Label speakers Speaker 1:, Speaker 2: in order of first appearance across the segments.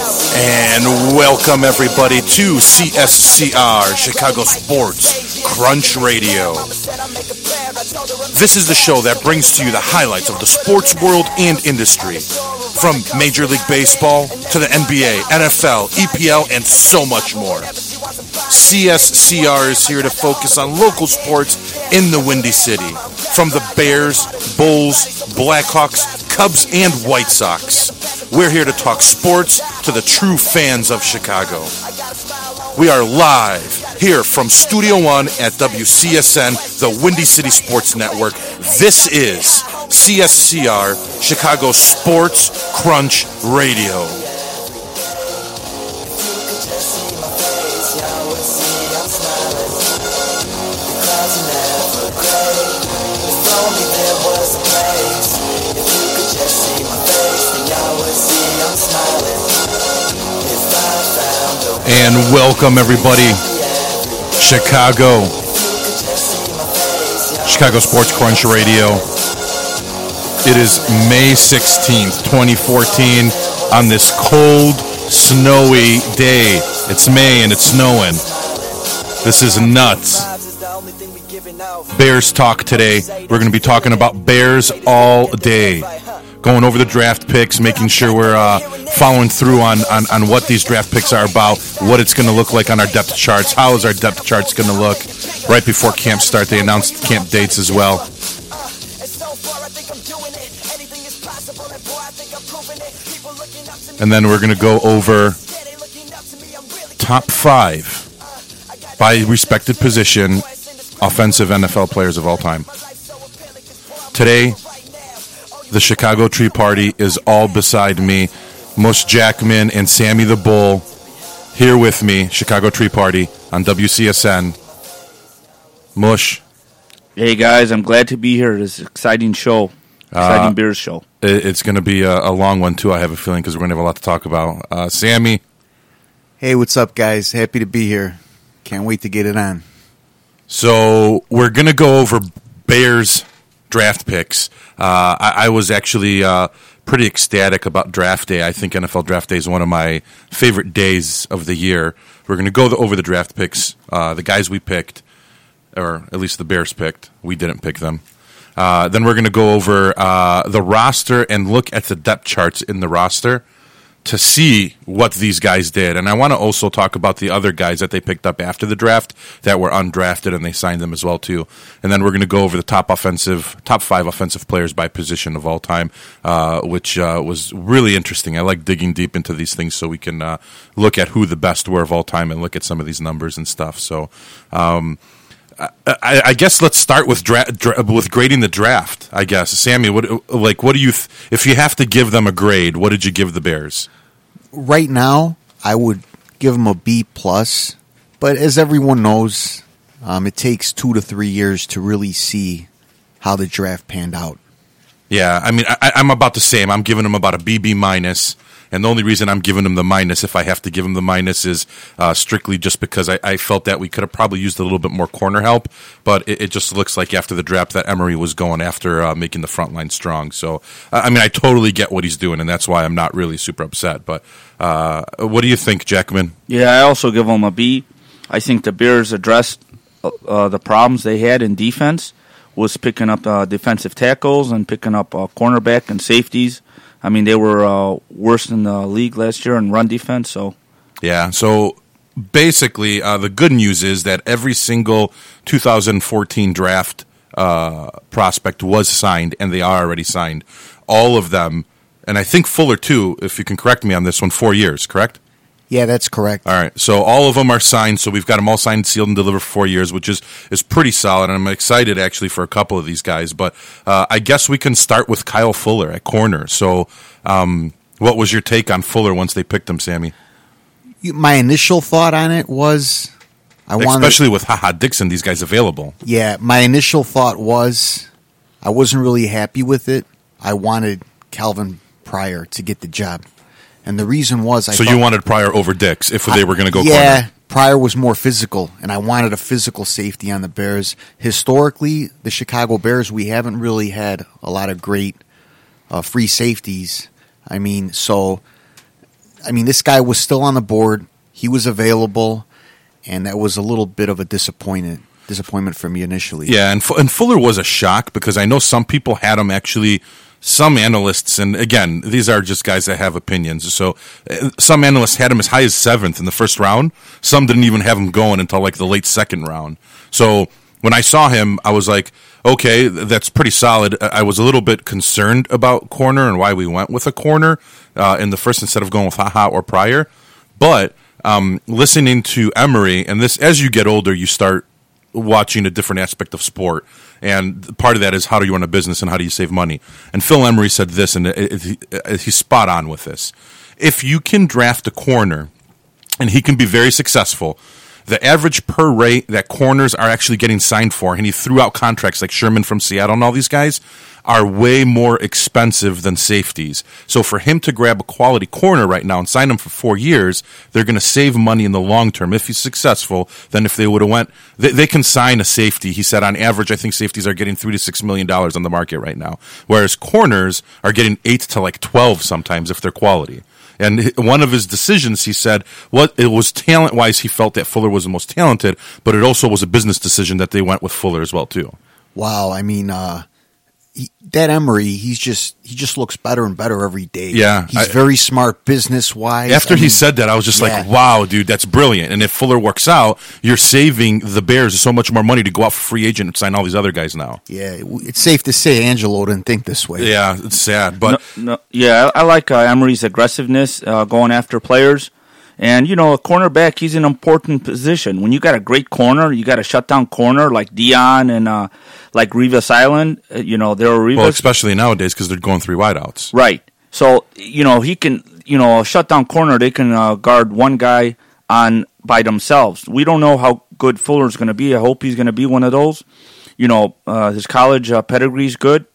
Speaker 1: And welcome everybody to CSCR, Chicago Sports Crunch Radio. This is the show that brings to you the highlights of the sports world and industry. From Major League Baseball to the NBA, NFL, EPL, E and so much more. CSCR is here to focus on local sports in the Windy City, from the Bears, Bulls, Blackhawks, Cubs, and White Sox. We're here to talk sports to the true fans of Chicago. We are live here from Studio One at WCSN, the Windy City Sports Network. This is CSCR, Chicago Sports Crunch Radio. And welcome everybody, Chicago, Chicago Sports Crunch Radio. It is May 16th, 2014, on this cold, snowy day. It's May and it's snowing. This is nuts. Bears talk today. We're going to be talking about Bears all day, going over the draft picks, making sure we're uh, following through on, on, on what these draft picks are about, what it's going to look like on our depth charts, how is our depth charts going to look right before camp start. They announced camp dates as well. And then we're going to go over top five by respected position offensive NFL players of all time. Today, the Chicago Tree Party is all beside me. Mush Jackman and Sammy the Bull here with me, Chicago Tree Party on WCSN. Mush,
Speaker 2: Hey guys, I'm glad to be here. This exciting show, exciting beers show.
Speaker 1: i- it's going to be a, a long one too, I have a feeling, because we're going to have a lot to talk about. Uh, Sammy,
Speaker 3: Hey, what's up, guys? Happy to be here. Can't wait to get it on.
Speaker 1: So we're gonna go over Bears draft picks. Uh, I, I was actually uh, pretty ecstatic about draft day. I think NFL draft day is one of my favorite days of the year. We're gonna go over the draft picks, uh, the guys we picked, or at least the Bears picked. We didn't pick them. Uh, then we're gonna go over uh, the roster and look at the depth charts in the roster to see what these guys did. And I want to also talk about the other guys that they picked up after the draft that were undrafted and they signed them as well too. And then we're going to go over the top offensive, top five offensive players by position of all time, uh, which uh, was really interesting. I like digging deep into these things so we can uh, look at who the best were of all time and look at some of these numbers and stuff. So. Um, I, I guess let's start with dra- dra- with grading the draft. I guess Sammy, what like what do you th- if you have to give them a grade? What did you give the Bears?
Speaker 3: Right now, I would give them a B plus, but as everyone knows, um, it takes two to three years to really see how the draft panned out.
Speaker 1: Yeah, I mean, I- I, I'm about the same. I'm giving him about a BB minus, and the only reason I'm giving him the minus, if I have to give him the minus, is uh, strictly just because I, I felt that we could have probably used a little bit more corner help. But it, it just looks like after the draft that Emery was going after uh, making the front line strong. So I I mean, I totally get what he's doing, and that's why I'm not really super upset. But uh, what do you think, Jackman?
Speaker 2: Yeah, I also give them a B. I think the Bears addressed uh, uh, the problems they had in defense, was picking up uh, defensive tackles and picking up uh, cornerback and safeties. I mean, they were uh, worse in the league last year in run defense. So
Speaker 1: Yeah. So basically, uh, the good news is that every single 2014 draft uh, prospect was signed, and they are already signed. All of them, and I think Fuller too. If you can correct me on this one, four years, correct?
Speaker 3: Yeah, that's correct.
Speaker 1: All right. So all of them are signed. So we've got them all signed, sealed, and delivered for four years, which is is pretty solid. And I'm excited actually for a couple of these guys. But uh, I guess we can start with Kyle Fuller at corner. So. Um, what was your take on Fuller once they picked him, Sammy?
Speaker 3: You- My initial thought on it was, I wanted
Speaker 1: Especially with Haha Dixon, these guys available.
Speaker 3: Yeah, my initial thought was I wasn't really happy with it. I wanted Calvin Pryor to get the job. And the reason was I
Speaker 1: so
Speaker 3: thought,
Speaker 1: you wanted Pryor over Dix if they were going to go
Speaker 3: Yeah,
Speaker 1: corner.
Speaker 3: Pryor was more physical and I wanted a physical safety on the Bears. Historically, the Chicago Bears we haven't really had a lot of great uh, free safeties. I mean, so I mean, this guy was still on the board. He was available, and that was a little bit of a disappointment disappointment for me initially.
Speaker 1: Yeah, and Fu- and Fuller was a shock because I know some people had him actually. Some analysts, and again, these are just guys that have opinions. So, uh, some analysts had him as high as seventh in the first round. Some didn't even have him going until like the late second round. So, when I saw him, I was like, okay, th- that's pretty solid. I I was a little bit concerned about corner and why we went with a corner uh, in the first instead of going with Haha or Pryor. But um, listening to Emery, and this, as you get older, you start watching a different aspect of sport. And part of that is how do you run a business and how do you save money. And Phil Emery said this, and it, it, it, he's spot on with this. If you can draft a corner and he can be very successful. The average per rate that corners are actually getting signed for, and he threw out contracts like Sherman from Seattle and all these guys, are way more expensive than safeties. So for him to grab a quality corner right now and sign him for four years, they're going to save money in the long term if he's successful than if they would have went. They, they can sign a safety. He said on average, I think safeties are getting three to six million dollars on the market right now, whereas corners are getting eight to like twelve sometimes if they're quality. And h- one of his decisions, he said, what it was talent wise, he felt that Fuller was the most talented, but it also was a business decision that they went with Fuller as well too.
Speaker 3: Wow, I mean, uh, he, that Emery, he's just he just looks better and better every day.
Speaker 1: Yeah,
Speaker 3: he's
Speaker 1: I-
Speaker 3: very smart business wise.
Speaker 1: After he said that, I was just like,
Speaker 3: yeah.
Speaker 1: "Wow, dude, that's brilliant!" And if Fuller works out, you're saving the Bears so much more money to go out for free agent and sign all these other guys now.
Speaker 3: yeah, it- it's safe to say Angelo didn't think this way.
Speaker 1: Yeah, it's sad, but
Speaker 2: No, no, yeah, I, I like uh, Emery's aggressiveness uh, going after players. And, you know, a cornerback, he's an important position. When you got a great corner, you got a shutdown corner like Dion and uh, like Rivas Island, uh, you know, there are Rivas.
Speaker 1: well, especially nowadays because they're going three wideouts.
Speaker 2: Right. So you know he can you know a shutdown corner they can uh, guard one guy on by themselves. We don't know how good Fuller's going to be. I hope he's going to be one of those. You know uh, his college uh, pedigree's good,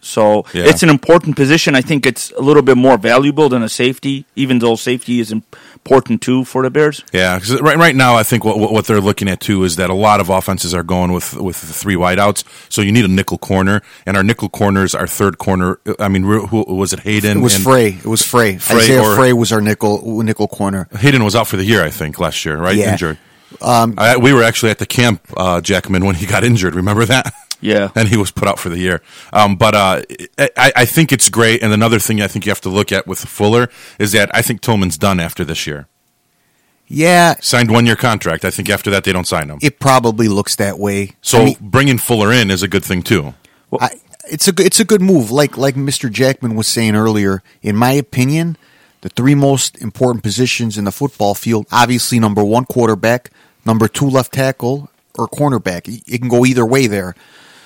Speaker 2: so
Speaker 1: Yeah.
Speaker 2: it's an important position. I think it's a little bit more valuable than a safety, even though safety is important too for the Bears.
Speaker 1: Yeah, because right right now I think what what what they're looking at too is that a lot of offenses are going with with the three wideouts, so you need a nickel corner, and our nickel corners, our third corner. I mean, who, who was it? Hayden
Speaker 3: It was
Speaker 1: and-
Speaker 3: Frey. It was Frey.
Speaker 1: Frey
Speaker 3: Isaiah
Speaker 1: or-
Speaker 3: Frey was our nickel nickel corner.
Speaker 1: Hayden was out for the year, I think, last year, right?
Speaker 3: Yeah. Um,
Speaker 1: Injured. I, we were actually at the camp, uh, Jackman, when he got injured. Remember that?
Speaker 2: Yeah.
Speaker 1: and he was put out for the year. Um, but uh, I, I think it's great. And another thing I think you have to look at with Fuller is that I think Tillman's done after this year.
Speaker 3: Yeah,
Speaker 1: Signed one year contract. I think after that they don't sign him.
Speaker 3: it probably looks that way.
Speaker 1: so
Speaker 3: I mean,
Speaker 1: bringing Fuller in is a good thing too.
Speaker 3: I, it's a good- it's a good move. Like like Mr. Jackman was saying earlier, in my opinion, the three most important positions in the football field, obviously number one quarterback, number two left tackle, or cornerback. It- It can go either way there.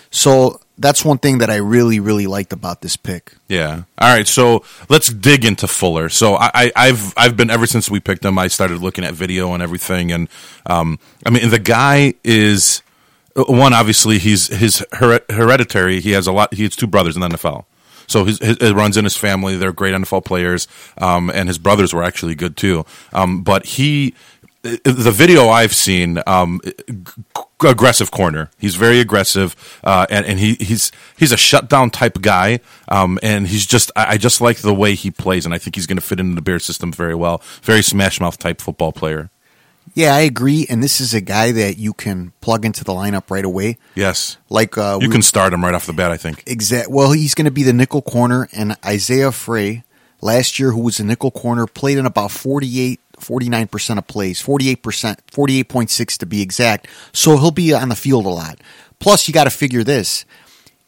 Speaker 3: So that's one thing that I really really liked about this pick.
Speaker 1: Yeah. All right. So let's dig into Fuller. So I, I, I've I've been ever since we picked him. I started looking at video and everything, and um, I mean the guy is one. Obviously, he's his her- hereditary. He has a lot. He has two brothers in the NFL. So his, his, it runs in his family. They're great NFL players, um, and his brothers were actually good too. Um, but he, the video I've seen, um, aggressive corner. He's very aggressive, uh, and, and he, he's he's a shutdown type guy. Um, and he's just I, I just like the way he plays, and I think he's going to fit into the Bears system very well. Very smash mouth type football player.
Speaker 3: Yeah, I agree. And this is a guy that you can plug into the lineup right away.
Speaker 1: Yes,
Speaker 3: Like uh,
Speaker 1: you
Speaker 3: we-
Speaker 1: can start him right off the bat. I think.
Speaker 3: Exact. Well, he's going to be the nickel corner, and Isaiah Frey last year, who was a nickel corner, played in about 48, 49 percent of plays, forty eight percent, forty eight point six to be exact. So he'll be on the field a lot. Plus, you got to figure this: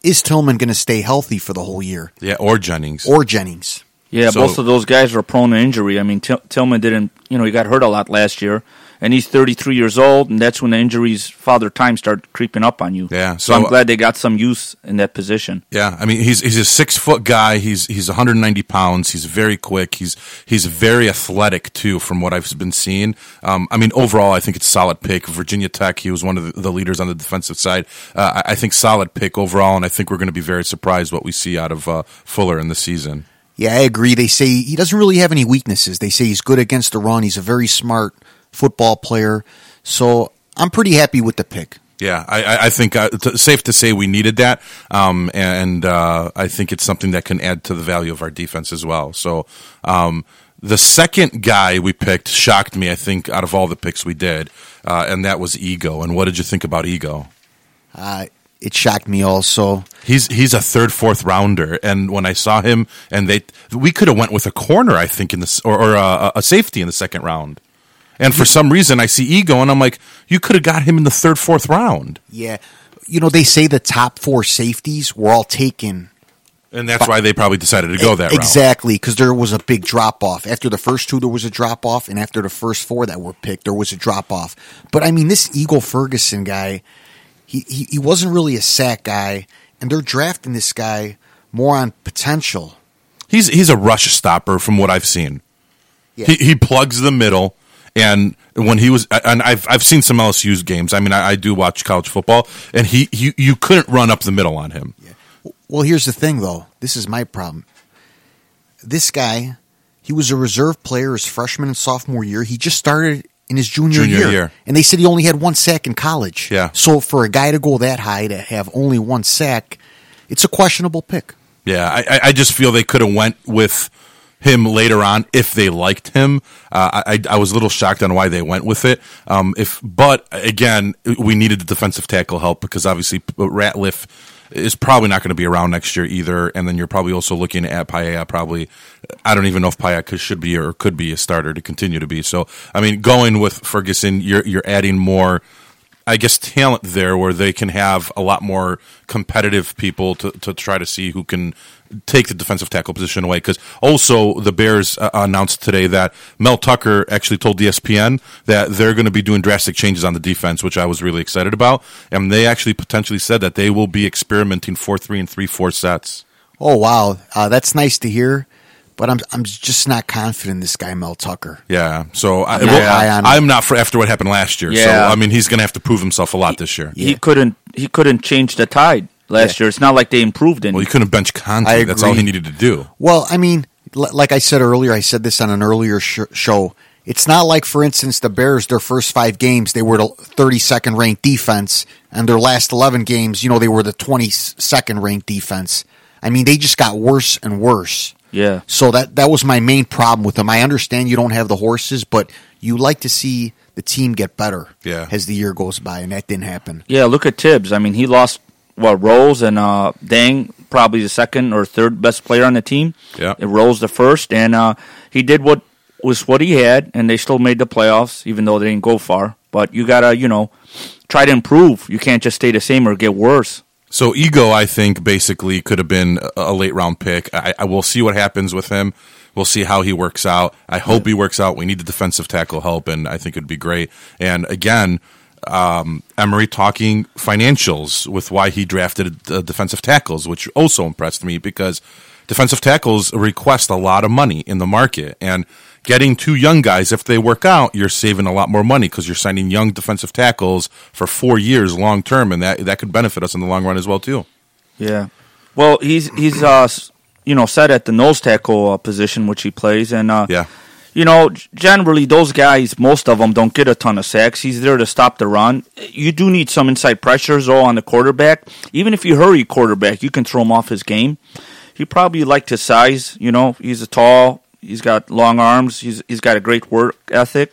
Speaker 3: is Tillman going to stay healthy for the whole year,
Speaker 1: Yeah, or Jennings.
Speaker 3: or Jennings?
Speaker 2: Yeah,
Speaker 1: So-
Speaker 2: both of those guys are prone to injury. I mean, Til- Tillman didn't, you know, he got hurt a lot last year, and he's 33 years old, and that's when the injuries, father time, start creeping up on you.
Speaker 1: Yeah,
Speaker 2: so,
Speaker 1: so-
Speaker 2: I'm glad they got some use in that position.
Speaker 1: Yeah, I mean he's he's a six foot guy. He's he's 190 pounds. He's very quick. He's he's very athletic too, from what I've been seeing. Um, I mean overall, I think it's a solid pick. Virginia Tech. He was one of the, the leaders on the defensive side. Uh, I, I think solid pick overall, and I think we're going to be very surprised what we see out of uh, Fuller in the season.
Speaker 3: Yeah, I agree. They say he doesn't really have any weaknesses. They say he's good against the run. He's a very smart football player. So I'm pretty happy with the pick.
Speaker 1: Yeah, I, I- I think uh, t- safe to say we needed that, um, and uh, I think it's something that can add to the value of our defense as well. So, um, The second guy we picked shocked me, I think, out of all the picks we did, uh, and that was Ego. And what did you think about Ego?
Speaker 3: Uh, it shocked me also.
Speaker 1: He's he's a third, fourth rounder, and when I saw him, and they we could have went with a corner, I think, in this or, or a, a safety in the second round. And for some reason, I see Ego, and I'm like, you could have got him in the third, fourth round,
Speaker 3: Yeah. You know, they say the top four safeties were all taken
Speaker 1: and that's why they probably decided to go that route.
Speaker 3: exactly because there was a big drop off after the first two there was a drop off and after the first four that were picked there was a drop off but i mean this eagle ferguson guy he, he, he wasn't really a sack guy and they're drafting this guy more on potential
Speaker 1: He's he's a rush stopper from what I've seen.
Speaker 3: Yeah.
Speaker 1: He he plugs the middle, and when he was, and I've I've seen some LSU's games. I mean, I, I do watch college football, and he, he you couldn't run up the middle on him.
Speaker 3: well here's the thing though this is my problem this guy he was a reserve player his freshman and sophomore year he just started in his junior,
Speaker 1: Junior
Speaker 3: year,
Speaker 1: year.
Speaker 3: and they said he only had one sack in college
Speaker 1: Yeah.
Speaker 3: so for a guy to go that high to have only one sack it's a questionable pick
Speaker 1: Yeah, I, I- I just feel they could have went with him later on if they liked him. Uh, I, I was a little shocked on why they went with it. Um, if but again, we needed the defensive tackle help because obviously Ratliff is probably not going to be around next year either, and then you're probably also looking at Paya. Probably, I don't even know if Paya could, should be or could be a starter to continue to be. So, I mean, going with Ferguson, you're you're adding more. I guess talent there where they can have a lot more competitive people to, to try to see who can take the defensive tackle position away. Because also the Bears uh, announced today that Mel Tucker actually told E ESPN that they're going to be doing drastic changes on the defense, which I was really excited about. And they actually potentially said that they will be experimenting four three and three four sets.
Speaker 3: Oh wow, uh, that's nice to hear, but I'm I'm just not confident in this guy Mel Tucker.
Speaker 1: Yeah, so I,
Speaker 3: I'm not high on him.
Speaker 1: I'm not for after what happened last year.
Speaker 2: Yeah.
Speaker 1: So I mean, he's going to have to prove himself a lot this year.
Speaker 2: He couldn't. He couldn't change the tide last year. It's not like they improved any.
Speaker 1: Well, he couldn't bench
Speaker 3: I
Speaker 1: Conte. That's all
Speaker 3: agree.
Speaker 1: he needed to do.
Speaker 3: Well, I mean, l- like I said earlier, I said this on an earlier sh- show. It's not like, for instance, the Bears. Their first five games, they were the 32nd ranked defense, and their last 11 games, you know, they were the 22nd ranked defense. I mean, they just got worse and worse.
Speaker 2: yeah.
Speaker 3: So that that was my main problem with them. I understand you don't have the horses, but you like to see the team get better
Speaker 1: Yeah.
Speaker 3: as the year goes by, and that didn't happen.
Speaker 2: Yeah, look at Tibbs. I mean, he lost what Rolls and uh, Dang, probably the second or third best player on the team.
Speaker 1: Yeah.
Speaker 2: and Rolls the first, and uh, he did what was what he had, and they still made the playoffs, even though they didn't go far. But you gotta, you know, try to improve. You can't just stay the same or get worse.
Speaker 1: So Ego, I think, basically could have been a- a late round pick. I, I will see what happens with him. We'll see how he works out. I hope he works out. We need the defensive tackle help, and I think it'd be great. And again, um, Emery talking financials with why he drafted uh, defensive tackles, which also impressed me because defensive tackles request a lot of money in the market. And getting two young guys, if they work out, you're saving a lot more money because you're signing young defensive tackles for four years long term, and that, that could benefit us in the long run as well too.
Speaker 2: Yeah. Well, he's he's uh s- you know set at the nose tackle uh, position which he plays, and uh,
Speaker 1: Yeah.
Speaker 2: You know, g- generally those guys, most of them don't get a ton of sacks. He's there to stop the run. You do need some inside pressures though on the quarterback. Even if you hurry quarterback, you can throw him off his game. He probably liked his size. You know, he's a tall. He's got long arms. He's he's got a great work ethic.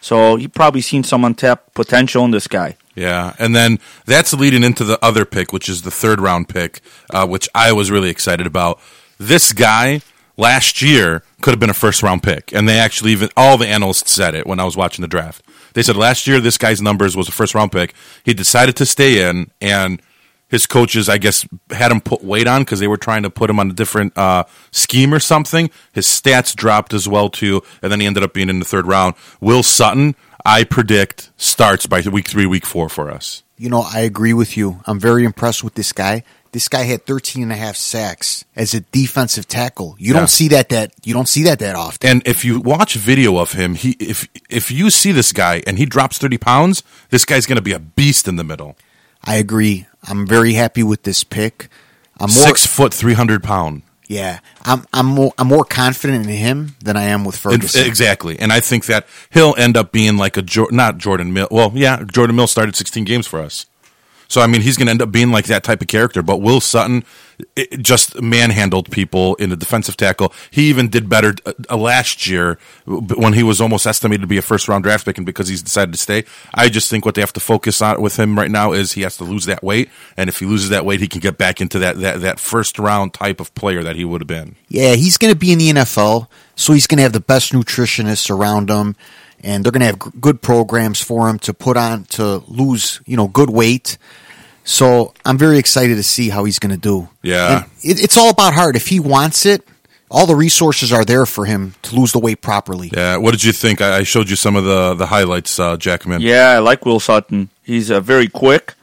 Speaker 2: So he probably seen some untapped potential in this guy.
Speaker 1: Yeah, and then that's leading into the other pick, which is the third round pick, uh, which I was really excited about. This guy last year could have been a first round pick, and they actually even all the analysts said it when I was watching the draft. They said last year this guy's numbers was a first round pick. He decided to stay in, and his coaches, I guess, had him put weight on because they were trying to put him on a different uh, scheme or something. His stats dropped as well too, and then he ended up being in the third round. Will Sutton, I predict, starts by week three, week four for us.
Speaker 3: You know, I agree with you. I'm very impressed with this guy. This guy had 13 and a half sacks as a defensive tackle. You
Speaker 1: Yeah.
Speaker 3: don't see that that you don't see that that often.
Speaker 1: And if you watch video of him, he if if you see this guy and he drops thirty pounds, this guy's going to be a beast in the middle.
Speaker 3: I agree. I'm very happy with this pick. I'm more
Speaker 1: Six foot, three hundred pound.
Speaker 3: yeah. I'm I'm more, I'm more confident in him than I am with
Speaker 1: And-
Speaker 3: Ferguson.
Speaker 1: exactly. And I think that he'll end up being like a Jor- not Jordan Mill. Well, yeah, Jordan Mill started 16 games for us. So I mean, he's going to end up being like that type of character. But Will Sutton it, just manhandled people in the defensive tackle. He even did better uh, last year when he was almost estimated to be a first round draft pick, and because he's decided to stay, I just think what they have to focus on with him right now is he has to lose that weight, and if he loses that weight, he can get back into that that, that first round type of player that he would have been.
Speaker 3: Yeah, he's going to be in the NFL, so he's going to have the best nutritionists around him, and they're going to have g- good programs for him to put on to lose, you know, good weight. So I'm very excited to see how he's going to do.
Speaker 1: Yeah.
Speaker 3: And it, it's all about heart. If he wants it, all the resources are there for him to lose the weight properly.
Speaker 1: Yeah, what did you think? I I showed you some of the the highlights, uh, Jackman.
Speaker 2: Yeah, I like Will Sutton. He's uh, very quick.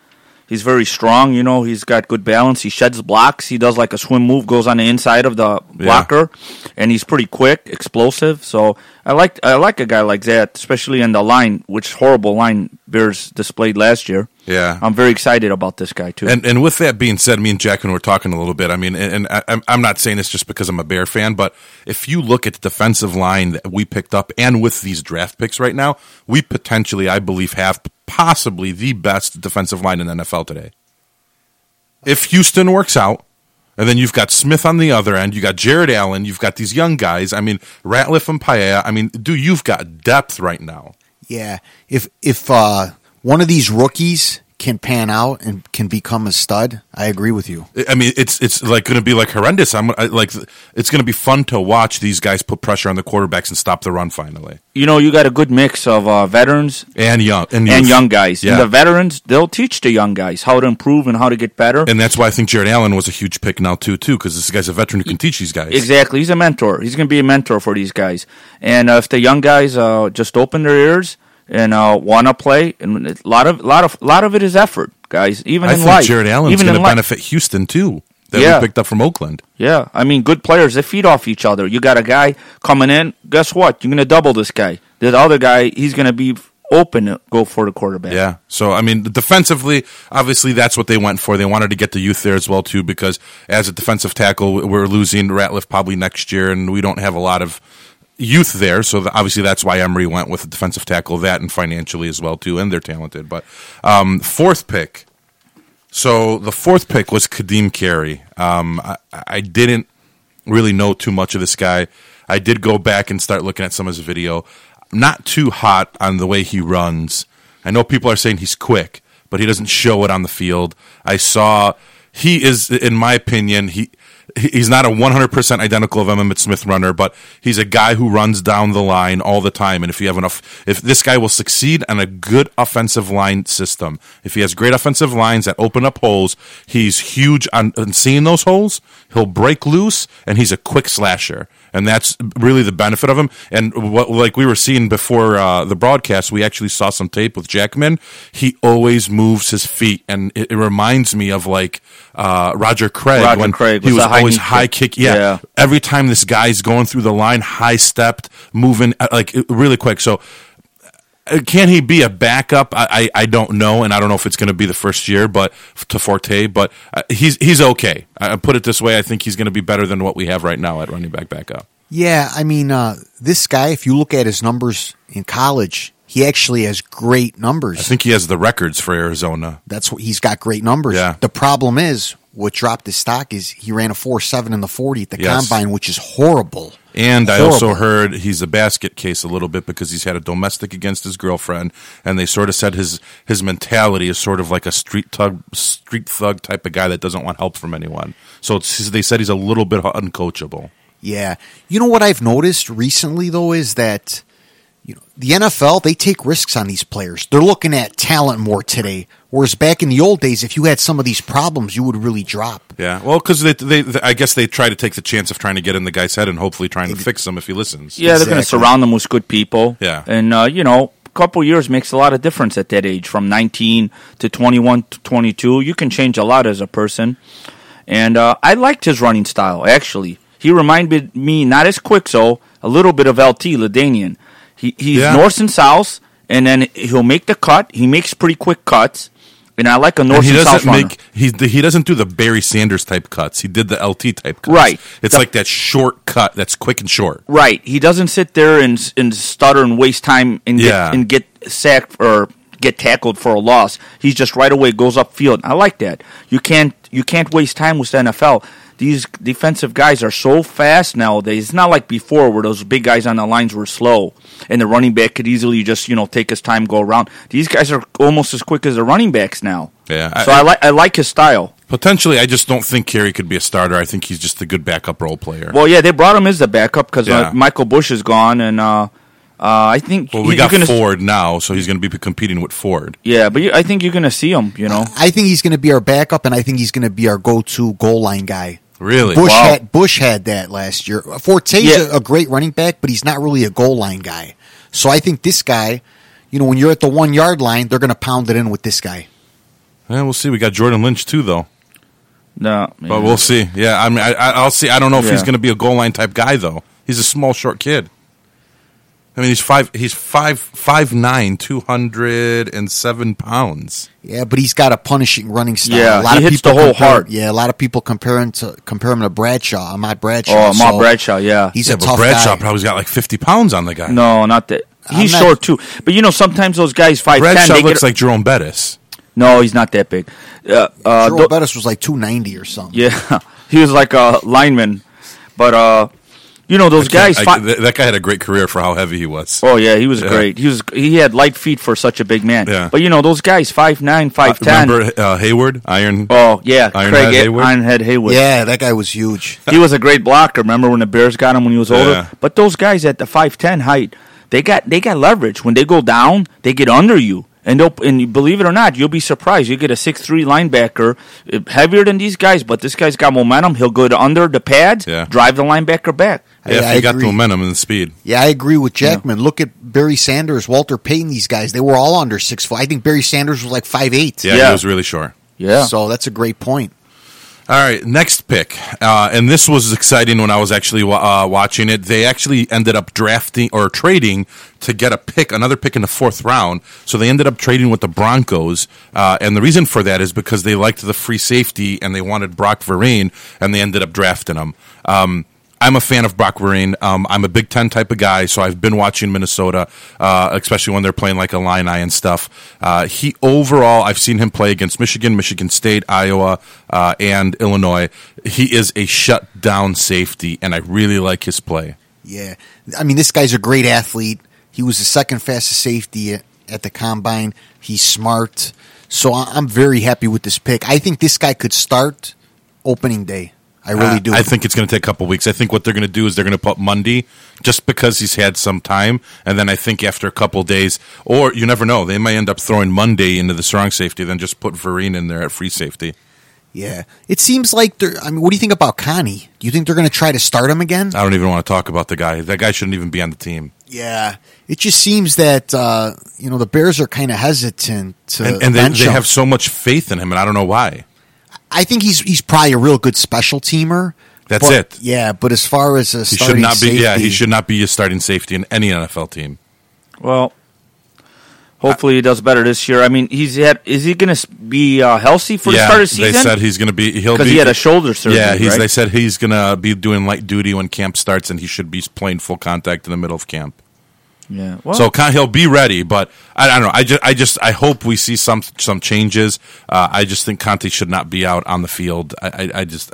Speaker 2: He's very strong. You know, he's got good balance. He sheds blocks. He does like a swim move, goes on the inside of the blocker, and he's pretty quick, explosive. So I like I like a guy like that, especially in the line, which horrible line Bears displayed last year.
Speaker 1: Yeah.
Speaker 2: I'm very excited about this guy too.
Speaker 1: And and with that being said, me and Jackman were talking a little bit. I mean, and, and I, I'm- I'm not saying this just because I'm a Bear fan, but if you look at the defensive line that we picked up, and with these draft picks right now, we potentially, I believe, have possibly the best defensive line in the NFL today. If Houston works out, and then you've got Smith on the other end, you got Jared Allen, you've got these young guys. I mean, Ratliff and Paya. I mean, dude, you've got depth right now.
Speaker 3: Yeah. If if uh, one of these rookies can pan out and can become a stud, I agree with you.
Speaker 1: I mean, it's it's like going to be like horrendous. I'm I, like, it's going to be fun to watch these guys put pressure on the quarterbacks and stop the run finally.
Speaker 2: you know, you got a good mix of uh, veterans
Speaker 1: And young and,
Speaker 2: and
Speaker 1: youth.
Speaker 2: young guys.
Speaker 1: Yeah.
Speaker 2: And the veterans, they'll teach the young guys how to improve and how to get better.
Speaker 1: and that's why I think Jared Allen was a huge pick now too, too, because this guy's a veteran who can teach these guys.
Speaker 2: E- Exactly. He's a mentor. He's going to be a mentor for these guys. And uh, if the young guys uh, just open their ears and uh, want to play, and a lot of lot of lot of it is effort, guys. Even
Speaker 1: I
Speaker 2: in
Speaker 1: think
Speaker 2: life,
Speaker 1: Jared Allen's
Speaker 2: even
Speaker 1: going to
Speaker 2: in life.
Speaker 1: benefit Houston too. That
Speaker 2: Yeah.
Speaker 1: we picked up from Oakland.
Speaker 2: Yeah, I mean, good players they feed off each other. You got a guy coming in. Guess what? You're going to double this guy. The other guy, he's going to be open to go for the quarterback.
Speaker 1: Yeah. So I mean, defensively, obviously that's what they went for. They wanted to get the youth there as well too, because as a defensive tackle, we're losing Ratliff probably next year, and we don't have a lot of youth there. So the, obviously that's why Emery went with the defensive tackle that, and financially as well too, and they're talented. But um, fourth pick. So the fourth pick was Kadeem Carey. Um, I, I didn't really know too much of this guy. I did go back and start looking at some of his video. Not too hot on the way he runs. I know people are saying he's quick, but he doesn't show it on the field. I saw he is, in my opinion, he he- he's not a 100% identical of Emmitt Smith runner, but he's a guy who runs down the line all the time. And if you have enough, if this guy will succeed on a good offensive line system, if he has great offensive lines that open up holes, he's huge on, on seeing those holes. He'll break loose, and he's a quick slasher. And that's really the benefit of him. And what, like we were seeing before uh, the broadcast, we actually saw some tape with Jackman. He always moves his feet, and it, it reminds me of like uh, Roger Craig
Speaker 2: Roger
Speaker 1: when
Speaker 2: Craig
Speaker 1: he
Speaker 2: was
Speaker 1: was
Speaker 2: a high
Speaker 1: always
Speaker 2: knee
Speaker 1: high kick.
Speaker 2: kick.
Speaker 1: Yeah.
Speaker 2: Yeah.
Speaker 1: Every time this guy's going through the line, high stepped, moving uh, like uh, really quick. So uh, can he be a backup? I, I, I don't know, and I don't know if it's going to be the first year, but to Forte, but uh, he's he's okay. I, I put it this way: I think he's going to be better than what we have right now at running back backup.
Speaker 3: Yeah, I mean, uh, this guy, if you look at his numbers in college, he actually has great numbers.
Speaker 1: I think he has the records for Arizona.
Speaker 3: That's what he's got great numbers.
Speaker 1: Yeah.
Speaker 3: The problem is, what dropped his stock is he ran a 4 7 in the 40 at the
Speaker 1: Yes.
Speaker 3: combine, which is horrible.
Speaker 1: And I
Speaker 3: Horrible.
Speaker 1: also heard he's a basket case a little bit because he's had a domestic against his girlfriend, and they sort of said his his mentality is sort of like a street thug, street thug type of guy that doesn't want help from anyone. So it's, they said he's a little bit uncoachable.
Speaker 3: Yeah. You know what I've noticed recently, though, is that you know the NFL, they take risks on these players. They're looking at talent more today. Whereas back in the old days, if you had some of these problems, you would really drop.
Speaker 1: Yeah, well, because they, they, I guess they try to take the chance of trying to get in the guy's head and hopefully trying to fix him if he listens.
Speaker 2: Yeah, they're going to
Speaker 3: Exactly.
Speaker 2: surround them with good people.
Speaker 1: Yeah.
Speaker 2: And, uh, you know, a couple years makes a lot of difference at that age from 19 to 21 to 22. You can change a lot as a person. And uh, I liked his running style, actually. He reminded me, not as quick, so a little bit of LT, Ladanian. He, he's
Speaker 1: Yeah.
Speaker 2: north and south, and then he'll make the cut. He makes pretty quick cuts. And I like a north
Speaker 1: And
Speaker 2: and,
Speaker 1: he
Speaker 2: south
Speaker 1: doesn't
Speaker 2: runner.
Speaker 1: make he he doesn't do the Barry Sanders type cuts. He did the LT type cuts.
Speaker 2: Right.
Speaker 1: It's
Speaker 2: The-
Speaker 1: like that short cut that's quick and short.
Speaker 2: Right. He doesn't sit there and and stutter and waste time and
Speaker 1: Yeah.
Speaker 2: get, and get sacked or get tackled for a loss. He's just right away goes upfield. I like that. You can't you can't waste time with the NFL. These defensive guys are so fast nowadays. It's not like before where those big guys on the lines were slow and the running back could easily just, you know, take his time, go around. These guys are almost as quick as the running backs now.
Speaker 1: Yeah,
Speaker 2: So
Speaker 1: I-
Speaker 2: I, like I like his style.
Speaker 1: Potentially, I just don't think Carey could be a starter. I think he's just a good backup role player.
Speaker 2: Well, yeah, they brought him as the backup because
Speaker 1: Yeah.
Speaker 2: uh, Michael Bush is gone, and uh, uh, I think
Speaker 1: Well, we
Speaker 2: you-
Speaker 1: got
Speaker 2: you're gonna,
Speaker 1: Ford now, so he's going to be competing with Ford.
Speaker 2: Yeah, but you, I think you're going to see him. You know,
Speaker 3: I think he's going to be our backup, and I think he's going to be our go-to goal line guy.
Speaker 1: Really?
Speaker 3: Bush
Speaker 2: Wow.
Speaker 3: had Bush had that last year. Forte's
Speaker 2: Yeah.
Speaker 3: a, a great running back, but he's not really a goal line guy. So I think this guy, you know, when you're at the one yard line, they're going to pound it in with this guy.
Speaker 1: Yeah, we'll see. We got Jordan Lynch too, though.
Speaker 2: no,
Speaker 1: But we'll see. Yeah, I mean, I, I- I'll see. I don't know if he's
Speaker 2: Yeah.
Speaker 1: going to be a goal line type guy though. He's a small, short kid. I mean, he's five. He's five, five nine, two hundred and seven pounds.
Speaker 3: Yeah, but he's got a punishing running style.
Speaker 2: Yeah,
Speaker 3: a lot
Speaker 2: he
Speaker 3: of
Speaker 2: hits
Speaker 3: people
Speaker 2: the whole
Speaker 3: compare-
Speaker 2: heart.
Speaker 3: Yeah, a lot of people compare him to compare him to Bradshaw, Ahmad Bradshaw.
Speaker 2: Oh, Ahmad
Speaker 3: So
Speaker 2: Bradshaw, yeah.
Speaker 3: he's
Speaker 1: yeah,
Speaker 3: a
Speaker 1: but
Speaker 3: tough
Speaker 1: Bradshaw
Speaker 3: guy.
Speaker 1: probably's got like fifty pounds on the guy.
Speaker 2: no, not that. He's
Speaker 3: I'm not-
Speaker 2: short too. But you know, sometimes those guys five ten.
Speaker 1: Bradshaw
Speaker 2: They
Speaker 1: looks
Speaker 2: get,
Speaker 1: like Jerome Bettis.
Speaker 2: no, he's not that big. Uh, uh,
Speaker 3: Jerome
Speaker 2: tho-
Speaker 3: Bettis was like two ninety or something.
Speaker 2: yeah, he was like a lineman, but uh, you know those guys.
Speaker 1: I-
Speaker 2: fi-
Speaker 1: th- that guy had a great career for how heavy he was.
Speaker 2: Oh yeah, he was
Speaker 1: Yeah.
Speaker 2: great. He was he had light feet for such a big man.
Speaker 1: Yeah.
Speaker 2: But you know those guys five nine, five ten.
Speaker 1: Remember uh, Hayward, Iron?
Speaker 2: Oh yeah,
Speaker 1: Ironhead
Speaker 2: Craig
Speaker 1: Hayward?
Speaker 2: Ironhead Hayward.
Speaker 3: yeah, that guy was huge.
Speaker 2: he was a great blocker. Remember when the Bears got him when he was older?
Speaker 1: Yeah.
Speaker 2: But those guys at the five ten height, they got they got leverage. When they go down, they get under you. And they'll, and you- believe it or not, you'll be surprised. You get a six three linebacker, eh, heavier than these guys, but this guy's got momentum. He'll go to under the pads,
Speaker 1: Yeah.
Speaker 2: drive the linebacker back.
Speaker 1: yeah, if
Speaker 3: I- I
Speaker 1: he got the
Speaker 3: agree.
Speaker 1: momentum and the speed.
Speaker 3: Yeah, I agree with Jackman. Look at Barry Sanders, Walter Payton. These guys, they were all under six foot. I think Barry Sanders was like five eight.
Speaker 1: Yeah,
Speaker 2: Yeah.
Speaker 1: he was really sure.
Speaker 2: Yeah.
Speaker 3: So that's a great point.
Speaker 1: All right, next pick, uh, and this was exciting when I was actually wa- uh, watching it. They actually ended up drafting or trading to get a pick, another pick in the fourth round. So they ended up trading with the Broncos, uh, and the reason for that is because they liked the free safety and they wanted Brock Vereen, and they ended up drafting him. Um, I'm a fan of Brock Vereen. Um, I'm a Big Ten type of guy, so I've been watching Minnesota, uh, especially when they're playing like Illini and stuff. Uh, he overall, I've seen him play against Michigan, Michigan State, Iowa, uh, and Illinois. He is a shutdown safety, and I really like his play.
Speaker 3: Yeah, I mean, this guy's a great athlete. He was the second fastest safety at, at the combine. He's smart, so I- I'm very happy with this pick. I think this guy could start opening day. I really
Speaker 1: Uh,
Speaker 3: do.
Speaker 1: I think it's going to take a couple weeks. I think what they're going to do is they're going to put Monday just because he's had some time, and then I think after a couple days, or you never know, they may end up throwing Monday into the strong safety, then just put Vereen in there at free safety.
Speaker 3: Yeah, it seems like they're. I mean, what do you think about Connie? Do you think they're going to try to start him again?
Speaker 1: I don't even want to talk about the guy. That guy shouldn't even be on the team.
Speaker 3: Yeah, it just seems that uh, you know the Bears are kind of hesitant to
Speaker 1: And, and they,
Speaker 3: bench
Speaker 1: they
Speaker 3: him.
Speaker 1: have so much faith in him, and I don't know why.
Speaker 3: I think he's he's probably a real good special teamer.
Speaker 1: That's
Speaker 3: but-
Speaker 1: it.
Speaker 3: Yeah, but as far as a
Speaker 1: He
Speaker 3: starting
Speaker 1: should not be. Yeah, he
Speaker 3: safety-
Speaker 1: should not be a starting safety in any NFL team.
Speaker 2: Well, hopefully he does better this year. I mean, he's had. Is he going to be uh, healthy for the
Speaker 1: yeah,
Speaker 2: start of the
Speaker 1: they
Speaker 2: season?
Speaker 1: said he's going to be. He'll be.
Speaker 2: because he had a shoulder surgery.
Speaker 1: yeah, he's,
Speaker 2: right?
Speaker 1: they said he's going to be doing light duty when camp starts, and he should be playing full contact in the middle of camp.
Speaker 2: yeah. Well,
Speaker 1: So Con- he'll be ready, but I, I don't know. I just, I just, I hope we see some some changes. Uh, I just think Conte should not be out on the field. I, I, I just,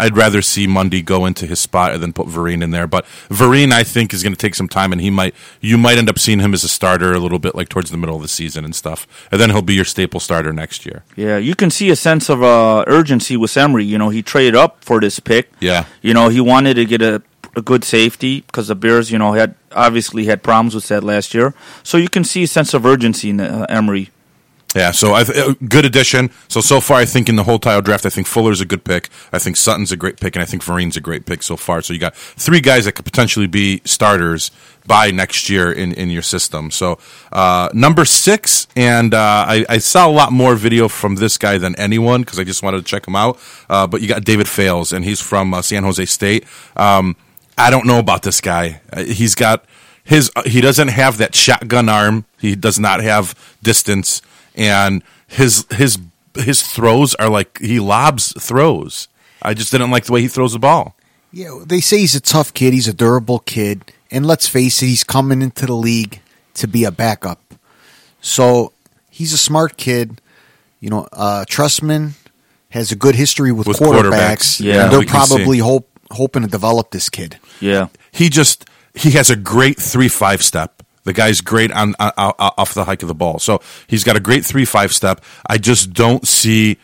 Speaker 1: I'd rather see Mundy go into his spot than put Vereen in there. But Vereen, I think, is going to take some time, and he might, you might end up seeing him as a starter a little bit, like towards the middle of the season and stuff, and then he'll be your staple starter next year.
Speaker 2: yeah, you can see a sense of uh, urgency with Emery. You know, he traded up for this pick.
Speaker 1: Yeah.
Speaker 2: You know, he wanted to get a, a good safety because the Bears, you know, had obviously had problems with that last year. So you can see a sense of urgency in uh, Emery.
Speaker 1: Yeah, so I th- uh, good addition. So so far, I think in the whole tile draft, I think Fuller's a good pick. I think Sutton's a great pick, and I think Vereen's a great pick so far. So you got three guys that could potentially be starters by next year in, in your system. So uh, number six, and uh, I, I saw a lot more video from this guy than anyone because I just wanted to check him out. Uh, but you got David Fales, and he's from uh, San Jose State. Um, I don't know about this guy. Uh, He's got his uh, he doesn't have that shotgun arm. He does not have distance, and his his his throws are like he lobs throws. I just didn't like the way he throws the ball.
Speaker 3: Yeah, they say he's a tough kid. He's a durable kid, and let's face it, he's coming into the league to be a backup. So he's a smart kid. You know, uh, Trustman has a good history with,
Speaker 1: With
Speaker 3: quarterbacks.
Speaker 1: quarterbacks,
Speaker 2: yeah,
Speaker 3: and they're
Speaker 1: we can see.
Speaker 3: probably hope, hoping to develop this kid.
Speaker 2: Yeah.
Speaker 1: he just he has a great three five step. The guy's great on, on, on off the hike of the ball, so he's got a great three five step. I just don't see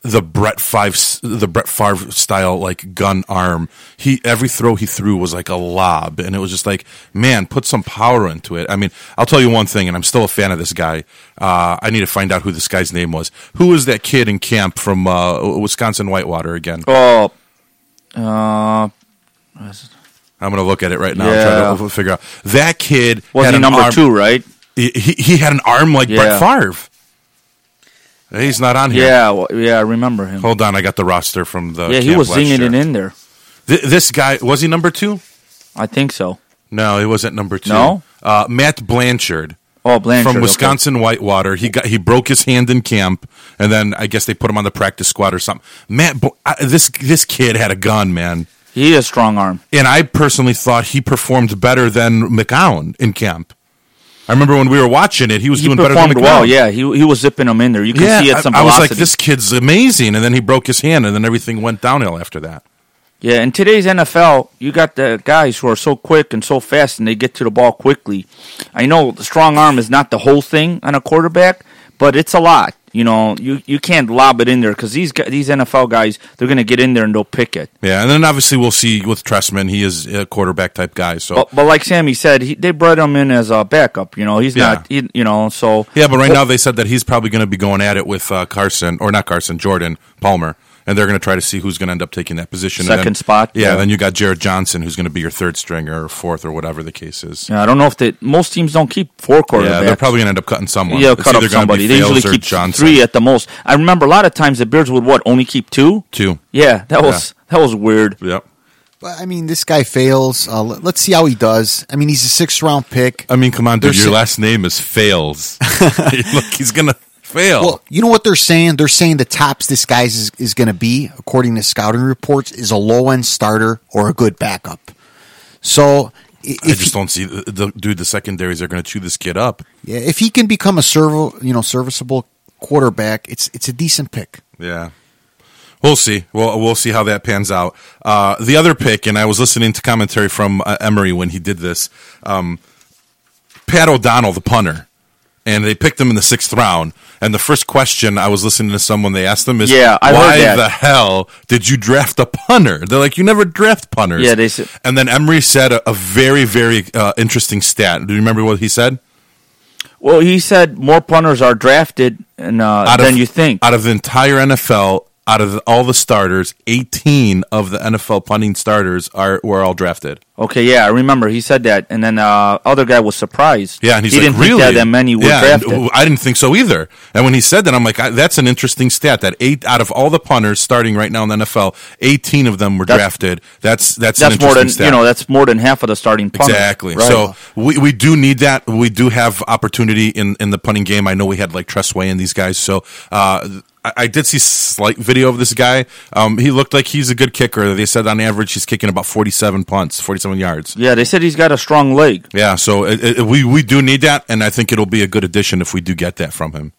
Speaker 1: the Brett five the Brett Favre style like gun arm. He every throw he threw was like a lob, and it was just like man, put some power into it. I mean, I'll tell you one thing, and I'm still a fan of this guy. Uh, I need to find out who this guy's name was. Who was that kid in camp from uh, Wisconsin Whitewater again?
Speaker 2: Oh. Uh,
Speaker 1: I'm going to look at it right now
Speaker 2: Yeah.
Speaker 1: and try to figure out. That kid
Speaker 2: was
Speaker 1: had
Speaker 2: he
Speaker 1: an
Speaker 2: number
Speaker 1: arm-
Speaker 2: two, right?
Speaker 1: he, he he had an arm like
Speaker 2: Yeah.
Speaker 1: Brett Favre. He's not on here.
Speaker 2: Yeah, well, yeah, I remember him.
Speaker 1: Hold on, I got the roster from the.
Speaker 2: yeah, he
Speaker 1: camp
Speaker 2: was
Speaker 1: last
Speaker 2: zinging
Speaker 1: year.
Speaker 2: it in there.
Speaker 1: Th- this guy was he number two?
Speaker 2: I think so.
Speaker 1: No, he wasn't number two.
Speaker 2: No?
Speaker 1: uh, Matt Blanchard.
Speaker 2: Oh, Blanchard
Speaker 1: from
Speaker 2: okay.
Speaker 1: Wisconsin Whitewater. He got he broke his hand in camp, and then I guess they put him on the practice squad or something. Matt, Bl- I, this this kid had a gun, man,
Speaker 2: He is strong arm.
Speaker 1: and I personally thought he performed better than McGowan in camp. I remember when we were watching it, he was
Speaker 2: He
Speaker 1: doing better
Speaker 2: performed
Speaker 1: than McGowan.
Speaker 2: well. Yeah, he he was zipping them in there. You can see
Speaker 1: I-
Speaker 2: at some
Speaker 1: I, was
Speaker 2: velocity.
Speaker 1: like, this kid's amazing, and then he broke his hand, and then everything went downhill after that.
Speaker 2: Yeah, in today's NFL, you got the guys who are so quick and so fast, and they get to the ball quickly. I know the strong arm is not the whole thing on a quarterback, but it's a lot. You know, you, you can't lob it in there because these gu- these NFL guys they're gonna get in there and they'll pick it.
Speaker 1: Yeah, and then obviously we'll see with Tressman, he is a quarterback type guy. So
Speaker 2: But, but like Sammy said, he, they brought him in as a backup. You know, he's
Speaker 1: Yeah.
Speaker 2: not. He, you know, so
Speaker 1: yeah, but right now they said that he's probably going to be going at it with uh, Carson or not Carson Jordan Palmer, and they're going to try to see who's going to end up taking that position And then-
Speaker 2: Second spot,
Speaker 1: Yeah,
Speaker 2: yeah.
Speaker 1: then you got Jared Johnson, who's going to be your third stringer or fourth or whatever the case is.
Speaker 2: yeah, I don't know if they, most teams don't keep four quarterbacks.
Speaker 1: Yeah, they're probably going to end up cutting someone.
Speaker 2: yeah,
Speaker 1: It's
Speaker 2: cut up
Speaker 1: either gonna be
Speaker 2: somebody. They
Speaker 1: Fales
Speaker 2: usually
Speaker 1: or
Speaker 2: keep
Speaker 1: Johnson.
Speaker 2: three at the most. I remember a lot of times the Bears would what only keep two.
Speaker 1: two.
Speaker 2: Yeah, that was that was weird.
Speaker 1: Yep.
Speaker 3: But I mean, this guy fails. Uh, let- let's see how he does. I mean, he's a sixth round pick.
Speaker 1: I mean, come on, dude.
Speaker 3: They're
Speaker 1: your
Speaker 3: si-
Speaker 1: last name is Fails. Look, he's going to fail.
Speaker 3: Well, you know what they're saying? They're saying the tops this guy is, is going to be, according to scouting reports, is a low end starter or a good backup. So i-
Speaker 1: I
Speaker 3: if
Speaker 1: just don't see the, the dude. The secondaries are going to chew this kid up.
Speaker 3: he, yeah, if he can become a servo, you know, serviceable quarterback, it's it's a decent pick.
Speaker 1: Yeah, we'll see. We'll we'll see how that pans out. Uh, the other pick, and I was listening to commentary from uh, Emery when he did this. Um, Pat O'Donnell, the punter, and they picked him in the sixth round. And the first question I was listening to someone they asked them is,
Speaker 2: Yeah, I heard
Speaker 1: why
Speaker 2: that.
Speaker 1: the hell did you draft a punter?" They're like, "You never draft punters."
Speaker 2: Yeah, they said-
Speaker 1: And then Emery said a, a very very uh, interesting stat. Do you remember what he said?
Speaker 2: Well, he said more punters are drafted and uh,
Speaker 1: out of-
Speaker 2: than you think.
Speaker 1: Out of the entire NFL, out of all the starters, 18 of the NFL punting starters are were all drafted.
Speaker 2: okay, yeah, I remember he said that, and then uh, other guy was surprised.
Speaker 1: Yeah, and he's
Speaker 2: he
Speaker 1: like,
Speaker 2: didn't
Speaker 1: really?
Speaker 2: think that, that many were
Speaker 1: yeah, and
Speaker 2: drafted.
Speaker 1: I didn't think so either. And when he said that, I'm like, I, that's an interesting stat. That eight out of all the punters starting right now in the NFL, 18 of them were
Speaker 2: That's-
Speaker 1: drafted. That's that's an
Speaker 2: that's more
Speaker 1: interesting
Speaker 2: than
Speaker 1: stat.
Speaker 2: you know. That's more than half of the starting punters.
Speaker 1: Exactly.
Speaker 2: right?
Speaker 1: So we, we do need that. We do have opportunity in, in the punting game. I know we had like Tressway and these guys. So uh, I, I did see slight video of this guy. Um, he looked like he's a good kicker. They said on average he's kicking about forty seven punts, forty seven yards.
Speaker 2: yeah, they said he's got a strong leg.
Speaker 1: Yeah. So it, it, we we do need that, and I think it'll be a good addition if we do get that from him.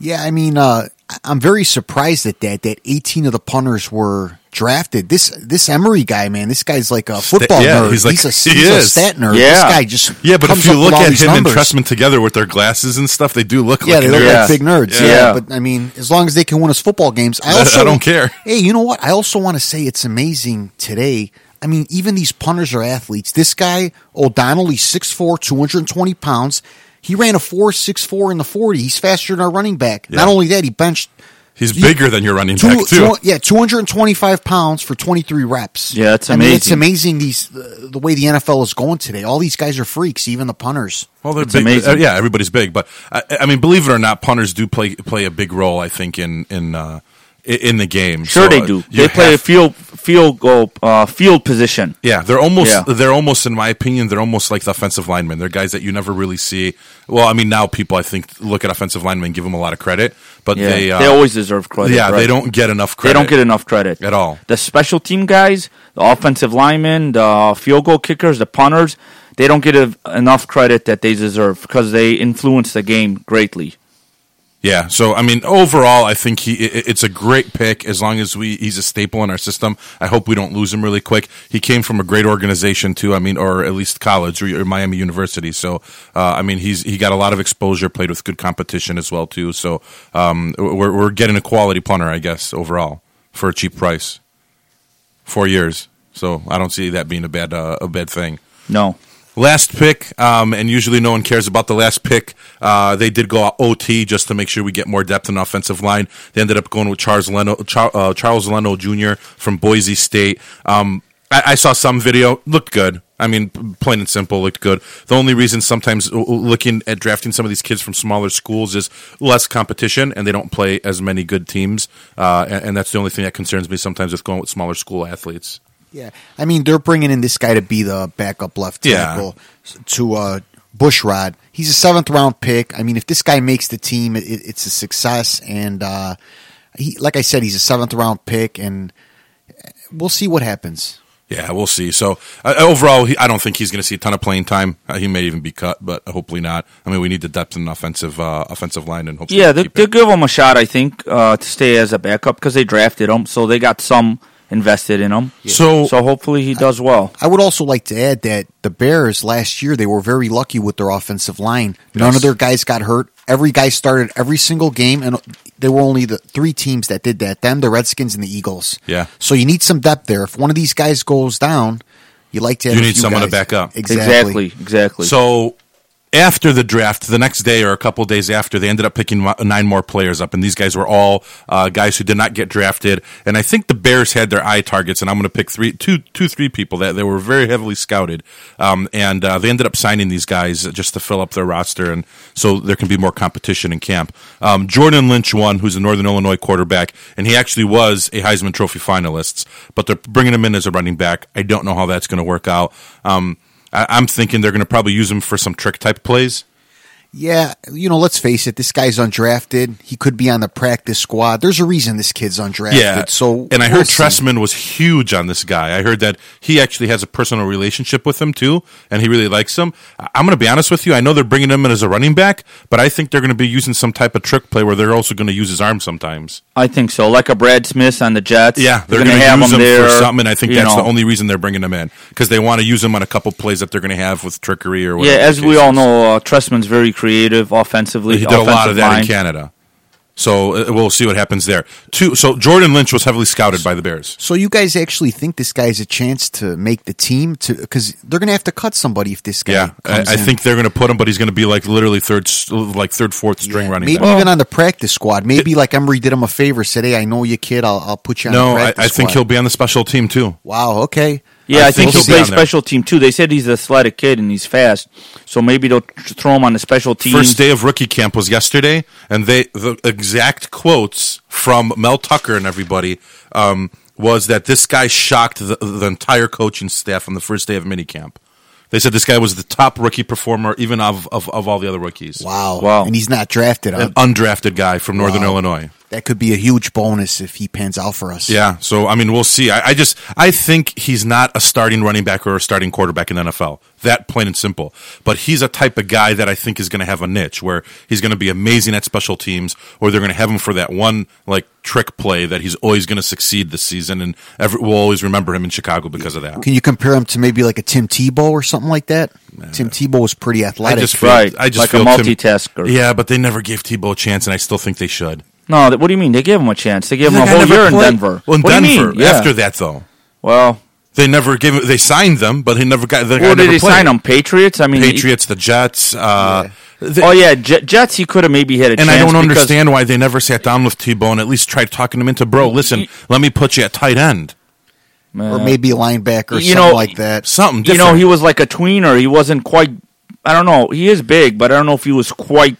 Speaker 3: Yeah, I mean, uh, I- I'm very surprised at that. That 18 of the punters were drafted. This this Emery guy, man, this guy's like a football
Speaker 1: yeah,
Speaker 3: nerd.
Speaker 1: he's like-
Speaker 3: a,
Speaker 1: he
Speaker 3: he's a
Speaker 1: is.
Speaker 3: stat nerd. This
Speaker 2: Yeah.
Speaker 3: guy just
Speaker 1: Yeah, but
Speaker 3: comes
Speaker 1: if you
Speaker 3: up with
Speaker 1: look
Speaker 3: all
Speaker 1: at
Speaker 3: these
Speaker 1: him
Speaker 3: numbers.
Speaker 1: and Tressman together with their glasses and stuff, they do look
Speaker 3: Yeah,
Speaker 1: like
Speaker 3: they look
Speaker 1: nerds.
Speaker 2: Yeah.
Speaker 3: like big nerds.
Speaker 1: Yeah.
Speaker 3: Yeah. but I mean, as long as they can win us football games, I
Speaker 1: I
Speaker 3: also
Speaker 1: don't care.
Speaker 3: Hey, you know what? I also want to say it's amazing today. I mean, even these punters are athletes. This guy O'Donnell, he's 6'4", 220 pounds. He ran a four six four in the forty. He's faster than our running back. Not only that, he benched
Speaker 1: He's bigger than your running back too.
Speaker 3: two- yeah, 225 pounds for 23 reps.
Speaker 2: Yeah, that's
Speaker 3: I mean, it's
Speaker 2: amazing.
Speaker 3: amazing these the, the way the NFL is going today. All these guys are freaks, even the punters.
Speaker 1: Well, they're
Speaker 2: It's
Speaker 1: big.
Speaker 2: amazing.
Speaker 1: uh, yeah, everybody's big, but I, I mean, believe it or not, punters do play play a big role. I think in in uh, i- in the game.
Speaker 2: Sure,
Speaker 1: So,
Speaker 2: they
Speaker 1: uh,
Speaker 2: do.
Speaker 1: you
Speaker 2: They play a
Speaker 1: have-
Speaker 2: field field goal uh, field position.
Speaker 1: Yeah, they're almost
Speaker 2: Yeah.
Speaker 1: they're almost in my opinion they're almost like the offensive linemen. They're guys that you never really see. Well, I mean now people I think look at offensive linemen and give them a lot of credit, but
Speaker 2: Yeah,
Speaker 1: they uh,
Speaker 2: always deserve credit.
Speaker 1: yeah
Speaker 2: right?
Speaker 1: they don't get enough
Speaker 2: They
Speaker 1: credit.
Speaker 2: don't get enough credit
Speaker 1: At all.
Speaker 2: The special team guys, the offensive linemen, the field goal kickers, the punters, they don't get a, enough credit that they deserve because they influence the game greatly.
Speaker 1: Yeah, so I mean, overall, I think he i- i- it's a great pick as long as we he's a staple in our system. I hope we don't lose him really quick. He came from a great organization too. I mean, or at least college or, or Miami University. So uh, I mean, he's he got a lot of exposure, played with good competition as well too. So um, we're we're getting a quality punter, I guess, overall for a cheap price, four years. So I don't see that being a bad uh, a bad thing.
Speaker 2: No.
Speaker 1: Last pick, um, and usually no one cares about the last pick. Uh, they did go OT just to make sure we get more depth in the offensive line. They ended up going with Charles Leno, Char- uh, Charles Leno Jr. from Boise State. Um, I-, I saw some video, looked good. I mean, p- plain and simple, looked good. The only reason sometimes l- l- looking at drafting some of these kids from smaller schools is less competition, and they don't play as many good teams. Uh, and-, and that's the only thing that concerns me sometimes with going with smaller school athletes.
Speaker 3: Yeah, I mean they're bringing in this guy to be the backup left
Speaker 1: Yeah.
Speaker 3: tackle to uh, Bushrod. He's a seventh round pick. I mean, if this guy makes the team, it, it- it's a success. And uh, he, like I said, he's a seventh round pick, and we'll see what happens.
Speaker 1: Yeah, we'll see. So uh, overall, he, I don't think he's going to see a ton of playing time. Uh, he may even be cut, but hopefully not. I mean, we need the depth in the offensive uh, offensive line, and hopefully,
Speaker 2: Yeah,
Speaker 1: we
Speaker 2: they,
Speaker 1: keep
Speaker 2: they'll
Speaker 1: it.
Speaker 2: give him a shot, I think, uh, to stay as a backup because they drafted him, so they got some invested in him.
Speaker 1: So-
Speaker 2: so hopefully he does well.
Speaker 3: I would also like to add that the Bears last year they were very lucky with their offensive line. None
Speaker 1: Yes.
Speaker 3: of their guys got hurt. Every guy started every single game, and there were only the three teams that did that: them, the Redskins, and the Eagles.
Speaker 1: Yeah.
Speaker 3: So you need some depth there. If one of these guys goes down, you like to. Have
Speaker 1: You
Speaker 3: a
Speaker 1: need
Speaker 3: few
Speaker 1: someone to
Speaker 3: guys.
Speaker 1: back up.
Speaker 2: exactly.
Speaker 3: Exactly.
Speaker 2: exactly.
Speaker 1: So after the draft, the next day or a couple days after, they ended up picking mo- nine more players up, and these guys were all uh, guys who did not get drafted. And I think the Bears had their eye targets, and I'm going to pick three, two, two, three people that they were very heavily scouted, um, and uh, they ended up signing these guys just to fill up their roster, and so there can be more competition in camp. Um, Jordan Lynch won, who's a Northern Illinois quarterback, and he actually was a Heisman Trophy finalist, but they're bringing him in as a running back. I don't know how that's going to work out. Um, I, I'm thinking they're going to probably use him for some trick type plays.
Speaker 3: Yeah, you know, let's face it. This guy's undrafted. He could be on the practice squad. There's a reason this kid's undrafted. So,
Speaker 1: and I
Speaker 3: we'll
Speaker 1: heard
Speaker 3: see.
Speaker 1: Tressman was huge on this guy. I heard that he actually has a personal relationship with him too, and he really likes him. I- I'm going to be honest with you. I know they're bringing him in as a running back, but I think they're going to be using some type of trick play where they're also going to use his arm sometimes.
Speaker 2: I think so. Like a Brad Smith on the Jets.
Speaker 1: Yeah, they're,
Speaker 2: gonna
Speaker 1: going to
Speaker 2: have
Speaker 1: use him
Speaker 2: there,
Speaker 1: for something. And I think
Speaker 2: you
Speaker 1: that's
Speaker 2: know.
Speaker 1: the only reason they're bringing him in because they want to use him on a couple plays that they're going to have with trickery or
Speaker 2: Yeah,
Speaker 1: whatever.
Speaker 2: as
Speaker 1: the
Speaker 2: we
Speaker 1: case
Speaker 2: all
Speaker 1: is.
Speaker 2: know, uh, Tressman's very creative offensively.
Speaker 1: He did a lot
Speaker 2: offensive
Speaker 1: of that
Speaker 2: line.
Speaker 1: in Canada. So uh, we'll see what happens there. Two. So Jordan Lynch was heavily scouted by the Bears.
Speaker 3: So you guys actually think this guy's a chance to make the team? To because they're going to have to cut somebody if this guy.
Speaker 1: Yeah, I,
Speaker 3: comes
Speaker 1: I
Speaker 3: in.
Speaker 1: think they're going to put him, but he's going to be like literally third, s- like third, fourth string
Speaker 3: Yeah,
Speaker 1: running
Speaker 3: Maybe
Speaker 1: back.
Speaker 3: even on the practice squad. Maybe like Emery did him a favor, said, "Hey, I know you, kid. I'll, I'll put you on."
Speaker 1: No,
Speaker 3: the
Speaker 1: I,
Speaker 3: practice
Speaker 1: I think he'll
Speaker 3: squad."
Speaker 1: be on the special team too.
Speaker 3: Wow. Okay.
Speaker 2: Yeah, I, think,
Speaker 1: he'll
Speaker 2: he'll
Speaker 1: be
Speaker 2: play
Speaker 1: on there.
Speaker 2: special team too. They said he's an athletic kid and he's fast, so maybe they'll tr- throw him on the special team.
Speaker 1: First day of rookie camp was yesterday, and they the exact quotes from Mel Tucker and everybody um, was that this guy shocked the, the entire coaching staff on the first day of minicamp. They said this guy was the top rookie performer, even of of, of all the other rookies.
Speaker 3: Wow.
Speaker 2: Wow.
Speaker 3: And he's not drafted. huh?
Speaker 1: an
Speaker 2: Uh,
Speaker 1: undrafted guy from Northern
Speaker 3: Wow.
Speaker 1: Illinois.
Speaker 3: that could be a huge bonus if he pans out for us.
Speaker 1: Yeah, so I mean, we'll see. I, I just I think he's not a starting running back or a starting quarterback in the NFL. That plain and simple. But he's a type of guy that I think is going to have a niche where he's going to be amazing at special teams, or they're going to have him for that one like trick play that he's always going to succeed this season, and every, we'll always remember him in Chicago because of that.
Speaker 3: Can you compare him to maybe like a Tim Tebow or something like that? Tim Tebow was pretty
Speaker 1: I
Speaker 3: athletic.
Speaker 1: just feel,
Speaker 2: Right,
Speaker 1: I just
Speaker 2: like a
Speaker 1: feel Tim-
Speaker 2: multitasker.
Speaker 1: yeah, but they never gave Tebow a chance, and I still think they should.
Speaker 2: no, th- what do you mean? They gave him a chance. They gave him
Speaker 1: That
Speaker 2: a
Speaker 1: guy
Speaker 2: whole
Speaker 1: never
Speaker 2: year in
Speaker 1: played-
Speaker 2: Denver.
Speaker 1: Well, in
Speaker 2: what
Speaker 1: Denver.
Speaker 2: do you mean? Yeah.
Speaker 1: After that, though.
Speaker 2: well,
Speaker 1: They never gave. They signed them, but he never got. The guy
Speaker 2: who did
Speaker 1: never
Speaker 2: he
Speaker 1: played.
Speaker 2: sign him? Patriots. I mean, he-
Speaker 1: Patriots, the Jets. Uh, the-
Speaker 2: oh yeah, J- Jets. He could have maybe had a
Speaker 1: and
Speaker 2: chance.
Speaker 1: I don't
Speaker 2: because-
Speaker 1: understand why they never sat down with Tebow and at least tried talking him into, bro, listen, let me put you at tight end.
Speaker 3: or maybe a linebacker or
Speaker 2: You
Speaker 3: something
Speaker 2: know,
Speaker 3: like that.
Speaker 1: Something different.
Speaker 2: You know, he was like a tweener. He wasn't quite. I don't know. He is big, but I don't know if he was quite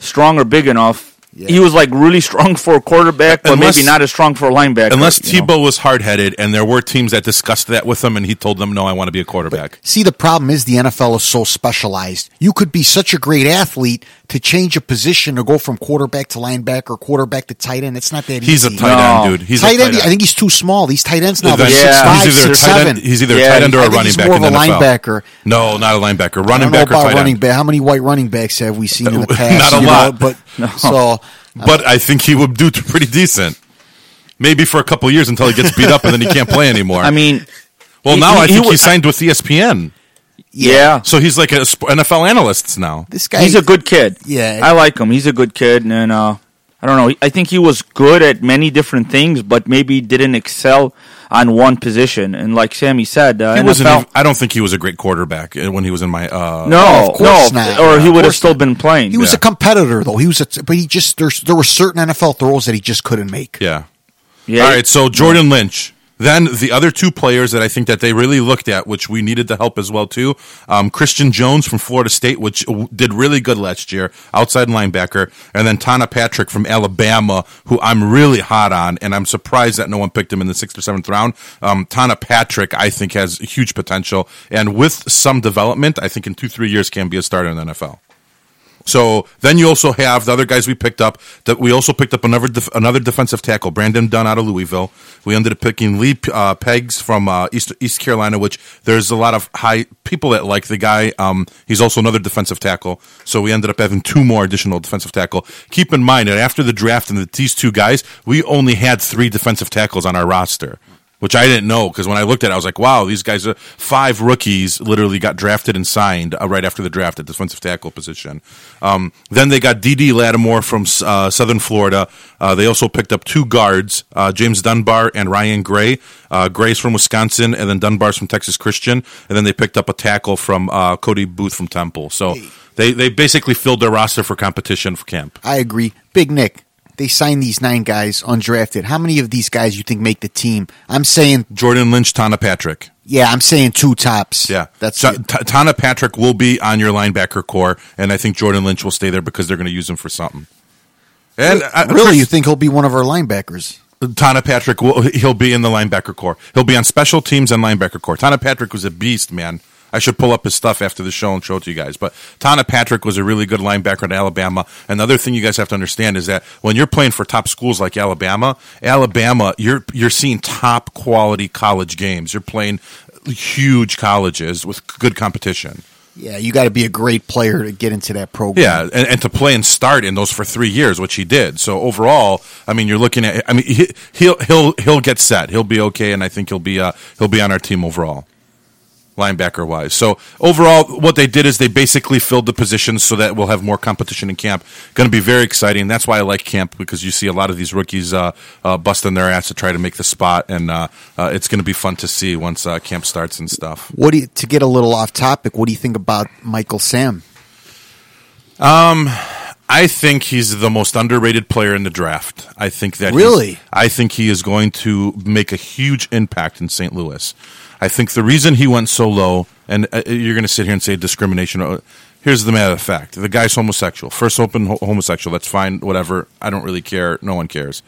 Speaker 2: strong or big enough.
Speaker 3: Yeah.
Speaker 2: He was like really strong for a quarterback, but
Speaker 1: Unless-
Speaker 2: maybe not as strong for a linebacker.
Speaker 1: Unless
Speaker 2: you know?
Speaker 1: Tebow was hard headed and there were teams that discussed that with him and he told them, no, I want to be a quarterback.
Speaker 3: See, the problem is the NFL is so specialized. You could be such a great athlete to change a position or go from quarterback to linebacker, quarterback to tight end. It's not that
Speaker 1: He's a
Speaker 3: easy.
Speaker 1: tight end,
Speaker 2: No.
Speaker 1: dude. He's a
Speaker 3: tight end. I think he's too small. These tight ends now. They're
Speaker 1: Then
Speaker 2: Yeah.
Speaker 3: six, five,
Speaker 1: he's either
Speaker 3: six,
Speaker 1: a tight
Speaker 3: seven.
Speaker 1: end. He's either a
Speaker 2: Yeah,
Speaker 1: tight end or
Speaker 3: I
Speaker 1: a
Speaker 3: think
Speaker 1: running
Speaker 3: he's
Speaker 1: back.
Speaker 3: more
Speaker 1: in
Speaker 3: of a
Speaker 1: the NFL.
Speaker 3: linebacker.
Speaker 1: No, not a linebacker.
Speaker 3: I
Speaker 1: Running
Speaker 3: don't know
Speaker 1: back or
Speaker 3: about
Speaker 1: tight
Speaker 3: running
Speaker 1: end.
Speaker 3: back. How many white running backs have we seen in the past?
Speaker 1: Not a
Speaker 3: you know?
Speaker 1: lot.
Speaker 3: but so
Speaker 1: But I think he would do pretty decent. Maybe for a couple years until he gets beat up and then he can't play anymore.
Speaker 2: I mean,
Speaker 1: well,
Speaker 2: he-
Speaker 1: now
Speaker 2: he-
Speaker 1: I
Speaker 2: he
Speaker 1: think he,
Speaker 2: would-
Speaker 1: signed with E ESPN,
Speaker 2: yeah,
Speaker 1: so he's like a sp- NFL analyst now.
Speaker 3: this guy,
Speaker 2: he's a good kid.
Speaker 3: Yeah.
Speaker 2: I like him. He's a good kid, and uh, I don't know. I think he was good at many different things, but maybe didn't excel on one position. And like Sammy said, uh,
Speaker 1: He wasn't.
Speaker 2: NFL
Speaker 1: even- I don't think he was a great quarterback uh, when he was in my. Uh,
Speaker 2: No,
Speaker 3: Of course
Speaker 2: no,
Speaker 3: not.
Speaker 2: or he
Speaker 3: Of
Speaker 2: would have
Speaker 3: course
Speaker 2: still
Speaker 3: not.
Speaker 2: been playing.
Speaker 3: He was
Speaker 1: Yeah.
Speaker 3: a competitor though. He was, a, but he just there's there were certain NFL throws that he just couldn't make.
Speaker 1: Yeah.
Speaker 2: Yeah.
Speaker 1: All right. So Jordan Lynch. Then the other two players that I think that they really looked at, which we needed the help as well too, um, Christian Jones from Florida State, which w- did really good last year, outside linebacker, and then Tana Patrick from Alabama, who I'm really hot on, and I'm surprised that no one picked him in the sixth or seventh round. Um, Tana Patrick, I think, has huge potential, and with some development, I think in two three years can be a starter in the NFL. So then you also have the other guys we picked up. That we also picked up another def- another defensive tackle, Brandon Dunn out of Louisville. We ended up picking Lee uh, Pegs from uh, East East Carolina, which there's a lot of high people that like the guy. Um, he's also another defensive tackle. So we ended up having two more additional defensive tackle. Keep in mind that after the draft and the, these two guys, we only had three defensive tackles on our roster which I didn't know because when I looked at it, I was like, wow, these guys are five rookies literally got drafted and signed uh, right after the draft at defensive tackle position. Um, then they got D.D. Lattimore from uh, Southern Florida. Uh, they also picked up two guards, uh, James Dunbar and Ryan Gray. Uh, Gray's from Wisconsin, and then Dunbar's from Texas Christian. And then they picked up a tackle from uh, Cody Booth from Temple. So they, they basically filled their roster for competition for camp.
Speaker 3: I agree. Big Nick, they signed these nine guys undrafted. How many of these guys you think make the team? I'm saying,
Speaker 1: Jordan Lynch, Tana Patrick.
Speaker 3: yeah, I'm saying two tops.
Speaker 1: Yeah,
Speaker 3: that's
Speaker 1: Ta-
Speaker 3: it.
Speaker 1: Ta- Tana Patrick will be on your linebacker core, and I think Jordan Lynch will stay there because they're going to use him for something. And uh, I-
Speaker 3: really. You think he'll be one of our linebackers?
Speaker 1: Tana Patrick will he'll be in the linebacker core. He'll be on special teams and linebacker core. Tana Patrick was a beast, man. I should pull up his stuff after the show and show it to you guys. But Tana Patrick was a really good linebacker in Alabama. Another thing you guys have to understand is that when you're playing for top schools like Alabama, Alabama, you're you're seeing top quality college games. You're playing huge colleges with good competition.
Speaker 3: Yeah, you got to be a great player to get into that program.
Speaker 1: Yeah, and, and to play and start in those for three years, which he did. So overall, I mean, you're looking at. I mean, he, he'll he'll he'll get set. He'll be okay, and I think he'll be uh, he'll be on our team overall, linebacker wise. So overall, what they did is they basically filled the positions so that we'll have more competition in camp. Going to be very exciting. That's why I like camp because you see a lot of these rookies uh, uh, busting their ass to try to make the spot, and uh, uh, it's going to be fun to see once uh, camp starts and stuff.
Speaker 3: What do you, to get a little off topic? What do you think about Michael Sam?
Speaker 1: I think he's the most underrated player in the draft. I think that he's-
Speaker 3: Really?
Speaker 1: I think he is going to make a huge impact in St. Louis. I think the reason he went so low, and uh, you're going to sit here and say discrimination. uh, Here's the matter of fact: the guy's homosexual, first open ho- homosexual. That's fine, whatever. I don't really care. No one cares.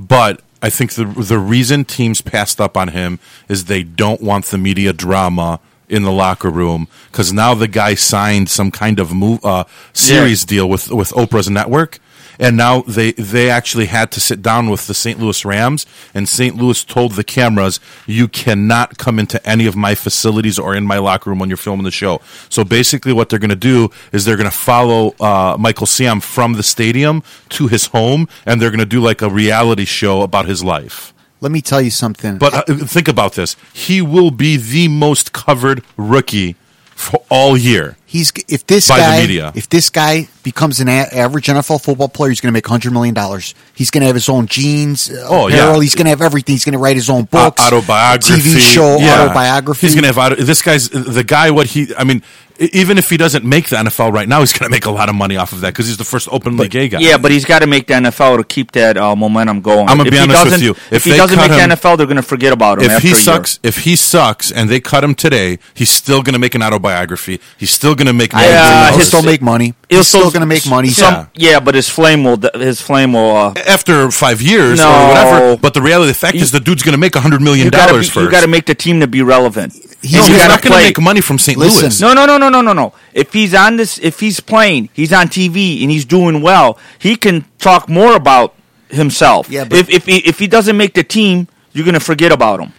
Speaker 1: But I think the the reason teams passed up on him is they don't want the media drama in the locker room because now the guy signed some kind of move uh, series deal with with Oprah's network. And now they, they actually had to sit down with the St. Louis Rams, and St. Louis told the cameras, "You cannot come into any of my facilities or in my locker room when you're filming the show." So basically, what they're going to do is they're going to follow uh, Michael Sam from the stadium to his home, and they're going to do like a reality show about his life.
Speaker 3: Let me tell you something.
Speaker 1: But uh, think about this: he will be the most covered rookie for all year.
Speaker 3: he's if this
Speaker 1: By the
Speaker 3: guy
Speaker 1: media.
Speaker 3: if this guy becomes an a- average NFL football player, he's going to make hundred million dollars. He's going to have his own jeans,
Speaker 1: Oh,
Speaker 3: oh, apparel.
Speaker 1: yeah.
Speaker 3: He's going to have everything. He's going to write his own books,
Speaker 1: Uh, autobiography,
Speaker 3: TV show,
Speaker 1: Yeah.
Speaker 3: autobiography.
Speaker 1: He's gonna have auto- this guy's the guy. What he, I mean, e- even if he doesn't make the NFL right now, he's gonna make a lot of money off of that because he's the first openly gay guy.
Speaker 2: yeah, but he's got to make the NFL to keep that uh, momentum going.
Speaker 1: I'm gonna
Speaker 2: If
Speaker 1: be
Speaker 2: he
Speaker 1: honest with
Speaker 2: doesn't-
Speaker 1: you.
Speaker 2: If,
Speaker 1: If
Speaker 2: he
Speaker 1: they
Speaker 2: doesn't
Speaker 1: cut
Speaker 2: make
Speaker 1: him-
Speaker 2: the NFL, they're going to forget about him.
Speaker 1: if
Speaker 2: after a
Speaker 1: he
Speaker 2: year.
Speaker 1: sucks, if he sucks, and they cut him today, he's still gonna make an autobiography. He's still gonna make.
Speaker 2: I,
Speaker 1: millions of
Speaker 2: uh,
Speaker 3: He'll
Speaker 1: dollars.
Speaker 2: his-
Speaker 3: still make money. He's still, going to make money.
Speaker 1: some-
Speaker 3: Yeah.
Speaker 2: yeah, but his flame will. His flame will. Uh,
Speaker 1: after five years or
Speaker 2: No.
Speaker 1: whatever. But the reality of the fact
Speaker 2: You-
Speaker 1: is, the dude's gonna make a hundred million
Speaker 2: you got
Speaker 1: dollars
Speaker 2: to.
Speaker 1: first.
Speaker 2: You got to make the team to be relevant.
Speaker 1: He's, not
Speaker 2: he's gonna
Speaker 1: going to
Speaker 2: play.
Speaker 1: make money from St.
Speaker 3: Listen.
Speaker 1: Louis.
Speaker 2: No, no, no, no, no, no, no. If he's on this, if he's playing, he's on TV and he's doing well, he can talk more about himself.
Speaker 3: Yeah, but-
Speaker 2: if if he, if he doesn't make the team, you're gonna forget about him.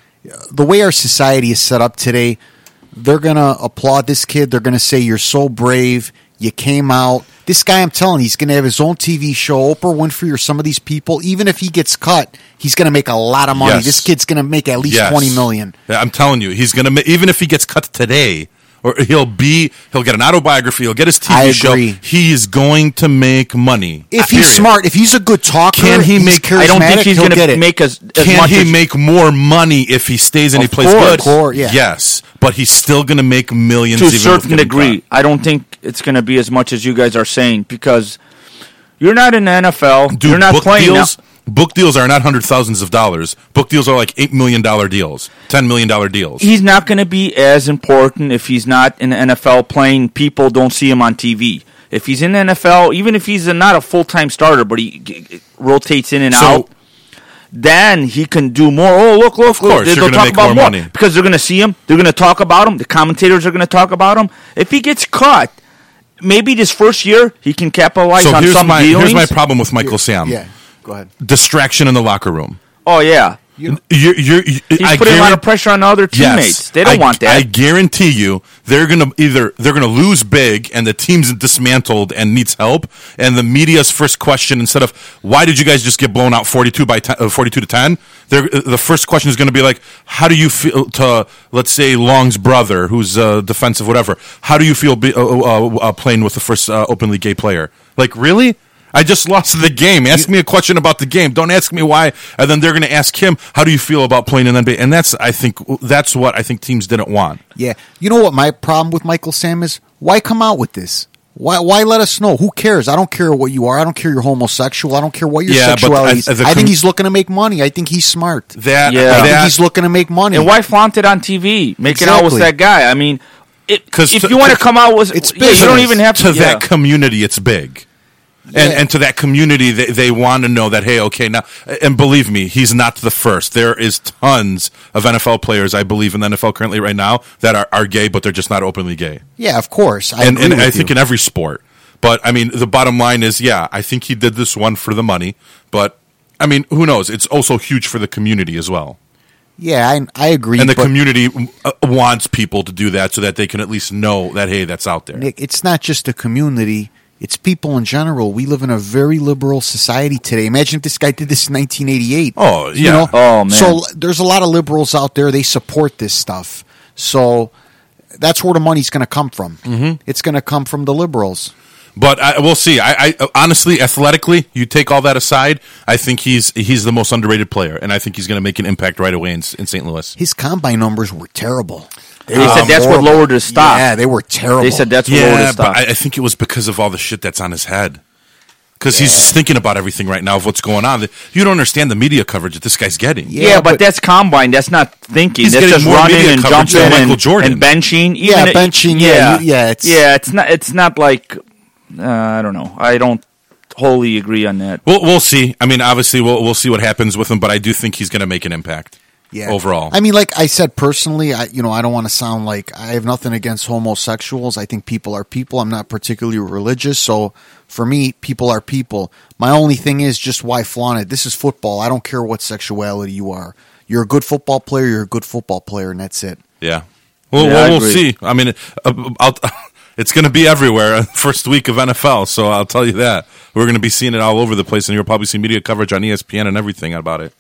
Speaker 3: the way our society is set up today, they're gonna applaud this kid. They're gonna say you're so brave. You came out. This guy, I'm telling you, he's gonna have his own TV show. Oprah Winfrey or some of these people. Even if he gets cut, he's gonna make a lot of money.
Speaker 1: Yes.
Speaker 3: This kid's gonna make at least
Speaker 1: Yes.
Speaker 3: twenty million.
Speaker 1: Yeah, I'm telling you, he's gonna ma- even if he gets cut today, or he'll be he'll get an autobiography, he'll get his TV
Speaker 3: I
Speaker 1: show.
Speaker 3: agree.
Speaker 1: He is going to make money.
Speaker 3: If
Speaker 1: Uh,
Speaker 3: he's
Speaker 1: Period.
Speaker 3: smart, if he's a good talker,
Speaker 1: Can he
Speaker 3: he's
Speaker 1: make-
Speaker 3: Charismatic,
Speaker 1: I
Speaker 2: I don't think he's
Speaker 3: he'll
Speaker 2: gonna
Speaker 3: get it.
Speaker 2: make as, as
Speaker 1: can
Speaker 2: much
Speaker 1: he
Speaker 2: as
Speaker 1: make more money if he stays and he
Speaker 3: Of
Speaker 1: plays
Speaker 3: course,
Speaker 1: good?
Speaker 3: of course, yeah.
Speaker 1: Yes, but he's still going to make millions.
Speaker 2: to a
Speaker 1: even with
Speaker 2: certain
Speaker 1: getting
Speaker 2: degree.
Speaker 1: cut.
Speaker 2: I don't think it's gonna be as much as you guys are saying because you're not in the NFL.
Speaker 1: Dude,
Speaker 2: you're not
Speaker 1: book
Speaker 2: playing.
Speaker 1: deals.
Speaker 2: now.
Speaker 1: Book deals are not hundred thousands of dollars. Book deals are like eight million dollar deals, ten million dollar deals.
Speaker 2: He's not going to be as important if he's not in the NFL playing. People don't see him on TV. If he's in the NFL, even if he's not a full time starter, but he g- g- rotates in and
Speaker 1: So-
Speaker 2: out, then he can do more. Oh, look, look, of
Speaker 1: course,
Speaker 2: look.
Speaker 1: you're
Speaker 2: They'll
Speaker 1: gonna
Speaker 2: talk
Speaker 1: make
Speaker 2: about
Speaker 1: more
Speaker 2: more
Speaker 1: money.
Speaker 2: because they're going to see him. They're going to talk about him. The commentators are going to talk about him. If he gets caught, maybe this first year he can capitalize
Speaker 1: so
Speaker 2: on
Speaker 1: here's
Speaker 2: some
Speaker 1: my
Speaker 2: dealings.
Speaker 1: here's my problem with Michael Sam.
Speaker 3: Yeah, go ahead.
Speaker 1: Distraction in the locker room.
Speaker 2: oh yeah, he's
Speaker 1: You're, you're, you I
Speaker 2: putting a lot
Speaker 1: guaran-
Speaker 2: of pressure on the other teammates. They don't
Speaker 1: I,
Speaker 2: want that.
Speaker 1: I guarantee you, they're gonna either they're gonna lose big, and the team's dismantled and needs help. And the media's first question, instead of "Why did you guys just get blown out forty two by 10, uh, forty two to 10? they're uh, the first question is going to be like, "How do you feel?" To let's say Long's brother, who's uh, defensive, whatever. How do you feel be, uh, uh, uh, playing with the first uh, openly gay player? Like, really? I just lost the game. Ask me a question about the game. Don't ask me why. And then they're going to ask him, "How do you feel about playing in the NBA?" And that's, I think, that's what I think teams didn't want.
Speaker 3: Yeah. You know what my problem with Michael Sam is? Why come out with this? Why, why let us know? Who cares? I don't care what you are. I don't care you're homosexual. I don't care what your
Speaker 1: Yeah, but
Speaker 3: sexuality
Speaker 1: I-
Speaker 3: is.
Speaker 1: the
Speaker 3: I
Speaker 1: com-
Speaker 3: think he's looking to make money. I think he's smart.
Speaker 1: That,
Speaker 2: Yeah.
Speaker 3: I think
Speaker 1: that-
Speaker 3: he's looking to make money.
Speaker 2: And why flaunt it on TV? Make it out with
Speaker 3: Exactly.
Speaker 2: that guy. I mean, it,
Speaker 1: 'Cause
Speaker 2: if
Speaker 1: to-
Speaker 2: you want to
Speaker 1: to-
Speaker 2: come out with,
Speaker 3: It's
Speaker 2: yeah, you don't
Speaker 3: business.
Speaker 2: even have
Speaker 1: to
Speaker 2: to. yeah.
Speaker 1: that community. It's big. And,
Speaker 3: Yeah.
Speaker 1: and to that community, they, they want to know that, hey, okay, now, and believe me, he's not the first. There is tons of NFL players, I believe, in the NFL currently right now that are, are gay, but they're just not openly gay.
Speaker 3: Yeah, of course. I
Speaker 1: and,
Speaker 3: agree
Speaker 1: and
Speaker 3: with
Speaker 1: I
Speaker 3: you.
Speaker 1: think in every sport. But I mean, the bottom line is, yeah, I think he did this one for the money. But I mean, who knows? It's also huge for the community as well,
Speaker 3: yeah, I, I agree.
Speaker 1: and the
Speaker 3: but
Speaker 1: community uh, wants people to do that so that they can at least know that hey, that's out there.
Speaker 3: Nick, it's not just the community. It's people in general. We live in a very liberal society today. Imagine if this guy did this in 1988.
Speaker 1: Oh, yeah.
Speaker 3: You know? uh,
Speaker 2: Oh, man.
Speaker 3: So l- there's a lot of liberals out there. They support this stuff. So that's where the money's going to come from. Mm-hmm. It's going to come from the liberals.
Speaker 1: But I, we'll see. I, I honestly, athletically, you take all that aside, I think he's he's the most underrated player, and I think he's going to make an impact right away in, S- in St. Louis.
Speaker 3: His combine numbers were terrible. Um,
Speaker 2: They said that's what lowered his stock.
Speaker 3: Yeah, they were terrible.
Speaker 2: They said that's what lowered
Speaker 1: Yeah,
Speaker 2: his stock.
Speaker 1: but I, I think it was because of all the shit that's on his head. Because he's thinking about everything right now of what's going on. You don't understand the media coverage that this guy's getting.
Speaker 2: yeah,
Speaker 3: Yeah,
Speaker 2: but,
Speaker 3: but-
Speaker 2: that's combine. That's not thinking.
Speaker 1: He's
Speaker 2: that's
Speaker 1: getting
Speaker 2: just
Speaker 1: more
Speaker 2: running
Speaker 1: media
Speaker 2: and
Speaker 1: coverage
Speaker 2: jumping
Speaker 1: than Michael
Speaker 2: and,
Speaker 1: Jordan.
Speaker 2: and benching.
Speaker 3: Yeah,
Speaker 2: Even-
Speaker 3: benching, yeah, you- yeah, it's-
Speaker 2: yeah. It's not. It's not like uh, I don't know. I don't wholly agree on that.
Speaker 1: We'll, we'll see. I mean, obviously, we'll, we'll see what happens with him, but I do think he's going to make an impact
Speaker 3: yeah.
Speaker 1: overall.
Speaker 3: I mean, like I said personally, I you know I don't want to sound like I have nothing against homosexuals. I think people are people. I'm not particularly religious, so for me, people are people. My only thing is just why flaunt it. This is football. I don't care what sexuality you are. You're a good football player. You're a good football player, and that's it.
Speaker 1: yeah. Well,
Speaker 2: Yeah, I
Speaker 1: we'll, we'll
Speaker 2: agree.
Speaker 1: see. I mean, uh, I'll, it's going to be everywhere first week of NFL, so I'll tell you that. We're going to be seeing it all over the place, and you'll probably see media coverage on E ESPN and everything about it.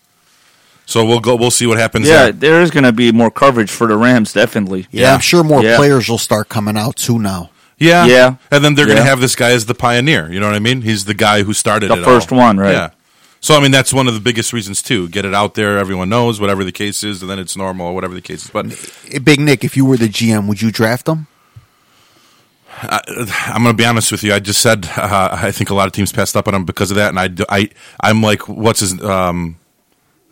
Speaker 1: So we'll go. We'll see what happens.
Speaker 2: Yeah,
Speaker 1: there.
Speaker 2: there is going to be more coverage for the Rams, definitely.
Speaker 3: Yeah, I'm sure more
Speaker 2: Yeah.
Speaker 3: players will start coming out too now.
Speaker 1: Yeah.
Speaker 2: Yeah.
Speaker 1: And then they're going
Speaker 2: Yeah.
Speaker 1: to have this guy as the pioneer. You know what I mean? He's the guy who started
Speaker 2: The
Speaker 1: it
Speaker 2: first
Speaker 1: all.
Speaker 2: one, right.
Speaker 1: Yeah. So, I mean, that's one of the biggest reasons, too. Get it out there. Everyone knows, whatever the case is, and then it's normal, or whatever the case is. But
Speaker 3: Eh, Big Nick, if you were the GM, would you draft them?
Speaker 1: I'm going to be honest with you. I just said uh, I think a lot of teams passed up on him because of that. And I, do- I, I'm like, what's his. Um,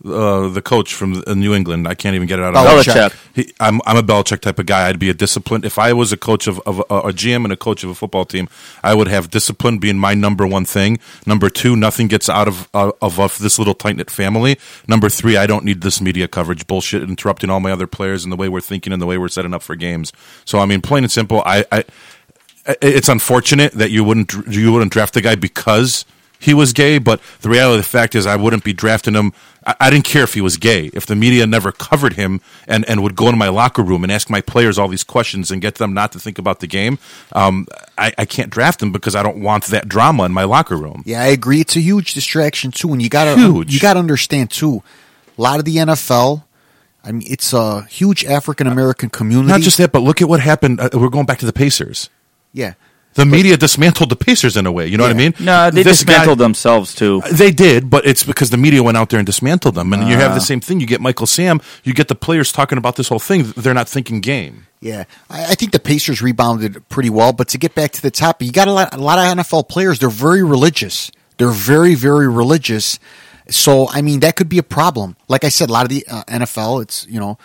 Speaker 1: uh, the coach from uh, New England. I can't even get it out of my
Speaker 2: Belichick.
Speaker 1: head. He, I'm I'm a Belichick type of guy. I'd be a disciplined. If I was a coach of, of a, a GM and a coach of a football team, I would have discipline being my number one thing. Number two, nothing gets out of uh, of, of this little tight knit family. Number three, I don't need this media coverage bullshit interrupting all my other players and the way we're thinking and the way we're setting up for games. So I mean, plain and simple, I. I it- it's unfortunate that you wouldn't you wouldn't draft the guy because he was gay. But the reality of the fact is, I wouldn't be drafting him. I, I didn't care if he was gay. If the media never covered him and and would go into my locker room and ask my players all these questions and get them not to think about the game, um, I, I can't draft him because I don't want that drama in my locker room.
Speaker 3: Yeah, I agree. It's a huge distraction too, and you gotta
Speaker 1: Huge.
Speaker 3: you gotta understand too. A lot of the NFL, I mean, it's a huge African American community.
Speaker 1: Not just that, but look at what happened. Uh, we're going back to the Pacers.
Speaker 3: yeah,
Speaker 1: The media dismantled the Pacers in a way. You know what I
Speaker 3: Yeah.
Speaker 1: mean?
Speaker 2: No, they
Speaker 1: This guy-
Speaker 2: dismantled themselves too.
Speaker 1: They did, but it's because the media went out there and dismantled them. And you have the same thing. You get Michael Sam, you get the players talking about this whole thing. They're not thinking game.
Speaker 3: yeah. I, I think the Pacers rebounded pretty well, but to get back to the top, you got a lot, a lot of NFL players. They're very religious. They're very very religious. So I mean, that could be a problem. Like I said, a lot of the uh, NFL, it's you know,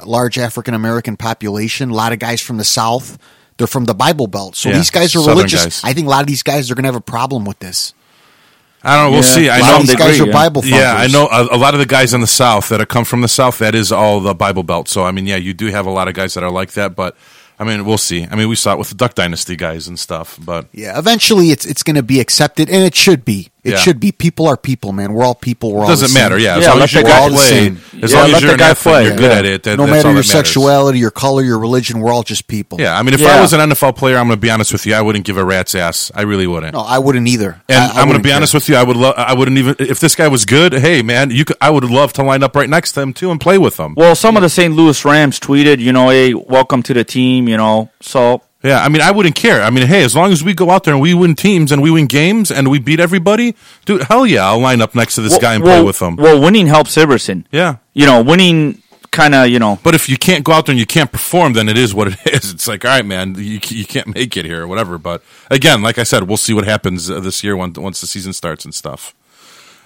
Speaker 3: a large African American population. A lot of guys from the South. They're from the Bible Belt, so
Speaker 1: Yeah,
Speaker 3: these guys are
Speaker 1: Southern
Speaker 3: religious.
Speaker 1: guys.
Speaker 3: I think a lot of these guys are going to have a problem with this.
Speaker 1: I don't know. We'll
Speaker 2: Yeah.
Speaker 1: see. I
Speaker 2: Well,
Speaker 3: A lot
Speaker 1: know.
Speaker 3: of these
Speaker 2: they
Speaker 3: guys
Speaker 2: agree,
Speaker 3: are
Speaker 2: yeah.
Speaker 3: Bible thumpers.
Speaker 1: Yeah, I know a, a lot of the guys in the South that have come from the South. That is all the Bible Belt. So I mean, yeah, you do have a lot of guys that are like that. But I mean, we'll see. I mean, we saw it with the Duck Dynasty guys and stuff. But
Speaker 3: Yeah, eventually it's it's going to be accepted, and it should be. It
Speaker 1: Yeah.
Speaker 3: should be. People are people, man. We're all people. We're all
Speaker 1: it
Speaker 3: the
Speaker 1: doesn't
Speaker 3: same.
Speaker 1: matter. Yeah, as
Speaker 2: Yeah,
Speaker 1: long
Speaker 2: let
Speaker 1: as you
Speaker 2: the
Speaker 1: can
Speaker 2: guy
Speaker 1: play,
Speaker 2: play.
Speaker 1: as
Speaker 2: Yeah,
Speaker 1: long
Speaker 2: let
Speaker 1: as you're
Speaker 2: the
Speaker 1: an
Speaker 2: guy
Speaker 1: athlete,
Speaker 2: play.
Speaker 1: you're good
Speaker 3: Yeah.
Speaker 1: at it. That,
Speaker 3: no
Speaker 1: that's
Speaker 3: matter
Speaker 1: all
Speaker 3: your
Speaker 1: that matters.
Speaker 3: sexuality, your color, your religion, we're all just people.
Speaker 1: Yeah, I mean, if I
Speaker 2: Yeah.
Speaker 1: was an NFL player, I'm going to be honest with you. I wouldn't give a rat's ass. I really wouldn't.
Speaker 3: No, I wouldn't either.
Speaker 1: And
Speaker 3: I,
Speaker 1: I, am going to be honest with you. I would love. I wouldn't even if this guy was good. Hey, man, you. Could, I would love to line up right next to him too and play with him.
Speaker 2: Well, some of the St. Louis Rams tweeted, you know, hey, welcome to the team, you know. So
Speaker 1: yeah, I mean, I wouldn't care. I mean, hey, as long as we go out there and we win teams and we win games and we beat everybody, dude, hell yeah, I'll line up next to this
Speaker 2: well,
Speaker 1: guy and
Speaker 2: well-
Speaker 1: play with him.
Speaker 2: Well, winning helps Iverson.
Speaker 1: yeah.
Speaker 2: You know, winning kind of, you know,
Speaker 1: But if you can't go out there and you can't perform, then it is what it is. It's like, all right, man, you, c- you can't make it here or whatever. But again, like I said, we'll see what happens uh, this year once, once the season starts and stuff.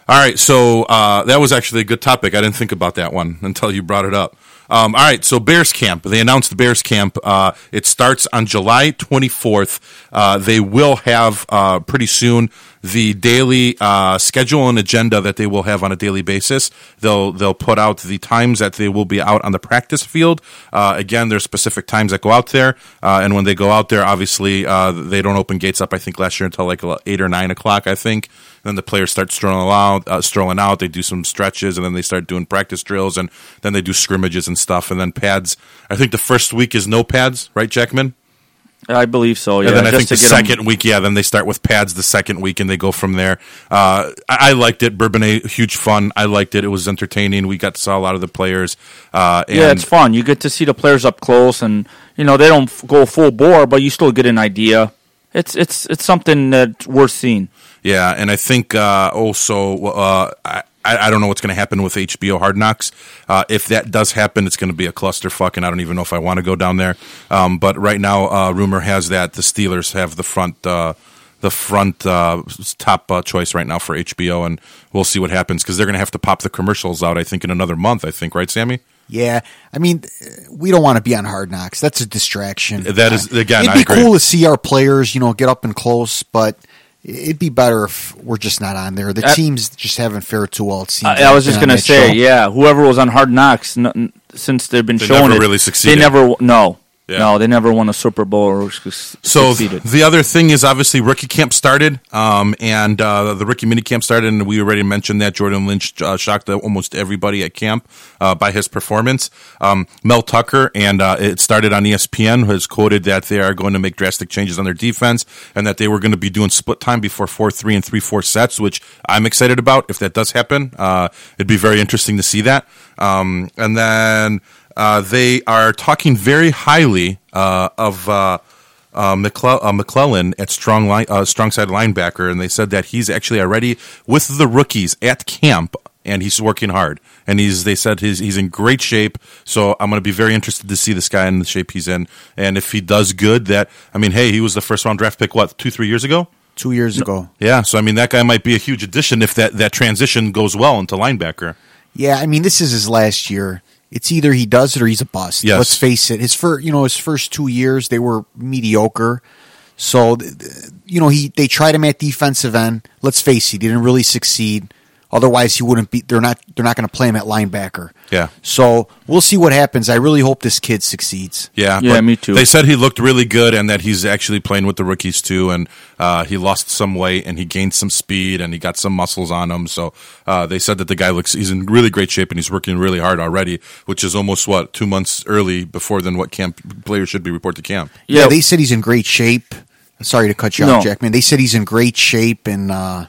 Speaker 1: All right, so uh, that was actually a good topic. I didn't think about that one until you brought it up. Um, all right, so Bears Camp. They announced Bears Camp. Uh, it starts on July 24th. Uh, they will have uh, pretty soon the daily uh, schedule and agenda that they will have on a daily basis. They'll they'll put out the times that they will be out on the practice field. Uh, again, there's specific times that go out there, uh, and when they go out there, obviously uh, they don't open gates up. I think last year until like uh, eight or nine o'clock. I think. Then the players start strolling out, uh, strolling out. They do some stretches, and then they start doing practice drills, and then they do scrimmages and stuff, and then pads. I think the first week is no pads, right, Jackman?
Speaker 2: I believe so. Yeah,
Speaker 1: and then I
Speaker 2: just
Speaker 1: think
Speaker 2: to
Speaker 1: the
Speaker 2: get 'em-
Speaker 1: second week, yeah, then they start with pads the second week, and they go from there. Uh, I, I liked it. Bourbonnais, huge fun. I liked it. It was entertaining. We got to saw a lot of the players. Uh, and
Speaker 2: yeah, it's fun. You get to see the players up close, and you know they don't f- go full bore, but you still get an idea. It's it's it's something that's worth seeing.
Speaker 1: Yeah, and I think uh, also uh, I I don't know what's going to happen with HBO Hard Knocks. Uh, if that does happen, it's going to be a clusterfuck, and I don't even know if I want to go down there. Um, but right now, uh, rumor has that the Steelers have the front. Uh, the front uh, s- top uh, choice right now for HBO, and we'll see what happens because they're going to have to pop the commercials out. I think in another month. I think right, Sammy.
Speaker 3: Yeah, I mean, we don't want to be on Hard Knocks. That's a distraction.
Speaker 1: That is- again,
Speaker 3: It'd
Speaker 1: I
Speaker 3: be
Speaker 1: agree.
Speaker 3: cool to see our players, you know, get up and close, but it'd be better if we're just not on there. The
Speaker 2: Uh,
Speaker 3: teams just haven't fared too well. It seems.
Speaker 2: I, I was
Speaker 3: They've
Speaker 2: just
Speaker 3: been on
Speaker 2: gonna
Speaker 3: that
Speaker 2: say,
Speaker 3: show.
Speaker 2: yeah, whoever was on Hard Knocks n- n- since they've been
Speaker 1: They
Speaker 2: showing
Speaker 1: never
Speaker 2: it,
Speaker 1: really succeeded.
Speaker 2: They never w- no
Speaker 1: Yeah.
Speaker 2: no they never won a Super Bowl or s-
Speaker 1: So
Speaker 2: succeeded.
Speaker 1: the other thing is obviously rookie camp started, um, and uh, the rookie mini camp started, and we already mentioned that Jordan Lynch uh, shocked almost everybody at camp uh, by his performance. Um, Mel Tucker, and uh, it started on ESPN, has quoted that they are going to make drastic changes on their defense, and that they were going to be doing split time before four three and three four sets, which I'm excited about. If that does happen, uh, it'd be very interesting to see that. Um, and then uh, they are talking very highly uh, of. Uh, uh, McCle- uh, McClellan at strong line, uh, strong side linebacker, and they said that he's actually already with the rookies at camp, and he's working hard. And he's they said he's he's in great shape. So I'm going to be very interested to see this guy in the shape he's in, and if he does good, that I mean, hey, he was the first round draft pick what two three years ago.
Speaker 3: two years ago.
Speaker 1: Yeah, so I mean that guy might be a huge addition if that, that transition goes well into linebacker.
Speaker 3: Yeah, I mean, this is his last year. It's either he does it or he's a bust.
Speaker 1: Yes.
Speaker 3: Let's face it. His first, you know, his first two years they were mediocre. So, th- th- you know, he they tried him at defensive end. Let's face it, he didn't really succeed. Otherwise, he wouldn't be. They're not. They're not going to play him at linebacker.
Speaker 1: Yeah.
Speaker 3: So we'll see what happens. I really hope this kid succeeds.
Speaker 1: Yeah,
Speaker 2: Yeah,
Speaker 1: but
Speaker 2: me too.
Speaker 1: They said he looked really good and that he's actually playing with the rookies too. And uh, he lost some weight and he gained some speed and he got some muscles on him. So uh, they said that the guy looks he's in really great shape and he's working really hard already, which is almost what two months early before than what camp players should be report to camp.
Speaker 3: Yeah, they said he's in great shape. Sorry to cut you
Speaker 2: No.
Speaker 3: off, Jackman. They said he's in great shape and uh,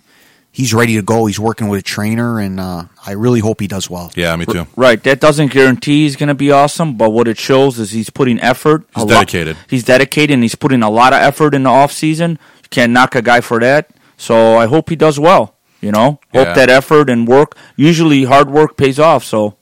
Speaker 3: he's ready to go. He's working with a trainer, and uh, I really hope he does well.
Speaker 1: Yeah, me too.
Speaker 2: Right. That doesn't guarantee he's going to be awesome, but what it shows is he's putting effort.
Speaker 1: He's
Speaker 2: a lot-
Speaker 1: dedicated.
Speaker 2: He's dedicated and he's putting a lot of effort in the offseason. You can't knock a guy for that. So I hope he does well. You know,
Speaker 1: Yeah.
Speaker 2: hope that effort and work. Usually hard work pays off. So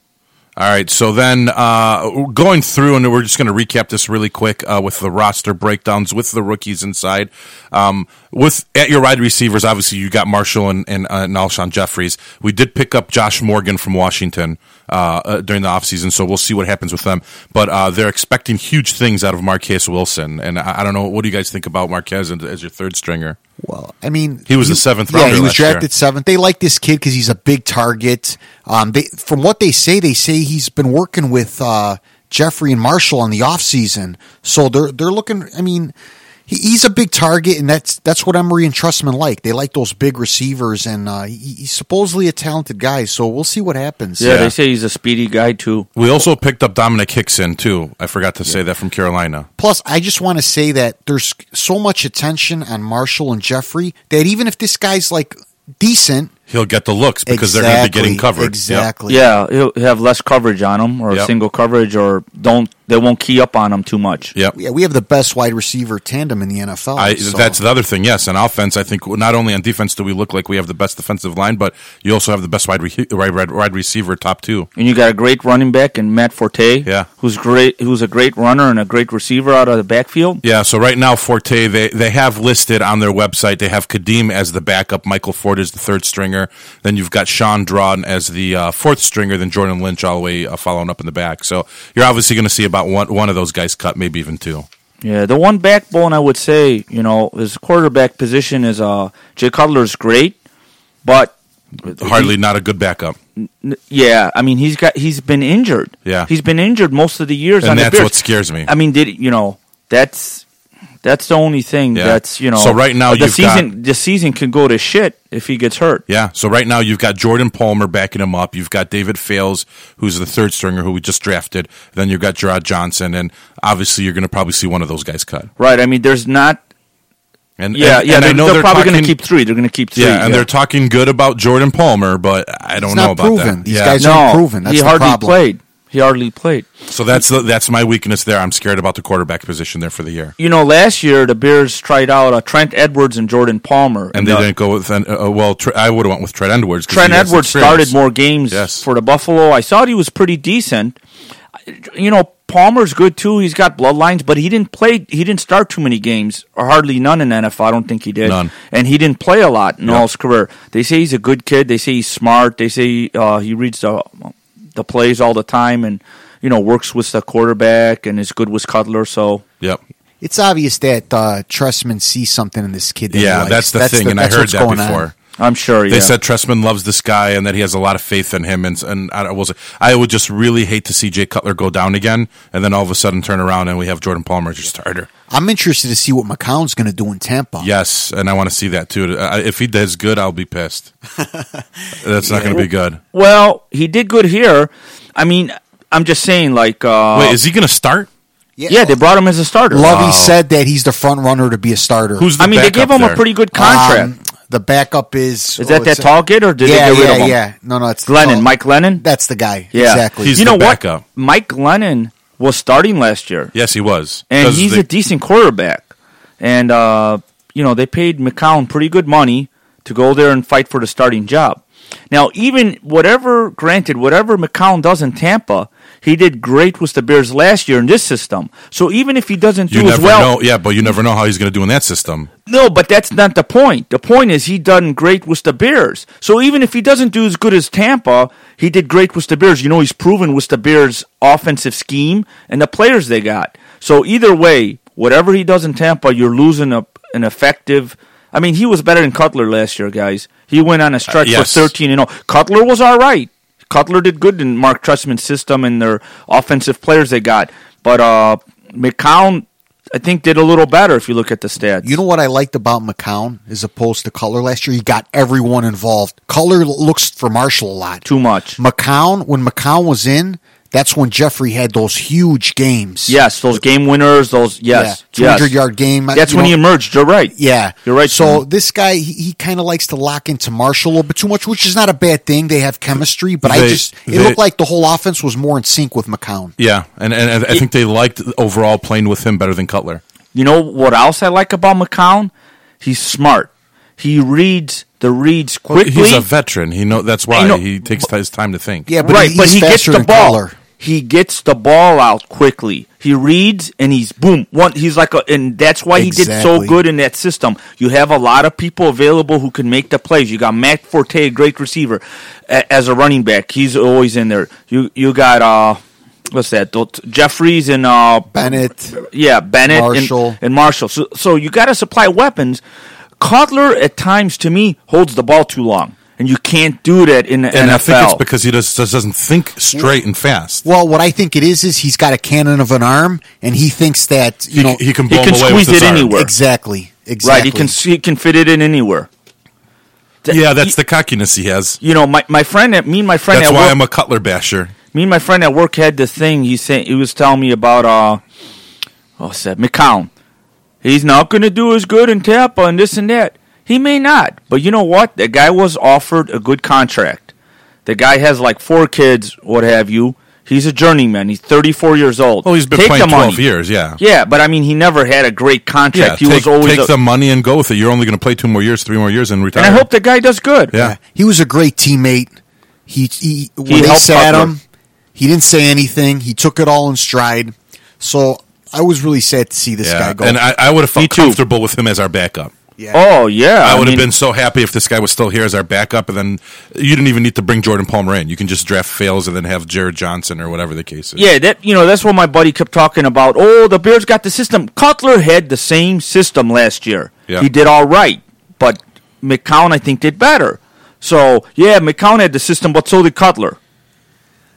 Speaker 1: All right, so then uh, going through, and we're just going to recap this really quick uh, with the roster breakdowns with the rookies inside. Um, with at your wide receivers, obviously you got Marshall and and, uh, and Alshon Jeffries. We did pick up Josh Morgan from Washington uh, uh, during the offseason, so we'll see what happens with them. But uh, they're expecting huge things out of Marquez Wilson, and I, I don't know what do you guys think about Marquez and- as your third stringer?
Speaker 3: Well, I mean,
Speaker 1: He was the seventh
Speaker 3: Yeah,
Speaker 1: rounder
Speaker 3: he was
Speaker 1: last year.
Speaker 3: drafted seventh. They like this kid because he's a big target. Um, they, from what they say, they say he's been working with uh, Jeffrey and Marshall on the offseason. so they're they're looking. I mean, he, he's a big target, and that's that's what Emery and Trustman like. They like those big receivers, and uh, he, he's supposedly a talented guy. So we'll see what happens.
Speaker 2: yeah,
Speaker 1: Yeah.
Speaker 2: they say he's a speedy guy too.
Speaker 1: We also picked up Dominic Hickson too. I forgot to say that from Carolina.
Speaker 3: Plus, I just want to say that there's so much attention on Marshall and Jeffrey that even if this guy's like decent,
Speaker 1: He'll get the looks because they're going to be
Speaker 3: Exactly,
Speaker 1: getting covered. Yep.
Speaker 3: Exactly.
Speaker 2: Yeah, he'll have less coverage on him or
Speaker 1: Yep.
Speaker 2: single coverage or don't they won't key up on him too much.
Speaker 1: Yep.
Speaker 3: Yeah, we have the best wide receiver tandem in the NFL.
Speaker 1: I,
Speaker 3: so-
Speaker 1: That's the other thing. Yes, on offense, I think not only on defense do we look like we have the best defensive line, but you also have the best wide re- wide, wide, wide receiver top two.
Speaker 2: And you got a great running back in Matt Forte,
Speaker 1: Yeah.
Speaker 2: who's great, who's a great runner and a great receiver out of the backfield.
Speaker 1: Yeah. So right now, Forte they they have listed on their website they have Kadeem as the backup, Michael Ford is the third stringer, then you've got Sean Drawn as the uh, fourth stringer, then Jordan Lynch all the way uh, following up in the back. So you're obviously going to see about one one of those guys cut, maybe even two.
Speaker 2: Yeah, the one backbone I would say, you know, his quarterback position is uh Jay Cutler's great, but
Speaker 1: Hardly not a good backup.
Speaker 2: yeah, I mean he's got he's been injured.
Speaker 1: Yeah.
Speaker 2: he's been injured most of the years.
Speaker 1: And
Speaker 2: on the
Speaker 1: that's
Speaker 2: Bears.
Speaker 1: what scares me.
Speaker 2: I mean, did you know that's that's the only thing
Speaker 1: Yeah.
Speaker 2: that's you know.
Speaker 1: So right now
Speaker 2: the
Speaker 1: you've
Speaker 2: season the season can go to shit if he gets hurt.
Speaker 1: Yeah. So right now you've got Jordan Palmer backing him up. You've got David Fales, who's the third stringer who we just drafted. Then you've got Gerard Johnson, and obviously you're going to probably see one of those guys cut.
Speaker 2: Right, I mean, there's not.
Speaker 1: And
Speaker 2: Yeah,
Speaker 1: and,
Speaker 2: yeah,
Speaker 1: and
Speaker 2: they're,
Speaker 1: I know
Speaker 2: they're probably going
Speaker 1: talking-
Speaker 2: to keep three. They're going to keep three.
Speaker 1: Yeah, and they're talking good about Jordan Palmer, but I don't
Speaker 3: He's
Speaker 1: know
Speaker 3: not
Speaker 1: about
Speaker 3: proven.
Speaker 1: that.
Speaker 3: These
Speaker 1: yeah.
Speaker 3: guys-
Speaker 2: no,
Speaker 3: proven. That's
Speaker 2: he
Speaker 3: the
Speaker 2: hardly
Speaker 3: problem.
Speaker 2: played. He hardly played.
Speaker 1: so that's the, that's my weakness there. I'm scared about the quarterback position there for the year.
Speaker 2: You know, last year the Bears tried out uh, Trent Edwards and Jordan Palmer,
Speaker 1: And they
Speaker 2: uh,
Speaker 1: didn't go with uh, uh, well. Tre- I would have went with Trent Edwards. 'cause
Speaker 2: Trent
Speaker 1: he has
Speaker 2: Edwards
Speaker 1: experience.
Speaker 2: started more games
Speaker 1: Yes.
Speaker 2: for the Buffalo. I thought he was pretty decent. You know, Palmer's good too. He's got bloodlines, but he didn't play. He didn't start too many games, or hardly none in NFL. I don't think he did.
Speaker 1: None.
Speaker 2: And he didn't play a lot in all his career. They say he's a good kid. They say he's smart. They say uh, he reads the the plays all the time, and you know works with the quarterback and is good with Cutler. So
Speaker 1: Yep.
Speaker 3: it's obvious that uh, Tressman sees something in this kid. That he
Speaker 1: Yeah, that's
Speaker 3: likes.
Speaker 1: the thing, and I
Speaker 3: that's
Speaker 1: heard
Speaker 3: what's
Speaker 1: that
Speaker 3: going on.
Speaker 1: before.
Speaker 2: I'm sure.
Speaker 1: They
Speaker 2: yeah.
Speaker 1: said Tressman loves this guy and that he has a lot of faith in him. And and I was I would just really hate to see Jay Cutler go down again, and then all of a sudden turn around and we have Jordan Palmer as your starter.
Speaker 3: I'm interested to see what McCown's going to do in Tampa.
Speaker 1: Yes, and I want to see that too. I- If he does good, I'll be pissed. That's not going to be good.
Speaker 2: well, he did good here. I mean, I'm just saying, like, uh,
Speaker 1: Wait, is he going to start?
Speaker 2: Yeah, they brought him as a starter.
Speaker 3: Lovey
Speaker 1: Wow.
Speaker 3: said that he's the front runner to be a starter.
Speaker 1: Who's the
Speaker 2: I mean, they
Speaker 1: backup
Speaker 2: gave him
Speaker 1: there?
Speaker 2: a pretty good
Speaker 3: Um,
Speaker 2: contract.
Speaker 3: the backup is oh,
Speaker 2: Is that that
Speaker 3: it's-
Speaker 2: target or did
Speaker 3: yeah,
Speaker 2: they get rid
Speaker 3: yeah,
Speaker 2: of him?
Speaker 3: yeah. No, no, it's
Speaker 2: Lennon,
Speaker 3: no,
Speaker 2: Mike Lennon.
Speaker 3: That's the guy.
Speaker 2: Yeah.
Speaker 3: exactly.
Speaker 1: He's-
Speaker 2: you know
Speaker 1: the
Speaker 2: what?
Speaker 1: backup.
Speaker 2: Mike Lennon was starting last year,
Speaker 1: Yes, he was.
Speaker 2: and
Speaker 1: 'Cause
Speaker 2: he's
Speaker 1: they-
Speaker 2: a decent quarterback. And uh, you know they paid McCown pretty good money to go there and fight for the starting job. Now, even whatever, granted, whatever McCown does in Tampa, He did great with the Bears last year in this system. So even if he doesn't do
Speaker 1: You
Speaker 2: as
Speaker 1: never
Speaker 2: well,
Speaker 1: know. Yeah, but you never know how he's going to do in that system.
Speaker 2: no, but that's not the point. The point is he done great with the Bears. So even if he doesn't do as good as Tampa, he did great with the Bears. You know, he's proven with the Bears' offensive scheme and the players they got. So either way, whatever he does in Tampa, you're losing a, an effective. I mean, he was better than Cutler last year, guys. He went on a stretch
Speaker 1: yes.
Speaker 2: for 13 and 0. Cutler was all right. Cutler did good in Mark Trestman's system and their offensive players they got. But uh, McCown, I think, did a little better if you look at the stats.
Speaker 3: You know what I liked about McCown as opposed to Cutler last year? He got everyone involved. Cutler l- looks for Marshall a lot.
Speaker 2: too much.
Speaker 3: McCown, when McCown was in, that's when Jeffrey had those huge games.
Speaker 2: Yes, those game winners. Those yes,
Speaker 3: Yeah, 200
Speaker 2: yes.
Speaker 3: yard game.
Speaker 2: That's
Speaker 3: you
Speaker 2: when
Speaker 3: know.
Speaker 2: he emerged. You're right.
Speaker 3: Yeah,
Speaker 2: you're right.
Speaker 3: So
Speaker 2: Jim.
Speaker 3: this guy, he, he kind of likes to lock into Marshall a little bit too much, which is not a bad thing. They have chemistry, but I
Speaker 1: They-
Speaker 3: just it
Speaker 1: they-
Speaker 3: looked like the whole offense was more in sync with McCown.
Speaker 1: Yeah, and and I I think they liked overall playing with him better than Cutler.
Speaker 2: you know what else I like about McCown? He's smart. He reads the reads quickly.
Speaker 1: He's a veteran. He know that's why
Speaker 2: I know.
Speaker 1: he takes his time to think.
Speaker 3: Yeah, but
Speaker 2: right,
Speaker 3: he,
Speaker 2: but
Speaker 3: he's
Speaker 2: he gets
Speaker 3: faster
Speaker 2: the
Speaker 3: than
Speaker 2: ball.
Speaker 3: Cutler.
Speaker 2: He gets the ball out quickly. He reads and he's boom. One, he's like a, and that's why he did so
Speaker 3: Exactly.
Speaker 2: good in that system. You have a lot of people available who can make the plays. You got Matt Forte, a great receiver, a, as a running back. He's always in there. You you got uh, what's that? Those- Jeffries and uh,
Speaker 3: Bennett,
Speaker 2: yeah, Bennett and-
Speaker 3: Marshall.
Speaker 2: and, Marshall. So, so you got to supply weapons. Cutler at times, to me, holds the ball too long, and you can't do that in the
Speaker 1: and
Speaker 2: NFL.
Speaker 1: I think it's because he just, just doesn't think straight and fast.
Speaker 3: Well, what I think it is is he's got a cannon of an arm, and he thinks that you
Speaker 1: He,
Speaker 3: know
Speaker 1: he can
Speaker 2: he
Speaker 1: blow
Speaker 2: can
Speaker 1: him away
Speaker 2: squeeze
Speaker 1: with his
Speaker 2: it
Speaker 1: arm.
Speaker 2: anywhere.
Speaker 3: exactly, exactly.
Speaker 2: right. He can he can fit it in anywhere. Th-
Speaker 1: Yeah, that's
Speaker 2: you,
Speaker 1: the cockiness he has.
Speaker 2: you know my, my friend at me and my friend
Speaker 1: That's
Speaker 2: at
Speaker 1: why
Speaker 2: work,
Speaker 1: I'm a Cutler basher.
Speaker 2: me and my friend at work had this thing. He said he was telling me about uh, oh, said McCown. He's not going to do as good in Tampa and this and that. He may not, but you know what? The guy was offered a good contract. The guy has like four kids, what have you. He's a journeyman. He's 34 years old.
Speaker 1: Oh, he's been
Speaker 2: Take
Speaker 1: playing
Speaker 2: the
Speaker 1: 12
Speaker 2: money.
Speaker 1: years, yeah.
Speaker 2: Yeah, but I mean, he never had a great
Speaker 1: Yeah,
Speaker 2: contract. he
Speaker 1: take,
Speaker 2: was always
Speaker 1: take
Speaker 2: a,
Speaker 1: the money and go with it. You're only going to play two more years, three more years, and retire.
Speaker 2: and I hope the guy does good.
Speaker 1: yeah.
Speaker 3: Yeah. He was a great teammate. He, he when they
Speaker 2: helped
Speaker 3: sat
Speaker 2: Butler.
Speaker 3: him, he didn't say anything. He took it all in stride. So I was really sad to see this
Speaker 1: yeah.
Speaker 3: guy go.
Speaker 1: and I, I would have
Speaker 2: Me
Speaker 1: felt
Speaker 2: too.
Speaker 1: comfortable with him as our backup.
Speaker 3: yeah.
Speaker 2: Oh yeah,
Speaker 1: I would have
Speaker 2: mean,
Speaker 1: been so happy if this guy was still here as our backup, and then you didn't even need to bring Jordan Palmer in. You can just draft fails and then have Jared Johnson or whatever the case is.
Speaker 2: Yeah, that you know that's what my buddy kept talking about. Oh, the Bears got the system. Cutler had the same system last year.
Speaker 1: Yeah.
Speaker 2: He did all right, but McCown I think did better. So yeah, McCown had the system, but so did Cutler,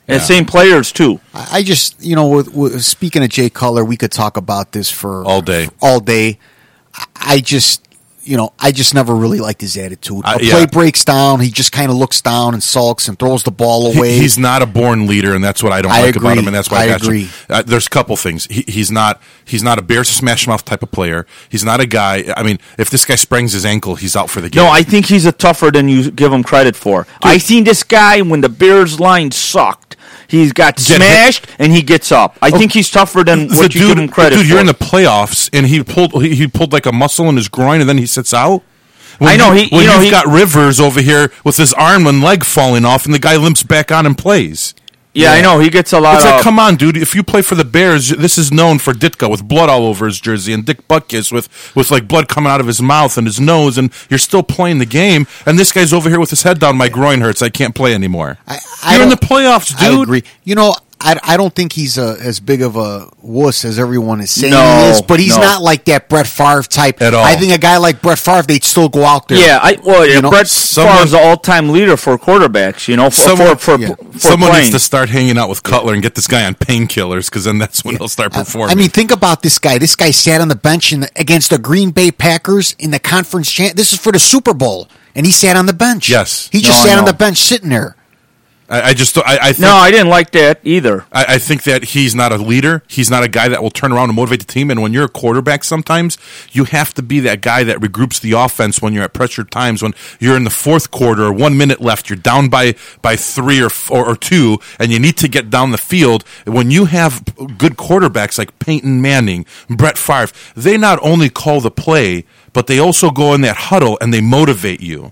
Speaker 2: and
Speaker 1: Yeah.
Speaker 2: same players too.
Speaker 3: I I just, you know, with, with, speaking of Jay Cutler, we could talk about this for
Speaker 1: All day.
Speaker 3: for all day. I- I just, you know, I just never really liked his attitude.
Speaker 1: I-
Speaker 3: A
Speaker 1: yeah.
Speaker 3: play breaks down, he just kind of looks down and sulks and throws the ball
Speaker 1: He-
Speaker 3: away.
Speaker 1: he's not a born leader, and that's what I don't
Speaker 3: I
Speaker 1: like about
Speaker 3: agree.
Speaker 1: him, and that's why I,
Speaker 3: I
Speaker 1: got you.
Speaker 3: agree.
Speaker 1: Uh, there's a couple things. He, he's not he's not a Bears smash mouth type of player. He's not a guy. I mean, if this guy sprains his ankle, he's out for the game.
Speaker 2: No, I think he's a tougher than you give him credit for. I seen this guy when the Bears line sucked. He's got
Speaker 1: hit.
Speaker 2: smashed and he gets up. I think he's tougher than
Speaker 1: The
Speaker 2: what you give him credit
Speaker 1: dude,
Speaker 2: for.
Speaker 1: you're in the playoffs, and he pulled he, he pulled like a muscle in his groin, and then he sits out. When
Speaker 2: I know,
Speaker 1: you-
Speaker 2: he-
Speaker 1: when
Speaker 2: you know,
Speaker 1: have
Speaker 2: he-
Speaker 1: got Rivers over here with his arm and leg falling off, and the guy limps back on and plays.
Speaker 2: yeah, I know he gets a lot
Speaker 1: It's
Speaker 2: of
Speaker 1: like, come on, dude. If you play for the Bears, this is known for Ditka with blood all over his jersey and Dick Butkus with, with like blood coming out of his mouth and his nose, and you're still playing the game. And this guy's over here with his head down. My groin hurts. I can't play anymore.
Speaker 3: I- I
Speaker 1: you're in the
Speaker 3: don't-
Speaker 1: playoffs, dude.
Speaker 3: I agree. You know, I, I don't think he's a, as big of a wuss as everyone is saying
Speaker 2: No,
Speaker 3: he is, but he's
Speaker 2: no.
Speaker 3: not like that Brett Favre type.
Speaker 1: At all.
Speaker 3: I think a guy like Brett Favre, they'd still go out there.
Speaker 2: Yeah, I well, yeah,
Speaker 3: know,
Speaker 2: Brett
Speaker 1: someone-
Speaker 2: Favre's the all-time leader for quarterbacks. You know, for
Speaker 1: Someone-
Speaker 2: for, for,
Speaker 3: yeah.
Speaker 2: for
Speaker 1: Someone
Speaker 2: playing.
Speaker 1: needs to start hanging out with Cutler and get this guy on painkillers because then that's when he'll start performing.
Speaker 3: I mean, think about this guy. This guy sat on the bench in the, against the Green Bay Packers in the conference. Cha- this is for the Super Bowl, and he sat on the bench.
Speaker 1: Yes.
Speaker 3: he just
Speaker 2: No, I
Speaker 3: sat on
Speaker 2: know.
Speaker 3: the bench sitting there.
Speaker 1: I, I just I, I think
Speaker 2: No, I didn't like that either.
Speaker 1: I, I think that he's not a leader. He's not a guy that will turn around and motivate the team. And when you're a quarterback, sometimes you have to be that guy that regroups the offense when you're at pressured times. When you're in the fourth quarter, or one minute left, you're down by by three or four or two, and you need to get down the field. When you have good quarterbacks like Peyton Manning, Brett Favre, they not only call the play, but they also go in that huddle and they motivate you.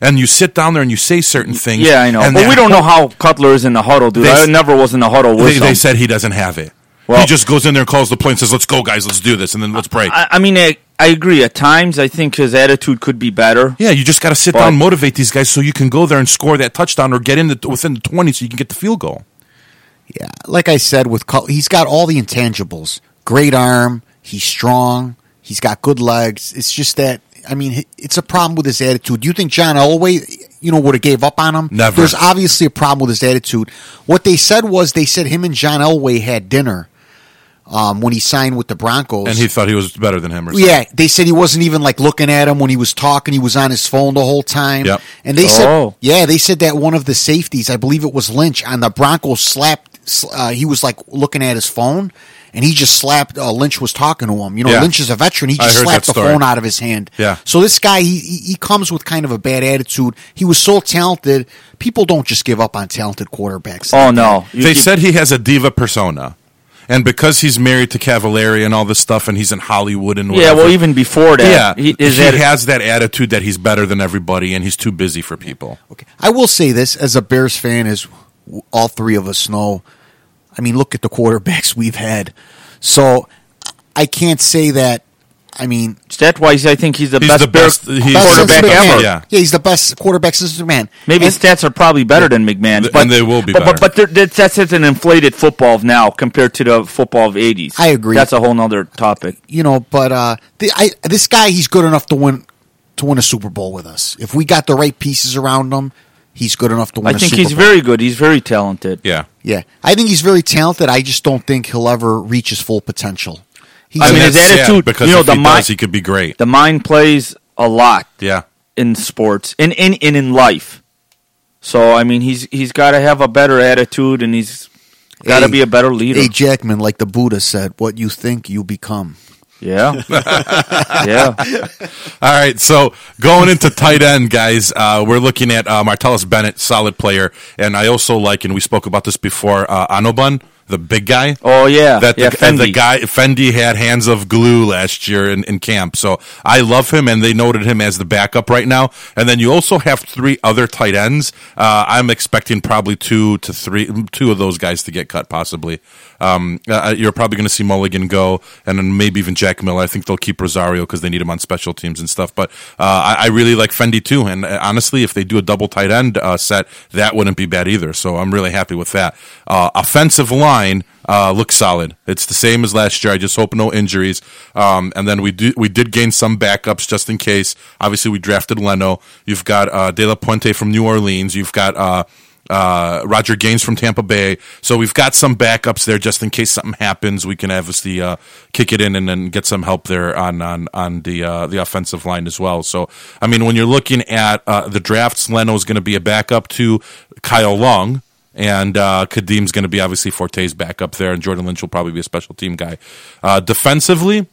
Speaker 1: and you sit down there and you say certain things.
Speaker 2: Yeah, I know.
Speaker 1: and
Speaker 2: but
Speaker 1: they-
Speaker 2: we don't know how Cutler is in the huddle, dude.
Speaker 1: They-
Speaker 2: I never was in the huddle with
Speaker 1: They,
Speaker 2: him.
Speaker 1: they said he doesn't have it.
Speaker 2: Well-
Speaker 1: he just goes in there and calls the play and says, "Let's go, guys. Let's do this, and then let's break."
Speaker 2: I, I mean, I, I agree. At times, I think his attitude could be better.
Speaker 1: yeah, you just got to sit
Speaker 2: But-
Speaker 1: down, and motivate these guys, so you can go there and score that touchdown or get in the, within the twenty, so you can get the field goal.
Speaker 3: Yeah, like I said, with Cutler, he's got all the intangibles. Great arm. He's strong. He's got good legs. It's just that I mean, h- it's a problem with his attitude. Do you think John Elway, you know, would have gave up on him?
Speaker 1: Never.
Speaker 3: There's obviously a problem with his attitude. What they said was they said him and John Elway had dinner um, when he signed with the Broncos.
Speaker 1: And he thought he was better than him. Or something.
Speaker 3: yeah, they said he wasn't even like looking at him when he was talking. He was on his phone the whole time.
Speaker 1: Yep.
Speaker 3: And they
Speaker 2: Oh.
Speaker 3: said, yeah, they said that one of the safeties, I believe it was Lynch, on the Broncos slapped. sl- Uh, he was like looking at his phone, and he just slapped. Uh, Lynch was talking to him. You know,
Speaker 1: Yeah.
Speaker 3: Lynch is a veteran. He
Speaker 1: I
Speaker 3: just
Speaker 1: heard
Speaker 3: slapped
Speaker 1: that
Speaker 3: the
Speaker 1: story.
Speaker 3: phone out of his hand.
Speaker 1: Yeah.
Speaker 3: So this guy, he he he comes with kind of a bad attitude. He was so talented. People don't just give up on talented quarterbacks.
Speaker 2: Oh no, You-
Speaker 1: they
Speaker 2: you-
Speaker 1: said he has a diva persona, and because he's married to Cavallari and all this stuff, and he's in Hollywood and
Speaker 2: Yeah,
Speaker 1: whatever,
Speaker 2: well, even before
Speaker 1: yeah,
Speaker 2: that,
Speaker 1: he,
Speaker 2: his atti-
Speaker 1: has that attitude that he's better than everybody, and he's too busy for people.
Speaker 3: Okay. I will say this as a Bears fan, as w- all three of us know. I mean, look at the quarterbacks we've had. So I can't say that. I mean,
Speaker 2: stat wise, I think he's the
Speaker 1: He's
Speaker 2: best,
Speaker 1: the
Speaker 2: Bear-
Speaker 1: best- he's-
Speaker 3: best
Speaker 2: quarterback
Speaker 3: since McMahon.
Speaker 2: ever.
Speaker 1: Yeah.
Speaker 3: yeah, he's the best quarterback since the man.
Speaker 2: Maybe
Speaker 3: And-
Speaker 2: his stats are probably better than McMahon's,
Speaker 1: Th-
Speaker 2: but
Speaker 1: and they will be
Speaker 2: But
Speaker 1: better.
Speaker 2: but, but they're- that's that's just an inflated football of now compared to the football of '80s.
Speaker 3: I agree.
Speaker 2: That's a whole nother topic.
Speaker 3: you know, but uh, the, I, this guy, he's good enough to win to win a Super Bowl with us. If we got the right pieces around him, he's good enough to win.
Speaker 2: I
Speaker 3: a
Speaker 2: think
Speaker 3: Super
Speaker 2: he's
Speaker 3: Bowl.
Speaker 2: very good. He's very talented.
Speaker 1: Yeah,
Speaker 3: yeah. I think he's very talented. I just don't think he'll ever reach his full potential. He's
Speaker 2: I mean,
Speaker 1: And
Speaker 2: his
Speaker 1: that's sad,
Speaker 2: attitude-
Speaker 1: because
Speaker 2: you know,
Speaker 1: if
Speaker 2: the
Speaker 1: he
Speaker 2: mi-
Speaker 1: does, he could be great.
Speaker 2: The mind plays a lot
Speaker 1: Yeah,
Speaker 2: in sports and in and in life. So I mean, he's he's got to have a better attitude, and he's got to
Speaker 3: Hey,
Speaker 2: be a better leader.
Speaker 3: A. Jackman, like the Buddha said, what you think, you become.
Speaker 2: Yeah, yeah.
Speaker 1: All right, so going into tight end, guys, uh, we're looking at uh, Martellus Bennett, solid player, and I also like, and we spoke about this before, uh, Anobun, the big guy.
Speaker 2: Oh yeah,
Speaker 1: that the,
Speaker 2: yeah.
Speaker 1: and the
Speaker 2: Fendi.
Speaker 1: guy Fendi had hands of glue last year in, in camp. So I love him, and they noted him as the backup right now. And then you also have three other tight ends. Uh, I'm expecting probably two to three, two of those guys to get cut possibly. Um, uh, you're probably going to see Mulligan go, and then maybe even Jack Miller. I think they'll keep Rosario because they need him on special teams and stuff. But uh, I, I really like Fendi too, and uh, honestly, if they do a double tight end uh, set, that wouldn't be bad either. So I'm really happy with that. Uh, offensive line uh, looks solid. It's the same as last year. I just hope no injuries. Um, and then we do we did gain some backups just in case. Obviously, we drafted Leno. You've got uh, De La Puente from New Orleans. You've got. Uh, uh, Roger Gaines from Tampa Bay. So we've got some backups there just in case something happens. We can obviously uh, kick it in and then get some help there on on on the uh, the offensive line as well. So I mean, when you're looking at uh, the drafts, Leno is going to be a backup to Kyle Long. And uh, Kadim's going to be obviously Forte's backup there, and Jordan Lynch will probably be a special team guy. Uh, defensively,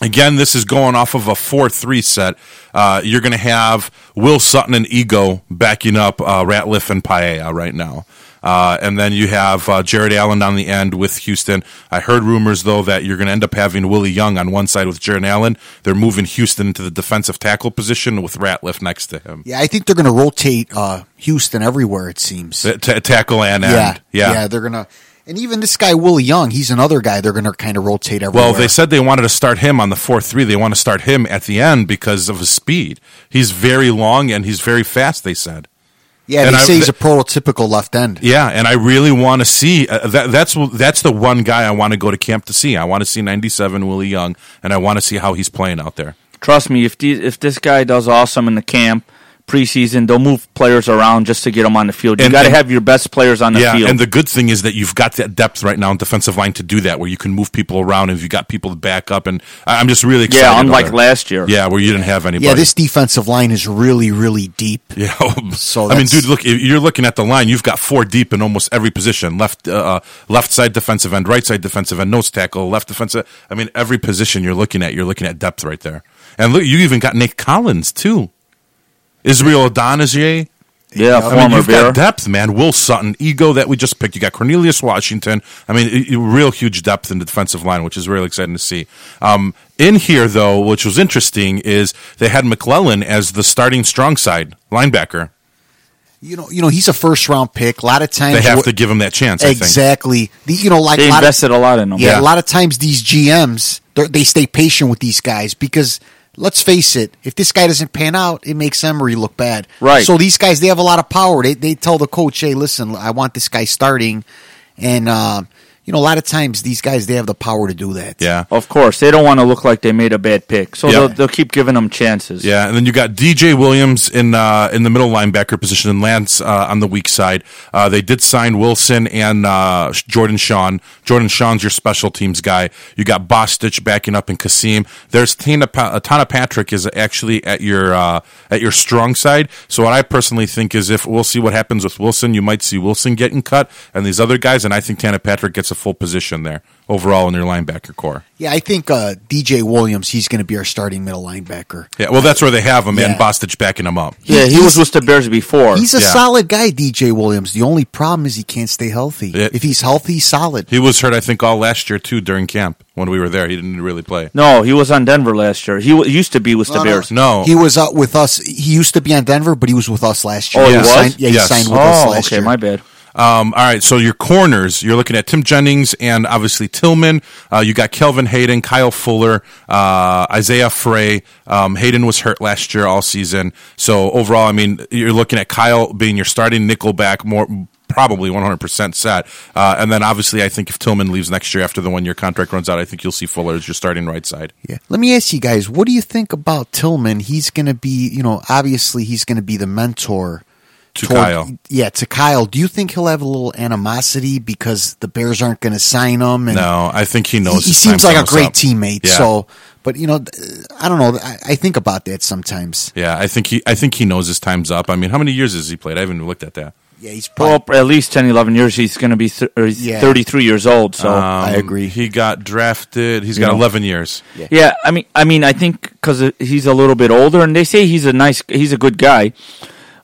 Speaker 1: Again, this is going off of a 4 3 set. Uh, you're going to have Will Sutton and Ego backing up uh, Ratliff and Paella right now. Uh, and then you have uh, Jared Allen on the end with Houston. I heard rumors, though, that you're going to end up having Willie Young on one side with Jared Allen. They're moving Houston to the defensive tackle position with Ratliff next to him.
Speaker 3: Yeah, I think they're going to rotate uh, Houston everywhere, it seems.
Speaker 1: T- t- Uh, tackle and end.
Speaker 3: yeah,
Speaker 1: yeah.
Speaker 3: They're going to. And even this guy, Willie Young, he's another guy they're going to kind of rotate everywhere.
Speaker 1: Well, they said they wanted to start him on the 4 3. They want to start him at the end because of his speed. He's very long and he's very fast, they said.
Speaker 3: yeah,
Speaker 1: and
Speaker 3: they
Speaker 1: I-
Speaker 3: say he's a prototypical left end.
Speaker 1: Yeah, and I really want to see uh, that. That's that's the one guy I want to go to camp to see. I want to see '97 Willie Young, and I want to see how he's playing out there.
Speaker 2: Trust me, if these, if this guy does awesome in the camp preseason, they'll move players around just to get them on the field. You
Speaker 1: And-
Speaker 2: got to
Speaker 1: and-
Speaker 2: have your best players on the
Speaker 1: yeah,
Speaker 2: field.
Speaker 1: and the good thing is that you've got that depth right now in defensive line to do that, where you can move people around and you've got people to back up. And I- I'm just really excited.
Speaker 2: yeah, unlike
Speaker 1: over-
Speaker 2: last year.
Speaker 1: Yeah, where you didn't have anybody.
Speaker 3: Yeah, this defensive line is really, really deep.
Speaker 1: Yeah.
Speaker 3: So
Speaker 1: I mean,
Speaker 3: that's-
Speaker 1: dude, look, if you're looking at the line. You've got four deep in almost every position: left, uh, uh, left side defensive end, right side defensive end, nose tackle, left defensive. I mean, every position you're looking at, you're looking at depth right there. And look, you even got Nick Collins too. Israel Adonijay.
Speaker 2: Yeah,
Speaker 1: I mean,
Speaker 2: former
Speaker 1: you've
Speaker 2: Bear.
Speaker 1: got depth, man. Will Sutton, Ego that we just picked. You got Cornelius Washington. I mean, i- i- real huge depth in the defensive line, which is really exciting to see. Um, in here, though, which was interesting, is they had McClellan as the starting strong side linebacker.
Speaker 3: You know, you know, he's a first round pick. A lot of times
Speaker 1: They have
Speaker 3: we're-
Speaker 1: to give him that chance. I think.
Speaker 3: exactly. The, you know, like
Speaker 2: They
Speaker 3: a lot of-
Speaker 2: invested a lot in him.
Speaker 3: Yeah,
Speaker 1: Yeah.
Speaker 3: a lot of times these GMs they're- they stay patient with these guys because let's face it, if this guy doesn't pan out, it makes Emery look bad.
Speaker 2: Right.
Speaker 3: So these guys they have a lot of power. They they tell the coach, hey, listen, I want this guy starting, and um, you know a lot of times these guys they have the power to do that.
Speaker 1: Yeah.
Speaker 2: Of course, they don't want to look like they made a bad pick, so
Speaker 1: Yeah.
Speaker 2: they'll, they'll keep giving them chances.
Speaker 1: Yeah, and then you got DJ Williams in uh, in the middle linebacker position, and Lance uh, on the weak side. Uh, they did sign Wilson and uh, Jordan Sean. Jordan Sean's your special teams guy. You got Bostich backing up in Kasim. There's Tana, pa- uh, Tana Patrick is actually at your uh, at your strong side. So what I personally think is if we'll see what happens with Wilson, you might see Wilson getting cut and these other guys, and I think Tana Patrick gets a full position there overall in your linebacker core.
Speaker 3: Yeah, I think uh, DJ Williams he's going to be our starting middle linebacker.
Speaker 1: Yeah, well, that's where they have him,
Speaker 3: Yeah.
Speaker 1: and Bostich backing him up.
Speaker 2: yeah. He
Speaker 3: He's-
Speaker 2: was with the Bears before.
Speaker 3: He's a
Speaker 1: Yeah.
Speaker 3: solid guy, DJ Williams. The only problem is he can't stay healthy.
Speaker 1: Yeah.
Speaker 3: If he's healthy, he's solid.
Speaker 1: He was hurt, I think, all last year too during camp when we were there. He didn't really play.
Speaker 2: no, he was on Denver last year. He w- used to be with the
Speaker 3: No, no.
Speaker 2: Bears.
Speaker 1: No,
Speaker 3: He was uh, with us. He used to be on Denver, but he was with us last year.
Speaker 2: Oh, he was?
Speaker 3: signed, yeah, he
Speaker 1: Yes.
Speaker 3: signed with us
Speaker 2: Oh,
Speaker 3: last
Speaker 2: okay,
Speaker 3: year.
Speaker 2: my bad.
Speaker 1: Um, all right, so your corners, you're looking at Tim Jennings and obviously Tillman. Uh, you got Kelvin Hayden, Kyle Fuller, uh, Isaiah Frey. Um, Hayden was hurt last year all season. So overall, I mean, you're looking at Kyle being your starting nickel back more. Probably 100% set. Uh, and then obviously, I think if Tillman leaves next year after the one year contract runs out, I think you'll see Fuller as your starting right side.
Speaker 3: Yeah. Let me ask you guys, what do you think about Tillman? He's going to be, you know, obviously he's going to be the mentor
Speaker 1: To
Speaker 3: toward-
Speaker 1: Kyle.
Speaker 3: Yeah, to Kyle. Do you think he'll have a little animosity because the Bears aren't going to sign him? And
Speaker 1: No, I think he
Speaker 3: he,
Speaker 1: knows.
Speaker 3: he
Speaker 1: his
Speaker 3: seems
Speaker 1: time's
Speaker 3: like a
Speaker 1: almost
Speaker 3: great
Speaker 1: up.
Speaker 3: teammate.
Speaker 1: Yeah.
Speaker 3: So, but you know, th- I don't know. I, I think about that sometimes.
Speaker 1: Yeah, I think he I think he knows his time's up. I mean, how many years has he played? I haven't looked at that.
Speaker 3: Yeah, he's probably.
Speaker 2: Well, at least 10, 11 years. He's going to be th- or he's
Speaker 3: Yeah.
Speaker 2: 33 years old. So
Speaker 1: Uh,
Speaker 3: I agree.
Speaker 1: He got drafted. He's
Speaker 2: You
Speaker 1: got
Speaker 2: know.
Speaker 1: 11 years. Yeah.
Speaker 2: Yeah, I mean, I mean, I think because he's a little bit older, and they say he's a nice, he's a good guy.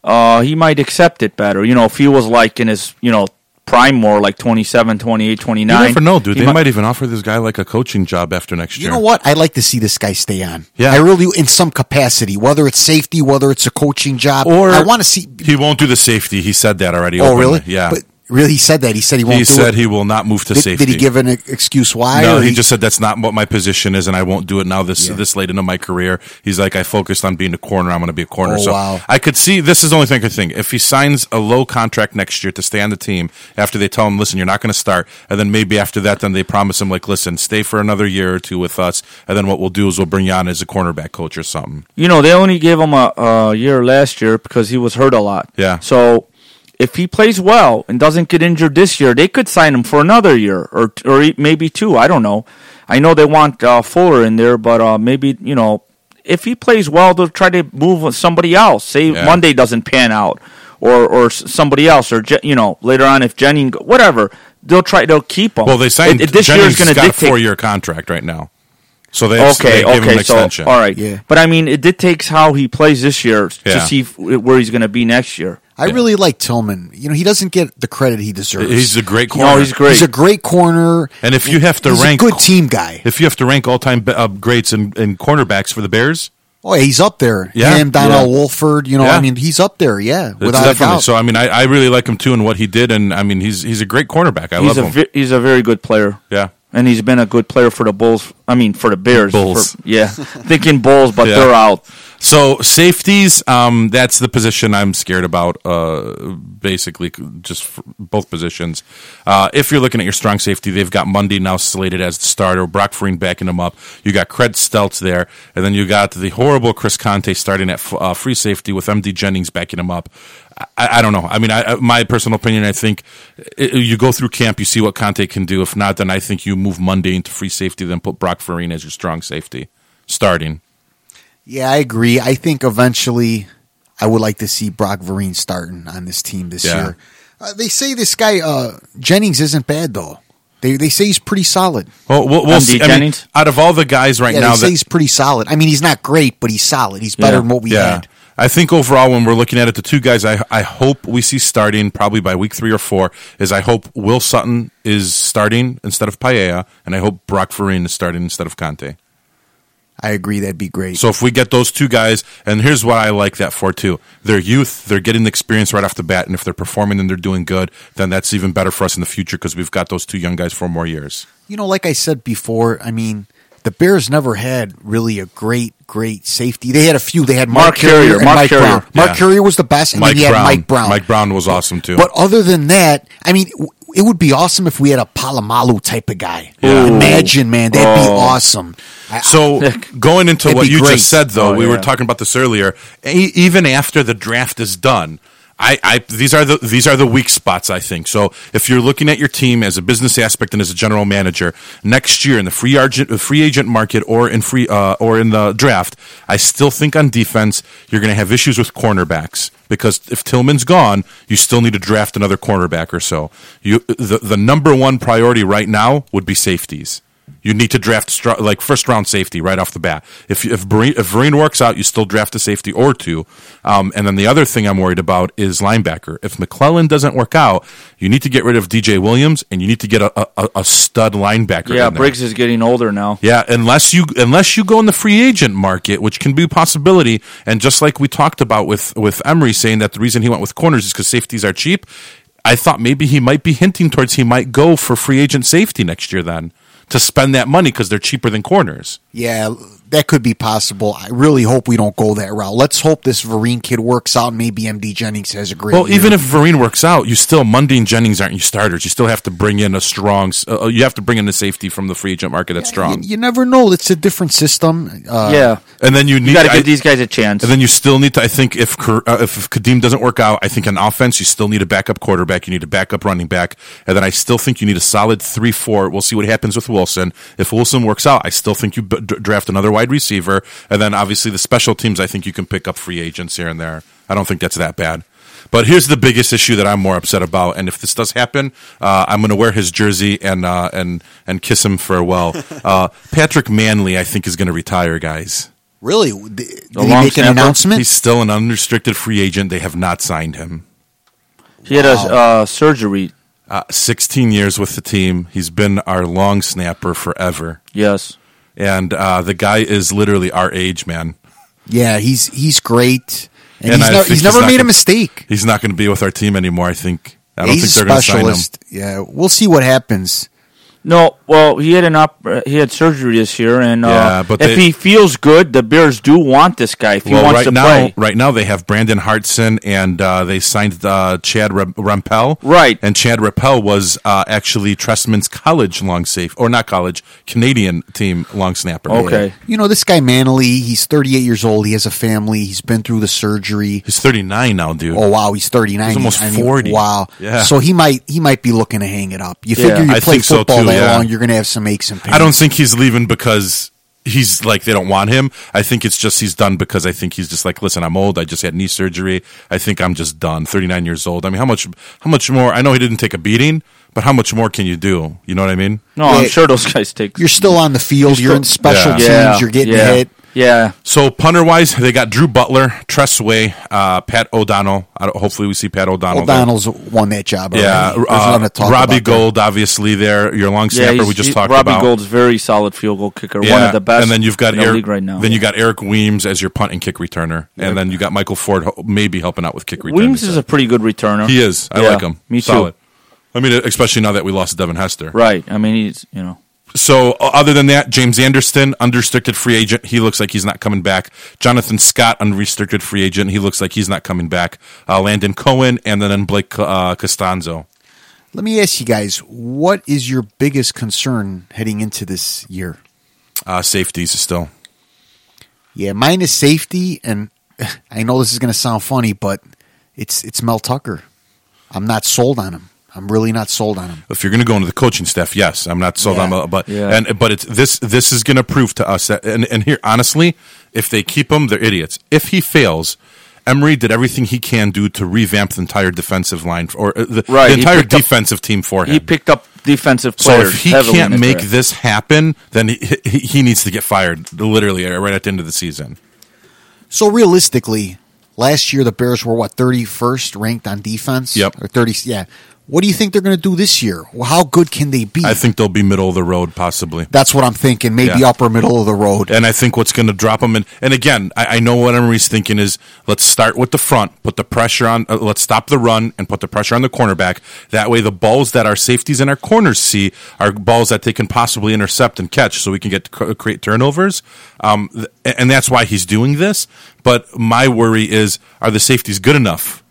Speaker 2: Uh, he might accept it better. You know, if he was like in his, you know, prime more, like 27, 28, 29.
Speaker 1: You never know, dude. They
Speaker 2: he mi-
Speaker 1: might, even offer this guy like a coaching job after next
Speaker 3: You
Speaker 1: year.
Speaker 3: know what? I'd like to see this guy stay on.
Speaker 1: Yeah.
Speaker 3: I really, in some capacity, whether it's safety, whether it's a coaching job,
Speaker 1: Or
Speaker 3: I want to see.
Speaker 1: He won't do the safety. He said that already.
Speaker 3: Oh,
Speaker 1: openly.
Speaker 3: really?
Speaker 1: Yeah.
Speaker 3: But really, he said that. He said he won't
Speaker 1: he
Speaker 3: do
Speaker 1: said
Speaker 3: it.
Speaker 1: he will not move to
Speaker 3: did,
Speaker 1: safety.
Speaker 3: did he give an e- excuse why?
Speaker 1: No,
Speaker 3: or
Speaker 1: he just said that's not what my position is, and I won't do it now. This
Speaker 3: Yeah.
Speaker 1: this late into my career, he's like, I focused on being a corner. I'm going to be a corner.
Speaker 3: Oh,
Speaker 1: so
Speaker 3: wow.
Speaker 1: I could see this is the only thing I could think. If he signs a low contract next year to stay on the team, after they tell him, listen, you're not going to start, and then maybe after that, then they promise him, like, listen, stay for another year or two with us, and then what we'll do is we'll bring you on as a cornerback coach or something.
Speaker 2: You know, they only gave him a, a year last year because he was hurt a lot.
Speaker 1: Yeah.
Speaker 2: So if he plays well and doesn't get injured this year, they could sign him for another year or or e- maybe two. I don't know. I know they want uh, Fuller in there, but uh, maybe you know if he plays well, they'll try to move somebody else. Say
Speaker 1: Yeah.
Speaker 2: Monday doesn't pan out, or or s- somebody else, or Je- you know later on if Jennings whatever. They'll try. They'll keep him.
Speaker 1: Well, they signed.
Speaker 2: It- it- this year
Speaker 1: Jennings
Speaker 2: is going to
Speaker 1: got
Speaker 2: dictate
Speaker 1: a four year contract right now, so they
Speaker 2: Okay,
Speaker 1: they gave him
Speaker 2: okay,
Speaker 1: an
Speaker 2: so
Speaker 1: extension.
Speaker 2: all right,
Speaker 3: Yeah.
Speaker 2: But I mean, it dictates how he plays this year
Speaker 1: Yeah.
Speaker 2: to see f- where he's going to be next year.
Speaker 3: I
Speaker 1: Yeah.
Speaker 3: really like Tillman. You know, he doesn't get the credit he deserves.
Speaker 1: He's a great corner.
Speaker 2: No, he's great.
Speaker 3: He's a great corner.
Speaker 1: And if you have to
Speaker 3: he's
Speaker 1: rank
Speaker 3: a good team guy.
Speaker 1: If you have to rank all time uh, greats and, and cornerbacks for the Bears,
Speaker 3: Oh, yeah, he's up there.
Speaker 1: Yeah.
Speaker 3: Him, Donald
Speaker 2: Yeah.
Speaker 3: Wolford. You know,
Speaker 1: Yeah.
Speaker 3: I mean, he's up there. Yeah,
Speaker 1: it's
Speaker 3: without a doubt.
Speaker 1: So I mean, I, I really like him too and what he did, and I mean, he's he's a great cornerback. I
Speaker 2: He's
Speaker 1: love
Speaker 2: a
Speaker 1: him.
Speaker 2: ve- he's a very good player.
Speaker 1: yeah,
Speaker 2: and he's been a good player for the Bulls. I mean, for the Bears.
Speaker 1: Bulls.
Speaker 2: For- yeah, thinking Bulls, but
Speaker 1: Yeah.
Speaker 2: they're out.
Speaker 1: So safeties, um, that's the position I'm scared about. Uh, basically, just for both positions. Uh, if you're looking at your strong safety, they've got Monday now slated as the starter. Brock Freen backing him up. You got Craig Stelz there, and then you got the horrible Chris Conte starting at f- uh, free safety with MD Jennings backing him up. I, I don't know. I mean, I, I- my personal opinion, I think i you go through camp, you see what Conte can do. If not, then I think you move Monday into free safety, then put Brock Freen as your strong safety starting.
Speaker 3: yeah, I agree. I think eventually, I would like to see Brock Vereen starting on this team this
Speaker 1: Yeah.
Speaker 3: year. Uh, they say this guy uh, Jennings isn't bad though. They they say he's pretty solid.
Speaker 1: Well, we'll, we'll
Speaker 2: MD
Speaker 1: see. I mean,
Speaker 2: Jennings?
Speaker 1: out of all the guys right
Speaker 3: Yeah,
Speaker 1: now,
Speaker 3: they say
Speaker 1: that,
Speaker 3: he's pretty solid. I mean, he's not great, but he's solid. He's better
Speaker 2: Yeah.
Speaker 3: than what we
Speaker 1: yeah,
Speaker 3: had.
Speaker 1: I think overall, when we're looking at it, the two guys I, I hope we see starting probably by week three or four is I hope Will Sutton is starting instead of Paella, and I hope Brock Farine is starting instead of Conte.
Speaker 3: I agree. That'd be great.
Speaker 1: So if we get those two guys, and here's what I like that for too: their youth, they're getting the experience right off the bat, and if they're performing and they're doing good, then that's even better for us in the future because we've got those two young guys for more years.
Speaker 3: You know, like I said before, I mean, the Bears never had really a great, great safety. They had a few. They had Mark,
Speaker 2: Mark Carrier,
Speaker 3: and
Speaker 2: Mark
Speaker 3: Mike
Speaker 2: Carrier.
Speaker 3: Brown. Mark
Speaker 1: Yeah.
Speaker 3: Carrier was the best, and then he had Mike Brown.
Speaker 1: Mike Brown was awesome too.
Speaker 3: But other than that, I mean, w- it would be awesome if we had a Palomalu type of guy.
Speaker 1: Yeah. Ooh.
Speaker 3: Imagine, man, that'd be
Speaker 2: Oh.
Speaker 3: awesome. I-
Speaker 1: So going into
Speaker 3: It'd
Speaker 1: what
Speaker 3: be
Speaker 1: you
Speaker 3: great.
Speaker 1: just said, though,
Speaker 2: Oh,
Speaker 1: we were
Speaker 2: yeah.
Speaker 1: talking about this earlier. E- even after the draft is done, I, I these are the these are the weak spots. I think so. If you're looking at your team as a business aspect and as a general manager next year in the free agent free agent market or in free uh, or in the draft, I still think on defense you're going to have issues with cornerbacks because if Tillman's gone, you still need to draft another cornerback or so. You the the number one priority right now would be safeties. You need to draft str- like first round safety right off the bat. If if Vereen, if Vereen works out, you still draft a safety or two. Um, and then the other thing I'm worried about is linebacker. If McClellan doesn't work out, you need to get rid of DJ Williams and you need to get a, a- a, a stud linebacker.
Speaker 2: Yeah,
Speaker 1: in there.
Speaker 2: Briggs is getting older now.
Speaker 1: Yeah, unless you unless you go in the free agent market, which can be a possibility, and just like we talked about with with Emery saying that the reason he went with corners is because safeties are cheap. I thought maybe he might be hinting towards he might go for free agent safety next year then to spend that money because they're cheaper than corners.
Speaker 3: Yeah, that could be possible. I really hope we don't go that route. Let's hope this Vereen kid works out. and Maybe MD Jennings has a great.
Speaker 1: Well,
Speaker 3: year.
Speaker 1: even if Vereen works out, you still Mundy and Jennings aren't your starters. You still have to bring in a strong. s- Uh, you have to bring in a safety from the free agent market that's
Speaker 3: you,
Speaker 1: strong,
Speaker 3: you never know. It's a different system. Uh,
Speaker 2: yeah,
Speaker 1: and then you need
Speaker 2: you got to
Speaker 1: I-
Speaker 2: give these guys a chance.
Speaker 1: And then you still need to. I think if Kar- uh, if Kadeem doesn't work out, I think on offense you still need a backup quarterback. You need a backup running back, and then I still think you need a solid three four. We'll see what happens with Wilson. If Wilson works out, I still think you b- d- draft another wide receiver, and then obviously the special teams. I think you can pick up free agents here and there. I don't think that's that bad. But here's the biggest issue that I'm more upset about, and if this does happen, uh, I'm going to wear his jersey and uh, and and kiss him farewell. uh, Patrick Manley, I think, is going to retire, guys.
Speaker 3: really, did, did he
Speaker 2: long
Speaker 3: make an
Speaker 2: snapper?
Speaker 3: announcement?
Speaker 1: He's still an unrestricted free agent. They have not signed him.
Speaker 2: he had a uh, surgery.
Speaker 1: Uh, 16 years with the team. He's been our long snapper forever.
Speaker 2: Yes,
Speaker 1: And uh, the guy is literally our age, man.
Speaker 3: yeah, he's he's great, and,
Speaker 1: And
Speaker 3: he's,
Speaker 1: I
Speaker 3: never
Speaker 1: think
Speaker 3: he's
Speaker 1: he's
Speaker 3: never
Speaker 1: not
Speaker 3: made a
Speaker 1: gonna-
Speaker 3: mistake.
Speaker 1: He's not going to be with our team anymore, I think. I don't think
Speaker 3: he's a
Speaker 1: they're going to sign him.
Speaker 3: specialist. Yeah, we'll see what happens.
Speaker 2: No, well, he had an op- uh, he had surgery this year, and uh,
Speaker 1: Yeah, but
Speaker 2: if
Speaker 1: they-
Speaker 2: he feels good, the Bears do want this guy if he
Speaker 1: well,
Speaker 2: wants
Speaker 1: right
Speaker 2: to
Speaker 1: now,
Speaker 2: play.
Speaker 1: right now they have Brandon Hartson and uh, they signed uh, Chad Re- Rampell.
Speaker 2: Right.
Speaker 1: and Chad Rampell was uh, actually Tressman's college long safe or not college Canadian team long snapper.
Speaker 2: Okay,
Speaker 3: You know, this guy Manley, he's 38 years old. He has a family. He's been through the surgery.
Speaker 1: he's thirty nine now, dude.
Speaker 3: Oh wow, he's 39.
Speaker 1: He's almost 40.
Speaker 3: wow.
Speaker 1: Yeah.
Speaker 3: So he might he might be looking to hang it up. You
Speaker 2: Yeah,
Speaker 3: figure you
Speaker 1: I
Speaker 3: play
Speaker 1: think so,
Speaker 3: football
Speaker 1: too,
Speaker 3: that
Speaker 1: yeah.
Speaker 3: long, you're going to have some aches and pains.
Speaker 1: I don't think he's leaving because he's like they don't want him. I think it's just he's done because I think he's just like, listen, I'm old. I just had knee surgery. I think I'm just done. 39 years old. I mean, how much how much more? I know he didn't take a beating, but how much more can you do? You know what I mean?
Speaker 2: no, I'm
Speaker 3: Yeah.
Speaker 2: sure those guys take.
Speaker 3: You're still on the field. You're, in special
Speaker 1: Yeah.
Speaker 3: teams.
Speaker 2: yeah,
Speaker 3: You're getting
Speaker 2: yeah,
Speaker 3: hit.
Speaker 2: Yeah,
Speaker 1: So punter wise, they got Drew Butler, Tressway, uh, Pat O'Donnell. I don't, hopefully, we see Pat O'Donnell. there.
Speaker 3: O'Donnell's won that job. Already.
Speaker 1: Yeah,
Speaker 3: There's
Speaker 1: uh,
Speaker 3: nothing to talk
Speaker 1: Robbie
Speaker 3: about there.
Speaker 1: Gold, obviously there. Your long
Speaker 2: yeah.
Speaker 1: snapper
Speaker 2: he's-
Speaker 1: we just
Speaker 2: he-
Speaker 1: talked
Speaker 2: Robbie
Speaker 1: about.
Speaker 2: Gold's very solid field goal kicker, one of the best.
Speaker 1: And then you've got
Speaker 2: in the
Speaker 1: Eric.
Speaker 2: league right now.
Speaker 1: Then you got Eric Weems as your punt and kick returner, and then you got Michael Ford ho- maybe helping out with kick return.
Speaker 2: Weems is a pretty good returner.
Speaker 1: he is. I
Speaker 2: Yeah,
Speaker 1: like him.
Speaker 2: Me too.
Speaker 1: Solid. I mean, especially now that we lost Devin Hester.
Speaker 2: Right. I mean, he's you know.
Speaker 1: So, o- other than that, James Anderson, unrestricted free agent. He looks like he's not coming back. Jonathan Scott, unrestricted free agent. He looks like he's not coming back. Uh, Landon Cohen, and then Blake uh, Costanzo.
Speaker 3: Let me ask you guys, what is your biggest concern heading into this year?
Speaker 1: Uh, safeties still.
Speaker 3: Yeah, mine is safety, and I know this is going to sound funny, but it's it's Mel Tucker. I'm not sold on him. I'm really not sold on him.
Speaker 1: if you're going to go into the coaching staff, yes, I'm not sold
Speaker 3: Yeah.
Speaker 1: on, but
Speaker 2: Yeah.
Speaker 1: and but it's this this is going to prove to us that and and here honestly, if they keep him, they're idiots. If he fails. Emery did everything he can do to revamp the entire defensive line or uh, the,
Speaker 2: Right,
Speaker 1: the
Speaker 2: he
Speaker 1: entire
Speaker 2: picked up-
Speaker 1: defensive team for him.
Speaker 2: He picked up defensive
Speaker 1: so
Speaker 2: players.
Speaker 1: if he
Speaker 2: heavily in
Speaker 1: can't
Speaker 2: his
Speaker 1: make
Speaker 2: draft.
Speaker 1: this happen, then he, he, he needs to get fired literally right at the end of the season.
Speaker 3: So realistically, Last year, the Bears were what thirty first ranked on defense.
Speaker 1: Yep.
Speaker 3: or thirty. Yeah. What do you think they're going to do this year? How good can they be?
Speaker 1: I think they'll be middle of the road, possibly.
Speaker 3: that's what I'm thinking. Maybe
Speaker 1: Yeah.
Speaker 3: upper middle of the road.
Speaker 1: And I think what's going to drop them in. And again, I, I know what Emery's thinking is let's start with the front, put the pressure on, uh, let's stop the run and put the pressure on the cornerback. That way, the balls that our safeties and our corners see are balls that they can possibly intercept and catch so we can get to cr- create turnovers. Um, th- and that's why he's doing this. But my worry is are the safeties good enough?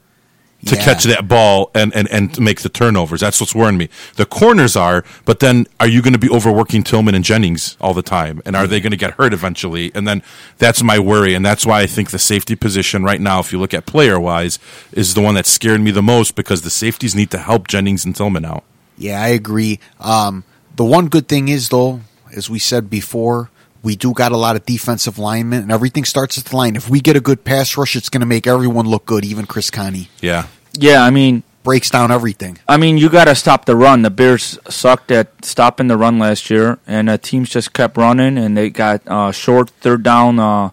Speaker 1: to
Speaker 3: Yeah.
Speaker 1: catch that ball and, and, and to make the turnovers. That's what's worrying me. The corners are, but then are you going to be overworking Tillman and Jennings all the time? And are they going to get hurt eventually? And then that's my worry. And that's why I think the safety position right now, if you look at player wise, is the one that scared me the most because the safeties need to help Jennings and Tillman out.
Speaker 3: Yeah, I agree. Um, the one good thing is, though, as we said before, we do got a lot of defensive linemen, and everything starts at the line. If we get a good pass rush, it's going to make everyone look good, even Chris Connie.
Speaker 1: Yeah.
Speaker 2: Yeah, I mean,
Speaker 3: Breaks down everything.
Speaker 2: I mean, you got to stop the run. The Bears sucked at stopping the run last year, and uh, teams just kept running, and they got uh, short third down, uh,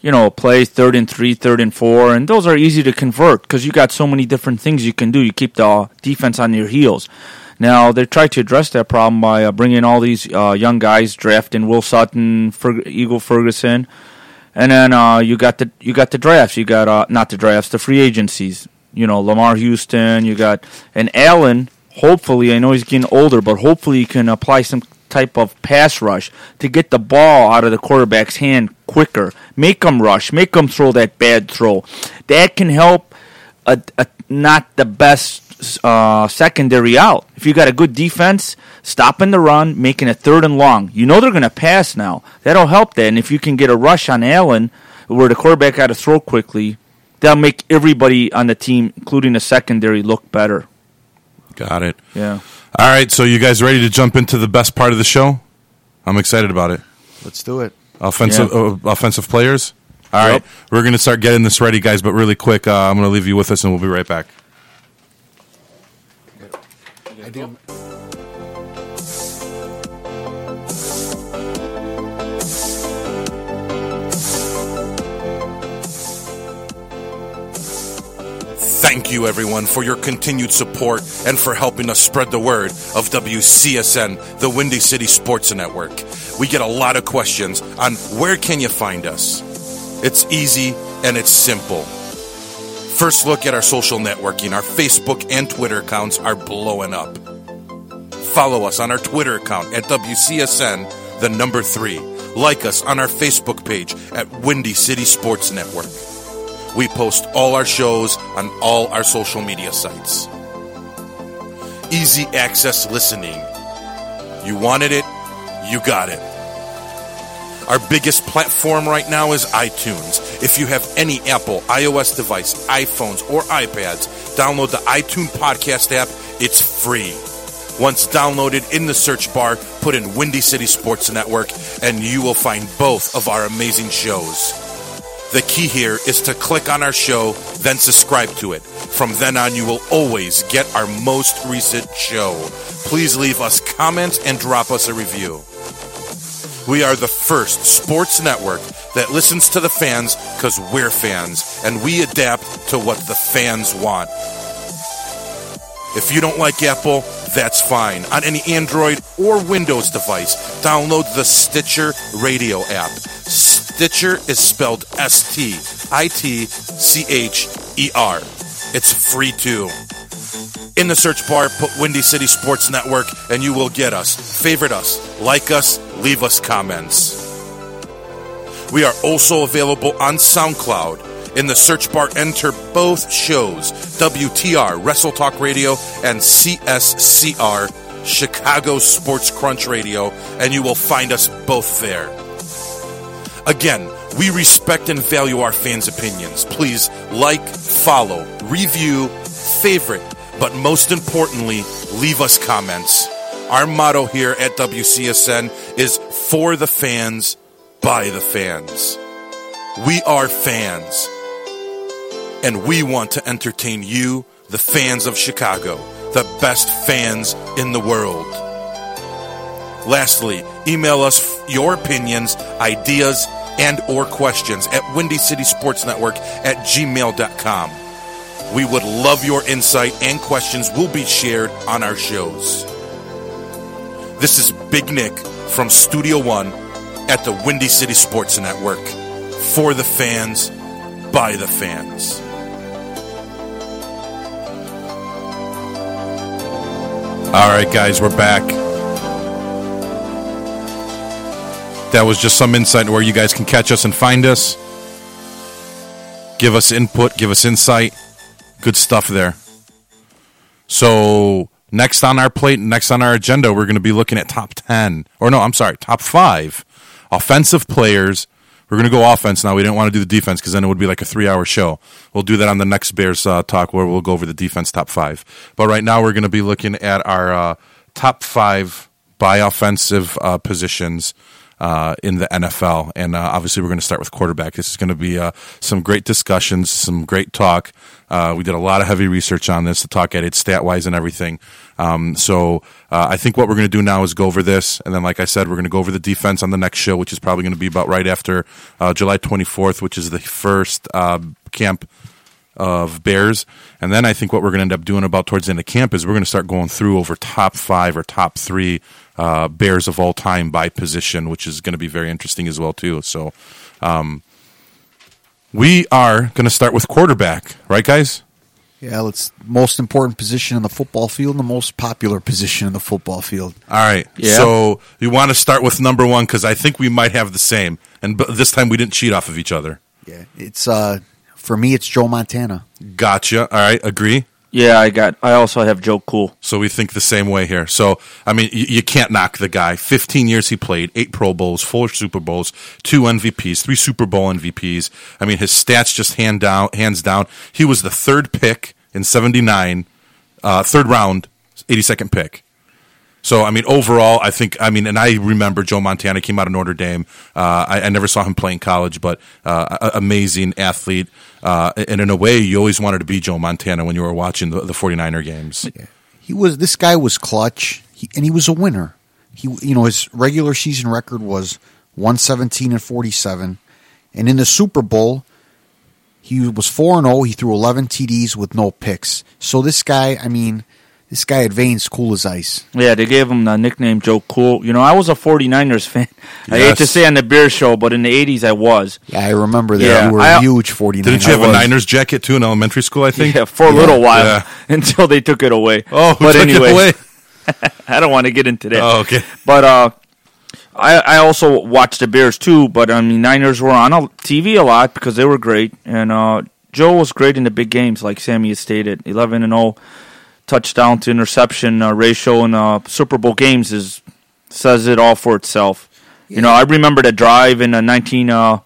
Speaker 2: you know, plays third and three, third and four, and those are easy to convert because you got so many different things you can do. You keep the uh, defense on your heels. Now they tried to address that problem by uh, bringing all these uh, young guys, drafting Will Sutton, Fer- Eagle Ferguson, and then uh, you got the you got the drafts. You got uh, not the drafts, the free agencies. You know, Lamar Houston. You got and Allen. Hopefully, I know he's getting older, but hopefully he can apply some type of pass rush to get the ball out of the quarterback's hand quicker. Make him rush. Make him throw that bad throw. That can help a, a not the best uh, secondary out. If you got a good defense, stopping the run, making a third and long, you know they're going to pass now. That'll help that. And if you can get a rush on Allen, where the quarterback got to throw quickly, that'll make everybody on the team, including the secondary, look better.
Speaker 1: Got it.
Speaker 2: Yeah.
Speaker 1: All right. So, you guys ready to jump into the best part of the show? I'm excited about it.
Speaker 3: Let's do it.
Speaker 1: offensive
Speaker 2: Yeah.
Speaker 1: uh, offensive players. All right,
Speaker 2: Yep.
Speaker 1: we're going to start getting this ready, guys. But really quick, uh, I'm going to leave you with us, and we'll be right back. Thank you, everyone, for your continued support and for helping us spread the word of WCSN, the Windy City Sports Network. We get a lot of questions on where can you find us. It's easy and it's simple. First look at our social networking. Our Facebook and Twitter accounts are blowing up. Follow us on our Twitter account at WCSN, the number three. Like us on our Facebook page at Windy City Sports Network. We post all our shows on all our social media sites. Easy access listening. You wanted it, you got it. Our biggest platform right now is iTunes. If you have any Apple, iOS device, iPhones, or iPads, download the iTunes Podcast app. It's free. Once downloaded in the search bar, put in Windy City Sports Network, and you will find both of our amazing shows. The key here is to click on our show, then subscribe to it. From then on, you will always get our most recent show. Please leave us comments and drop us a review. We are the first sports network that listens to the fans because we're fans and we adapt to what the fans want. If you don't like Apple, that's fine. On any Android or Windows device, download the Stitcher radio app. Stitcher is spelled S T I T C H E R. It's free too. In the search bar, put Windy City Sports Network, and you will get us. Favorite us, like us, leave us comments. We are also available on SoundCloud. In the search bar, enter both shows WTR Wrestle Talk Radio and CSCR Chicago Sports Crunch Radio, and you will find us both there. Again, we respect and value our fans' opinions. Please like, follow, review, favorite, but most importantly, leave us comments. Our motto here at WCSN is for the fans, by the fans. We are fans, and we want to entertain you, the fans of Chicago, the best fans in the world. Lastly, email us f- your opinions, ideas, and or questions at windycitysportsnetwork at gmail.com. We would love your insight and questions will be shared on our shows. This is Big Nick from Studio One at the Windy City Sports Network. For the fans, by the fans. All right, guys, we're back. That was just some insight where you guys can catch us and find us. Give us input, give us insight. Good stuff there. So, next on our plate, next on our agenda, we're going to be looking at top 10, or no, I'm sorry, top five offensive players. We're going to go offense now. We didn't want to do the defense because then it would be like a three hour show. We'll do that on the next Bears uh, talk where we'll go over the defense top five. But right now, we're going to be looking at our uh, top five by offensive uh, positions uh, in the NFL. And uh, obviously, we're going to start with quarterback. This is going to be uh, some great discussions, some great talk. Uh, we did a lot of heavy research on this, the talk at it stat wise and everything. Um, so uh, I think what we're going to do now is go over this. And then, like I said, we're going to go over the defense on the next show, which is probably going to be about right after uh, July 24th, which is the first uh, camp of Bears. And then I think what we're going to end up doing about towards the end of camp is we're going to start going through over top five or top three uh, Bears of all time by position, which is going to be very interesting as well too. So um, we are going to start with quarterback, right, guys?
Speaker 3: Yeah, it's most important position in the football field, and the most popular position in the football field.
Speaker 1: All right.
Speaker 2: Yeah.
Speaker 1: So you want to start with number one because I think we might have the same, and but this time we didn't cheat off of each other.
Speaker 3: Yeah, it's uh, for me, it's Joe Montana.
Speaker 1: Gotcha. All right. Agree.
Speaker 2: Yeah, I got. I also have Joe Cool.
Speaker 1: So we think the same way here. So I mean, you, you can't knock the guy. Fifteen years he played, eight Pro Bowls, four Super Bowls, two MVPs, three Super Bowl MVPs. I mean, his stats just hand down, hands down. He was the third pick in '79, uh, third round, 82nd pick. So I mean, overall, I think I mean, and I remember Joe Montana came out of Notre Dame. Uh, I, I never saw him play in college, but uh, a- amazing athlete. Uh, and in a way, you always wanted to be Joe Montana when you were watching the, the 49er games.
Speaker 3: He was this guy was clutch, he, and he was a winner. He, you know, his regular season record was one seventeen and forty seven, and in the Super Bowl, he was four and zero. He threw eleven TDs with no picks. So this guy, I mean, this guy had veins cool as ice.
Speaker 2: Yeah, they gave him the nickname Joe Cool. You know, I was a 49ers fan. I hate to
Speaker 1: Yes.
Speaker 2: say on the beer show, but in the 80s I was.
Speaker 3: Yeah, I remember that.
Speaker 2: Yeah,
Speaker 3: you were a
Speaker 2: I-
Speaker 3: huge 49
Speaker 1: Didn't you have a
Speaker 2: was.
Speaker 1: Niners jacket too in elementary school? I think.
Speaker 2: Yeah, for a little while
Speaker 1: Yeah.
Speaker 2: until they took it away.
Speaker 1: Oh, who
Speaker 2: but
Speaker 1: took
Speaker 2: anyway,
Speaker 1: it away?
Speaker 2: I don't want to get into that.
Speaker 1: Oh, okay.
Speaker 2: But uh, I I also watched the Bears too. But I mean, Niners were on a, TV a lot because they were great, and uh, Joe was great in the big games, like Sammy has stated, eleven and zero touchdown to interception uh, ratio in uh, Super Bowl games is says it all for itself. You know, I remember the drive in the nineteen uh,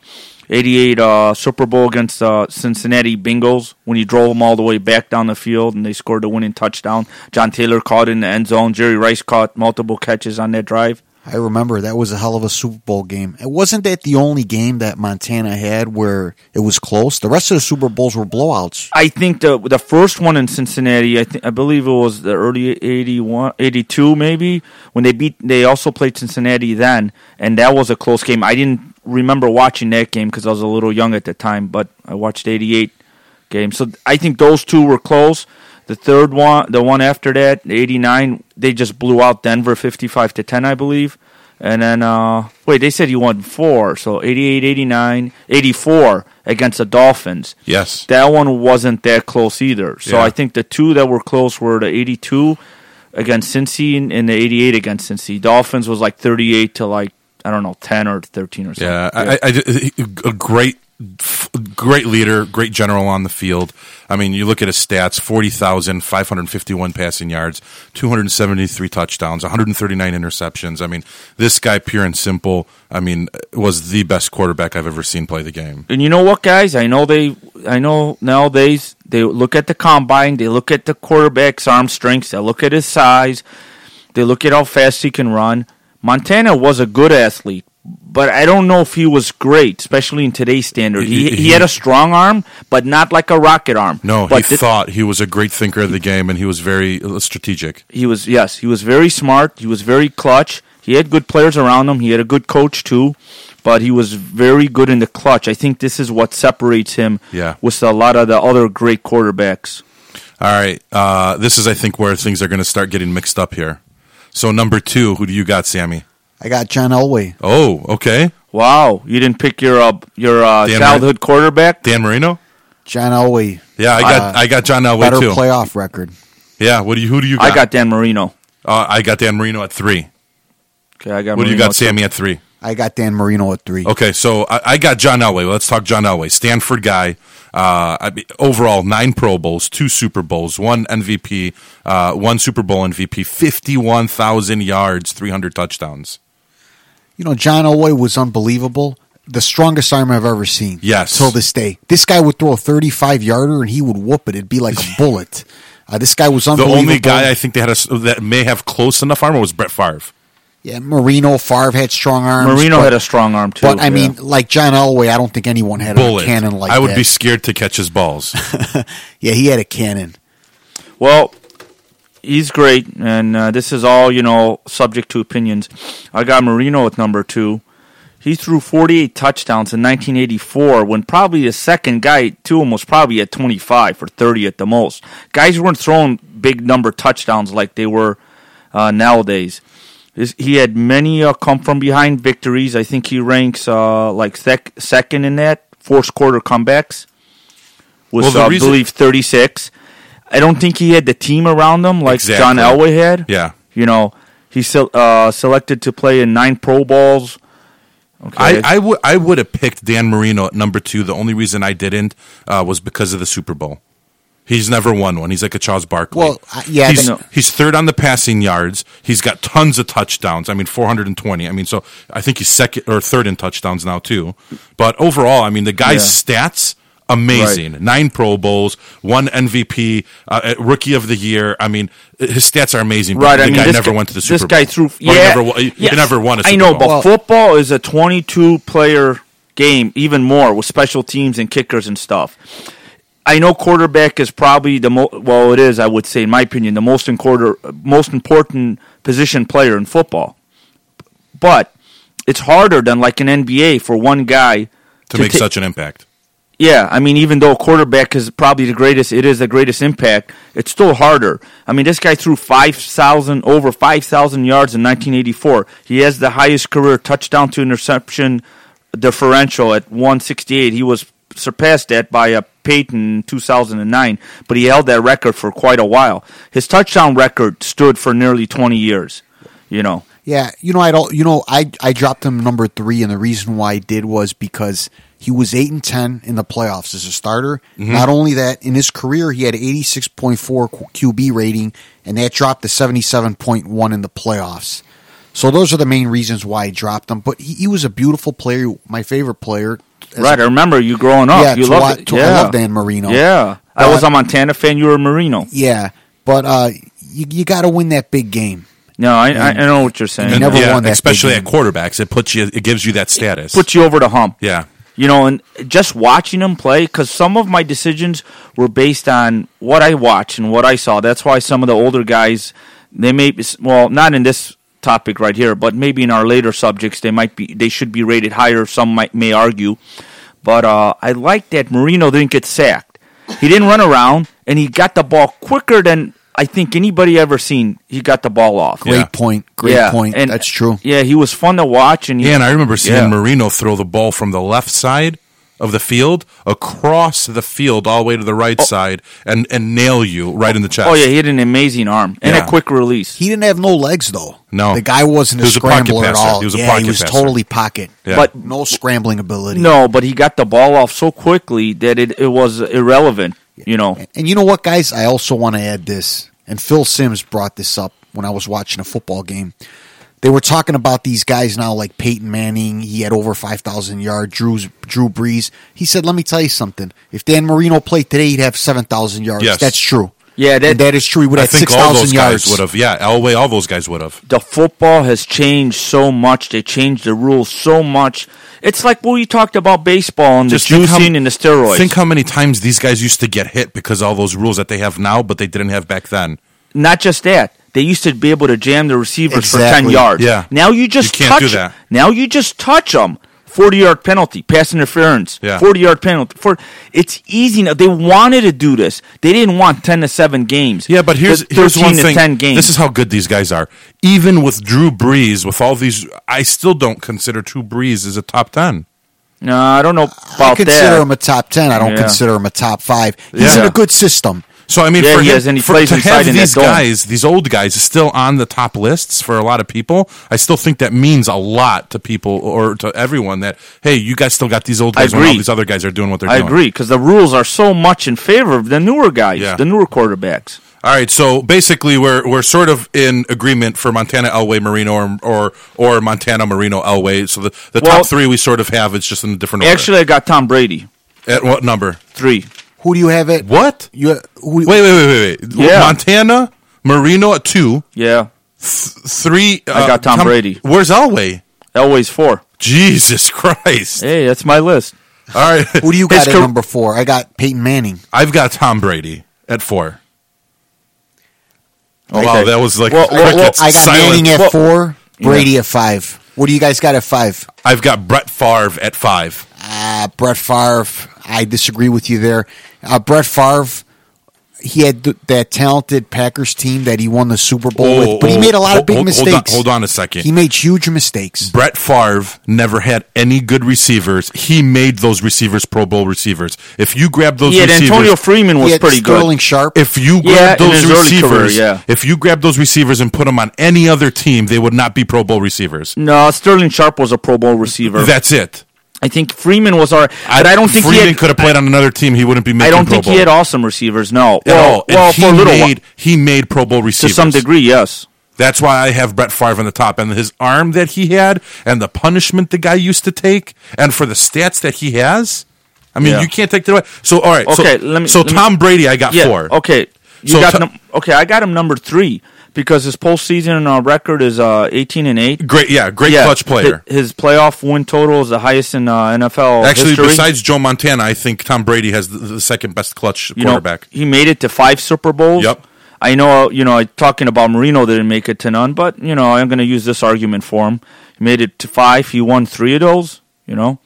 Speaker 2: eighty eight uh, Super Bowl against uh, Cincinnati Bengals when he drove them all the way back down the field and they scored the winning touchdown. John Taylor caught it in the end zone. Jerry Rice caught multiple catches on that drive.
Speaker 3: I remember that was a hell of a Super Bowl game. It wasn't that the only game that Montana had where it was close. The rest of the Super Bowls were blowouts.
Speaker 2: I think the the first one in Cincinnati, I think I believe it was the early 81, 82 maybe when they beat. They also played Cincinnati then, and that was a close game. I didn't remember watching that game because I was a little young at the time, but I watched eighty eight game. So I think those two were close. The third one, the one after that, eighty nine, they just blew out Denver fifty five to ten, I believe. And then, uh, wait, they said you won four, so 88, 89, 84 against the Dolphins.
Speaker 1: Yes.
Speaker 2: That one wasn't that close either. So
Speaker 1: Yeah.
Speaker 2: I think the two that were close were the 82 against Cincy and- and the 88 against Cincy. Dolphins was like 38 to like I don't know 10 or 13 or something.
Speaker 1: Yeah, I, I, I- a great, f- great leader, great general on the field. I mean, you look at his stats: 40,551 passing yards, two hundred seventy-three touchdowns, one hundred thirty-nine interceptions. I mean, this guy, pure and simple. I mean, was the best quarterback I've ever seen play the game.
Speaker 2: And you know what, guys? I know they. I know nowadays they look at the combine. They look at the quarterback's arm strengths. They look at his size. They look at how fast he can run. Montana was a good athlete, but I don't know if he was great, especially in today's standard. He,
Speaker 1: He-
Speaker 2: he had a strong arm, but not like a rocket arm.
Speaker 1: No,
Speaker 2: but
Speaker 1: he
Speaker 2: thi-
Speaker 1: thought he was a great thinker of the game, and he was very uh, strategic.
Speaker 2: he was yes, he was very smart. He was very clutch. He had good players around him. He had a good coach too. but he was very good in the clutch. I think this is what separates him
Speaker 1: Yeah.
Speaker 2: with a lot of the other great quarterbacks.
Speaker 1: All right. Uh, this is, I think, where things are going to start getting mixed up here. So, number two, who do you got, Sammy?
Speaker 3: I got John Elway.
Speaker 1: Oh, okay.
Speaker 2: Wow, you didn't pick your uh, your uh,
Speaker 1: Dan
Speaker 2: childhood quarterback.
Speaker 1: Dan Marino?
Speaker 3: John Elway,
Speaker 1: Yeah, I got
Speaker 3: Uh,
Speaker 1: I got John Elway
Speaker 3: better
Speaker 1: too.
Speaker 3: playoff record.
Speaker 1: Yeah, what do you who do you got?
Speaker 2: I got Dan Marino.
Speaker 1: uh, I got Dan Marino at 3.
Speaker 2: Okay, I got.
Speaker 1: What do you
Speaker 2: Marino
Speaker 1: got
Speaker 2: too.
Speaker 1: Sammy at 3?
Speaker 3: I got Dan Marino at three.
Speaker 1: Okay, so I, I got John Elway. Let's talk John Elway, Stanford guy. Uh, I, mean, overall, nine Pro Bowls, two Super Bowls, one MVP, uh, one Super Bowl MVP, fifty-one thousand yards, three hundred touchdowns.
Speaker 3: You know, John Elway was unbelievable. The strongest arm I've ever seen.
Speaker 1: Yes.
Speaker 3: Till this day. This guy would throw a 35 yarder and he would whoop it. It'd be like a bullet. Uh, this guy was
Speaker 1: The
Speaker 3: unbelievable.
Speaker 1: only guy I think they had a s that may have close enough armor was Brett Favre.
Speaker 3: Yeah, Marino, Favre had strong arms.
Speaker 2: Marino
Speaker 3: but-
Speaker 2: had a strong arm too.
Speaker 3: But I
Speaker 2: yeah.
Speaker 3: mean, like John Elway, I don't think anyone had
Speaker 1: Bullet.
Speaker 3: a cannon like
Speaker 1: I would
Speaker 3: that.
Speaker 1: be scared to catch his balls.
Speaker 3: Yeah, he had a cannon.
Speaker 2: Well, he's great, and uh, this is all you know, subject to opinions. I got Marino at number two. He threw 48 touchdowns in 1984 when probably the second guy to him was probably at 25 or 30 at the most. Guys weren't throwing big number touchdowns like they were uh, nowadays. Is- He had many uh, come from behind victories. I think he ranks uh, like sec- second in that fourth quarter comebacks.
Speaker 1: Well,
Speaker 2: Was
Speaker 1: the
Speaker 2: uh, I
Speaker 1: reason-
Speaker 2: believe 36. I don't think he had the team around him like
Speaker 1: Exactly.
Speaker 2: John Elway had.
Speaker 1: Yeah.
Speaker 2: You know, he's se- uh, selected to play in nine Pro Bowls.
Speaker 1: I, I would I would have picked Dan Marino at number two. The only reason I didn't uh, was because of the Super Bowl. He's never won one. He's like a Charles Barkley.
Speaker 3: Well, I- yeah,
Speaker 1: he's,
Speaker 2: then-
Speaker 1: he's third on the passing yards. He's got tons of touchdowns. I mean, four hundred and twenty. I mean, so I think he's second or third in touchdowns now too. But overall, I mean, the guy's stats amazing. Nine Pro Bowls, one MVP, uh, uh, Rookie of the Year. I mean, his stats are amazing. but
Speaker 2: Right,
Speaker 1: the
Speaker 2: I mean,
Speaker 1: guy
Speaker 2: this
Speaker 1: never
Speaker 2: guy-
Speaker 1: went to the Super
Speaker 2: this
Speaker 1: Bowl.
Speaker 2: guy threw.
Speaker 1: Or
Speaker 2: Yeah,
Speaker 1: he never, won- he
Speaker 2: yes.
Speaker 1: never won. A Super
Speaker 2: I know,
Speaker 1: Bowl.
Speaker 2: but
Speaker 3: Well-
Speaker 2: football is a 22 player game, even more with special teams and kickers and stuff. I know quarterback is probably the most. Well, it is, I would say, in my opinion, the most in quarter, most important position player in football. But it's harder than like an NBA for one guy
Speaker 1: to make
Speaker 2: ta-
Speaker 1: such an impact.
Speaker 2: yeah, I mean, even though quarterback is probably the greatest, it is the greatest impact. It's still harder. I mean, this guy threw five thousand over five thousand yards in 1984. He has the highest career touchdown to interception differential at 168. He was surpassed that by a Peyton in 2009, but he held that record for quite a while. His touchdown record stood for nearly 20 years. You know,
Speaker 3: Yeah, you know I don't. You know I I dropped him number three, and the reason why I did was because he was eight and ten in the playoffs as a starter.
Speaker 2: Mm-hmm.
Speaker 3: Not only that, in his career he had eighty six point four QB rating, and that dropped to seventy seven point one in the playoffs. So those are the main reasons why I dropped him. But he, he was a beautiful player, my favorite player. as a-
Speaker 2: right? I remember you growing up.
Speaker 3: Yeah,
Speaker 2: you
Speaker 3: to
Speaker 2: loved
Speaker 3: wa-
Speaker 2: it.
Speaker 3: to- I
Speaker 2: yeah.
Speaker 3: love Dan Marino.
Speaker 2: Yeah, I was
Speaker 3: But-
Speaker 2: a Montana fan. You were a Marino.
Speaker 3: Yeah, but uh, you you got to win that big game.
Speaker 2: No, I, I I know what you're saying.
Speaker 3: And Mm. never
Speaker 1: yeah,
Speaker 3: won that
Speaker 1: especially
Speaker 3: big
Speaker 1: at quarterbacks. It puts you, it gives you that status.
Speaker 2: puts you over the hump.
Speaker 1: yeah,
Speaker 2: You know, and just watching him play, because some of my decisions were based on what I watched and what I saw. That's why some of the older guys, they may be, well, not in this topic right here, but maybe in our later subjects, they might be, they should be rated higher. Some might, may argue. But uh, I like that Marino didn't get sacked. He didn't run around, and he got the ball quicker than I think anybody ever seen. He got the ball off.
Speaker 3: Great
Speaker 1: Yeah.
Speaker 3: point. Great
Speaker 2: Yeah,
Speaker 3: point.
Speaker 2: and-
Speaker 3: That's true.
Speaker 2: Yeah, he was fun to watch, and he,
Speaker 1: yeah. And I remember seeing
Speaker 2: Yeah.
Speaker 1: Marino throw the ball from the left side of the field across the field all the way to the right side and and nail you right in the chest.
Speaker 2: Oh yeah, he had an amazing arm and
Speaker 1: Yeah.
Speaker 2: a quick release.
Speaker 3: He didn't have no legs though.
Speaker 1: No.
Speaker 3: the guy wasn't a
Speaker 1: He was a pocket
Speaker 3: scrambler at
Speaker 1: passer.
Speaker 3: all.
Speaker 1: He was a
Speaker 3: yeah,
Speaker 1: pocket
Speaker 3: he was
Speaker 1: passer.
Speaker 3: totally pocket.
Speaker 1: Yeah.
Speaker 2: But
Speaker 3: No scrambling ability.
Speaker 2: no, but he got the ball off so quickly that it, it was irrelevant. You know,
Speaker 3: And you know what, guys? I also want to add this. And Phil Sims brought this up when I was watching a football game. They were talking about these guys now, like Peyton Manning. He had over five thousand yards. Drew's, Drew Brees. He said, "Let me tell you something. If Dan Marino played today, he'd have seven thousand yards.
Speaker 1: Yes.
Speaker 3: That's true.
Speaker 2: Yeah, that-
Speaker 3: And that is true. He would
Speaker 1: I
Speaker 3: have
Speaker 1: think
Speaker 3: six
Speaker 1: all those
Speaker 3: thousand yards.
Speaker 1: guys would have. Yeah, Elway, all those guys would have.
Speaker 2: the football has changed so much. They changed the rules so much. It's like what we talked about baseball and
Speaker 1: Just
Speaker 2: the
Speaker 1: think
Speaker 2: juicing
Speaker 1: how-
Speaker 2: and the steroids.
Speaker 1: Think how many times these guys used to get hit because all those rules that they have now, but they didn't have back then.
Speaker 2: Not just that. They used to be able to jam the receivers for ten
Speaker 3: Exactly.
Speaker 2: yards.
Speaker 1: Yeah.
Speaker 2: Now you just
Speaker 1: You can't
Speaker 2: touch
Speaker 1: do that.
Speaker 2: Now you just touch them. 40 yard penalty, pass interference,
Speaker 1: Yeah.
Speaker 2: 40 yard penalty. For it's easy now. They wanted to do this. They didn't want 10 to 7 games.
Speaker 1: Yeah, but here's
Speaker 2: The
Speaker 1: here's one
Speaker 2: 13 to
Speaker 1: thing.
Speaker 2: 10 games.
Speaker 1: This is how good these guys are. Even with Drew Brees, with all these, I still don't consider Drew Brees as a top ten.
Speaker 2: no, I don't know
Speaker 3: I
Speaker 2: about
Speaker 3: consider
Speaker 2: that.
Speaker 3: him a top ten. I don't
Speaker 2: Yeah.
Speaker 3: consider him a top five. He's
Speaker 2: Yeah.
Speaker 3: in a good system.
Speaker 1: So I mean,
Speaker 2: Yeah,
Speaker 1: for
Speaker 2: he
Speaker 1: him,
Speaker 2: has, and he
Speaker 1: for,
Speaker 2: plays
Speaker 1: to
Speaker 2: inside
Speaker 1: have
Speaker 2: in that
Speaker 1: these
Speaker 2: dome.
Speaker 1: guys, these old guys, still on the top lists for a lot of people. I still think that means a lot to people or to everyone. That hey, you guys still got these old
Speaker 2: I
Speaker 1: guys when all
Speaker 2: agree.
Speaker 1: these other guys are doing what they're
Speaker 2: I
Speaker 1: doing.
Speaker 2: agree because the rules are so much in favor of the newer guys,
Speaker 1: Yeah.
Speaker 2: the newer quarterbacks.
Speaker 1: All right, so basically, we're we're sort of in agreement for Montana Elway Marino or or, or Montana Marino Elway. So the, the
Speaker 2: Well-
Speaker 1: top three we sort of have it's just in a different order.
Speaker 2: Actually, I got Tom Brady
Speaker 1: at what number?
Speaker 2: three.
Speaker 3: Who do you have it?
Speaker 1: What?
Speaker 3: You who,
Speaker 1: Wait, wait, wait, wait, wait.
Speaker 2: Yeah.
Speaker 1: Montana Marino at two,
Speaker 2: Yeah,
Speaker 1: three. Uh,
Speaker 2: got Tom Brady.
Speaker 1: Where's Elway?
Speaker 2: Elway's four.
Speaker 1: Jesus Christ!
Speaker 2: Hey, that's my list.
Speaker 1: All right,
Speaker 3: Who do you got
Speaker 2: His
Speaker 3: at
Speaker 2: car-
Speaker 3: number four? I got Peyton Manning.
Speaker 1: I've got Tom Brady at four. Oh,
Speaker 2: Okay.
Speaker 1: Wow, that was like
Speaker 2: Well, well, well,
Speaker 1: crickets,
Speaker 3: I got
Speaker 1: silent.
Speaker 3: Manning at
Speaker 2: Well-
Speaker 3: four, Brady at five. What do you guys got at five?
Speaker 1: I've got Brett Favre at five.
Speaker 3: Uh, Brett Favre. I disagree with you there. Uh, Brett Favre. He had th- that talented Packers team that he won the Super Bowl with, but he
Speaker 1: oh,
Speaker 3: made a lot of
Speaker 1: hold-
Speaker 3: big
Speaker 1: hold- hold on-
Speaker 3: mistakes.
Speaker 1: Hold on, a second.
Speaker 3: He made huge mistakes.
Speaker 1: Brett Favre never had any good receivers. He made those receivers Pro Bowl receivers. If you grab those
Speaker 2: Yeah,
Speaker 1: receivers,
Speaker 2: Antonio Freeman
Speaker 3: He
Speaker 2: was
Speaker 3: had
Speaker 2: pretty
Speaker 3: Sterling
Speaker 2: good.
Speaker 3: Sharp.
Speaker 1: if you
Speaker 2: Yeah,
Speaker 1: grab
Speaker 2: in
Speaker 1: those
Speaker 2: his early
Speaker 1: receivers,
Speaker 2: career, yeah.
Speaker 1: if you grab those receivers and put them on any other team, they would not be Pro Bowl receivers.
Speaker 2: No, Sterling Sharp was a Pro Bowl receiver.
Speaker 1: That's it.
Speaker 2: I think Freeman was our, but I, don't think
Speaker 1: Freeman
Speaker 2: he had.
Speaker 1: could have played on another team. He wouldn't be making
Speaker 2: I don't
Speaker 1: Pro
Speaker 2: think
Speaker 1: Bowl
Speaker 2: he had awesome receivers. No,
Speaker 1: at
Speaker 2: well,
Speaker 1: all. And
Speaker 2: well,
Speaker 1: he
Speaker 2: for a little while,
Speaker 1: made he made Pro Bowl
Speaker 2: to
Speaker 1: receivers
Speaker 2: some degree, yes.
Speaker 1: That's why I have Brett Favre on the top and his arm that he had and the punishment the guy used to take and for the stats that he has. I mean,
Speaker 2: Yeah.
Speaker 1: you can't take that away. So all right,
Speaker 2: Okay,
Speaker 1: so,
Speaker 2: let me-
Speaker 1: So
Speaker 2: let me-
Speaker 1: Tom Brady, I got
Speaker 2: Yeah.
Speaker 1: four.
Speaker 2: Okay. You
Speaker 1: So
Speaker 2: got
Speaker 1: t-
Speaker 2: num- okay. I got him number three because his postseason uh, record is uh, eighteen and eight.
Speaker 1: Great, yeah, great
Speaker 2: Yeah,
Speaker 1: clutch player.
Speaker 2: hi- His playoff win total is the highest in uh, NFL
Speaker 1: Actually,
Speaker 2: history.
Speaker 1: besides Joe Montana, I think Tom Brady has the, the second best clutch
Speaker 2: you know,
Speaker 1: quarterback.
Speaker 2: he made it to five Super Bowls.
Speaker 1: Yep.
Speaker 2: I know, you know, talking about Marino didn't make it to none, but you know, I'm going to use this argument for him. He made it to five. He won three of those. You know,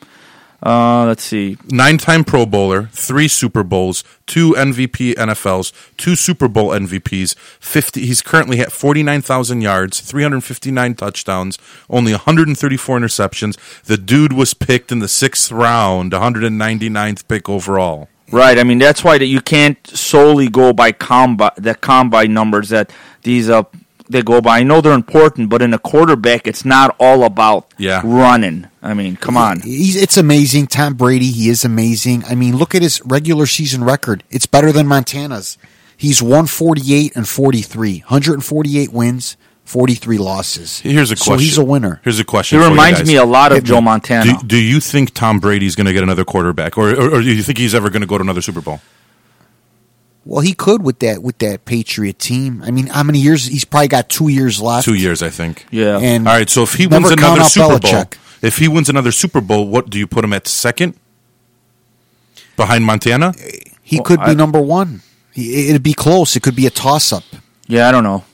Speaker 2: uh, let's see.
Speaker 1: Nine-time Pro Bowler, three Super Bowls, two MVP NFLs, two Super Bowl MVPs. Fifty. He's currently at forty-nine thousand yards, three hundred fifty-nine touchdowns, only one hundred and thirty-four interceptions. The dude was picked in the sixth round, one hundred and ninety-ninth pick overall.
Speaker 2: Right. I mean, that's why that you can't solely go by combi the combine numbers that these uh they go by. I know they're important, but in a quarterback, it's not all about
Speaker 1: Yeah.
Speaker 2: running. I mean, come on.
Speaker 3: He's, it's amazing. Tom Brady, he is amazing. I mean, look at his regular season record. It's better than Montana's. He's 148 and 43, 148 wins, 43 losses.
Speaker 1: Here's a question.
Speaker 3: So he's a winner.
Speaker 1: Here's a
Speaker 2: He
Speaker 1: question. for you
Speaker 2: reminds
Speaker 1: guys.
Speaker 2: me a lot of Joe
Speaker 1: Do,
Speaker 2: Montana.
Speaker 1: do you think Tom Brady's going to get another quarterback, or, or, or do you think he's ever going to go to another Super Bowl?
Speaker 3: Well, he could with that with that Patriot team. I mean, how many years? He's probably got two years left.
Speaker 1: Two years, I think.
Speaker 2: yeah.
Speaker 3: And
Speaker 1: All right, so if he
Speaker 3: Never
Speaker 1: wins
Speaker 3: count
Speaker 1: another
Speaker 3: out
Speaker 1: Super
Speaker 3: Belichick.
Speaker 1: Bowl, if he wins another Super Bowl, what do you put him at second? Behind Montana?
Speaker 3: he
Speaker 2: Well,
Speaker 3: could be
Speaker 2: I-
Speaker 3: number one. He- It'd be close. It could be a toss up.
Speaker 2: yeah. I don't know.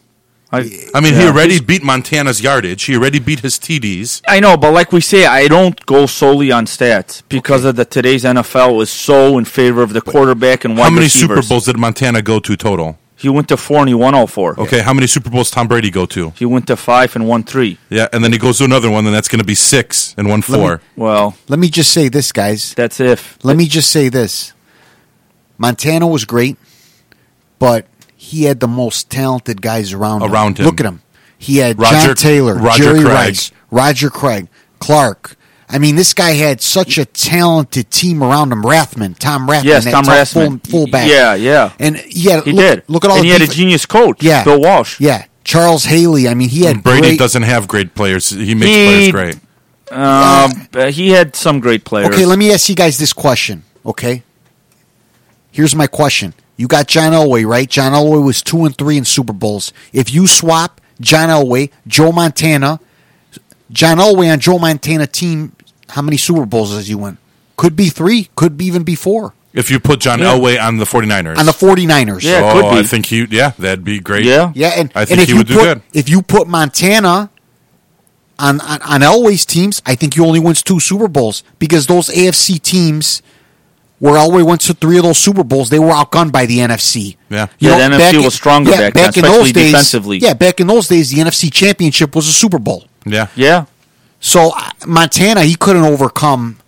Speaker 2: I
Speaker 1: I mean, he
Speaker 2: Yeah.
Speaker 1: already beat Montana's yardage. He already beat his TDs.
Speaker 2: I know, but like we say, I don't go solely on stats because of the today's NFL is so in favor of the quarterback and wide
Speaker 1: How many
Speaker 2: receivers.
Speaker 1: Super Bowls did Montana go to total?
Speaker 2: He went to four and he won all four.
Speaker 1: Okay, how many Super Bowls Tom Brady go to?
Speaker 2: He went to five and won three.
Speaker 1: Yeah, and then he goes to another one, and that's going to be six and one
Speaker 3: me-
Speaker 1: four.
Speaker 2: Well,
Speaker 3: Let me just say this, guys.
Speaker 2: that's if.
Speaker 3: Let me just say this. Montana was great, but he had the most talented guys around him.
Speaker 1: Around him.
Speaker 3: Look at him. He had
Speaker 1: Roger-
Speaker 3: John Taylor,
Speaker 1: Roger
Speaker 3: Jerry
Speaker 1: Craig.
Speaker 3: Rice, Roger Craig, Clark. I mean, this guy had such a talented team around him. Rathman, Tom Rathman,
Speaker 2: Yes,
Speaker 3: that
Speaker 2: Tom
Speaker 3: top
Speaker 2: Rathman.
Speaker 3: Full, fullback.
Speaker 2: Yeah, yeah.
Speaker 3: And he had
Speaker 2: He
Speaker 3: look,
Speaker 2: did.
Speaker 3: Look at all
Speaker 2: And he
Speaker 3: the
Speaker 2: had a
Speaker 3: defen-
Speaker 2: genius coach.
Speaker 3: Yeah,
Speaker 2: Bill Walsh.
Speaker 3: Yeah, Charles Haley. I mean, he had
Speaker 1: Brady
Speaker 3: great-
Speaker 1: doesn't have great players. He makes players
Speaker 2: He-
Speaker 1: great.
Speaker 2: Um, but he had some great players.
Speaker 3: Okay, let me ask you guys this question. Okay, here's my question. You got John Elway, right? John Elway was two and three in Super Bowls. If you swap John Elway, Joe Montana, John Elway on Joe Montana team, how many Super Bowls does he win? Could be three, could be even be four.
Speaker 1: If you put John
Speaker 2: Yeah.
Speaker 1: Elway on the 49ers.
Speaker 3: On the 49ers.
Speaker 2: Yeah. it
Speaker 1: oh,
Speaker 2: could be.
Speaker 1: I think he, yeah, that'd be great.
Speaker 2: Yeah.
Speaker 3: Yeah, and,
Speaker 1: I
Speaker 3: and
Speaker 1: think
Speaker 3: if
Speaker 1: he
Speaker 3: you
Speaker 1: would do
Speaker 3: put,
Speaker 1: good.
Speaker 3: If you put Montana on, on on Elway's teams, I think he only wins two Super Bowls because those AFC teams where Elway went to three of those Super Bowls, they were outgunned by the NFC.
Speaker 1: Yeah.
Speaker 3: You
Speaker 2: Yeah, the
Speaker 3: back
Speaker 2: NFC was stronger back then, especially defensively.
Speaker 3: Yeah, back in those days, the NFC Championship was a Super Bowl.
Speaker 1: Yeah.
Speaker 2: Yeah.
Speaker 3: So uh, Montana, he couldn't overcome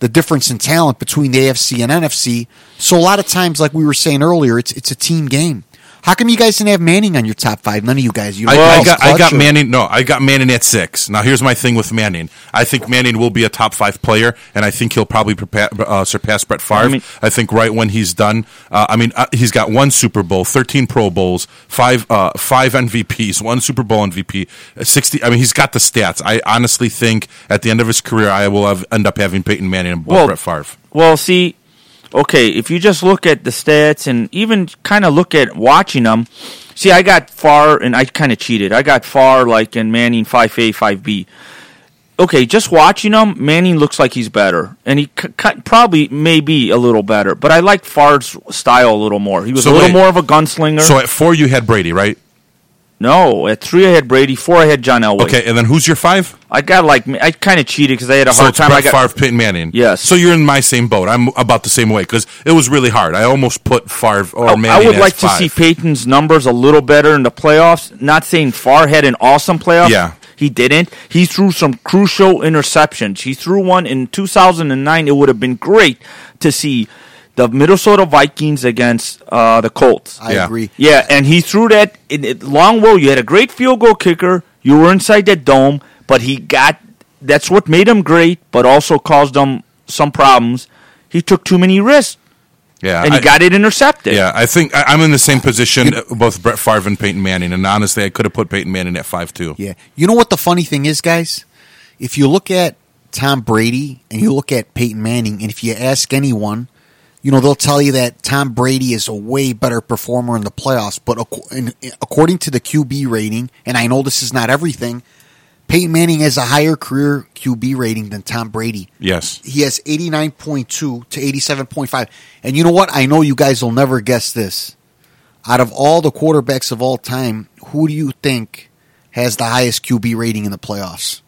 Speaker 3: the difference in talent between the AFC and NFC. So a lot of times, like we were saying earlier, it's it's a team game. How come you guys didn't have Manning on your top five? None of you guys. You
Speaker 1: I,
Speaker 3: don't
Speaker 1: I
Speaker 3: know,
Speaker 1: got
Speaker 3: Clutch
Speaker 1: I got
Speaker 3: or-
Speaker 1: Manning. No, I got Manning at six. Now here's my thing with Manning. I think Manning will be a top five player, and I think he'll probably prepa- uh, surpass Brett Favre. I,
Speaker 2: I mean-
Speaker 1: think right when he's done, uh, I mean uh, he's got one Super Bowl, thirteen Pro Bowls, five uh, five MVPs, one Super Bowl MVP, uh, sixty. I mean he's got the stats. I honestly think at the end of his career, I will have, end up having Peyton Manning and
Speaker 2: Well- er
Speaker 1: Brett Favre.
Speaker 2: Well, see, okay, if you just look at the stats and even kind of look at watching them, see, I got far and I kind of cheated. I got far like in Manning 5A, 5B. Okay, just watching him, Manning looks like he's better, and he c- c- probably may be a little better. But I like Favre's style a little more. He was
Speaker 1: So
Speaker 2: a little
Speaker 1: wait.
Speaker 2: more of a gunslinger.
Speaker 1: So at four, you had Brady, right?
Speaker 2: no, at three I had Brady, four I had John Elway.
Speaker 1: Okay, and then who's your five?
Speaker 2: I got like I kind of cheated because I had a
Speaker 1: So
Speaker 2: hard
Speaker 1: it's
Speaker 2: time. I
Speaker 1: Brett
Speaker 2: got
Speaker 1: Favre, Peyton Manning.
Speaker 2: Yes.
Speaker 1: So you're in my same boat. I'm about the same way because it was really hard. I almost put Favre or
Speaker 2: Oh, I-
Speaker 1: Manning.
Speaker 2: I would
Speaker 1: as
Speaker 2: like
Speaker 1: five.
Speaker 2: to see Peyton's numbers a little better in the playoffs. Not saying Favre had an awesome playoff.
Speaker 1: Yeah.
Speaker 2: He didn't. He threw some crucial interceptions. He threw one in 2009. It would have been great to see the Minnesota Vikings against uh, the Colts.
Speaker 3: I
Speaker 1: Yeah.
Speaker 3: agree.
Speaker 2: Yeah, and he threw that in, in long row. You had a great field goal kicker. You were inside that dome, but he got. That's what made him great, but also caused him some problems. He took too many risks,
Speaker 1: Yeah.
Speaker 2: and he
Speaker 1: I-
Speaker 2: got it intercepted.
Speaker 1: Yeah, I think I, I'm in the same position, uh, both Brett Favre and Peyton Manning. And honestly, I could have put Peyton Manning at five too.
Speaker 3: Yeah. You know what the funny thing is, guys? If you look at Tom Brady and you look at Peyton Manning, and if you ask anyone, you know, they'll tell you that Tom Brady is a way better performer in the playoffs. But ac- in- according to the QB rating, and I know this is not everything, Peyton Manning has a higher career QB rating than Tom Brady
Speaker 1: Yes.
Speaker 3: he has 89.2 to 87.5. And you know what? I know you guys will never guess this. Out of all the quarterbacks of all time, who do you think has the highest QB rating in the playoffs?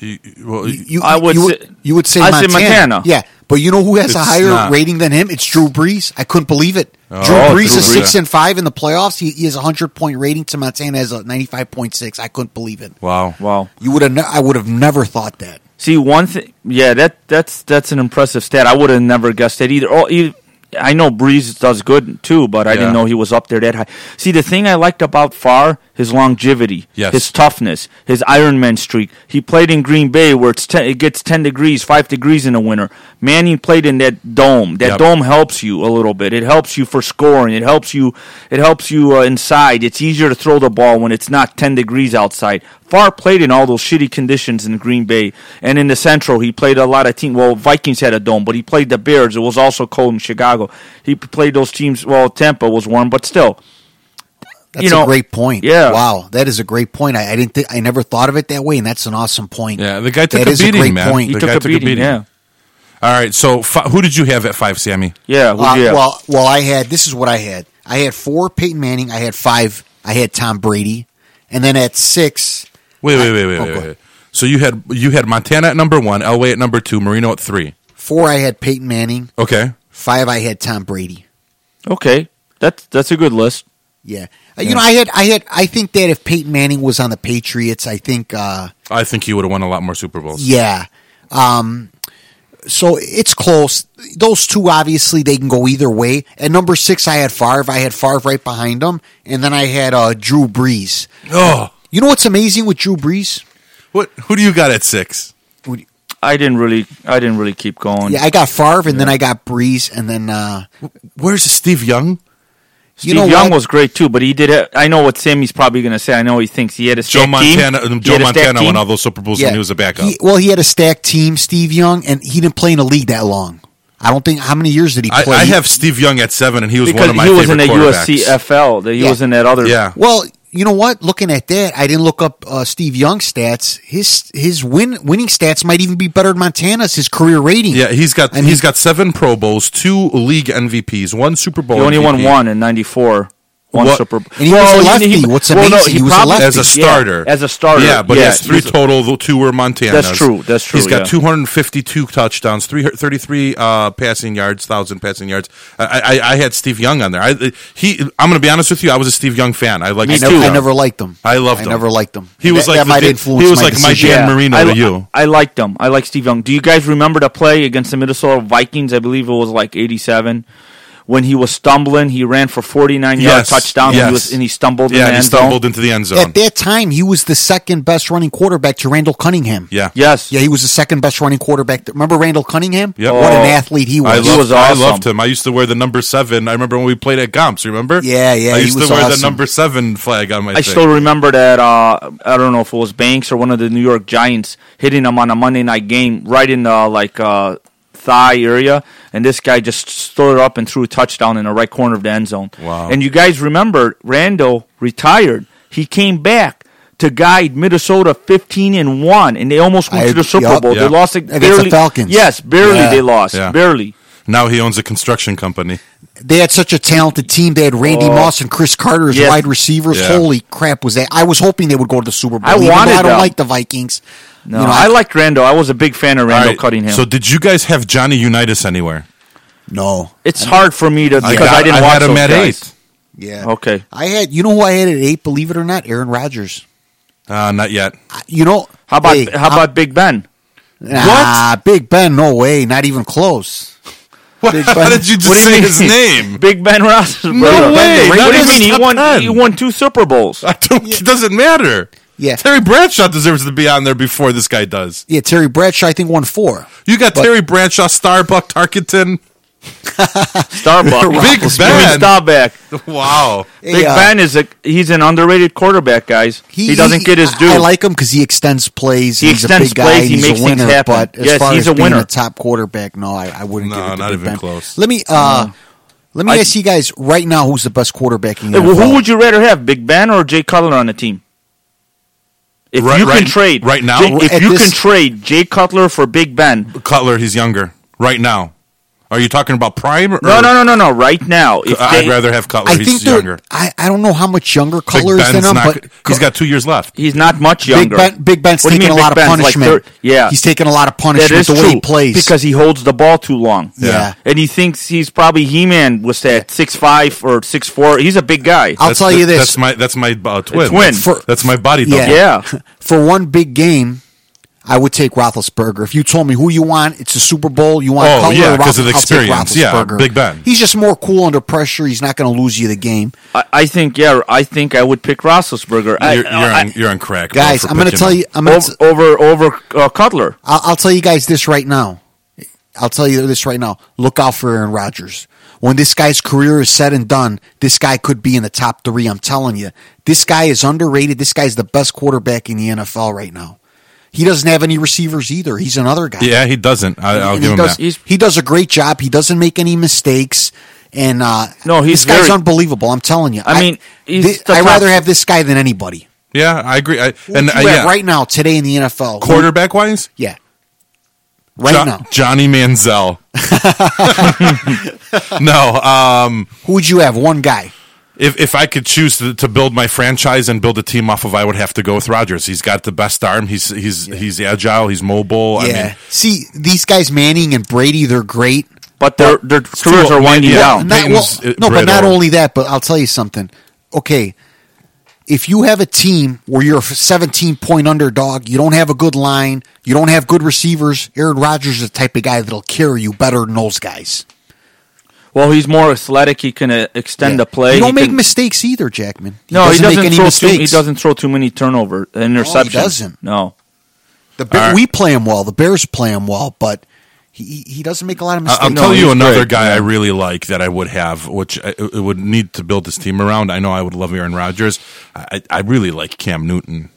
Speaker 1: You- you- well,
Speaker 3: You,
Speaker 2: I would
Speaker 3: you,
Speaker 2: say-
Speaker 3: you would say
Speaker 2: I say
Speaker 3: Montana.
Speaker 2: Montana.
Speaker 3: Yeah, but you know who has a
Speaker 1: It's
Speaker 3: higher
Speaker 1: not.
Speaker 3: rating than him? It's Drew Brees. I couldn't believe it. Drew
Speaker 2: oh,
Speaker 3: Brees
Speaker 2: Drew
Speaker 3: is six
Speaker 1: Brees.
Speaker 3: and five in the playoffs. He, he has a hundred point rating. To Montana has a ninety five point six. I couldn't believe it.
Speaker 1: wow.
Speaker 2: Wow.
Speaker 3: You would have. Ne- I would have never thought that.
Speaker 2: See, one thing, yeah, that that's that's an impressive stat. I would have never guessed that either. Oh, e- I know Breeze does good too, but I
Speaker 1: Yeah.
Speaker 2: didn't know he was up there that high. See, the thing I liked about Farr, his longevity,
Speaker 1: Yes.
Speaker 2: his toughness, his Ironman streak. He played in Green Bay where it's ten, it gets ten degrees, five degrees in the winter. Manning played in that dome. That
Speaker 1: Yep.
Speaker 2: dome helps you a little bit. It helps you for scoring. It helps you. It helps you uh, inside. It's easier to throw the ball when it's not ten degrees outside. Far played in all those shitty conditions in Green Bay and in the Central. He played a lot of teams. Well, Vikings had a dome, but he played the Bears. It was also cold in Chicago. He played those teams. Well, Tampa was warm, but still.
Speaker 3: That's
Speaker 2: you know,
Speaker 3: a great point.
Speaker 2: yeah.
Speaker 3: Wow, that is a great point. I, I didn't. Th- I never thought of it that way, and that's an awesome point.
Speaker 1: Yeah, the guy took
Speaker 3: That
Speaker 1: a
Speaker 3: is
Speaker 1: beating,
Speaker 3: great
Speaker 1: man.
Speaker 3: point.
Speaker 2: He
Speaker 1: The
Speaker 2: took
Speaker 1: guy
Speaker 2: a beating, yeah.
Speaker 1: All right. So fi- who did you have at five, Sammy?
Speaker 2: Yeah, well,
Speaker 3: Uh,
Speaker 2: yeah.
Speaker 3: Well, well, I had. This is what I had. I had four Peyton Manning. I had five. I had Tom Brady, and then at six,
Speaker 1: Wait, wait, wait, wait,
Speaker 3: Oh,
Speaker 1: wait,
Speaker 3: go
Speaker 1: wait. So you had you had Montana at number one, Elway at number two, Marino at three.
Speaker 3: four I had Peyton Manning.
Speaker 1: Okay.
Speaker 3: Five I had Tom Brady.
Speaker 2: okay, that's that's a good list.
Speaker 3: Yeah. Uh, You know, I had, I had, I think that if Peyton Manning was on the Patriots, I think, uh,
Speaker 1: I think he would have won a lot more Super Bowls.
Speaker 3: Yeah. Um, so it's close. Those two, obviously, they can go either way. At number six, I had Favre. I had Favre right behind him. And then I had uh, Drew Brees.
Speaker 1: Oh,
Speaker 3: You know what's amazing with Drew Brees?
Speaker 1: what? Who do you got at six?
Speaker 2: I didn't really, I didn't really keep going.
Speaker 3: Yeah, I got Favre, and then I got Brees, and then uh,
Speaker 1: Where's Steve Young?
Speaker 3: you
Speaker 2: Steve
Speaker 3: know
Speaker 2: Young
Speaker 3: what?
Speaker 2: was great too, but he did. Have, I know what Sammy's probably going to say. I know he thinks he had a
Speaker 1: Joe
Speaker 2: stacked team.
Speaker 1: Montana. um,
Speaker 2: He
Speaker 1: Joe
Speaker 2: had a stacked
Speaker 1: Montana won
Speaker 2: team.
Speaker 1: all those Super Bowls,
Speaker 3: yeah,
Speaker 1: and he was a backup.
Speaker 3: He- well, he had a stacked team, Steve Young, and he didn't play in the league that long. I don't think how many years did he
Speaker 1: I,
Speaker 3: play?
Speaker 1: I have Steve Young at seven, and he was one
Speaker 2: because
Speaker 1: of my
Speaker 2: he was in
Speaker 1: favorite
Speaker 2: the
Speaker 1: quarterbacks.
Speaker 2: USCFL. That he
Speaker 3: Yeah.
Speaker 2: was in that other.
Speaker 1: Yeah,
Speaker 3: Well, you know what? Looking at that, I didn't look up uh, Steve Young's stats. His his win winning stats might even be better than Montana's. His career rating.
Speaker 1: yeah. He's got
Speaker 3: I mean-
Speaker 1: he's got seven Pro Bowls, two league MVPs, one Super Bowl.
Speaker 2: he only won
Speaker 1: MVP.
Speaker 2: one in '94. one
Speaker 1: What-
Speaker 2: Super Bowl.
Speaker 3: And he was a lefty. What's amazing, he was a
Speaker 2: probably-
Speaker 3: lefty.
Speaker 1: as a starter.
Speaker 2: as a starter.
Speaker 1: Yeah, but he has
Speaker 2: Yeah,
Speaker 1: three
Speaker 2: he's a-
Speaker 1: total. The two were Montana.
Speaker 2: That's true, that's true,
Speaker 1: He's got
Speaker 2: yeah.
Speaker 1: 252 touchdowns, three- 33 uh, passing yards, thousand passing yards. I, I, I had Steve Young on there. I, he, I'm going to be honest with you. I was a Steve Young fan. I like.
Speaker 3: I
Speaker 1: Steve
Speaker 3: never,
Speaker 1: Young.
Speaker 3: I never liked them.
Speaker 1: I loved
Speaker 3: I
Speaker 1: him.
Speaker 3: never liked them.
Speaker 1: He was
Speaker 3: that,
Speaker 1: like
Speaker 3: that
Speaker 1: the
Speaker 3: might
Speaker 1: Dan-
Speaker 3: influence
Speaker 1: he was
Speaker 3: my
Speaker 1: like my
Speaker 3: decision.
Speaker 1: Dan Marino
Speaker 2: I,
Speaker 1: to
Speaker 2: li-
Speaker 1: you.
Speaker 2: I liked him. I like Steve Young. Do you guys remember the play against the Minnesota Vikings? I believe it was like 87. When he was stumbling, he ran for 49 yard
Speaker 1: Yes,
Speaker 2: touchdown and,
Speaker 1: yes.
Speaker 2: he was, and he stumbled
Speaker 1: Yeah,
Speaker 2: in the
Speaker 1: he
Speaker 2: end
Speaker 1: stumbled
Speaker 2: zone.
Speaker 1: into the end zone.
Speaker 3: At that time, he was the second best running quarterback to Randall Cunningham.
Speaker 1: yeah,
Speaker 2: Yes.
Speaker 3: Yeah, he was the second best running quarterback. Remember Randall Cunningham?
Speaker 1: Yep.
Speaker 3: What
Speaker 2: Oh.
Speaker 3: an athlete he was.
Speaker 1: I,
Speaker 2: He
Speaker 1: loved,
Speaker 2: was
Speaker 1: I
Speaker 2: awesome.
Speaker 1: loved him. I used to wear the number seven. I remember when we played at Gomps. Remember?
Speaker 3: Yeah, yeah,
Speaker 1: I
Speaker 3: he
Speaker 1: used
Speaker 3: was
Speaker 1: to wear
Speaker 3: awesome.
Speaker 1: the number seven flag on my.
Speaker 2: I
Speaker 1: thing.
Speaker 2: still remember that. Uh, I don't know if it was Banks or one of the New York Giants hitting him on a Monday night game, right in the like uh, thigh area, and this guy just stood up and threw a touchdown in the right corner of the end zone.
Speaker 1: Wow.
Speaker 2: And you guys remember Randall retired. He came back to guide Minnesota fifteen and one, and they almost went
Speaker 3: I-
Speaker 2: to the Super
Speaker 3: yup.
Speaker 2: Bowl.
Speaker 1: Yeah.
Speaker 2: They lost like,
Speaker 3: Against the
Speaker 2: barely.
Speaker 3: Falcons.
Speaker 2: Yes, barely
Speaker 3: Yeah.
Speaker 2: they lost.
Speaker 1: Yeah.
Speaker 2: Barely.
Speaker 1: Now he owns a construction company.
Speaker 3: They had such a talented team. They had Randy Moss and Chris Carter as
Speaker 2: Yes.
Speaker 3: wide receivers.
Speaker 1: Yeah.
Speaker 3: Holy crap, was that? I was hoping they would go to the Super Bowl.
Speaker 2: I
Speaker 3: even though
Speaker 2: wanted
Speaker 3: I don't
Speaker 2: them.
Speaker 3: like the Vikings.
Speaker 2: No, I liked Randall. I was a big fan of
Speaker 1: All
Speaker 2: Randall
Speaker 1: right,
Speaker 2: Cunningham.
Speaker 1: So did you guys have Johnny Unitas anywhere?
Speaker 3: no.
Speaker 2: it's hard for me to because I,
Speaker 1: got-
Speaker 2: didn't
Speaker 1: I
Speaker 2: watch
Speaker 1: had him
Speaker 2: those
Speaker 1: at
Speaker 2: guys.
Speaker 1: eight.
Speaker 3: Yeah.
Speaker 2: Okay.
Speaker 3: I had you know who I had at eight, believe it or not, Aaron Rodgers.
Speaker 1: Uh, not yet.
Speaker 3: I- You know
Speaker 2: How about
Speaker 3: hey,
Speaker 2: how about Big Ben?
Speaker 3: nah, Ah, Big Ben? No way, not even close.
Speaker 1: What?
Speaker 3: Big
Speaker 1: How
Speaker 3: Ben.
Speaker 1: did you just
Speaker 2: What do
Speaker 1: say
Speaker 2: you mean?
Speaker 1: his name?
Speaker 2: Big Ben Roethlisberger.
Speaker 1: No way,
Speaker 2: What
Speaker 1: not
Speaker 2: do you
Speaker 1: even
Speaker 2: mean? He
Speaker 1: top
Speaker 2: won.
Speaker 1: 10.
Speaker 2: He won two Super Bowls.
Speaker 1: I don't, It doesn't matter.
Speaker 3: Yeah.
Speaker 1: Terry Bradshaw deserves to be on there before this guy does.
Speaker 3: Yeah, Terry Bradshaw, I think won four.
Speaker 1: You got Terry Bradshaw, Starbuck, Tarkenton.
Speaker 2: Starbuck.
Speaker 1: Big Ben.
Speaker 2: Starbuck.
Speaker 1: Wow.
Speaker 2: Big
Speaker 3: Hey, uh,
Speaker 2: Ben is a he's an underrated quarterback, guys. He, doesn't get his due.
Speaker 3: I like him because he extends plays.
Speaker 2: He
Speaker 3: he's
Speaker 2: extends
Speaker 3: a big guy.
Speaker 2: plays,
Speaker 3: and
Speaker 2: he
Speaker 3: he's
Speaker 2: makes
Speaker 3: a
Speaker 2: things
Speaker 3: winner,
Speaker 2: happen.
Speaker 3: But as
Speaker 2: Yes,
Speaker 3: far
Speaker 2: he's
Speaker 3: as
Speaker 2: a
Speaker 3: being
Speaker 2: winner.
Speaker 3: a top quarterback, no, I, I wouldn't.
Speaker 1: No,
Speaker 3: give it to
Speaker 1: not
Speaker 3: Big
Speaker 1: even
Speaker 3: Ben.
Speaker 1: close.
Speaker 3: Let me uh, let me ask you guys right now: Who's the best quarterback in the
Speaker 2: Hey, well,
Speaker 3: NFL?
Speaker 2: who would you rather have, Big Ben or Jay Cutler on the team? If
Speaker 1: Right-
Speaker 2: you can
Speaker 1: right-
Speaker 2: trade
Speaker 1: right now?
Speaker 2: Jay- if
Speaker 3: At
Speaker 2: you
Speaker 3: this-
Speaker 2: can trade Jay Cutler for Big Ben,
Speaker 1: Cutler, he's younger right now. Are you talking about prime? Or,
Speaker 2: no, no, no, no, no, right now. If
Speaker 1: I- I'd
Speaker 2: they-
Speaker 1: rather have
Speaker 2: Oh,
Speaker 1: Cutler.
Speaker 3: I
Speaker 1: he's
Speaker 3: think they're-
Speaker 1: younger.
Speaker 3: I, I don't know how much younger
Speaker 1: Big
Speaker 3: Cutler is than
Speaker 1: Ben's
Speaker 3: him,
Speaker 1: not-
Speaker 3: but
Speaker 1: he's got two years left.
Speaker 2: He's not much
Speaker 3: Big
Speaker 2: younger.
Speaker 3: Ben, Big Ben's
Speaker 2: What do you
Speaker 3: taking
Speaker 2: mean
Speaker 3: a
Speaker 2: Big
Speaker 3: lot of
Speaker 2: Ben's like
Speaker 3: punishment.
Speaker 2: thir- yeah,
Speaker 3: he's taking a lot of
Speaker 2: That
Speaker 3: punishment
Speaker 2: is
Speaker 3: the way
Speaker 2: true
Speaker 3: he plays
Speaker 2: because he holds the ball too long.
Speaker 3: Yeah. Yeah.
Speaker 2: and he thinks he's probably He Man with that six five or six four. He's a big guy.
Speaker 3: I'll
Speaker 1: That's
Speaker 3: tell
Speaker 1: the-
Speaker 3: you this.
Speaker 1: That's my that's my uh, twin.
Speaker 2: twin.
Speaker 1: That's,
Speaker 3: For-
Speaker 1: that's my body double.
Speaker 3: Yeah.
Speaker 2: yeah,
Speaker 3: for one big game. I would take Roethlisberger. If you told me who you want, it's a Super Bowl. You want
Speaker 1: Oh,
Speaker 3: Cutler
Speaker 1: yeah,
Speaker 3: or
Speaker 1: 'cause of the
Speaker 3: Roethlis- I'll take
Speaker 1: experience. Yeah,
Speaker 3: Roethlisberger.
Speaker 1: Big Ben.
Speaker 3: He's just more cool under pressure. He's not going to lose you the game,
Speaker 2: I, I think yeah, I think I would pick Roethlisberger I-
Speaker 1: You're, you're
Speaker 2: I-
Speaker 1: on you're on crack, bro,
Speaker 3: guys.
Speaker 1: for
Speaker 3: I'm going to
Speaker 1: picking
Speaker 3: tell
Speaker 1: him.
Speaker 3: you. I'm going
Speaker 2: over
Speaker 3: to.
Speaker 2: over, over uh, Cutler.
Speaker 3: I'll, I'll tell you guys this right now. I'll tell you this right now. Look out for Aaron Rodgers. When this guy's career is said and done, this guy could be in the top three. I'm telling you, this guy is underrated. This guy's the best quarterback in the NFL right now. He doesn't have any receivers either. He's another guy.
Speaker 1: Yeah, he doesn't. I, I'll
Speaker 3: And
Speaker 1: give
Speaker 3: he
Speaker 1: him
Speaker 3: does,
Speaker 1: that.
Speaker 2: He's-
Speaker 3: He does a great job. He doesn't make any mistakes. And uh,
Speaker 2: No, he's
Speaker 3: this guy's
Speaker 2: very-
Speaker 3: unbelievable. I'm telling you.
Speaker 2: I mean, he's
Speaker 3: thi-
Speaker 2: the
Speaker 3: I
Speaker 2: top-
Speaker 3: rather have this guy than anybody.
Speaker 1: Yeah, I agree. I,
Speaker 3: Who
Speaker 1: and
Speaker 3: would
Speaker 1: uh,
Speaker 3: you have
Speaker 1: yeah,
Speaker 3: right now, today in the NFL, Who-
Speaker 1: quarterback wise,
Speaker 3: yeah, right
Speaker 1: Jo-
Speaker 3: now,
Speaker 1: Johnny Manziel. no, um,
Speaker 3: who would you have? One guy.
Speaker 1: if if I could choose to, to build my franchise and build a team off of, I would have to go with Rodgers. He's got the best arm. He's he's he's agile. He's mobile. I
Speaker 3: yeah.
Speaker 1: mean,
Speaker 3: See, these guys, Manning and Brady, they're great.
Speaker 2: But their their careers
Speaker 1: too-
Speaker 2: are winding
Speaker 1: yeah.
Speaker 2: down.
Speaker 3: Not- well,
Speaker 1: Peyton's, uh,
Speaker 3: no, but not
Speaker 1: brittle.
Speaker 3: only that, but I'll tell you something. Okay, if you have a team where you're a 17 point underdog, you don't have a good line, you don't have good receivers, Aaron Rodgers is the type of guy that'll carry you better than those guys.
Speaker 2: Well, he's more athletic. He can uh, extend the play.
Speaker 3: You don't
Speaker 2: He
Speaker 3: make
Speaker 2: can-
Speaker 3: mistakes either, Jackman.
Speaker 2: No, he doesn't
Speaker 3: make any
Speaker 2: throw
Speaker 3: mistakes. Oh,
Speaker 2: too. He doesn't throw too many turnover interceptions.
Speaker 3: doesn't.
Speaker 2: No.
Speaker 3: The Bear-
Speaker 1: All right.
Speaker 3: We play him well. The Bears play him well, but he- he he doesn't make a lot of
Speaker 1: I-
Speaker 3: mistakes.
Speaker 1: I'll tell you
Speaker 2: he's
Speaker 1: another
Speaker 2: great,
Speaker 1: guy I really like that I would have, which I, I would need to build this team around. I know I would love Aaron Rodgers. I, I really like Cam Newton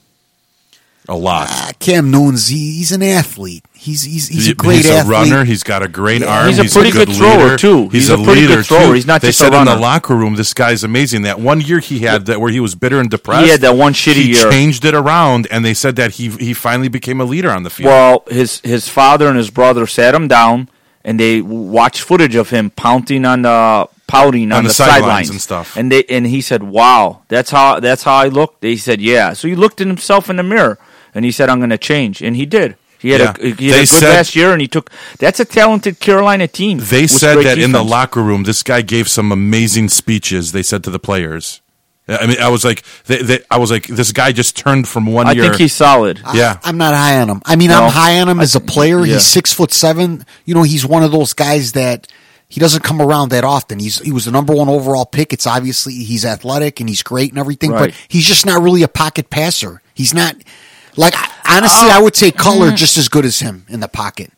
Speaker 1: a lot.
Speaker 3: Ah, Cam Newton's he, he's an athlete. He's he's he's a great
Speaker 1: he's
Speaker 3: athlete.
Speaker 1: runner. He's got a great arm.
Speaker 2: He's a pretty good thrower,
Speaker 1: leader.
Speaker 2: too.
Speaker 1: He's, a,
Speaker 2: pretty good
Speaker 1: leader
Speaker 2: thrower.
Speaker 1: too.
Speaker 2: He's not
Speaker 1: they
Speaker 2: just a
Speaker 1: said in the
Speaker 2: runner.
Speaker 1: locker room, this guy's amazing. That one year he had that where he was bitter and depressed.
Speaker 2: He had that one shitty
Speaker 1: he
Speaker 2: year.
Speaker 1: Changed it around, and they said that he he finally became a leader on the field.
Speaker 2: Well, his his father and his brother sat him down and they w- watched footage of him pouncing on the pouting on,
Speaker 1: the
Speaker 2: sidelines,
Speaker 1: sidelines and stuff.
Speaker 2: And they and he said, "Wow, that's how that's how I look." They said, "Yeah." So he looked at himself in the mirror and he said, "I'm going to change," and he did. He had, a,
Speaker 1: Yeah.
Speaker 2: he had a
Speaker 1: They
Speaker 2: good
Speaker 1: said-
Speaker 2: last year, and he took. That's a talented Carolina team.
Speaker 1: They
Speaker 2: with
Speaker 1: said that
Speaker 2: great
Speaker 1: in the
Speaker 2: defense.
Speaker 1: locker room, this guy gave some amazing speeches. They said to the players, I mean, I was like, they, they, I was like, this guy just turned from one
Speaker 2: I
Speaker 1: year.
Speaker 2: think he's solid.
Speaker 1: yeah,
Speaker 3: I, am not high on him. I mean,
Speaker 2: No.
Speaker 3: I'm high on him as a player.
Speaker 2: yeah.
Speaker 3: He's six foot seven. You know, he's one of those guys that he doesn't come around that often. He's he was the number one overall pick. It's obviously he's athletic and he's great and everything,
Speaker 2: Right.
Speaker 3: but he's just not really a pocket passer. He's not like I- honestly, I would say Cutler just as good as him in the pocket.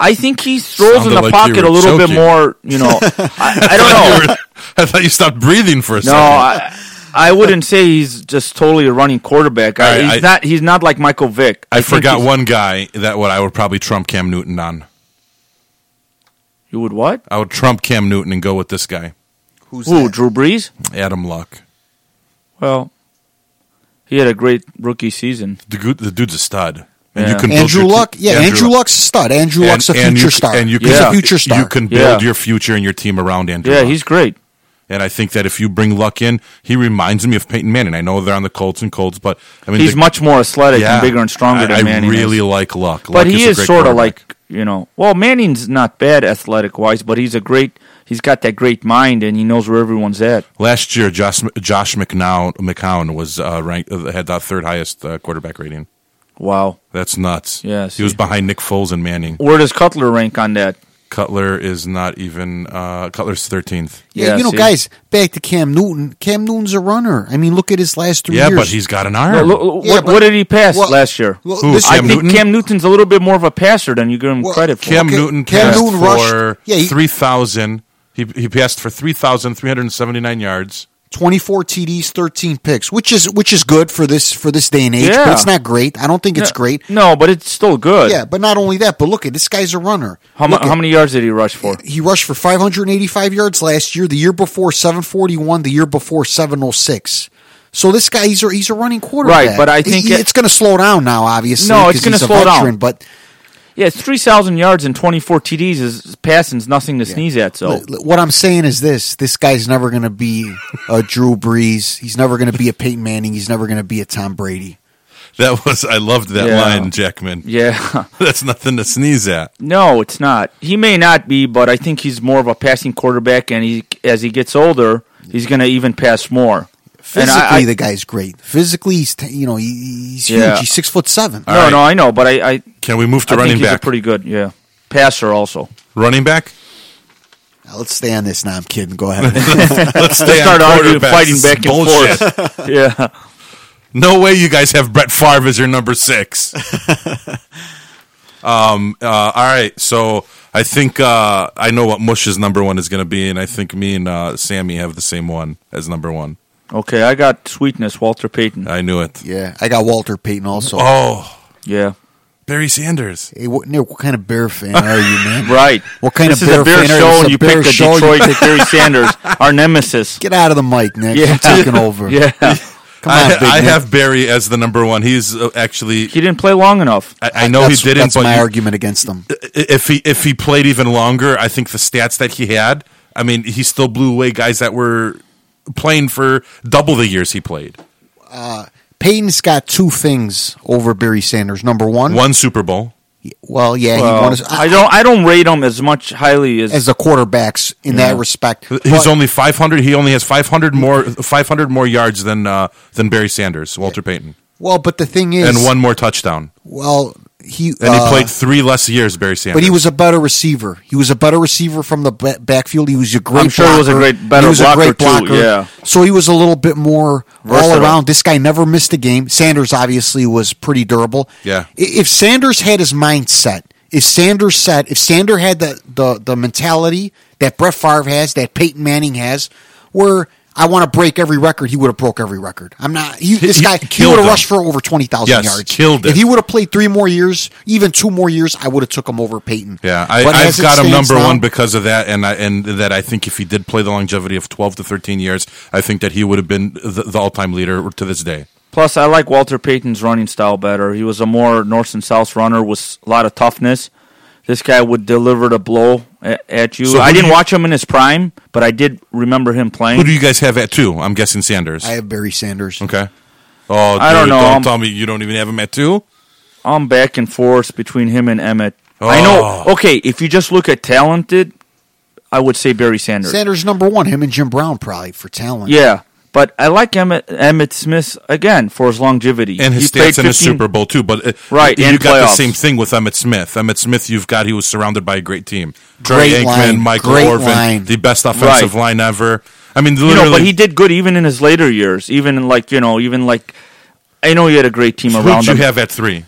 Speaker 2: I think he throws in
Speaker 1: Sounded
Speaker 2: the
Speaker 1: like you
Speaker 2: pocket
Speaker 1: were
Speaker 2: a little bit
Speaker 1: choking.
Speaker 2: more. You know, I, I don't know.
Speaker 1: I thought you stopped breathing for a
Speaker 2: No,
Speaker 1: second.
Speaker 2: I, I wouldn't say he's just totally a running quarterback. I,
Speaker 1: All right,
Speaker 2: he's
Speaker 1: I-
Speaker 2: not. He's not like Michael Vick.
Speaker 1: I,
Speaker 2: think
Speaker 1: forgot
Speaker 2: he's-
Speaker 1: one guy that what I would probably trump Cam Newton on.
Speaker 2: You would what?
Speaker 1: I would trump Cam Newton and go with this guy,
Speaker 3: Who's
Speaker 2: Who? Drew Brees?
Speaker 1: Adam Luck.
Speaker 2: Well, he had a great rookie season.
Speaker 1: The, gu- the dude's a stud. And
Speaker 2: Yeah.
Speaker 1: you can build
Speaker 3: Andrew
Speaker 1: your te-
Speaker 3: Luck? Yeah, Andrew, Luck's a stud. Andrew
Speaker 1: And-
Speaker 3: Luck's a future
Speaker 1: and you, c-
Speaker 3: star.
Speaker 1: And you can,
Speaker 3: he's
Speaker 2: Yeah.
Speaker 3: a future star.
Speaker 1: You can build
Speaker 2: Yeah.
Speaker 1: your future and your team around Andrew.
Speaker 2: Yeah,
Speaker 1: Luck.
Speaker 2: he's great.
Speaker 1: And I think that if you bring Luck in, he reminds me of Peyton Manning. I know they're on the Colts and Colts, but I mean,
Speaker 2: He's
Speaker 1: the-
Speaker 2: much more athletic
Speaker 1: yeah,
Speaker 2: and bigger and stronger
Speaker 1: I,
Speaker 2: than Manning.
Speaker 1: I really
Speaker 2: is.
Speaker 1: like Luck, Luck
Speaker 2: but he
Speaker 1: a
Speaker 2: is
Speaker 1: great
Speaker 2: sort of
Speaker 1: quarterback.
Speaker 2: like you know. Well, Manning's not bad athletic wise, but he's a great. He's got that great mind, and he knows where everyone's at.
Speaker 1: last year. Josh Josh McNown McCown was uh, ranked uh, had the third highest uh, quarterback rating.
Speaker 2: Wow.
Speaker 1: That's nuts.
Speaker 2: Yeah, I
Speaker 1: he was
Speaker 2: see.
Speaker 1: behind Nick Foles and Manning.
Speaker 2: Where does Cutler rank on that?
Speaker 1: Cutler is not even. Uh, Cutler's thirteenth.
Speaker 3: Yeah, you know,
Speaker 2: see?
Speaker 3: guys, back to Cam Newton. Cam Newton's a runner. I mean, look at his last three
Speaker 1: Yeah,
Speaker 3: years.
Speaker 1: but he's got an arm.
Speaker 2: Yeah, look, look,
Speaker 3: Yeah,
Speaker 2: what,
Speaker 3: but-
Speaker 2: what did he pass
Speaker 3: Well-
Speaker 2: last year?
Speaker 3: Well,
Speaker 1: Who,
Speaker 3: this-
Speaker 2: I
Speaker 1: Cam
Speaker 2: think
Speaker 1: Newton?
Speaker 2: Cam Newton's a little bit more of a passer than you give him
Speaker 3: Well,
Speaker 2: credit for.
Speaker 1: Cam
Speaker 3: Okay,
Speaker 1: Newton
Speaker 3: Cam
Speaker 1: passed
Speaker 3: Newton rushed-
Speaker 1: for
Speaker 3: yeah, he-
Speaker 1: three thousand. He he passed for three thousand three hundred seventy nine yards.
Speaker 3: 24 TDs, 13 picks, which is which is good for this for this day and age,
Speaker 2: Yeah.
Speaker 3: but it's not great. I don't think it's great.
Speaker 2: No, but it's still good.
Speaker 3: Yeah, but not only that, but look at this guy's a runner.
Speaker 2: How, mu-
Speaker 3: Look at-
Speaker 2: how many yards did he rush for?
Speaker 3: He rushed for 585 yards last year, the year before 741, the year before 706. So this guy, he's a, he's a running quarterback.
Speaker 2: but I think
Speaker 3: He-
Speaker 2: it-
Speaker 3: it's going to slow down now, obviously.
Speaker 2: No, it's
Speaker 3: 'cause
Speaker 2: gonna
Speaker 3: he's a
Speaker 2: slow down.
Speaker 3: veteran, But
Speaker 2: Yeah, three thousand yards and twenty four TDs is passing's nothing to sneeze at. So
Speaker 3: L- l- what I'm saying is this: this guy's never going to be a Drew Brees. He's never going to be a Peyton Manning. He's never going to be a Tom Brady.
Speaker 1: That was I loved that
Speaker 2: Yeah.
Speaker 1: line, Jackman.
Speaker 2: yeah,
Speaker 1: That's nothing to sneeze at.
Speaker 2: no, it's not. He may not be, but I think he's more of a passing quarterback, and he as he gets older, he's going to even pass more. And
Speaker 3: Physically,
Speaker 2: I- I-
Speaker 3: the guy's great. Physically, he's t- you know he, he's
Speaker 2: Yeah.
Speaker 3: huge. He's six foot seven.
Speaker 2: no,
Speaker 1: right.
Speaker 2: no, I know, but I, I, I
Speaker 1: Can we move to
Speaker 2: think
Speaker 1: running
Speaker 2: he's a
Speaker 1: back?
Speaker 2: pretty good, yeah, passer also.
Speaker 1: running back.
Speaker 3: Now, let's stay on this. Now I'm kidding. Go ahead.
Speaker 1: Let's stay
Speaker 2: Start
Speaker 1: on
Speaker 2: arguing,
Speaker 1: quarterbacks.
Speaker 2: fighting
Speaker 1: This is
Speaker 2: back and
Speaker 1: bullshit.
Speaker 2: forth. yeah,
Speaker 1: No way you guys have Brett Favre as your number six. um, uh, all right, so I think uh, I know what Mush's number one is going to be, and I think me and uh, Sammy have the same one as number one.
Speaker 2: okay, I got sweetness, Walter Payton.
Speaker 1: I knew it.
Speaker 3: yeah, I got Walter Payton also.
Speaker 1: Oh,
Speaker 2: Yeah,
Speaker 1: Barry Sanders.
Speaker 3: Hey, what, Nick, what kind of bear fan are you, man?
Speaker 2: right.
Speaker 3: What kind
Speaker 2: this
Speaker 3: of
Speaker 2: is
Speaker 3: bear
Speaker 2: a bear
Speaker 3: fan are
Speaker 2: show,
Speaker 3: It's
Speaker 2: and
Speaker 3: a
Speaker 2: you
Speaker 3: bear
Speaker 2: picked a
Speaker 3: show. You
Speaker 2: Detroit pick Barry Sanders, our nemesis.
Speaker 3: Get out of the mic, Nick.
Speaker 2: Yeah.
Speaker 3: You're taking over.
Speaker 2: Yeah,
Speaker 3: Come on,
Speaker 1: I,
Speaker 3: big
Speaker 1: I
Speaker 3: Nick.
Speaker 1: have Barry as the number one. He's uh, actually.
Speaker 2: he didn't play long enough.
Speaker 1: I, I know
Speaker 3: that's,
Speaker 1: he didn't,
Speaker 3: That's
Speaker 1: but
Speaker 3: my
Speaker 1: you-
Speaker 3: argument against him.
Speaker 1: if he if he played even longer, I think the stats that he had, I mean, he still blew away guys that were playing for double the years he played.
Speaker 3: Payton's got two things over Barry Sanders. Number one,
Speaker 1: One Super Bowl.
Speaker 3: well, yeah, he
Speaker 2: Well,
Speaker 3: won his,
Speaker 2: Um, I don't. I don't rate him as much highly as.
Speaker 3: as the quarterbacks in
Speaker 2: Yeah.
Speaker 3: that respect.
Speaker 1: He's
Speaker 3: But-
Speaker 1: only 500 he only has 500 more 500 more yards than uh, than Barry Sanders, Walter Payton.
Speaker 3: well, but the thing is,
Speaker 1: And one more touchdown.
Speaker 3: well, he
Speaker 1: And he
Speaker 3: uh,
Speaker 1: played 3 less years Barry Sanders.
Speaker 3: but he was a better receiver. He was a better receiver from the ba- backfield. He was a great.
Speaker 2: I'm sure he was a
Speaker 3: blocker.
Speaker 2: great- better
Speaker 3: He was a
Speaker 2: blocker,
Speaker 3: great
Speaker 2: too,
Speaker 3: blocker.
Speaker 2: yeah.
Speaker 3: So he was a little bit more all
Speaker 2: Versatile.
Speaker 3: around. This guy never missed a game. Sanders obviously was pretty durable.
Speaker 1: Yeah.
Speaker 3: I- If Sanders had his mindset, if Sanders said, if Sanders had the the the mentality that Brett Favre has, that Peyton Manning has, where I want to break every record. He would have broke every record. I'm not. He, this
Speaker 1: he
Speaker 3: guy. He
Speaker 1: killed
Speaker 3: would have
Speaker 1: him.
Speaker 3: rushed for over twenty thousand
Speaker 1: Yes,
Speaker 3: yards.
Speaker 1: killed
Speaker 3: If
Speaker 1: it.
Speaker 3: he would have played three more years, even two more years, I would have took him over Peyton.
Speaker 1: yeah, I,
Speaker 3: But
Speaker 1: I've
Speaker 3: as it
Speaker 1: got him
Speaker 3: stands
Speaker 1: number
Speaker 3: now-
Speaker 1: one because of that, and I, and that I think if he did play the longevity of twelve to thirteen years, I think that he would have been the, the all time leader to this day.
Speaker 2: plus, I like Walter Payton's running style better. He was a more north and south runner with a lot of toughness. this guy would deliver the blow at, at you.
Speaker 1: So who
Speaker 2: I
Speaker 1: do
Speaker 2: didn't
Speaker 1: you-
Speaker 2: watch him in his prime, but I did remember him playing.
Speaker 1: Who do you guys have at two? I'm guessing Sanders.
Speaker 3: I have Barry Sanders.
Speaker 1: okay. Oh,
Speaker 2: I don't
Speaker 1: dude,
Speaker 2: know.
Speaker 1: Don't
Speaker 2: I'm-
Speaker 1: tell me you don't even have him at two.
Speaker 2: I'm back and forth between him and Emmett. I know.
Speaker 1: Oh.
Speaker 2: Okay, if you just look at talented, I would say Barry Sanders.
Speaker 3: Sanders number one. Him and Jim Brown probably for talent.
Speaker 2: Yeah, but I like Emmett Emmett Smith again for his longevity
Speaker 1: and his stats
Speaker 2: He played
Speaker 1: in the
Speaker 2: 15
Speaker 1: Super Bowl too. But uh,
Speaker 2: Right,
Speaker 1: you
Speaker 2: and
Speaker 1: got the
Speaker 2: playoffs.
Speaker 1: same thing with Emmett Smith. Emmett Smith, you've got he was surrounded by a great team.
Speaker 3: Great
Speaker 1: Trey Aikman,
Speaker 3: line,
Speaker 1: Michael
Speaker 3: great
Speaker 1: Orvin,
Speaker 3: line.
Speaker 1: the best offensive
Speaker 2: Right.
Speaker 1: line ever. I mean,
Speaker 2: You
Speaker 1: literally,
Speaker 2: know, but he did good even in his later years. Even in like you know, even like I know he had a great team around
Speaker 1: who'd you
Speaker 2: him.
Speaker 1: have at three?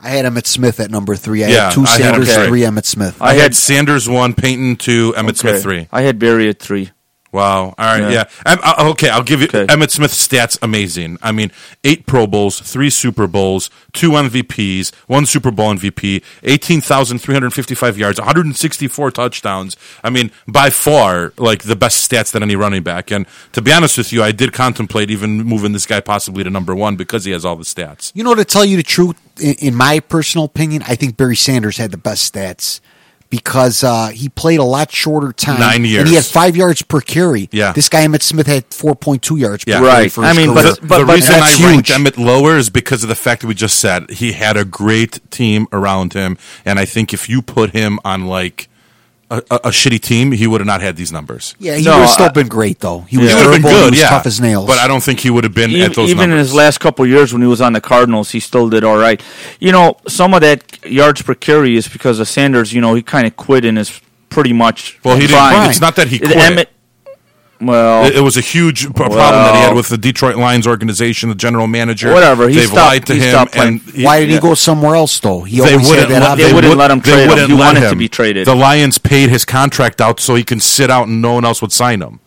Speaker 3: I had Emmett Smith at number three. I
Speaker 1: Yeah,
Speaker 3: had two
Speaker 1: I had him
Speaker 3: Sanders,
Speaker 1: at three.
Speaker 3: three Emmett Smith.
Speaker 1: I,
Speaker 2: I
Speaker 1: had,
Speaker 2: had-
Speaker 1: Sanders one, Peyton two, Emmett Smith
Speaker 2: Okay.
Speaker 1: three.
Speaker 2: I had Barry at three.
Speaker 1: Wow. All right. Yeah.
Speaker 2: Yeah.
Speaker 1: Em- uh, okay. I'll give you
Speaker 2: Okay.
Speaker 1: Emmett Smith's stats. Amazing. I mean, eight Pro Bowls, three Super Bowls, two MVPs, one Super Bowl MVP, eighteen thousand three hundred fifty-five yards, one hundred and sixty-four touchdowns. I mean, by far, like the best stats that any running back. And to be honest with you, I did contemplate even moving this guy possibly to number one because he has all the stats.
Speaker 3: You know, to tell you the truth, in, in my personal opinion, I think Barry Sanders had the best stats because uh, he played a lot shorter time.
Speaker 1: Nine
Speaker 3: And he had
Speaker 1: years.
Speaker 3: five yards per carry.
Speaker 1: Yeah.
Speaker 3: This guy, Emmett Smith, had 4.2 yards per
Speaker 1: Yeah.
Speaker 3: carry
Speaker 2: Right.
Speaker 3: for his
Speaker 2: I mean,
Speaker 3: career.
Speaker 1: the,
Speaker 2: but-
Speaker 1: the
Speaker 2: but
Speaker 1: reason I
Speaker 3: that's
Speaker 1: ranked
Speaker 3: huge.
Speaker 1: Emmett lower is because of the fact that we just said he had a great team around him, and I think if you put him on like a, a, a shitty team, he would have not had these numbers.
Speaker 3: yeah, he
Speaker 2: No,
Speaker 3: would have still
Speaker 2: I-
Speaker 3: been great, though. He was
Speaker 1: He would have been
Speaker 3: durable,
Speaker 1: good,
Speaker 3: he was
Speaker 1: yeah,
Speaker 3: tough as nails.
Speaker 1: But I don't think he would have been at
Speaker 2: Even,
Speaker 1: those
Speaker 2: even in
Speaker 1: numbers.
Speaker 2: his last couple years when he was on the Cardinals, he still did all right. You know, some of that yards per carry is because of Sanders. You know, he kind of quit in his pretty much.
Speaker 1: well, he
Speaker 2: prime.
Speaker 1: didn't. It's not that he
Speaker 2: The
Speaker 1: quit.
Speaker 2: Emmett- well,
Speaker 1: it, it was a huge p- problem that he had with the Detroit Lions organization, the general manager.
Speaker 2: Whatever, he
Speaker 1: they've
Speaker 2: stopped-
Speaker 1: lied to
Speaker 2: he
Speaker 1: him,
Speaker 2: stopped playing.
Speaker 1: and he-
Speaker 3: Why did
Speaker 2: Yeah.
Speaker 3: he go somewhere else, though? He
Speaker 1: they
Speaker 3: always had
Speaker 1: wouldn't.
Speaker 3: that
Speaker 1: Let, they
Speaker 2: they
Speaker 3: option.
Speaker 2: wouldn't
Speaker 1: would-
Speaker 2: let him
Speaker 1: they
Speaker 2: trade him.
Speaker 1: wouldn't
Speaker 2: He
Speaker 1: let
Speaker 2: wanted to
Speaker 1: him.
Speaker 2: be traded.
Speaker 1: The Lions paid his contract out so he can sit out, and no one else would sign him.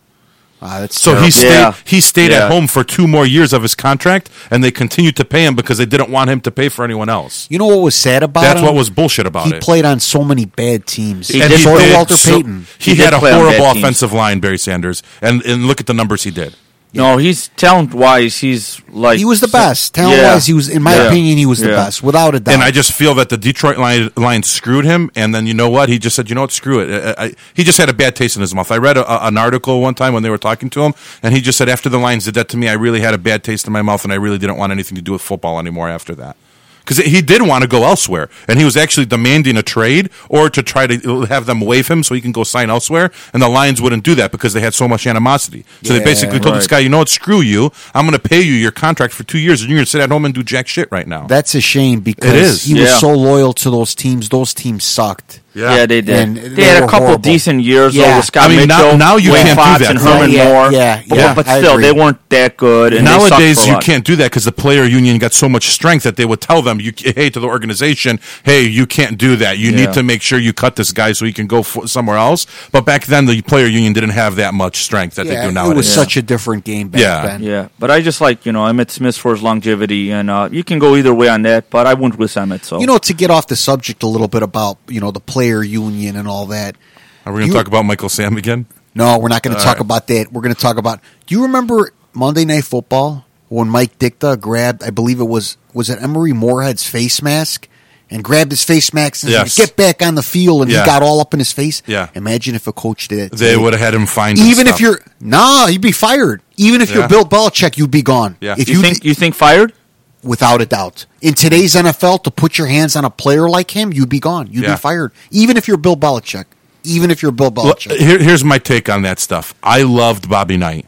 Speaker 3: Ah, that's
Speaker 1: So
Speaker 3: terrible.
Speaker 1: he stayed.
Speaker 2: Yeah.
Speaker 1: He stayed at
Speaker 2: Yeah.
Speaker 1: home for two more years of his contract, and they continued to pay him because they didn't want him to pay for anyone else.
Speaker 3: You know what was sad about
Speaker 1: That's
Speaker 3: him?
Speaker 1: what was bullshit about
Speaker 3: He
Speaker 1: it.
Speaker 3: played on so many bad teams.
Speaker 2: He
Speaker 3: And
Speaker 2: did
Speaker 3: so did
Speaker 2: play-
Speaker 3: Walter
Speaker 1: so-
Speaker 3: Payton.
Speaker 1: He,
Speaker 2: He
Speaker 1: had
Speaker 2: did
Speaker 1: a
Speaker 2: play on bad
Speaker 1: horrible
Speaker 2: teams.
Speaker 1: offensive line, Barry Sanders, and and look at the numbers he did.
Speaker 2: No, he's talent wise. He's like
Speaker 3: He was the best. Talent wise, he was, in my
Speaker 2: Yeah.
Speaker 3: opinion, he was the
Speaker 2: Yeah.
Speaker 3: best, without a doubt.
Speaker 1: And I just feel that the Detroit Lion- Lions screwed him, and then you know what? He just said, "You know what? Screw it." I, I, he just had a bad taste in his mouth. I read a, a- an article one time when they were talking to him, and he just said, "After the Lions did that to me, I really had a bad taste in my mouth, and I really didn't want anything to do with football anymore after that." Because he did want to go elsewhere, and he was actually demanding a trade or to try to have them waive him so he can go sign elsewhere. And the Lions wouldn't do that because they had so much animosity. So they
Speaker 3: Yeah,
Speaker 1: basically told this
Speaker 2: right.
Speaker 1: guy, "You know what? Screw you. I'm going to pay you your contract for two years, and you're going to sit at home and do jack shit right now."
Speaker 3: That's a shame because
Speaker 1: It is.
Speaker 3: he
Speaker 2: Yeah.
Speaker 3: was so loyal to those teams. Those teams sucked.
Speaker 2: Yeah. they did.
Speaker 3: And
Speaker 2: they,
Speaker 3: they
Speaker 2: had
Speaker 3: were
Speaker 2: a couple
Speaker 3: horrible.
Speaker 2: decent years
Speaker 3: Yeah.
Speaker 2: though with Scott
Speaker 1: I mean, now-
Speaker 2: Mitchell,
Speaker 1: now you
Speaker 2: Wayne
Speaker 1: can't do
Speaker 2: Fox
Speaker 1: that.
Speaker 2: and
Speaker 1: Yeah,
Speaker 2: Herman
Speaker 3: yeah,
Speaker 2: Moore.
Speaker 3: yeah,
Speaker 2: But-
Speaker 3: yeah.
Speaker 2: but
Speaker 3: I
Speaker 2: still,
Speaker 3: agree.
Speaker 2: they weren't that good. And they sucked for
Speaker 1: Nowadays,
Speaker 2: a
Speaker 1: you
Speaker 2: lot.
Speaker 1: can't do that because the player union got so much strength that they would tell them, "You hey, to the organization, hey, you can't do that. You
Speaker 2: Yeah.
Speaker 1: need to make sure you cut this guy so he can go f- somewhere else." But back then, the player union didn't have that much strength that they do
Speaker 3: it
Speaker 1: nowadays.
Speaker 3: was such a different game back
Speaker 1: Yeah.
Speaker 3: then.
Speaker 2: Yeah, but I just like you know Emmett Smith for his longevity, and uh, you can go either way on that. But I went with Emmett. So
Speaker 3: You know, to get off the subject a little bit about you know the player union and all that.
Speaker 1: Are we going
Speaker 3: You-
Speaker 1: to talk about Michael Sam again?
Speaker 3: No, we're not going to
Speaker 1: All
Speaker 3: talk
Speaker 1: right.
Speaker 3: about that. We're going to talk about. Do you remember Monday Night Football when Mike Dicta grabbed? I believe it was was it Emery Moorhead's face mask and grabbed his face mask and
Speaker 1: Yes.
Speaker 3: said, "Get back on the field," and
Speaker 1: Yeah.
Speaker 3: he got all up in his face.
Speaker 1: Yeah.
Speaker 3: Imagine if a coach did that.
Speaker 1: They
Speaker 3: today.
Speaker 1: would have had him fined. and
Speaker 3: Even if
Speaker 1: stuff.
Speaker 3: you're nah, you'd be fired. Even if
Speaker 1: Yeah.
Speaker 3: you're Bill Belichick, you'd be gone.
Speaker 1: Yeah.
Speaker 3: If
Speaker 2: you,
Speaker 3: you,
Speaker 2: think you think fired?
Speaker 3: without a doubt, in today's NFL, to put your hands on a player like him, you'd be gone. You'd
Speaker 1: Yeah.
Speaker 3: be fired. Even if you're Bill Belichick. Even if you're Bill
Speaker 1: Well,
Speaker 3: Belichick.
Speaker 1: here, here's my take on that stuff. I loved Bobby Knight.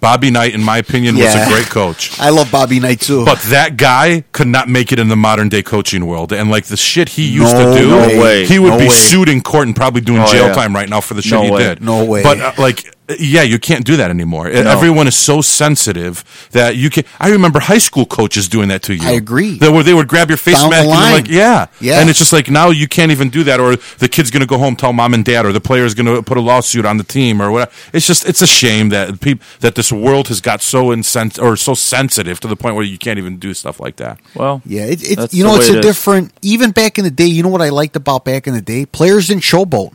Speaker 1: Bobby Knight, in my opinion, was
Speaker 3: Yeah.
Speaker 1: a great coach.
Speaker 3: I love Bobby Knight too.
Speaker 1: But that guy could not make it in the modern day coaching world. And like the shit he used
Speaker 3: No
Speaker 1: to do,
Speaker 3: way.
Speaker 2: way.
Speaker 1: he would
Speaker 3: No
Speaker 1: be
Speaker 3: way.
Speaker 1: sued in court and probably doing
Speaker 2: Oh,
Speaker 1: jail
Speaker 2: yeah.
Speaker 1: time right now for the shit
Speaker 2: No
Speaker 1: he
Speaker 2: way.
Speaker 1: did.
Speaker 3: No way.
Speaker 1: But uh, like, yeah, you can't do that anymore. E, Everyone is so sensitive that you can. I remember high school coaches doing that to you.
Speaker 3: I agree.
Speaker 1: They, were, they would grab your face
Speaker 3: Down
Speaker 1: mask
Speaker 3: the
Speaker 1: and they're
Speaker 3: line.
Speaker 1: like, yeah.
Speaker 3: Yeah.
Speaker 1: And it's just like now you can't even do that, or the kid's going to go home, tell mom and dad, or the player's going to put a lawsuit on the team, or whatever. It's just it's a shame that people that this world has got so insens- or so sensitive to the point where you can't even do stuff like that.
Speaker 2: Well,
Speaker 3: yeah, it, it,
Speaker 2: that's
Speaker 3: you
Speaker 2: the
Speaker 3: know, it's
Speaker 2: way
Speaker 3: a
Speaker 2: it is.
Speaker 3: different. Even back in the day, you know what I liked about back in the day? Players didn't showboat.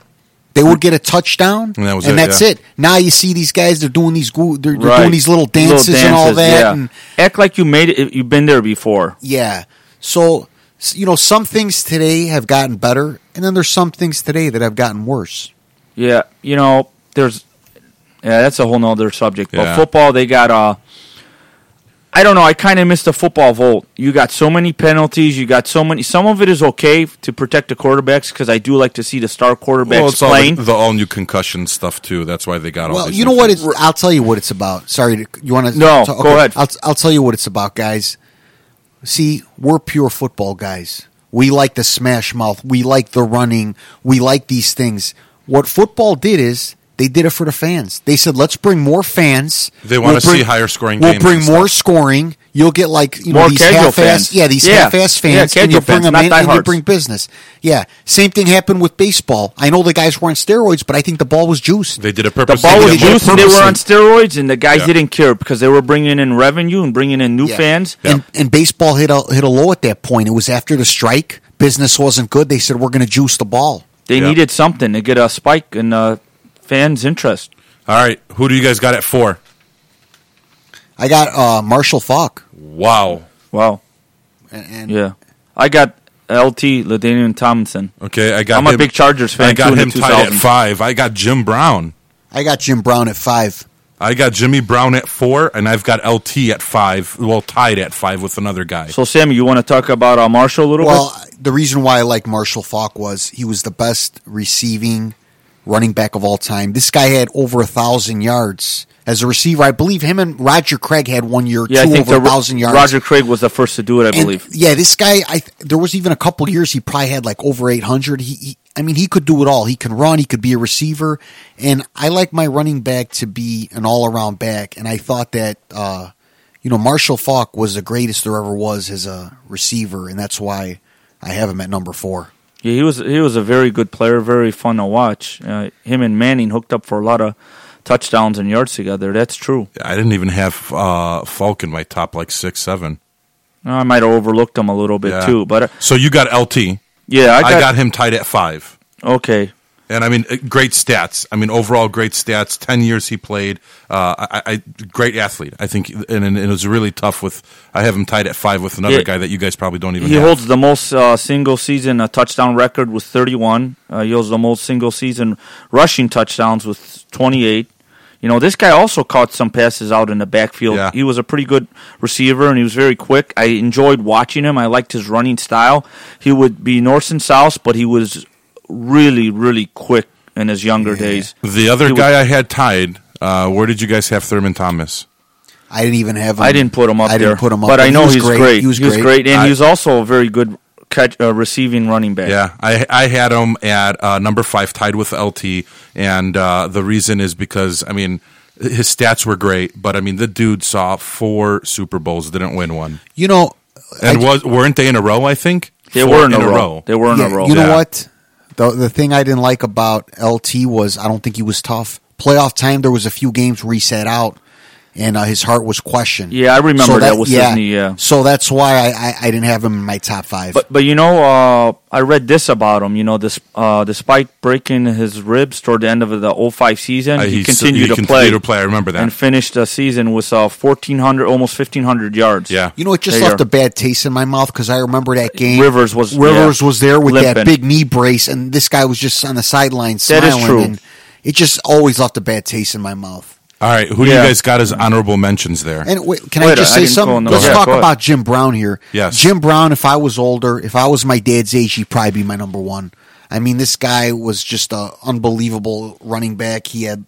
Speaker 3: They would get a touchdown,
Speaker 1: And that was it,
Speaker 3: that's
Speaker 1: yeah.
Speaker 3: it. Now you see these guys; they're doing these goo- they're, they're
Speaker 2: Right.
Speaker 3: doing these little dances, and all that.
Speaker 2: yeah.
Speaker 3: And
Speaker 2: Act like you made it. You've been there before.
Speaker 3: Yeah. So s- you know, some things today have gotten better, and then there's some things today that have gotten worse.
Speaker 2: Yeah, you know, there's yeah, that's a whole nother subject.
Speaker 1: Yeah.
Speaker 2: But football, they got uh I don't know, I kind of missed the football vote. You got so many penalties, you got so many some of it is okay to protect the quarterbacks cuz I do like to see the star quarterbacks
Speaker 1: Well, it's all
Speaker 2: playing.
Speaker 1: the, the all new concussion stuff too. That's why they got all.
Speaker 3: Well,
Speaker 1: these
Speaker 3: you know what?
Speaker 1: things.
Speaker 3: It's, I'll tell you what it's about. Sorry, to- you want to?
Speaker 2: No, go ahead.
Speaker 3: I'll, I'll tell you what it's about, guys. See, we're pure football guys. We like the smash mouth. We like the running. We like these things. What football did is they did it for the fans. They said, "Let's bring more fans.
Speaker 1: They wanna
Speaker 3: bring-
Speaker 1: see higher scoring
Speaker 3: We'll
Speaker 1: games
Speaker 3: bring
Speaker 1: and
Speaker 3: more scoring. You'll get like you know
Speaker 2: More
Speaker 3: these
Speaker 2: casual
Speaker 3: half ass
Speaker 2: fans.
Speaker 3: yeah these
Speaker 2: Yeah.
Speaker 3: half ass
Speaker 2: Yeah,
Speaker 3: fans and you
Speaker 2: casual
Speaker 3: bring
Speaker 2: fans,
Speaker 3: them
Speaker 2: not
Speaker 3: in and you
Speaker 2: diehards.
Speaker 3: bring business. Yeah, same thing happened with baseball. I know the guys were on steroids, but I think the ball was juiced.
Speaker 1: they did a
Speaker 2: the
Speaker 1: purpose.
Speaker 2: ball
Speaker 1: they
Speaker 2: was
Speaker 1: did it more
Speaker 2: juiced and they were on
Speaker 1: purposely.
Speaker 2: steroids and the guys
Speaker 1: Yeah.
Speaker 2: didn't care because they were bringing in revenue and bringing in new
Speaker 3: Yeah.
Speaker 2: fans.
Speaker 3: And, and baseball hit a hit a low at that point. It was after the strike. Business wasn't good. They said we're going to juice the ball.
Speaker 2: They
Speaker 1: Yeah.
Speaker 2: needed something to get a spike in uh, fans interest.
Speaker 1: All right, who do you guys got at four?
Speaker 3: I got uh, Marshall Falk.
Speaker 1: Wow.
Speaker 2: Wow.
Speaker 3: And, and
Speaker 2: Yeah. I got LT Ladanian Tomlinson.
Speaker 1: Okay, I got.
Speaker 2: I'm a
Speaker 1: him-
Speaker 2: big Chargers fan,
Speaker 1: I got
Speaker 2: too, in
Speaker 1: him
Speaker 2: the
Speaker 1: tied at
Speaker 2: 2000s.
Speaker 1: five. I got Jim Brown.
Speaker 3: I got Jim Brown at five.
Speaker 1: I got Jimmy Brown at four, and I've got LT at five. Well, tied at five with another guy.
Speaker 2: So, Sammy, you want to talk about uh, Marshall a little
Speaker 3: Well, the reason why I like Marshall Falk was he was the best receiving running back of all time. This guy had over a thousand yards as a receiver. I believe him and Roger Craig had one year,
Speaker 2: bit? Yeah, I
Speaker 3: two
Speaker 2: think
Speaker 3: over a
Speaker 2: the-
Speaker 3: thousand yards.
Speaker 2: Roger Craig was the first to do it, I
Speaker 3: And,
Speaker 2: believe.
Speaker 3: Yeah, this guy. I th- there was even a couple years he probably had like over eight hundred. He, he, I mean, he could do it all. He can run. He could be a receiver. And I like my running back to be an all around back. And I thought that, uh, you know, Marshall Falk was the greatest there ever was as a receiver, and that's why I have him at number four.
Speaker 2: Yeah, he was he was a very good player, very fun to watch. Uh, him and Manning hooked up for a lot of touchdowns and yards together. That's true.
Speaker 1: I didn't even have uh, Falk in my top like six, seven.
Speaker 2: I might have overlooked him a little bit
Speaker 1: Yeah.
Speaker 2: too, but uh,
Speaker 1: So you got LT.
Speaker 2: yeah, I
Speaker 1: I
Speaker 2: got,
Speaker 1: got him tied at five.
Speaker 2: okay.
Speaker 1: And I mean, uh, great stats. I mean, overall, great stats. Ten years he played. Uh, I, I great athlete. I think, and, and it was really tough. With I have him tied at five with another
Speaker 2: Yeah.
Speaker 1: guy that you guys probably don't even.
Speaker 2: He
Speaker 1: have.
Speaker 2: holds the most uh, single season uh, touchdown record with 31. Uh, he holds the most single season rushing touchdowns with 28. You know, this guy also caught some passes out in the backfield.
Speaker 1: Yeah.
Speaker 2: He was a pretty good receiver and he was very quick. I enjoyed watching him. I liked his running style. He would be north and south, but he was really, really quick in his younger days.
Speaker 1: The other
Speaker 2: He was-
Speaker 1: guy I had tied. Uh, where did you guys have Thurman Thomas?
Speaker 3: I didn't even have. him.
Speaker 2: I didn't put him up
Speaker 3: I
Speaker 2: there.
Speaker 3: didn't put him up,
Speaker 2: but I
Speaker 3: he
Speaker 2: know
Speaker 3: was
Speaker 2: he's great.
Speaker 3: He was great.
Speaker 2: and
Speaker 1: I-
Speaker 2: he's also a very good catch, uh, receiving running back.
Speaker 1: Yeah, I I had him at uh, number five, tied with LT, and uh, the reason is because I mean his stats were great, but I mean the dude saw four Super Bowls, didn't win one,
Speaker 3: You know,
Speaker 1: and
Speaker 3: I-
Speaker 1: was weren't they in a row? I think
Speaker 2: They
Speaker 1: Four
Speaker 2: were in, a, row. They were in
Speaker 3: Yeah,
Speaker 2: a row.
Speaker 3: You know
Speaker 1: Yeah.
Speaker 3: what? The the thing I didn't like about LT was I don't think he was tough. Playoff time, there was a few games where he sat out, and uh, his heart was questioned.
Speaker 2: Yeah, I remember that was his knee, yeah.
Speaker 3: So that's why I, I, I didn't have him in my top five.
Speaker 2: But but you know, uh, I read this about him. You know, this uh, despite breaking his ribs toward the end of the 05 season,
Speaker 1: Uh,
Speaker 2: he,
Speaker 1: s-
Speaker 2: continued
Speaker 1: he
Speaker 2: to play
Speaker 1: to play. I remember that.
Speaker 2: and finished the season with uh, fourteen hundred, almost fifteen hundred yards.
Speaker 1: yeah,
Speaker 3: you know, it just
Speaker 2: There you
Speaker 3: left
Speaker 2: are.
Speaker 3: a bad taste in my mouth because I remember that game.
Speaker 2: Rivers was-
Speaker 3: Rivers
Speaker 2: yeah,
Speaker 3: was there with that
Speaker 2: limping.
Speaker 3: big knee brace, and this guy was just on the sideline
Speaker 2: That
Speaker 3: smiling.
Speaker 2: is true.
Speaker 3: And it just always left a bad taste in my mouth.
Speaker 1: All right, who do
Speaker 2: Yeah.
Speaker 1: you guys got as honorable mentions there?
Speaker 3: And wait, can I
Speaker 2: Wait,
Speaker 3: just
Speaker 2: I
Speaker 3: say
Speaker 2: didn't go on
Speaker 3: something?
Speaker 2: the-
Speaker 3: Let's
Speaker 2: Yeah,
Speaker 3: talk
Speaker 2: go ahead.
Speaker 3: about Jim Brown here.
Speaker 1: Yes.
Speaker 3: Jim Brown. If I was older, if I was my dad's age, he'd probably be my number one. I mean, this guy was just a unbelievable running back. He had,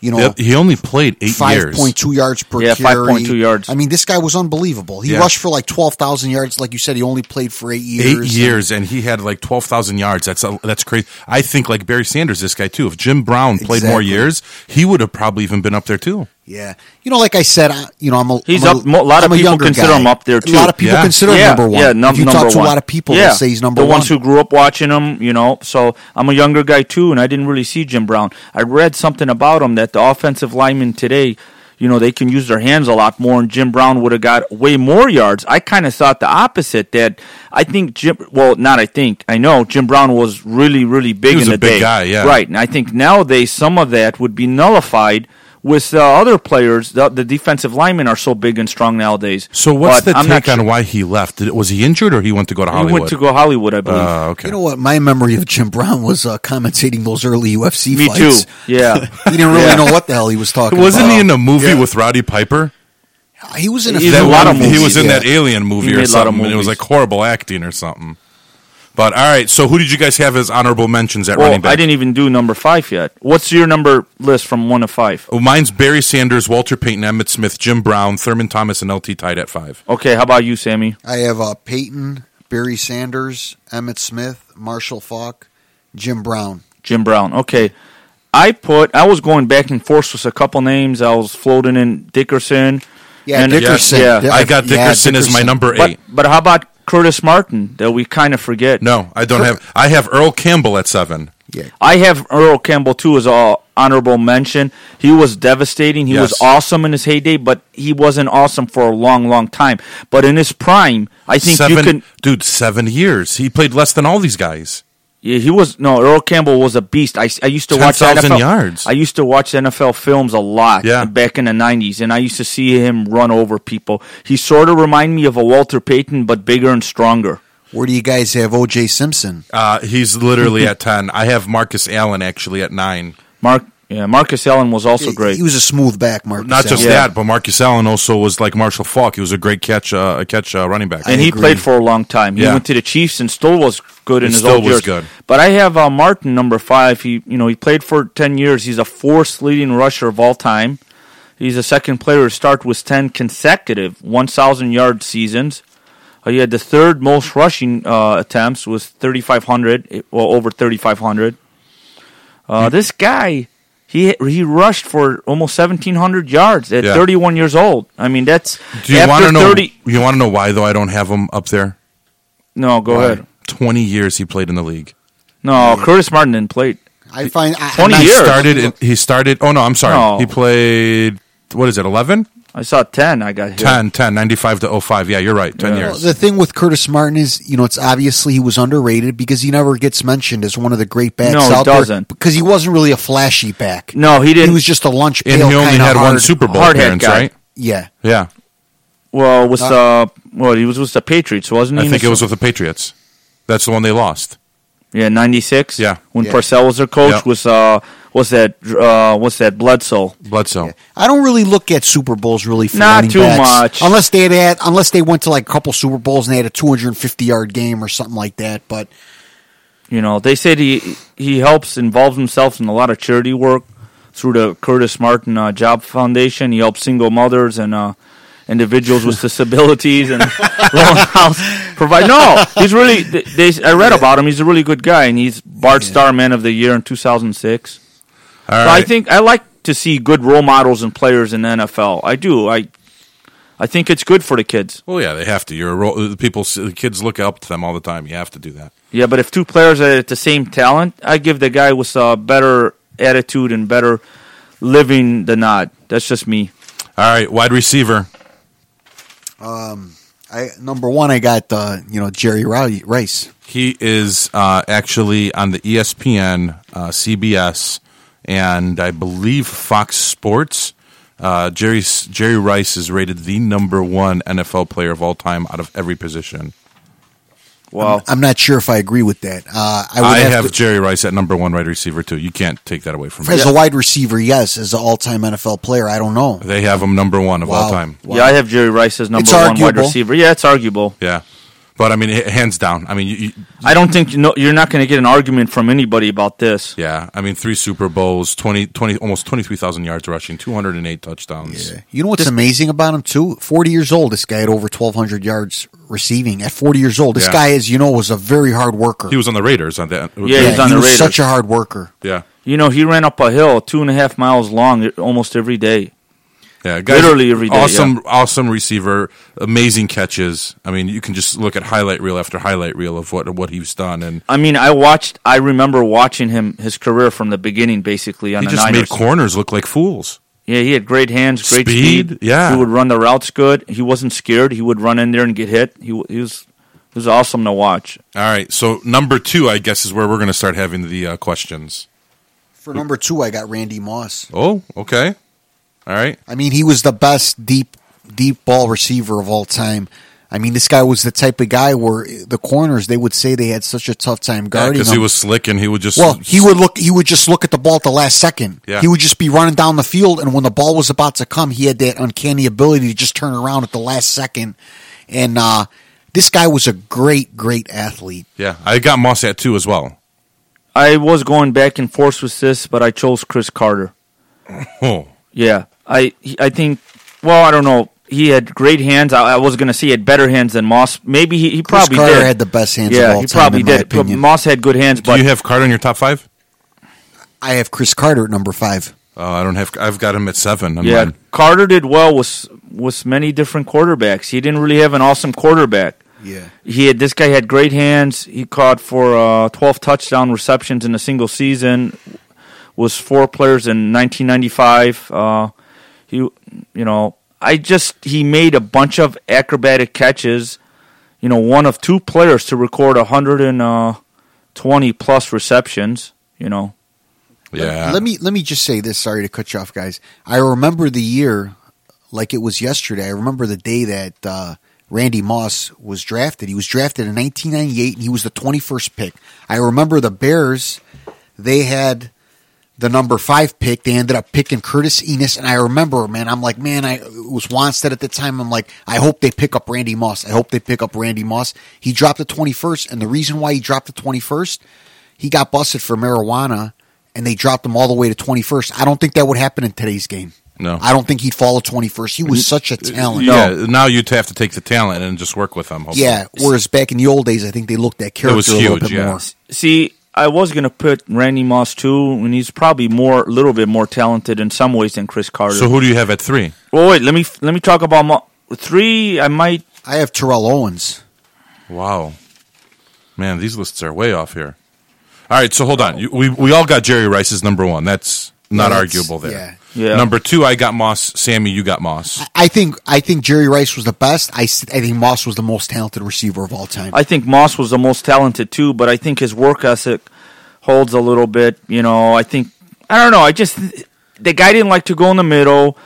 Speaker 3: you know,
Speaker 1: Yep, he only played eight
Speaker 3: five
Speaker 1: years.
Speaker 3: point two yards per
Speaker 2: Yeah,
Speaker 3: carry.
Speaker 2: 5.2 yards.
Speaker 3: I mean, this guy was unbelievable. He
Speaker 1: Yeah.
Speaker 3: rushed for like twelve thousand yards. Like you said, he only played for eight
Speaker 1: Eight
Speaker 3: years.
Speaker 1: years, and he had like twelve thousand yards. That's a, that's crazy. I think like Barry Sanders, this guy too. If Jim Brown played more
Speaker 3: Exactly.
Speaker 1: years, he would have probably even been up there too.
Speaker 3: Yeah, you know, like I said, I, you know, I'm a
Speaker 2: He's
Speaker 3: I'm
Speaker 2: up- mo- a lot of
Speaker 3: I'm
Speaker 2: people
Speaker 3: younger
Speaker 2: consider
Speaker 3: guy.
Speaker 2: him up there,
Speaker 3: A lot
Speaker 2: too.
Speaker 3: of people
Speaker 1: Yeah.
Speaker 3: consider him
Speaker 2: Yeah,
Speaker 3: number one.
Speaker 2: Yeah, num-
Speaker 3: if you
Speaker 2: number
Speaker 3: talk to
Speaker 2: one.
Speaker 3: a lot of people,
Speaker 2: yeah.
Speaker 3: they'll say he's number
Speaker 2: the
Speaker 3: one.
Speaker 2: ones who grew up watching him, you know. So I'm a younger guy too, and I didn't really see Jim Brown. I read something about him that the offensive linemen today, you know, they can use their hands a lot more, and Jim Brown would have got way more yards. I kind of thought the opposite. That I think Jim, well, not I think I know Jim Brown was really, really big
Speaker 1: He was
Speaker 2: in
Speaker 1: a
Speaker 2: the
Speaker 1: big
Speaker 2: day.
Speaker 1: guy, yeah.
Speaker 2: Right, and I think nowadays some of that would be nullified. with the other players, the, the defensive linemen are so big and strong nowadays.
Speaker 1: So what's
Speaker 2: But
Speaker 1: the
Speaker 2: I'm not
Speaker 1: take on
Speaker 2: sure.
Speaker 1: why he left? Did, was he injured or he went to go to Hollywood?
Speaker 2: He went to go Hollywood, I believe.
Speaker 1: Uh, okay.
Speaker 3: You know what? My memory of Jim Brown was uh, commentating those early UFC
Speaker 2: Me too.
Speaker 3: fights.
Speaker 2: Yeah.
Speaker 3: He didn't really
Speaker 2: Yeah.
Speaker 3: know what the hell he was talking
Speaker 1: Wasn't
Speaker 3: about.
Speaker 1: he in a movie
Speaker 3: Yeah.
Speaker 1: with Roddy Piper?
Speaker 3: He was in a,
Speaker 2: um, He was
Speaker 3: few
Speaker 2: in a lot of
Speaker 1: one-
Speaker 2: movies,
Speaker 1: He was in
Speaker 3: yeah.
Speaker 1: that Alien movie
Speaker 2: He
Speaker 1: or
Speaker 2: made a lot of
Speaker 1: something, and it was
Speaker 2: movies.
Speaker 1: like horrible acting or something. But all right, so who did you guys have as honorable mentions at running
Speaker 2: well,
Speaker 1: back?
Speaker 2: I didn't even do number five yet. What's your number list from one to five?
Speaker 1: Oh, mine's Barry Sanders, Walter Payton, Emmett Smith, Jim Brown, Thurman Thomas, and LT tied at five.
Speaker 2: Okay, how about you, Sammy?
Speaker 3: I have uh, Peyton, Barry Sanders, Emmett Smith, Marshall Falk, Jim Brown.
Speaker 2: Jim Brown. Okay. I put, I was going back and forth with a couple names. I was floating in Dickerson.
Speaker 3: Yeah,
Speaker 2: and-
Speaker 3: Dickerson.
Speaker 2: Yeah.
Speaker 3: uh, Yeah,
Speaker 1: I got
Speaker 3: yeah,
Speaker 1: Dickerson, as my
Speaker 3: Dickerson.
Speaker 1: number
Speaker 2: But,
Speaker 1: eight.
Speaker 2: but how about Curtis Martin that we kind of forget?
Speaker 1: No, I don't
Speaker 3: Cur-
Speaker 1: have. I have Earl Campbell at seven.
Speaker 3: Yeah.
Speaker 2: I have Earl Campbell too as a honorable mention. He was devastating. He was
Speaker 1: Yes.
Speaker 2: awesome in his heyday, but he wasn't awesome for a long, long time. But in his prime, I think
Speaker 1: seven,
Speaker 2: you can.
Speaker 1: dude, seven years. He played less than all these guys.
Speaker 2: Yeah, he was no Earl Campbell was a beast. I, I used to watch
Speaker 1: 10,000
Speaker 2: NFL
Speaker 1: yards.
Speaker 2: I used to watch NFL films a lot
Speaker 1: Yeah.
Speaker 2: back in the nineties, and I used to see him run over people. He sort of reminded me of a Walter Payton, but bigger and stronger.
Speaker 3: Where do you guys have OJ Simpson?
Speaker 1: Uh, he's literally at ten. I have Marcus Allen actually at nine.
Speaker 2: Mark, yeah, Marcus Allen was also great.
Speaker 3: He was a smooth back, Mark.
Speaker 1: Not just
Speaker 2: Yeah.
Speaker 1: that, but Marcus Allen also was like Marshall Falk. He was a great catch, uh, a catch uh, running back.
Speaker 2: and he
Speaker 3: agree.
Speaker 2: played for a long time. He
Speaker 1: Yeah.
Speaker 2: went to the Chiefs and still was good in
Speaker 1: And
Speaker 2: his
Speaker 1: still
Speaker 2: old
Speaker 1: was
Speaker 2: years.
Speaker 1: good.
Speaker 2: But I have uh, Martin number five. He you know he played for ten years. He's a fourth leading rusher of all time. He's the second player to start with ten consecutive one thousand yard seasons. Uh, he had the third most rushing uh, attempts was thirty five hundred, eh, well over thirty five hundred.
Speaker 1: Hmm.
Speaker 2: Uh, this guy. He, he rushed for almost seventeen hundred yards at
Speaker 1: Yeah.
Speaker 2: thirty one years old. I mean that's
Speaker 1: Do you
Speaker 2: after
Speaker 1: want to know?
Speaker 2: 30
Speaker 1: You want to know why though? I don't have him up there.
Speaker 2: no, go ahead.
Speaker 1: Twenty years he played in the league.
Speaker 2: No, Curtis Martin didn't play.
Speaker 3: I find I,
Speaker 2: 20
Speaker 3: I'm not-
Speaker 1: He
Speaker 2: years.
Speaker 1: started. In, he started. Oh no, I'm sorry.
Speaker 2: No.
Speaker 1: He played. What is it? 11?
Speaker 2: I saw ten. I got hit.
Speaker 1: 10, 10, 95 to 05. Yeah, you're right. 10
Speaker 2: Yeah.
Speaker 1: years.
Speaker 3: Well, the thing with Curtis Martin is, you know, it's obviously he was underrated because he never gets mentioned as one of the great backs
Speaker 2: No, he
Speaker 3: out there
Speaker 2: doesn't.
Speaker 3: because he wasn't really a flashy back.
Speaker 2: No, he didn't.
Speaker 3: he was just a lunch
Speaker 1: And
Speaker 3: pail
Speaker 1: he only
Speaker 3: kinda
Speaker 1: had one
Speaker 3: hard-
Speaker 1: Super Bowl
Speaker 2: hard-head
Speaker 1: appearance,
Speaker 2: guy.
Speaker 1: right?
Speaker 3: Yeah,
Speaker 1: Yeah.
Speaker 2: well with uh, well he was with the Patriots, wasn't he?
Speaker 1: I think it was with the Patriots. That's the one they lost.
Speaker 2: yeah ninety six.
Speaker 1: Yeah.
Speaker 2: when
Speaker 3: Yeah.
Speaker 2: Parcells was their coach
Speaker 1: Yeah.
Speaker 2: was uh was that uh was that Bledsoe?
Speaker 1: Bledsoe.
Speaker 3: I don't really look at Super Bowls really for
Speaker 2: Not
Speaker 3: running
Speaker 2: too
Speaker 3: backs.
Speaker 2: much.
Speaker 3: unless they had, had unless they went to like a couple Super Bowls and they had a 250 yard game or something like that. But
Speaker 2: You know they said he he helps involves himself in a lot of charity work through the Curtis Martin uh, Job Foundation. He helps single mothers and. uh Individuals with disabilities and loan house provide. No, he's really. They, they, I read about him. He's a really good guy, and he's Bart Star Man of the Year in two thousand six.
Speaker 1: All right.
Speaker 2: So I think I like to see good role models and players in the NFL. I do. I I think it's good for the kids.
Speaker 1: well, yeah, they have to. You're a role, the people, the kids look up to them all the time. You have to do that.
Speaker 2: Yeah, but if two players are at the same talent, I give the guy with a better attitude and better living the nod. That's just me.
Speaker 1: All right, wide receiver.
Speaker 3: I number one, I got uh, you know Jerry Ri- Rice.
Speaker 1: He is uh, actually on the E ESPN, uh, CBS, and I believe Fox Sports. Uh, Jerry Jerry Rice is rated the number one NFL player of all time out of every position. Um,
Speaker 2: Wow.
Speaker 3: I'm not sure if I agree with that. Uh, I would
Speaker 1: I
Speaker 3: have,
Speaker 1: have
Speaker 3: to-
Speaker 1: Jerry Rice at number one wide receiver too. You can't take that away from me.
Speaker 3: as a wide receiver, yes. As an all time NFL player, I don't know.
Speaker 1: They have him number one of all
Speaker 3: Wow.
Speaker 1: time.
Speaker 3: Wow.
Speaker 2: Yeah, I have Jerry Rice as number
Speaker 3: It's
Speaker 2: one wide
Speaker 3: arguable.
Speaker 2: receiver. Yeah, it's arguable.
Speaker 1: Yeah, but I mean, h- hands down. I mean, you, you,
Speaker 2: I don't think you know, you're not going to get an argument from anybody about this.
Speaker 1: yeah. I mean, three Super Bowls, 20, 20 almost twenty three thousand yards rushing, two hundred and eight touchdowns.
Speaker 3: You know what's amazing about him too? Forty years old, this guy had over twelve hundred yards receiving. At forty years old, this
Speaker 1: Yeah.
Speaker 3: guy, as you know, was a very hard worker.
Speaker 1: He was on the Raiders on that.
Speaker 2: Yeah, he was on
Speaker 3: he
Speaker 2: the
Speaker 3: was
Speaker 2: Raiders.
Speaker 3: such a hard worker.
Speaker 1: yeah,
Speaker 2: You know, he ran up a hill two and a half miles long almost every day.
Speaker 1: yeah. Guys,
Speaker 2: Literally every day,
Speaker 1: Awesome, awesome receiver, amazing catches. I mean, you can just look at highlight reel after highlight reel of what what he's done, and
Speaker 2: I mean, I watched. I remember watching him his career from the beginning, basically on
Speaker 1: he
Speaker 2: the
Speaker 1: just made
Speaker 2: Niners.
Speaker 1: corners look like fools.
Speaker 2: Yeah, he had great hands, great
Speaker 1: Speed,
Speaker 2: speed.
Speaker 1: yeah.
Speaker 2: he would run the routes good. He wasn't scared. He would run in there and get hit. He, w- he was he was awesome to watch.
Speaker 1: All right, so number two, I guess, is where we're going to start having the uh, questions.
Speaker 3: For number two, I got Randy Moss.
Speaker 1: Oh, okay. All right.
Speaker 3: I mean, he was the best deep deep ball receiver of all time. I mean, this guy was the type of guy where the corners they would say they had such a tough time guarding
Speaker 1: Because
Speaker 3: him.
Speaker 1: he was slick and he would just.
Speaker 3: well, he would look. He would just look at the ball at the last second.
Speaker 1: Yeah.
Speaker 3: He would just be running down the field, and when the ball was about to come, he had that uncanny ability to just turn around at the last second. And uh, this guy was a great, great athlete.
Speaker 1: Yeah, I got Moss at two as well.
Speaker 2: I was going back and forth with this, but I chose Chris Carter.
Speaker 1: Oh,
Speaker 2: Yeah, I he- I think. Well, I don't know. He had great hands. I, I was going to say he had better hands than Moss. Maybe he, he
Speaker 3: Chris
Speaker 2: probably
Speaker 3: Carter
Speaker 2: did.
Speaker 3: had the best hands
Speaker 2: yeah,
Speaker 3: of all
Speaker 2: he
Speaker 3: time,
Speaker 2: probably
Speaker 3: in my
Speaker 2: did. But
Speaker 3: opinion.
Speaker 2: Moss had good hands,
Speaker 1: do
Speaker 2: but
Speaker 1: you have Carter in your top five?
Speaker 3: I have Chris Carter at number five.
Speaker 1: Oh, I don't have. I've got him at seven. on
Speaker 2: yeah,
Speaker 1: mine.
Speaker 2: Carter did well with with many different quarterbacks. He didn't really have an awesome quarterback.
Speaker 3: Yeah.
Speaker 2: He had this guy had great hands. He caught for uh, twelve touchdown receptions in a single season. Was four players in nineteen ninety five. Uh, he, you know, I just he made a bunch of acrobatic catches. You know, one of two players to record hundred and uh, twenty plus receptions. You know,
Speaker 1: yeah.
Speaker 3: Let me let me just say this. Sorry to cut you off, guys. I remember the year like it was yesterday. I remember the day that uh, Randy Moss was drafted. He was drafted in 1998, and he was the 21st pick. I remember the Bears. They had the number five pick. They ended up picking Curtis Enos, and I remember, man, I'm like, man, I it was Wanstead at the time. I'm like, I hope they pick up Randy Moss. I hope they pick up Randy Moss. He dropped the 21st, and the reason why he dropped the 21st, he got busted for marijuana, and they dropped him all the way to 21st. I don't think that would happen in today's game.
Speaker 1: No.
Speaker 3: I don't think he'd fall to 21st. He was such a talent.
Speaker 1: yeah. Now you'd have to take the talent and just work with them. Hopefully.
Speaker 3: Yeah, whereas back in the old days, I think they looked at character
Speaker 1: was
Speaker 3: a little
Speaker 1: huge,
Speaker 3: bit
Speaker 1: yeah.
Speaker 3: more.
Speaker 2: See, I was gonna put Randy Moss too, and he's probably more, a little bit more talented in some ways than Chris Carter.
Speaker 1: So who do you have at three?
Speaker 2: well, wait, let me let me talk about Mo- three. I might.
Speaker 3: I have Terrell Owens.
Speaker 1: Wow, man, these lists are way off here. All right, so hold on. You, we we all got Jerry Rice as number one. That's not
Speaker 3: Yeah, that's-
Speaker 1: arguable there.
Speaker 2: yeah. Yeah.
Speaker 1: Number two, I got Moss. Sammy, you got Moss.
Speaker 3: I think I think Jerry Rice was the best. I, s- I think Moss was the most talented receiver of all time.
Speaker 2: I think Moss was the most talented too, but I think his work ethic holds a little bit. You know, I think I don't know. I just the guy didn't like to go in the middle.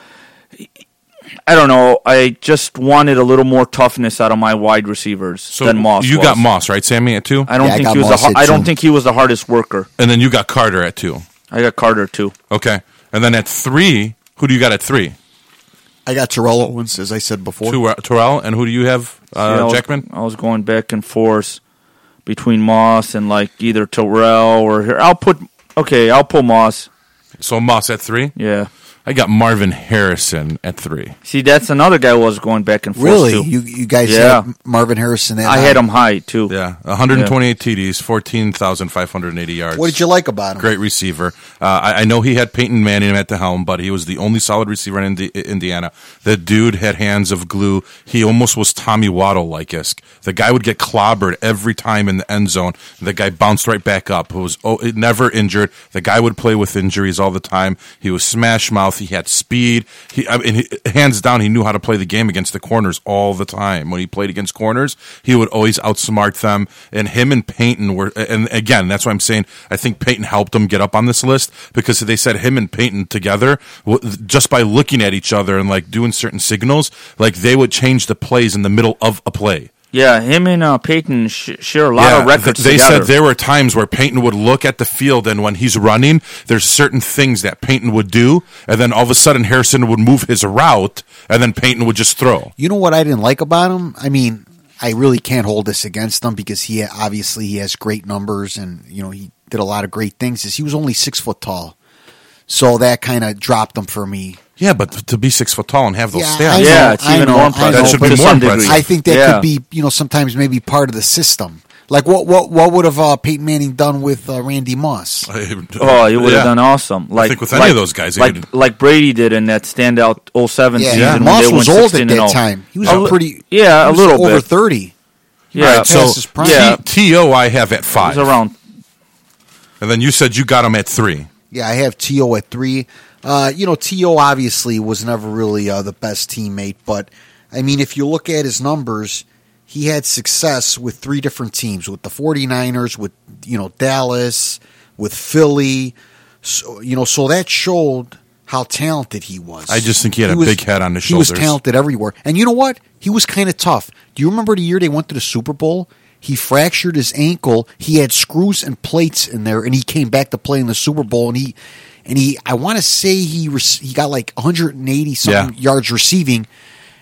Speaker 2: I don't know. I just wanted a little more toughness out of my wide receivers
Speaker 1: So
Speaker 2: than Moss.
Speaker 1: you
Speaker 2: was.
Speaker 1: got Moss right, Sammy at two,
Speaker 2: I don't
Speaker 3: Yeah, I
Speaker 2: think
Speaker 3: got
Speaker 2: he was.
Speaker 3: Moss
Speaker 2: the har-
Speaker 3: at
Speaker 2: I don't
Speaker 3: two.
Speaker 2: think he was the hardest worker.
Speaker 1: and then you got Carter at two.
Speaker 2: I got Carter too.
Speaker 1: Okay, and then at three, who do you got at three?
Speaker 3: I got Terrell Owens, as I said before.
Speaker 1: Two Terrell, and who do you have,
Speaker 2: Yeah, I
Speaker 1: uh,
Speaker 2: was-
Speaker 1: Jackman?
Speaker 2: I was going back and forth between Moss and like either Terrell or here. I'll put okay. I'll pull Moss.
Speaker 1: So Moss at three.
Speaker 2: Yeah.
Speaker 1: I got Marvin Harrison at three.
Speaker 2: See, that's another guy I was going back and forth.
Speaker 3: Really,
Speaker 2: too.
Speaker 3: you you guys
Speaker 2: Yeah.
Speaker 3: had Marvin Harrison? That
Speaker 2: I
Speaker 3: high.
Speaker 2: had him high too.
Speaker 1: Yeah, 128 TDs, 14,580 yards.
Speaker 3: What did you like about him?
Speaker 1: Great receiver. Uh, I, I know he had Peyton Manning at the helm, but he was the only solid receiver in Indi- Indiana. The dude had hands of glue. He almost was Tommy Waddle like esque. The guy would get clobbered every time in the end zone. The guy bounced right back up. Who was oh, never injured. The guy would play with injuries all the time. He was smash mouth. He had speed. He, I mean, he, hands down, he knew how to play the game against the corners all the time. When he played against corners, he would always outsmart them. And him and Peyton were, and again, that's why I'm saying I think Peyton helped him get up on this list because they said him and Peyton together, w- just by looking at each other and like doing certain signals, like they would change the plays in the middle of a play.
Speaker 2: Yeah, him and uh, Peyton sh- share a lot of
Speaker 1: Yeah,
Speaker 2: records
Speaker 1: They
Speaker 2: together.
Speaker 1: said there were times where Peyton would look at the field, and when he's running, there's certain things that Peyton would do, and then all of a sudden Harrison would move his route, and then Peyton would just throw.
Speaker 3: You know what I didn't like about him? I mean, I really can't hold this against him because he obviously he has great numbers and you know he did a lot of great things. Is he was only six foot tall, so that kind of dropped him for me.
Speaker 1: Yeah, but to be six foot tall and have those
Speaker 3: Yeah,
Speaker 1: stats,
Speaker 3: I
Speaker 2: yeah,
Speaker 3: know,
Speaker 2: it's
Speaker 3: I
Speaker 2: even
Speaker 3: know,
Speaker 2: more
Speaker 3: I
Speaker 2: impressive.
Speaker 1: know, That should be more
Speaker 2: to some
Speaker 1: impressive.
Speaker 2: degree.
Speaker 1: Right.
Speaker 3: I think that
Speaker 2: Yeah.
Speaker 3: could be, you know, sometimes maybe part of the system. Like what what what would have uh, Peyton Manning done with uh, Randy Moss?
Speaker 2: Oh, he would have
Speaker 1: Yeah.
Speaker 2: done awesome. Like
Speaker 1: think with
Speaker 2: like,
Speaker 1: any of those guys, he
Speaker 2: like
Speaker 1: would've-
Speaker 2: like Brady did in that standout 07
Speaker 3: Yeah,
Speaker 2: season. when
Speaker 3: Moss
Speaker 2: they
Speaker 3: was
Speaker 2: went
Speaker 3: old
Speaker 2: 16 and
Speaker 3: at
Speaker 2: oh.
Speaker 3: that
Speaker 2: 0.
Speaker 3: time. He was
Speaker 2: A li-
Speaker 3: pretty.
Speaker 2: yeah,
Speaker 3: he
Speaker 2: a
Speaker 3: was
Speaker 2: little
Speaker 3: over
Speaker 2: bit.
Speaker 3: thirty.
Speaker 2: Yeah,
Speaker 1: All right, so
Speaker 3: past his prime.
Speaker 2: yeah, it
Speaker 1: T- To I have at
Speaker 2: was
Speaker 1: five,
Speaker 2: around
Speaker 1: and then you said you got him at three.
Speaker 3: Yeah, I have To at three. Uh, you know, To obviously was never really uh, the best teammate, but I mean, if you look at his numbers, he had success with three different teams: with the 49ers, with you know Dallas, with Philly. So you know, so that showed how talented he was.
Speaker 1: I just think he had a
Speaker 3: was-
Speaker 1: big head on his
Speaker 3: He was
Speaker 1: shoulders.
Speaker 3: talented everywhere. And you know what? He was kind of tough. Do you remember the year they went to the Super Bowl? He fractured his ankle. He had screws and plates in there, and he came back to play in the Super Bowl. And he, and he, I want to say he rec- he got like 180 something
Speaker 1: Yeah.
Speaker 3: yards receiving.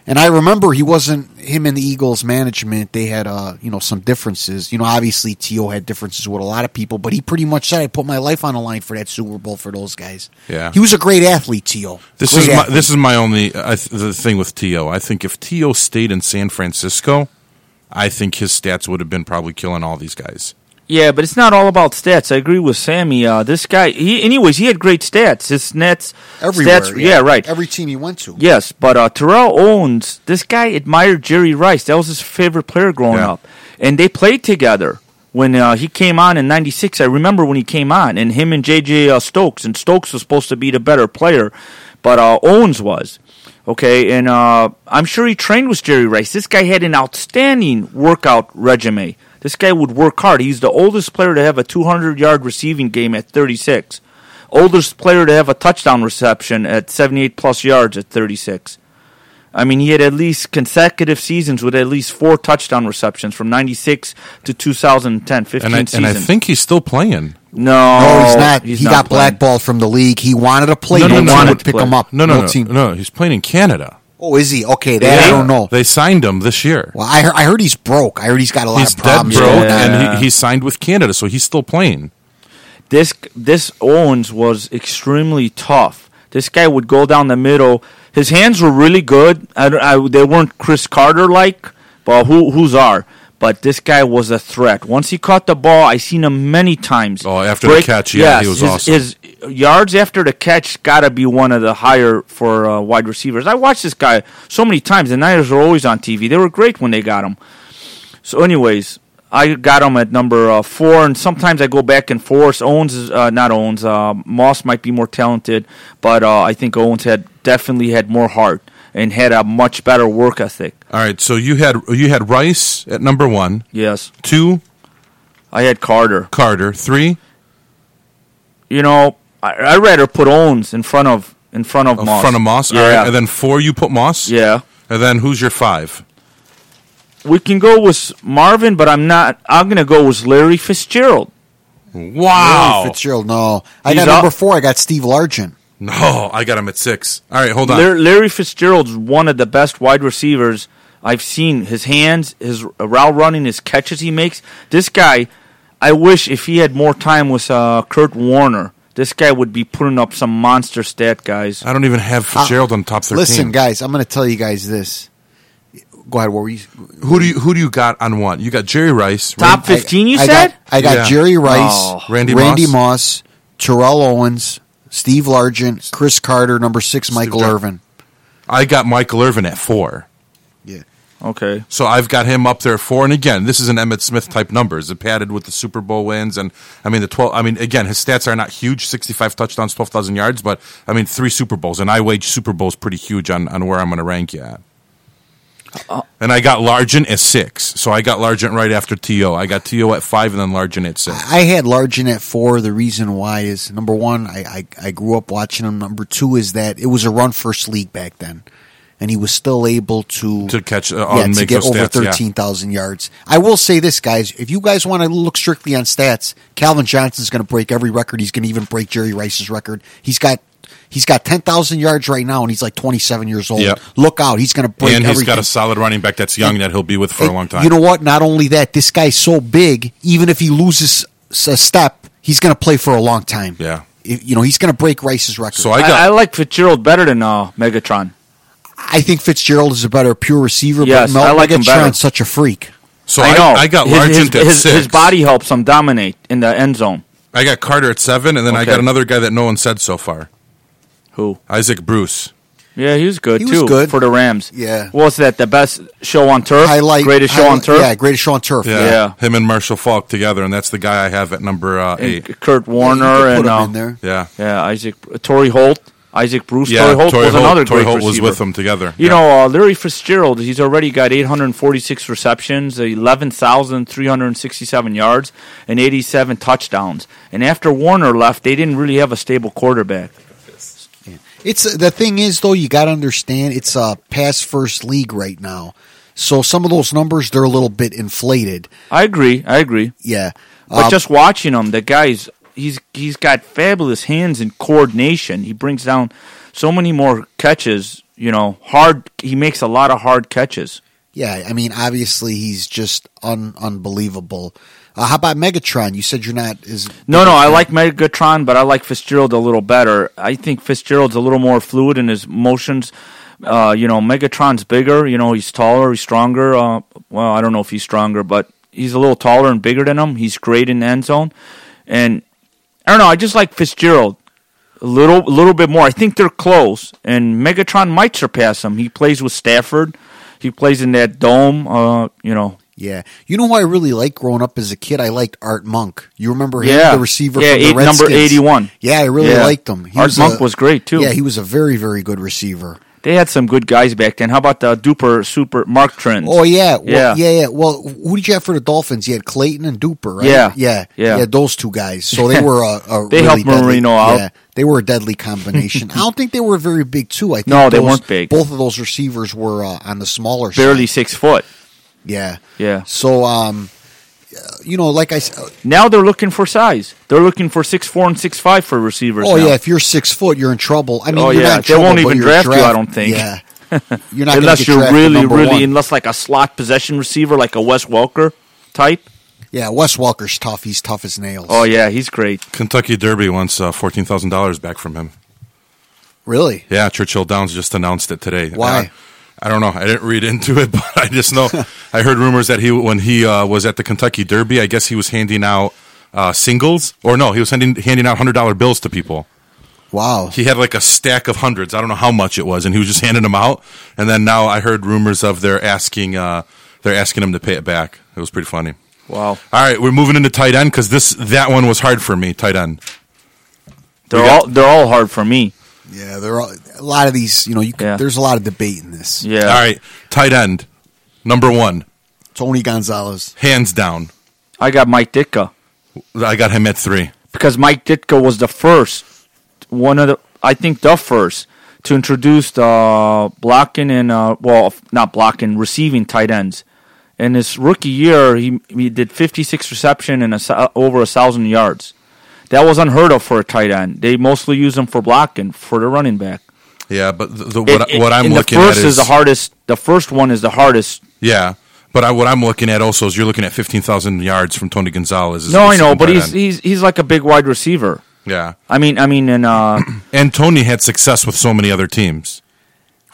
Speaker 3: And I remember he wasn't him and the Eagles management. They had uh, you know some differences. You know, obviously T.O. had differences with a lot of people, but he pretty much said, "I put my life on the line for that Super Bowl for those guys."
Speaker 1: Yeah.
Speaker 3: he was a great athlete. T.O.
Speaker 1: This
Speaker 3: Great
Speaker 1: is my,
Speaker 3: athlete.
Speaker 1: this is my only I th- the thing with To. I think if To stayed in San Francisco, I think his stats would have been probably killing all these guys.
Speaker 2: Yeah, but it's not all about stats. I agree with Sammy. Uh, this guy, he, anyways, he had great stats. His nets,
Speaker 3: everywhere.
Speaker 2: stats, yeah, right.
Speaker 3: Every team he went to.
Speaker 2: Yes, but uh, Terrell Owens, this guy admired Jerry Rice. That was his favorite player growing
Speaker 1: Yeah.
Speaker 2: up. And they played together when uh, he came on in 96. I remember when he came on, and him and J.J. Uh, Stokes. And Stokes was supposed to be the better player, but uh, Owens was. Okay, and uh, I'm sure he trained with Jerry Rice. This guy had an outstanding workout resume. This guy would work hard. He's the oldest player to have a 200 yard receiving game at 36 oldest player to have a touchdown reception at 78 plus yards at 36. I mean, he had at least consecutive seasons with at least four touchdown receptions from 96 to 2010, 15
Speaker 1: And I
Speaker 2: season.
Speaker 1: and I think he's still playing.
Speaker 2: no,
Speaker 3: No,
Speaker 1: Oh,
Speaker 3: he's not. he
Speaker 2: playing.
Speaker 3: got blackballed from the league. He wanted to play.
Speaker 1: No, no,
Speaker 3: no
Speaker 1: no,
Speaker 3: team
Speaker 1: no.
Speaker 3: would pick him up.
Speaker 1: No, no, no,
Speaker 3: team.
Speaker 1: no. He's playing in Canada.
Speaker 3: Oh, is he? Okay, that I
Speaker 2: Yeah.
Speaker 3: don't know.
Speaker 1: They signed him this year.
Speaker 3: Well, I heard, I heard he's broke. I heard he's got a lot
Speaker 1: he's
Speaker 3: of
Speaker 1: dead
Speaker 3: problems.
Speaker 1: broke,
Speaker 3: going on.
Speaker 1: and he, he signed with Canada, so he's still playing.
Speaker 2: this this Owens was extremely tough. This guy would go down the middle. His hands were really good. I, don't- I- they weren't Chris Carter like, but who who's are? But this guy was a threat. Once he caught the ball, I seen him many times.
Speaker 1: Oh, after the catch, yeah, he was
Speaker 2: his,
Speaker 1: awesome.
Speaker 2: His yards after the catch got to be one of the higher for uh, wide receivers. I watched this guy so many times. The Niners were always on TV. They were great when they got him. So, anyways, I got him at number uh, four, and sometimes I go back and forth. Owens is uh, not Owens. Uh, Moss might be more talented, but uh, I think Owens had definitely had more heart and had a much better work ethic.
Speaker 1: All right, so you had you had Rice at number one,
Speaker 2: Yes,
Speaker 1: two
Speaker 2: I had Carter.
Speaker 1: Carter, three
Speaker 2: You know, I, I'd rather put Owens in front of in front of
Speaker 1: in
Speaker 2: Moss.
Speaker 1: uh, front of Moss.
Speaker 2: Yeah,
Speaker 1: All right, and then four you put Moss.
Speaker 2: yeah.
Speaker 1: and then who's your five?
Speaker 2: We can go with Marvin, but I'm not. I'm gonna go with Larry Fitzgerald.
Speaker 1: Wow,
Speaker 3: Larry Fitzgerald, no. I
Speaker 2: He's
Speaker 3: got number
Speaker 2: up.
Speaker 3: four. I got Steve Largent.
Speaker 1: no, I got him at six. All right, hold on.
Speaker 2: Larry, Larry Fitzgerald's one of the best wide receivers I've seen. His hands, his route running, his catches he makes. This guy, I wish if he had more time with uh, Kurt Warner, this guy would be putting up some monster stat, guys.
Speaker 1: I don't even have Fitzgerald on top thirteen.
Speaker 3: Uh, Listen, guys, I'm going to tell you guys this. Go ahead. What were you?
Speaker 1: who do you who do you got on one? You got Jerry Rice,
Speaker 2: Top
Speaker 1: Rand-
Speaker 3: I-
Speaker 2: 15, you
Speaker 3: I
Speaker 2: said?
Speaker 3: Got, I got
Speaker 1: Yeah.
Speaker 3: Jerry Rice,
Speaker 2: Oh.
Speaker 1: Randy
Speaker 3: Moss. Terrell Owens, Steve Largent, Chris Carter, number six, Michael
Speaker 1: Jar-
Speaker 3: Irvin.
Speaker 1: I got Michael Irvin at four.
Speaker 3: Yeah.
Speaker 2: Okay.
Speaker 1: So I've got him up there at four, and again, this is an Emmett Smith type numbers, padded with the Super Bowl wins, and I mean the twelve. I mean, again, his stats are not huge: sixty-five touchdowns, twelve thousand yards, but I mean three Super Bowls, and I wage Super Bowls pretty huge on, on where I'm going to rank you at. and I got Largent at six, so I got Largent right after To. I got To at five, and then Largent at six.
Speaker 3: I had Largent at four. The reason why is number one, I, I, I grew up watching him. Number two is that it was a run first league back then, and he was still able to
Speaker 1: To catch, uh,
Speaker 3: yeah,
Speaker 1: and
Speaker 3: to
Speaker 1: make
Speaker 3: get
Speaker 1: those
Speaker 3: over
Speaker 1: stats, yeah.
Speaker 3: thirteen thousand yards. I will say this, guys: if you guys want to look strictly on stats, Calvin Johnson's going to break every record. He's going to even break Jerry Rice's record. He's got. He's got ten thousand yards right now, and he's like twenty-seven years old.
Speaker 1: Yep.
Speaker 3: Look out! He's going to break.
Speaker 1: And he's
Speaker 3: everything.
Speaker 1: got a solid running back that's young that he'll be with for a
Speaker 3: And
Speaker 1: long time.
Speaker 3: You know what? Not only that, this guy's so big. Even if he loses s- a step, he's going to play for a long time.
Speaker 1: Yeah.
Speaker 3: If- you know he's going to break Rice's record.
Speaker 1: so
Speaker 2: I,
Speaker 1: I got
Speaker 2: I like Fitzgerald better than uh, Megatron.
Speaker 3: I think Fitzgerald is a better pure receiver.
Speaker 2: Yes,
Speaker 3: but Mel
Speaker 2: I like him better.
Speaker 3: Megatron's such a freak.
Speaker 1: so
Speaker 2: I
Speaker 1: I,
Speaker 2: know.
Speaker 1: I, got
Speaker 2: his,
Speaker 1: Largent
Speaker 2: his,
Speaker 1: at
Speaker 2: his,
Speaker 1: six.
Speaker 2: his body helps him dominate in the end zone.
Speaker 1: I got Carter at seven, and then I
Speaker 2: Okay.
Speaker 1: got another guy that no one said so far,
Speaker 2: Who?
Speaker 1: Isaac Bruce.
Speaker 2: Yeah, he was good
Speaker 3: He was
Speaker 2: too
Speaker 3: good.
Speaker 2: for the Rams.
Speaker 3: Yeah.
Speaker 2: was that the best show on turf?
Speaker 3: Highlight
Speaker 2: greatest show on
Speaker 3: highlight-
Speaker 2: turf.
Speaker 3: Yeah, greatest show on turf.
Speaker 1: Yeah.
Speaker 2: Yeah.
Speaker 1: Him and Marshall Falk together, and that's the guy I have at number uh,
Speaker 2: and
Speaker 1: eight.
Speaker 2: Kurt Warner
Speaker 3: You could put
Speaker 2: and
Speaker 3: him
Speaker 2: uh,
Speaker 3: in there.
Speaker 1: Yeah.
Speaker 2: yeah, Isaac Tory Holt, Isaac Bruce.
Speaker 1: Yeah.
Speaker 2: Tory Holt
Speaker 1: Torrey
Speaker 2: was another
Speaker 1: Torrey
Speaker 2: great
Speaker 1: Holt was
Speaker 2: receiver.
Speaker 1: with them together.
Speaker 2: You
Speaker 1: Yeah.
Speaker 2: know, uh, Larry Fitzgerald. He's already got 846 receptions, 11,367 yards, and 87 touchdowns. And after Warner left, they didn't really have a stable quarterback.
Speaker 3: It's the thing is though, you got to understand it's a pass first league right now. So some of those numbers they're a little bit inflated.
Speaker 2: I agree. I agree.
Speaker 3: Yeah.
Speaker 2: But
Speaker 3: Um,
Speaker 2: just watching him, the guy's he's he's got fabulous hands and coordination. He brings down so many more catches. You know, hard. He makes a lot of hard catches.
Speaker 3: yeah, I mean obviously he's just un- unbelievable. Uh, how about Megatron? You said you're not is
Speaker 2: No, no, I like Megatron, but I like Fitzgerald a little better. I think Fitzgerald's a little more fluid in his motions. Uh, you know, Megatron's bigger. You know, he's taller, he's stronger. Uh, well, I don't know if he's stronger, but he's a little taller and bigger than him. He's great in the end zone, and I don't know. I just like Fitzgerald a little, a little bit more. I think they're close, and Megatron might surpass him. He plays with Stafford. He plays in that dome. Uh, you know,
Speaker 3: Yeah. You know who I really liked growing up as a kid? I liked Art Monk. You remember him,
Speaker 2: Yeah.
Speaker 3: the receiver
Speaker 2: Yeah,
Speaker 3: from the
Speaker 2: eight-
Speaker 3: Redskins?
Speaker 2: number 81.
Speaker 3: Yeah, I really
Speaker 2: Yeah.
Speaker 3: liked him.
Speaker 2: Art Monk was great, too.
Speaker 3: Yeah, he was a very, very good receiver.
Speaker 2: they had some good guys back then. How about the duper super Mark Trent?
Speaker 3: Oh, yeah.
Speaker 2: Yeah.
Speaker 3: Well, yeah, yeah. Well, who did you have for the Dolphins? You had Clayton and Duper, right?
Speaker 2: Yeah.
Speaker 3: Yeah.
Speaker 2: Yeah.
Speaker 3: those two guys. So they were a, a
Speaker 2: They
Speaker 3: really
Speaker 2: helped
Speaker 3: deadly-
Speaker 2: Marino out.
Speaker 3: Yeah, they were a deadly combination. I don't think they were very big, too. I think
Speaker 2: No, they
Speaker 3: those-
Speaker 2: weren't big.
Speaker 3: Both of those receivers were uh, on the smaller side.
Speaker 2: barely six foot.
Speaker 3: Yeah.
Speaker 2: Yeah.
Speaker 3: So, um, you know, like I s-
Speaker 2: Now they're looking for size. They're looking for six four and six five for receivers.
Speaker 3: Oh
Speaker 2: now.
Speaker 3: yeah, if you're six foot, you're in trouble. I mean,
Speaker 2: Oh,
Speaker 3: you're
Speaker 2: yeah,
Speaker 3: not in
Speaker 2: they
Speaker 3: trouble,
Speaker 2: won't
Speaker 3: but
Speaker 2: even
Speaker 3: you're
Speaker 2: draft you, I
Speaker 3: draft-
Speaker 2: don't think.
Speaker 3: Yeah, you're not gonna
Speaker 2: unless
Speaker 3: get
Speaker 2: you're
Speaker 3: drafted
Speaker 2: really,
Speaker 3: number
Speaker 2: really,
Speaker 3: one.
Speaker 2: unless like a slot possession receiver like a Wes Welker type.
Speaker 3: yeah. Wes Walker's tough. He's tough as nails.
Speaker 2: Oh yeah, he's great.
Speaker 1: Kentucky Derby wants uh, fourteen thousand dollars back from him.
Speaker 3: really?
Speaker 1: Yeah, Churchill Downs just announced it today.
Speaker 3: Why?
Speaker 1: Uh, I don't know. I didn't read into it, but I just know I heard rumors that he when he uh, was at the Kentucky Derby, I guess he was handing out uh, singles, or no, he was handing handing out hundred dollar bills to people.
Speaker 3: Wow.
Speaker 1: He had like a stack of hundreds. I don't know how much it was, and he was just handing them out. And then now I heard rumors of they're asking uh, they're asking him to pay it back. It was pretty funny.
Speaker 2: Wow,
Speaker 1: All right, we're moving into tight end because this that one was hard for me. Tight end.
Speaker 2: they're
Speaker 1: got-
Speaker 2: all they're all hard for me.
Speaker 3: Yeah, there are a lot of these. You know, you could,
Speaker 2: Yeah.
Speaker 3: there's a lot of debate in this.
Speaker 2: Yeah.
Speaker 1: All right, tight end number one,
Speaker 3: Tony Gonzalez.
Speaker 1: hands down.
Speaker 2: I got Mike Ditka
Speaker 1: I got him at three.
Speaker 2: because Mike Ditka was the first one of the I think the first to introduce the blocking and uh, well not blocking receiving tight ends. In his rookie year, he he did 56 reception and a, sou- over a thousand yards. That was unheard of for a tight end. They mostly use him for blocking for the running back.
Speaker 1: Yeah, but the, the, what,
Speaker 2: It- it-
Speaker 1: what I'm
Speaker 2: and
Speaker 1: looking
Speaker 2: the
Speaker 1: at
Speaker 2: first
Speaker 1: is,
Speaker 2: the hardest. The first one is the hardest.
Speaker 1: yeah. But I, what I'm looking at also is you're looking at 15,000 yards from Tony Gonzalez. as
Speaker 2: No,
Speaker 1: the
Speaker 2: I know,
Speaker 1: second
Speaker 2: but
Speaker 1: tight
Speaker 2: he's
Speaker 1: end.
Speaker 2: he's he's like a big wide receiver.
Speaker 1: yeah.
Speaker 2: I mean, I mean, and uh,
Speaker 1: And Tony had success with so many other teams.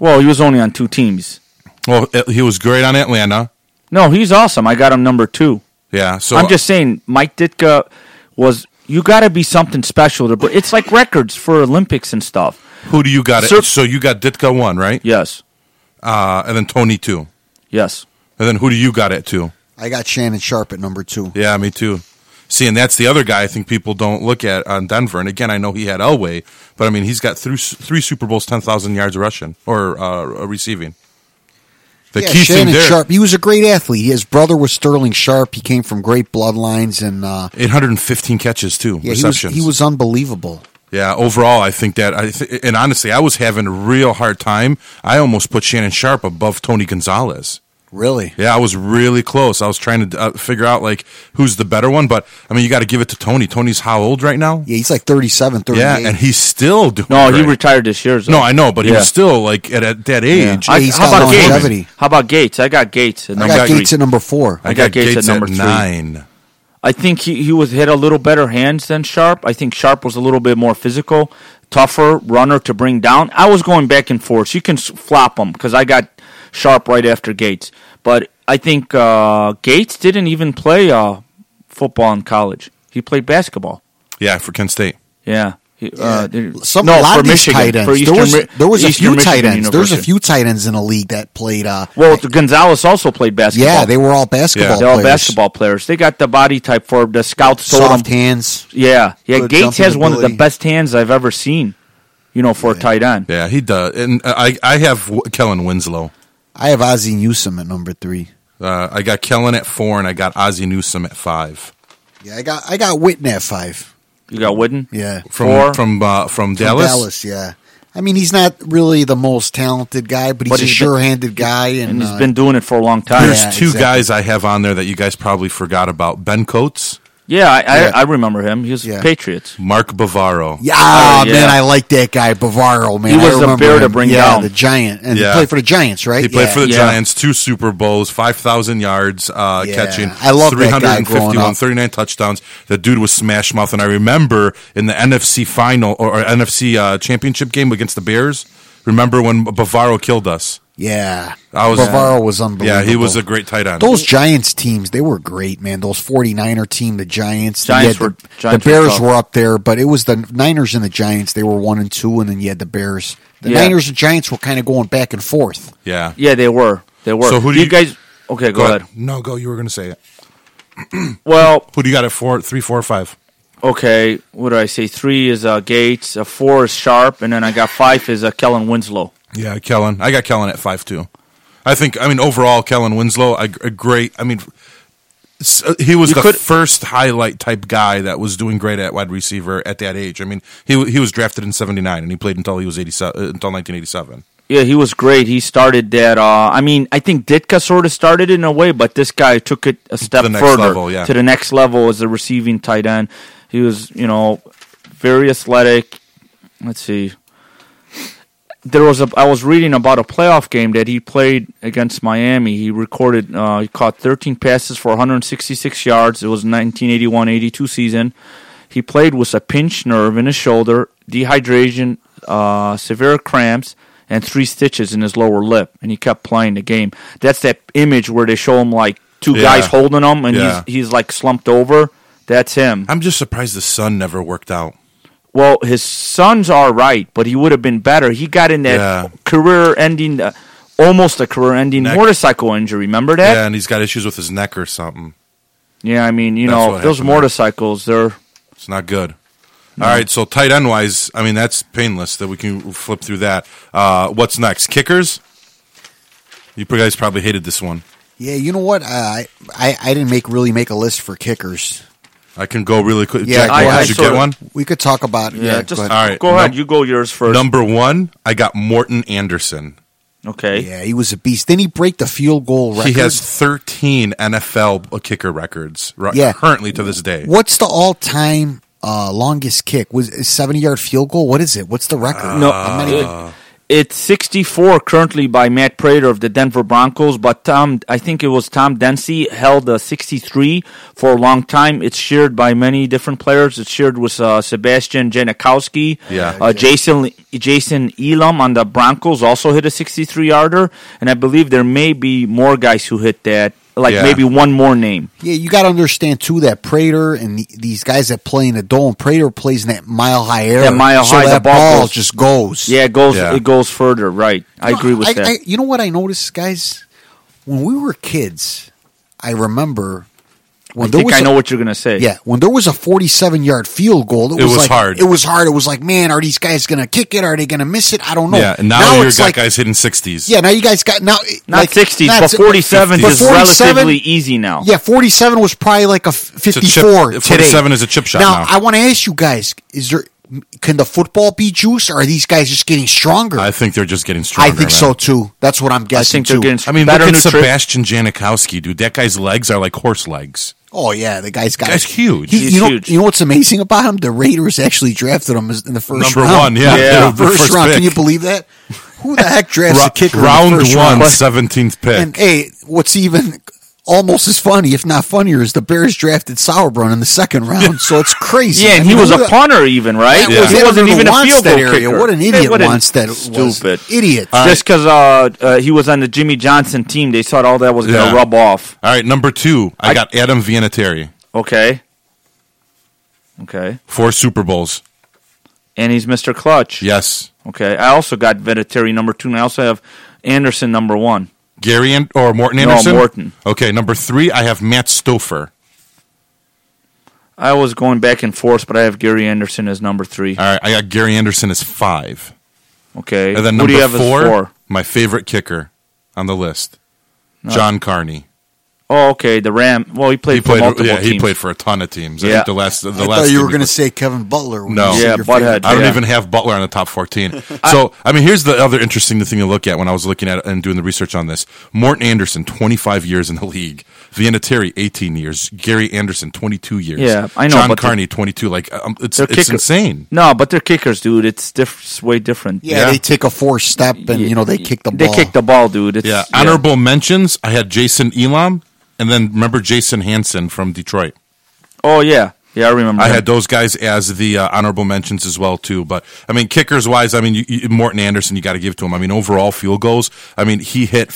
Speaker 2: well, he was only on two teams.
Speaker 1: Well, it, he was great on Atlanta.
Speaker 2: No, he's awesome. I got him number two.
Speaker 1: Yeah. So
Speaker 2: I'm just saying, Mike Ditka was. You got to be something special to. But it's like records for Olympics and stuff.
Speaker 1: who do you got?
Speaker 2: Sir-
Speaker 1: it? So you got Ditka one, right?
Speaker 2: Yes,
Speaker 1: Uh, and then Tony two,
Speaker 2: yes.
Speaker 1: and then who do you got at two?
Speaker 3: I got Shannon Sharp at number two.
Speaker 1: Yeah, me too. See, and that's the other guy I think people don't look at on Denver. And again, I know he had Elway, but I mean, he's got three, three Super Bowls, 10,000 yards rushing or uh, receiving. The
Speaker 3: yeah,
Speaker 1: key
Speaker 3: Shannon
Speaker 1: thing there,
Speaker 3: Sharp. He was a great athlete. His brother was Sterling Sharp. He came from great bloodlines, and uh,
Speaker 1: 815 catches, too,
Speaker 3: yeah, he was
Speaker 1: receptions.
Speaker 3: he was unbelievable.
Speaker 1: yeah, overall, I think that, I th- and honestly, I was having a real hard time. I almost put Shannon Sharp above Tony Gonzalez.
Speaker 3: Really?
Speaker 1: Yeah, I was really close. I was trying to uh, figure out, like, who's the better one, but I mean, you got to give it to Tony. Tony's how old right now?
Speaker 3: Yeah, he's like 37, 38.
Speaker 1: Yeah, and he's still doing
Speaker 2: No, he
Speaker 1: great.
Speaker 2: retired this year. so-
Speaker 1: No, I know, but he
Speaker 2: Yeah.
Speaker 1: was still like at, at that
Speaker 2: Yeah.
Speaker 1: age.
Speaker 3: Yeah,
Speaker 1: I,
Speaker 3: he's
Speaker 2: how
Speaker 3: got
Speaker 2: about
Speaker 3: longevity.
Speaker 2: Gates? How about Gates? I got Gates at
Speaker 3: I
Speaker 2: number
Speaker 3: got
Speaker 2: three.
Speaker 3: Gates at number four.
Speaker 1: I got, Gates, at,
Speaker 2: number three.
Speaker 1: nine.
Speaker 2: I think he, he was hit a little better hands than Sharp. I think Sharp was a little bit more physical, tougher runner to bring down. I was going back and forth. You can s- flop them because I got Sharp right after Gates, but I think uh, Gates didn't even play uh, football in college. He played basketball.
Speaker 1: Yeah, for Kent State.
Speaker 2: Yeah. He, uh, did-
Speaker 3: Some,
Speaker 2: no,
Speaker 3: a lot
Speaker 2: for
Speaker 3: of these
Speaker 2: Michigan.
Speaker 3: tight ends.
Speaker 2: For Eastern,
Speaker 3: there was,
Speaker 2: Mi-
Speaker 3: there was a
Speaker 2: Eastern
Speaker 3: few tight
Speaker 2: Michigan
Speaker 3: ends. There was a
Speaker 2: University.
Speaker 3: few tight ends in the league that played. Uh,
Speaker 2: Well, Gonzalez also played basketball.
Speaker 3: yeah, they were all basketball.
Speaker 1: Yeah.
Speaker 2: They're all
Speaker 3: players.
Speaker 2: basketball players. They got the body type for the scouts told them
Speaker 3: Soft hands.
Speaker 2: Yeah, yeah.
Speaker 3: Good
Speaker 2: Gates
Speaker 3: jumping
Speaker 2: has one of the
Speaker 3: ability.
Speaker 2: best hands I've ever seen. You know, for a tight end.
Speaker 1: Yeah, he does. And uh, I, I have w- Kellen Winslow.
Speaker 3: I have Ozzie Newsome at number three.
Speaker 1: Uh, I got Kellen at four, and I got Ozzie Newsome at five
Speaker 3: Yeah, I got I got Witten at five.
Speaker 2: You got Wooden.
Speaker 3: Yeah,
Speaker 1: from
Speaker 2: Four.
Speaker 1: from uh, from,
Speaker 3: From
Speaker 1: Dallas.
Speaker 3: Dallas. Yeah, I mean, he's not really the most talented guy, but he's
Speaker 2: But
Speaker 3: a
Speaker 2: he's been-
Speaker 3: sure-handed guy, and,
Speaker 2: and he's
Speaker 3: uh,
Speaker 2: been doing it for a long time.
Speaker 1: There's
Speaker 3: Yeah,
Speaker 1: two
Speaker 3: exactly.
Speaker 1: guys I have on there that you guys probably forgot about: Ben Coates,
Speaker 2: Yeah, I, I,
Speaker 3: Yeah.
Speaker 2: I remember him. He was
Speaker 3: Yeah.
Speaker 2: Patriots.
Speaker 1: Mark Bavaro.
Speaker 3: Yeah,
Speaker 2: Oh, yeah.
Speaker 3: man, I like that guy, Bavaro. Man,
Speaker 2: He was the
Speaker 3: I remember
Speaker 2: bear to
Speaker 3: him.
Speaker 2: bring
Speaker 3: yeah,
Speaker 2: down.
Speaker 3: the giant, and
Speaker 1: Yeah.
Speaker 3: he played for the Giants, right?
Speaker 1: He played
Speaker 3: Yeah.
Speaker 1: for the
Speaker 2: Yeah.
Speaker 1: Giants, two Super Bowls, 5,000 yards uh,
Speaker 3: Yeah.
Speaker 1: catching,
Speaker 3: I love that guy
Speaker 1: 351,
Speaker 3: growing up.
Speaker 1: 39 touchdowns. The dude was smash mouth. And I remember in the NFC final or, or NFC uh, championship game against the Bears, remember when Bavaro killed us?
Speaker 3: yeah.
Speaker 1: I was-
Speaker 3: Bavaro was unbelievable.
Speaker 1: Yeah, he was a great tight end.
Speaker 3: Those Giants teams, they were great, man. Those 49er team, the Giants. you
Speaker 2: Giants
Speaker 3: had
Speaker 2: were-
Speaker 3: the,
Speaker 2: Giants
Speaker 3: the
Speaker 2: were
Speaker 3: Bears
Speaker 2: tough.
Speaker 3: were up there, but it was the Niners and the Giants. They were one and two, and then you had the Bears. The
Speaker 2: Yeah.
Speaker 3: Niners and Giants were kind of going back and forth.
Speaker 1: yeah.
Speaker 2: Yeah, they were. They were.
Speaker 1: So who do you-
Speaker 2: guys? Okay, go, ahead.
Speaker 1: No, go. You were going to say it.
Speaker 2: Well,
Speaker 1: Who do you got at four, three, four, five?
Speaker 2: okay. What do I say? Three is uh, Gates. Uh, four is Sharp, and then I got five is uh, Kellen Winslow.
Speaker 1: Yeah, Kellen. I got Kellen at five too. I think. I mean, overall, Kellen Winslow, a, a great. I mean, s- uh, he was
Speaker 2: You
Speaker 1: the
Speaker 2: could-
Speaker 1: first highlight type guy that was doing great at wide receiver at that age. I mean, he w- he was drafted in '79 and he played until he was 87 uh, until 1987.
Speaker 2: Yeah, he was great. He started that. Uh, I mean, I think Ditka sort of started it in a way, but this guy took it a step
Speaker 1: the next
Speaker 2: further
Speaker 1: level, yeah.
Speaker 2: to the next level as a receiving tight end. He was, you know, very athletic. Let's see. There was a. I was reading about a playoff game that he played against Miami. He recorded. Uh, he caught 13 passes for 166 yards. It was 1981-82 season. He played with a pinched nerve in his shoulder, dehydration, uh, severe cramps, and three stitches in his lower lip. And he kept playing the game. That's that image where they show him like two
Speaker 1: Yeah.
Speaker 2: guys holding him, and
Speaker 1: Yeah.
Speaker 2: he's he's like slumped over. That's him.
Speaker 1: I'm just surprised the sun never worked out.
Speaker 2: Well, his sons are right, but he would have been better. He got in that
Speaker 1: Yeah.
Speaker 2: career-ending, uh, almost a career-ending
Speaker 1: Neck.
Speaker 2: motorcycle injury. Remember that?
Speaker 1: Yeah, and he's got issues with his neck or something.
Speaker 2: Yeah, I mean, you
Speaker 1: That's
Speaker 2: know,
Speaker 1: what
Speaker 2: those
Speaker 1: happened there.
Speaker 2: motorcycles, they're
Speaker 1: It's not good. All right, so tight end wise, I mean that's painless that we can flip through that. Uh, what's next? Kickers. You guys probably hated this one.
Speaker 3: Yeah, you know what? I I, I didn't make really make a list for kickers.
Speaker 1: I can go really quick.
Speaker 3: Yeah,
Speaker 1: Jack,
Speaker 3: I-
Speaker 1: did
Speaker 3: I
Speaker 1: you
Speaker 2: sort
Speaker 1: get
Speaker 2: of-
Speaker 1: one?
Speaker 3: We could talk about
Speaker 2: yeah. just
Speaker 3: go ahead.
Speaker 1: All right,
Speaker 2: go ahead.
Speaker 1: num-
Speaker 2: you go yours first.
Speaker 1: Number one, I got Morton Anderson.
Speaker 2: okay.
Speaker 3: yeah, he was a beast. Then he break the field goal record.
Speaker 1: He has 13 NFL kicker records right,
Speaker 3: Yeah.
Speaker 1: currently to this day.
Speaker 3: What's the all time uh, longest kick? Was a seventy yard field goal? What is it? What's the
Speaker 1: Uh,
Speaker 3: record?
Speaker 2: No,
Speaker 3: I'm not even-
Speaker 2: it- it's 64 currently by Matt Prater of the Denver Broncos, but Tom, I think it was Tom Dempsey held a 63 for a long time. It's shared by many different players. It's shared with uh, Sebastian Janikowski,
Speaker 1: Yeah.
Speaker 2: uh, Jason Jason Elam on the Broncos also hit a 63 yarder, and I believe there may be more guys who hit that, like
Speaker 1: Yeah.
Speaker 2: maybe one more name.
Speaker 3: Yeah, you got to understand too that Prater and the, these guys that play in the dome. Prater plays in that mile high area.
Speaker 2: That mile
Speaker 3: so
Speaker 2: high, the
Speaker 3: that
Speaker 2: ball goes-
Speaker 3: just goes.
Speaker 2: Yeah, it goes
Speaker 1: Yeah.
Speaker 2: it goes further, right? I agree with that.
Speaker 3: I- you know what I noticed, guys? When we were kids, I remember when
Speaker 2: I
Speaker 3: there
Speaker 2: think
Speaker 3: was
Speaker 2: I
Speaker 3: a-
Speaker 2: know what you're gonna say.
Speaker 3: Yeah, when there was a 47 yard field goal, it,
Speaker 1: It was
Speaker 3: like,
Speaker 1: hard.
Speaker 3: It was hard. It was like, man, are these guys going to kick it? Are they going to miss it? I don't know.
Speaker 1: yeah, and now, you've
Speaker 3: it's
Speaker 1: got
Speaker 3: like,
Speaker 1: guys hitting 60s.
Speaker 3: yeah, now you guys got now
Speaker 2: Not
Speaker 3: like,
Speaker 2: 60s,
Speaker 3: not-
Speaker 2: but 47
Speaker 1: but
Speaker 2: is
Speaker 3: 47
Speaker 2: relatively easy now.
Speaker 3: Yeah, 47 was probably like a f-
Speaker 1: It's a chip-
Speaker 3: 54 today.
Speaker 1: 47 is a chip shot
Speaker 3: Now,
Speaker 1: now.
Speaker 3: I want to ask you guys: Is there can the football be juice, or are these guys just getting stronger?
Speaker 1: I,
Speaker 3: I,
Speaker 1: think they're just getting stronger.
Speaker 3: think so too. That's what I'm
Speaker 2: I
Speaker 3: guessing
Speaker 2: think they're getting
Speaker 3: too.
Speaker 1: I mean, look
Speaker 2: better
Speaker 1: at
Speaker 2: nutri-
Speaker 1: Sebastian Janikowski, dude. That guy's legs are like horse legs.
Speaker 3: oh yeah, the guy's got
Speaker 1: That's huge.
Speaker 3: He-
Speaker 2: He's
Speaker 3: you know,
Speaker 2: huge.
Speaker 3: you know what's amazing about him? The Raiders actually drafted him as- in the first
Speaker 1: Number one,
Speaker 3: round.
Speaker 1: yeah.
Speaker 2: Yeah.
Speaker 3: the first, round. Can
Speaker 1: pick.
Speaker 3: you believe that? Who the heck drafts
Speaker 1: Ra-
Speaker 3: a kicker in the
Speaker 1: round
Speaker 3: first
Speaker 1: one,
Speaker 3: round?
Speaker 1: 17th pick.
Speaker 3: And hey, what's even almost as funny, if not funnier, is the Bears drafted Sauerbrunn in the second round. So it's crazy.
Speaker 2: Yeah,
Speaker 3: I
Speaker 2: and he
Speaker 3: mean,
Speaker 2: was
Speaker 3: who
Speaker 2: a
Speaker 3: the-
Speaker 2: punter even, right?
Speaker 1: Yeah.
Speaker 2: He wasn't even a
Speaker 3: wants
Speaker 2: field
Speaker 3: that
Speaker 2: goal
Speaker 3: area.
Speaker 2: kicker.
Speaker 3: What an idiot
Speaker 2: Hey, what an
Speaker 3: wants that.
Speaker 2: Stupid.
Speaker 3: Was. Idiot.
Speaker 2: Just because uh, uh, he was on the Jimmy Johnson team, they thought all that was going
Speaker 1: Yeah.
Speaker 2: to rub off.
Speaker 1: All right, number two, I,
Speaker 2: I-
Speaker 1: got Adam Vinatieri.
Speaker 2: Okay. Okay.
Speaker 1: Four Super Bowls.
Speaker 2: And he's Mr. Clutch.
Speaker 1: Yes.
Speaker 2: Okay. I also got Vinatieri number two, and I also have Anderson number one.
Speaker 1: Gary and, or Morton
Speaker 2: No,
Speaker 1: Anderson?
Speaker 2: Morton.
Speaker 1: Okay, number three, I have Matt Stouffer.
Speaker 2: I was going back and forth, but I have Gary Anderson as number three.
Speaker 1: All right, I got Gary Anderson as five.
Speaker 2: Okay.
Speaker 1: And then
Speaker 2: Who
Speaker 1: number
Speaker 2: do you have as
Speaker 1: four,
Speaker 2: four?
Speaker 1: my favorite kicker on the list, John Carney.
Speaker 2: Oh, okay. The Ram. Well, he played,
Speaker 1: He played.
Speaker 2: for multiple
Speaker 1: yeah, he
Speaker 2: teams.
Speaker 1: played for a ton of teams. I
Speaker 2: Yeah.
Speaker 1: think the last. The
Speaker 3: I
Speaker 1: last
Speaker 3: thought you
Speaker 1: team
Speaker 3: were
Speaker 1: he
Speaker 3: going to
Speaker 1: played-
Speaker 3: say Kevin Butler. when
Speaker 1: No.
Speaker 3: you said
Speaker 2: Yeah,
Speaker 3: your
Speaker 2: Butthead.
Speaker 3: favorite-
Speaker 1: I don't
Speaker 2: Yeah.
Speaker 1: even have Butler on the top 14. So, I mean, here's the other interesting thing to look at when I was looking at it and doing the research on this. Morton Anderson, 25 years in the league. Vienna Terry, 18 years. Gary Anderson, 22 years.
Speaker 2: Yeah, I know,
Speaker 1: John
Speaker 2: but the-
Speaker 1: Carney, 22. Like, um, it's,
Speaker 2: Their
Speaker 1: it's
Speaker 2: kicker-
Speaker 1: insane.
Speaker 2: No, but they're kickers, dude. It's, diff- it's way different.
Speaker 3: Yeah,
Speaker 1: Yeah.
Speaker 3: they take a four step and you know they kick the ball.
Speaker 2: They kick the ball, dude. It's,
Speaker 1: Yeah. Honorable mentions, I had Jason Elam, and then remember Jason Hansen from Detroit.
Speaker 2: Oh yeah, yeah. I remember.
Speaker 1: I
Speaker 2: him.
Speaker 1: had those guys as the uh, honorable mentions as well too. But I mean, kickers wise, I mean you, you, Morton Anderson, you got to give to him. I mean, overall field goals. I mean, he hit